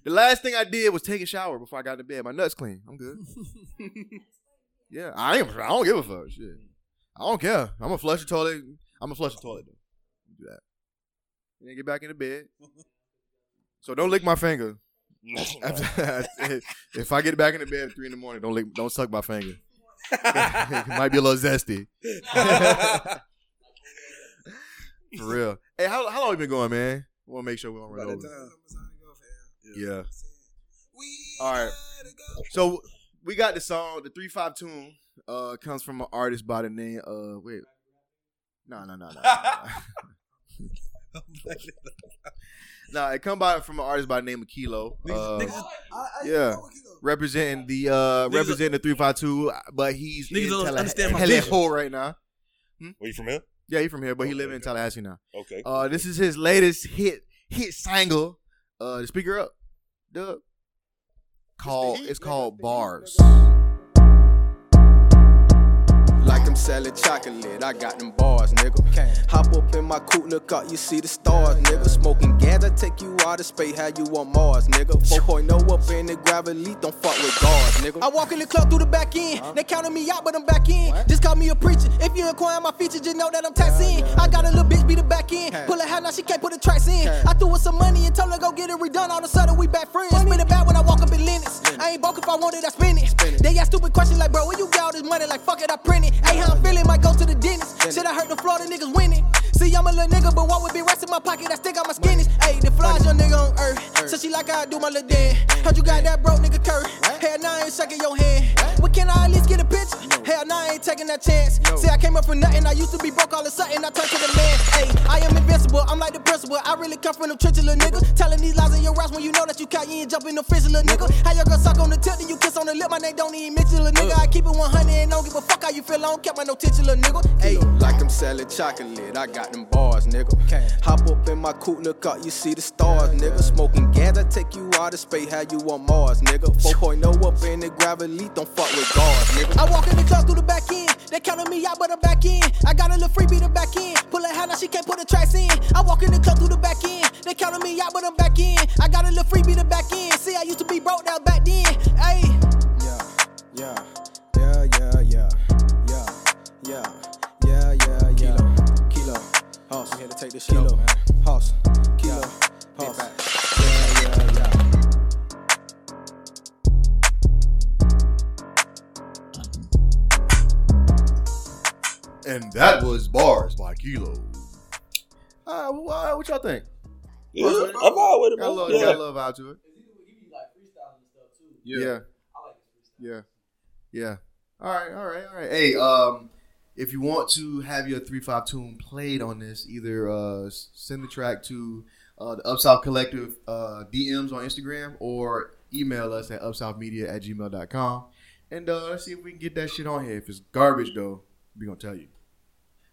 [SPEAKER 2] the last thing I did was take a shower before I got to bed. My nuts clean. I'm good. yeah, I ain't. I don't give a fuck. Shit, I don't care. I'm gonna flush the toilet. I'm gonna flush the toilet. Though. Do that. And then get back into bed. So don't lick my finger. After- if I get back into bed at three in the morning, don't lick, don't suck my finger. it might be a little zesty. For real. Hey, how how long you been going, man? We want to make sure we don't run
[SPEAKER 4] By that
[SPEAKER 2] over.
[SPEAKER 4] time.
[SPEAKER 2] Yeah.
[SPEAKER 3] We
[SPEAKER 2] All right.
[SPEAKER 3] gotta go.
[SPEAKER 2] So we got the song, the three five tune, uh, comes from an artist by the name of wait, no no no no, no, no, no. It come by from an artist by the name of Kilo, uh,
[SPEAKER 4] Niggas-
[SPEAKER 2] yeah, representing the uh, representing the three five two, but he's
[SPEAKER 4] Niggas
[SPEAKER 2] in
[SPEAKER 4] don't
[SPEAKER 2] Tallahassee-
[SPEAKER 4] understand my
[SPEAKER 2] Tallahassee
[SPEAKER 4] vision. Oh
[SPEAKER 2] right now.
[SPEAKER 1] Were you from here?
[SPEAKER 2] Yeah, he from here, but he
[SPEAKER 1] Okay,
[SPEAKER 2] live in
[SPEAKER 1] okay.
[SPEAKER 2] Tallahassee now.
[SPEAKER 1] Okay.
[SPEAKER 2] Uh, this is his latest hit hit single. Uh, the speaker up, Duh. Called it's called Bars.
[SPEAKER 11] Like I'm selling chocolate, I got them bars, nigga. Hop up in my coupe, look up, you see the stars, nigga. Smoking gas, I take you out of space, how you on Mars, nigga. 4.0 up in the gravity, don't fuck with guards, nigga.
[SPEAKER 9] I walk in the club through the back end. They counted me out, but I'm back in. Just call me a preacher. If you inquire my features, just know that I'm taxed in. I got a little bitch be the back end. Pull her out, now she can't put the tracks in. I threw her some money and told her go get it redone. All of a sudden, we back friends. Spin it back when I walk up in Lennox. I ain't broke if I wanted, I spin it. They ask stupid questions like, bro, where you got all this money? Like, fuck it, I print it. Hey, how I'm feeling, might go to the dentist. Shit, I heard the Florida niggas winning. See, I'm a little nigga, but what would be rest in my pocket? I stick out my skinnies. Hey, the flies your nigga on earth. So she like how I do my little dance. Heard you got that broke nigga curve. Hell nah, I ain't shaking your hand. But can I at least get a picture? Hell nah, I ain't taking that chance. See, I came up from nothing. I used to be broke all of a sudden. I turned to the man. Hey, I am invincible. I'm like the principal. I really come from them trenches, little niggas. Telling these lies in your raps when you know that you caught you ain't jumping the fridge, little nigga. How your girl suck on the tip, then you kiss on the lip. My name don't even mention, little nigga. I keep it 100 and don't give a fuck how you feel. I don't care my no tension, little nigga. Hey.
[SPEAKER 11] Like I'm selling chocolate, I got them bars, nigga. Hop up in my coupe, look up, you see the stars, nigga. Smoking gas, I take you out of space, how you on Mars, nigga. 4.0 up in the gravity, don't fuck with guards, nigga.
[SPEAKER 9] I walk in the club through the back end. They counted me out, but I'm back in. I got a little freebie to back in. Pull her hat, now she can't put the tracks in. I walk in the club through the back end. They counted me out, but I'm back in. I got a little freebie to back in. See, I used to be broke down back then. Ayy.
[SPEAKER 11] Yeah, yeah, yeah, yeah, yeah, yeah, yeah, yeah, yeah, yeah. Kilo,
[SPEAKER 2] And that was Bars by Kilo. Uh, wha- what y'all think?
[SPEAKER 12] Yeah, I'm all with it,
[SPEAKER 2] Got a
[SPEAKER 12] man.
[SPEAKER 2] little,
[SPEAKER 12] Yeah.
[SPEAKER 2] got a little vibe to it. Yeah. Yeah. Yeah. All right, all right, all right. Hey, um, if you want to have your three five tune played on this, either uh, s- send the track to uh, the Upsouth Collective uh, DMs on Instagram or email us at upsouthmedia at gmail.com. And uh, let's see if we can get that shit on here. If it's garbage, though, we're going to tell you.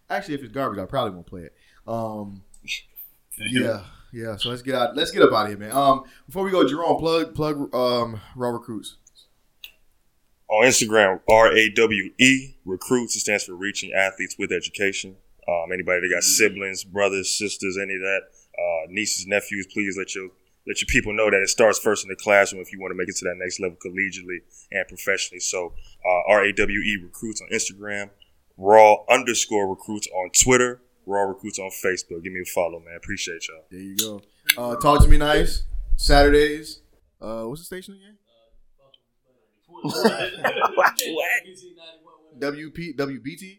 [SPEAKER 2] Actually, if it's garbage, I probably won't play it. Um, yeah, yeah. So let's get out. Let's get up out of here, man. Um, before we go, Jerome, plug plug um Raw Recruits.
[SPEAKER 1] on Instagram, R A W E recruits. It stands for reaching athletes with education. Um, anybody that got siblings, brothers, sisters, any of that, uh, nieces, nephews, please let your let your people know that it starts first in the classroom if you want to make it to that next level collegially and professionally. So uh, R A W E recruits on Instagram, raw underscore recruits on Twitter, raw recruits on Facebook. Give me a follow, man. Appreciate y'all.
[SPEAKER 2] There you go. Uh, talk to me nice. Saturdays. Uh, what's the station again? WP WBT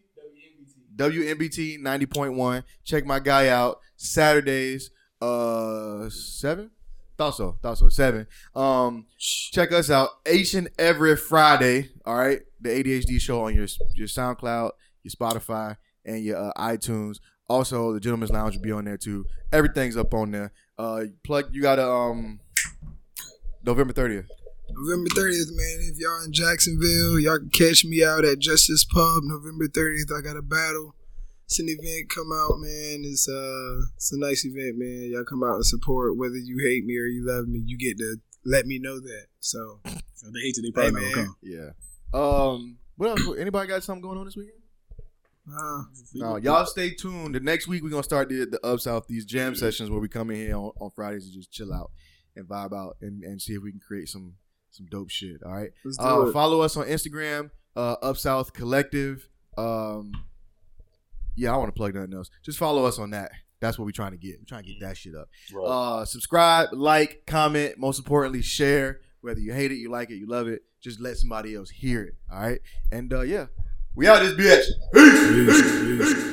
[SPEAKER 2] WNBT ninety point one. Check my guy out Saturdays. Uh, seven. Thought so. Thought so. Seven. Um, check us out each and every Friday. All right, the ADHD show on your your SoundCloud, your Spotify, and your uh, iTunes. Also, the Gentleman's Lounge will be on there too. Everything's up on there. Uh, plug. You got to um, November thirtieth.
[SPEAKER 3] November 30th, man. If y'all in Jacksonville, y'all can catch me out at Justice Pub November 30th. I got a battle. It's an event. Come out, man. It's uh, it's a nice event, man. Y'all come out and support. Whether you hate me or you love me, you get to let me know that. So
[SPEAKER 4] If they hate you, they probably
[SPEAKER 3] Hey,
[SPEAKER 4] not
[SPEAKER 3] man.
[SPEAKER 4] gonna come.
[SPEAKER 2] Yeah. Um. What else? Anybody got something going on this weekend?
[SPEAKER 3] uh,
[SPEAKER 2] No, y'all stay tuned. The next week we're gonna start the, the up south these jam sessions where we come in here on, on Fridays and just chill out and vibe out and, and see if we can create some some dope shit. All right.
[SPEAKER 3] Let's do
[SPEAKER 2] Uh,
[SPEAKER 3] it.
[SPEAKER 2] follow us on Instagram, uh, Up South Collective. Um, yeah, I want to plug nothing else. Just follow us on that. That's what we're trying to get. We're trying to get that shit up. Uh, subscribe, like, comment. Most importantly, share. Whether you hate it, you like it, you love it, just let somebody else hear it. All right. And uh, yeah, we out of this bitch. Peace. Peace. Peace.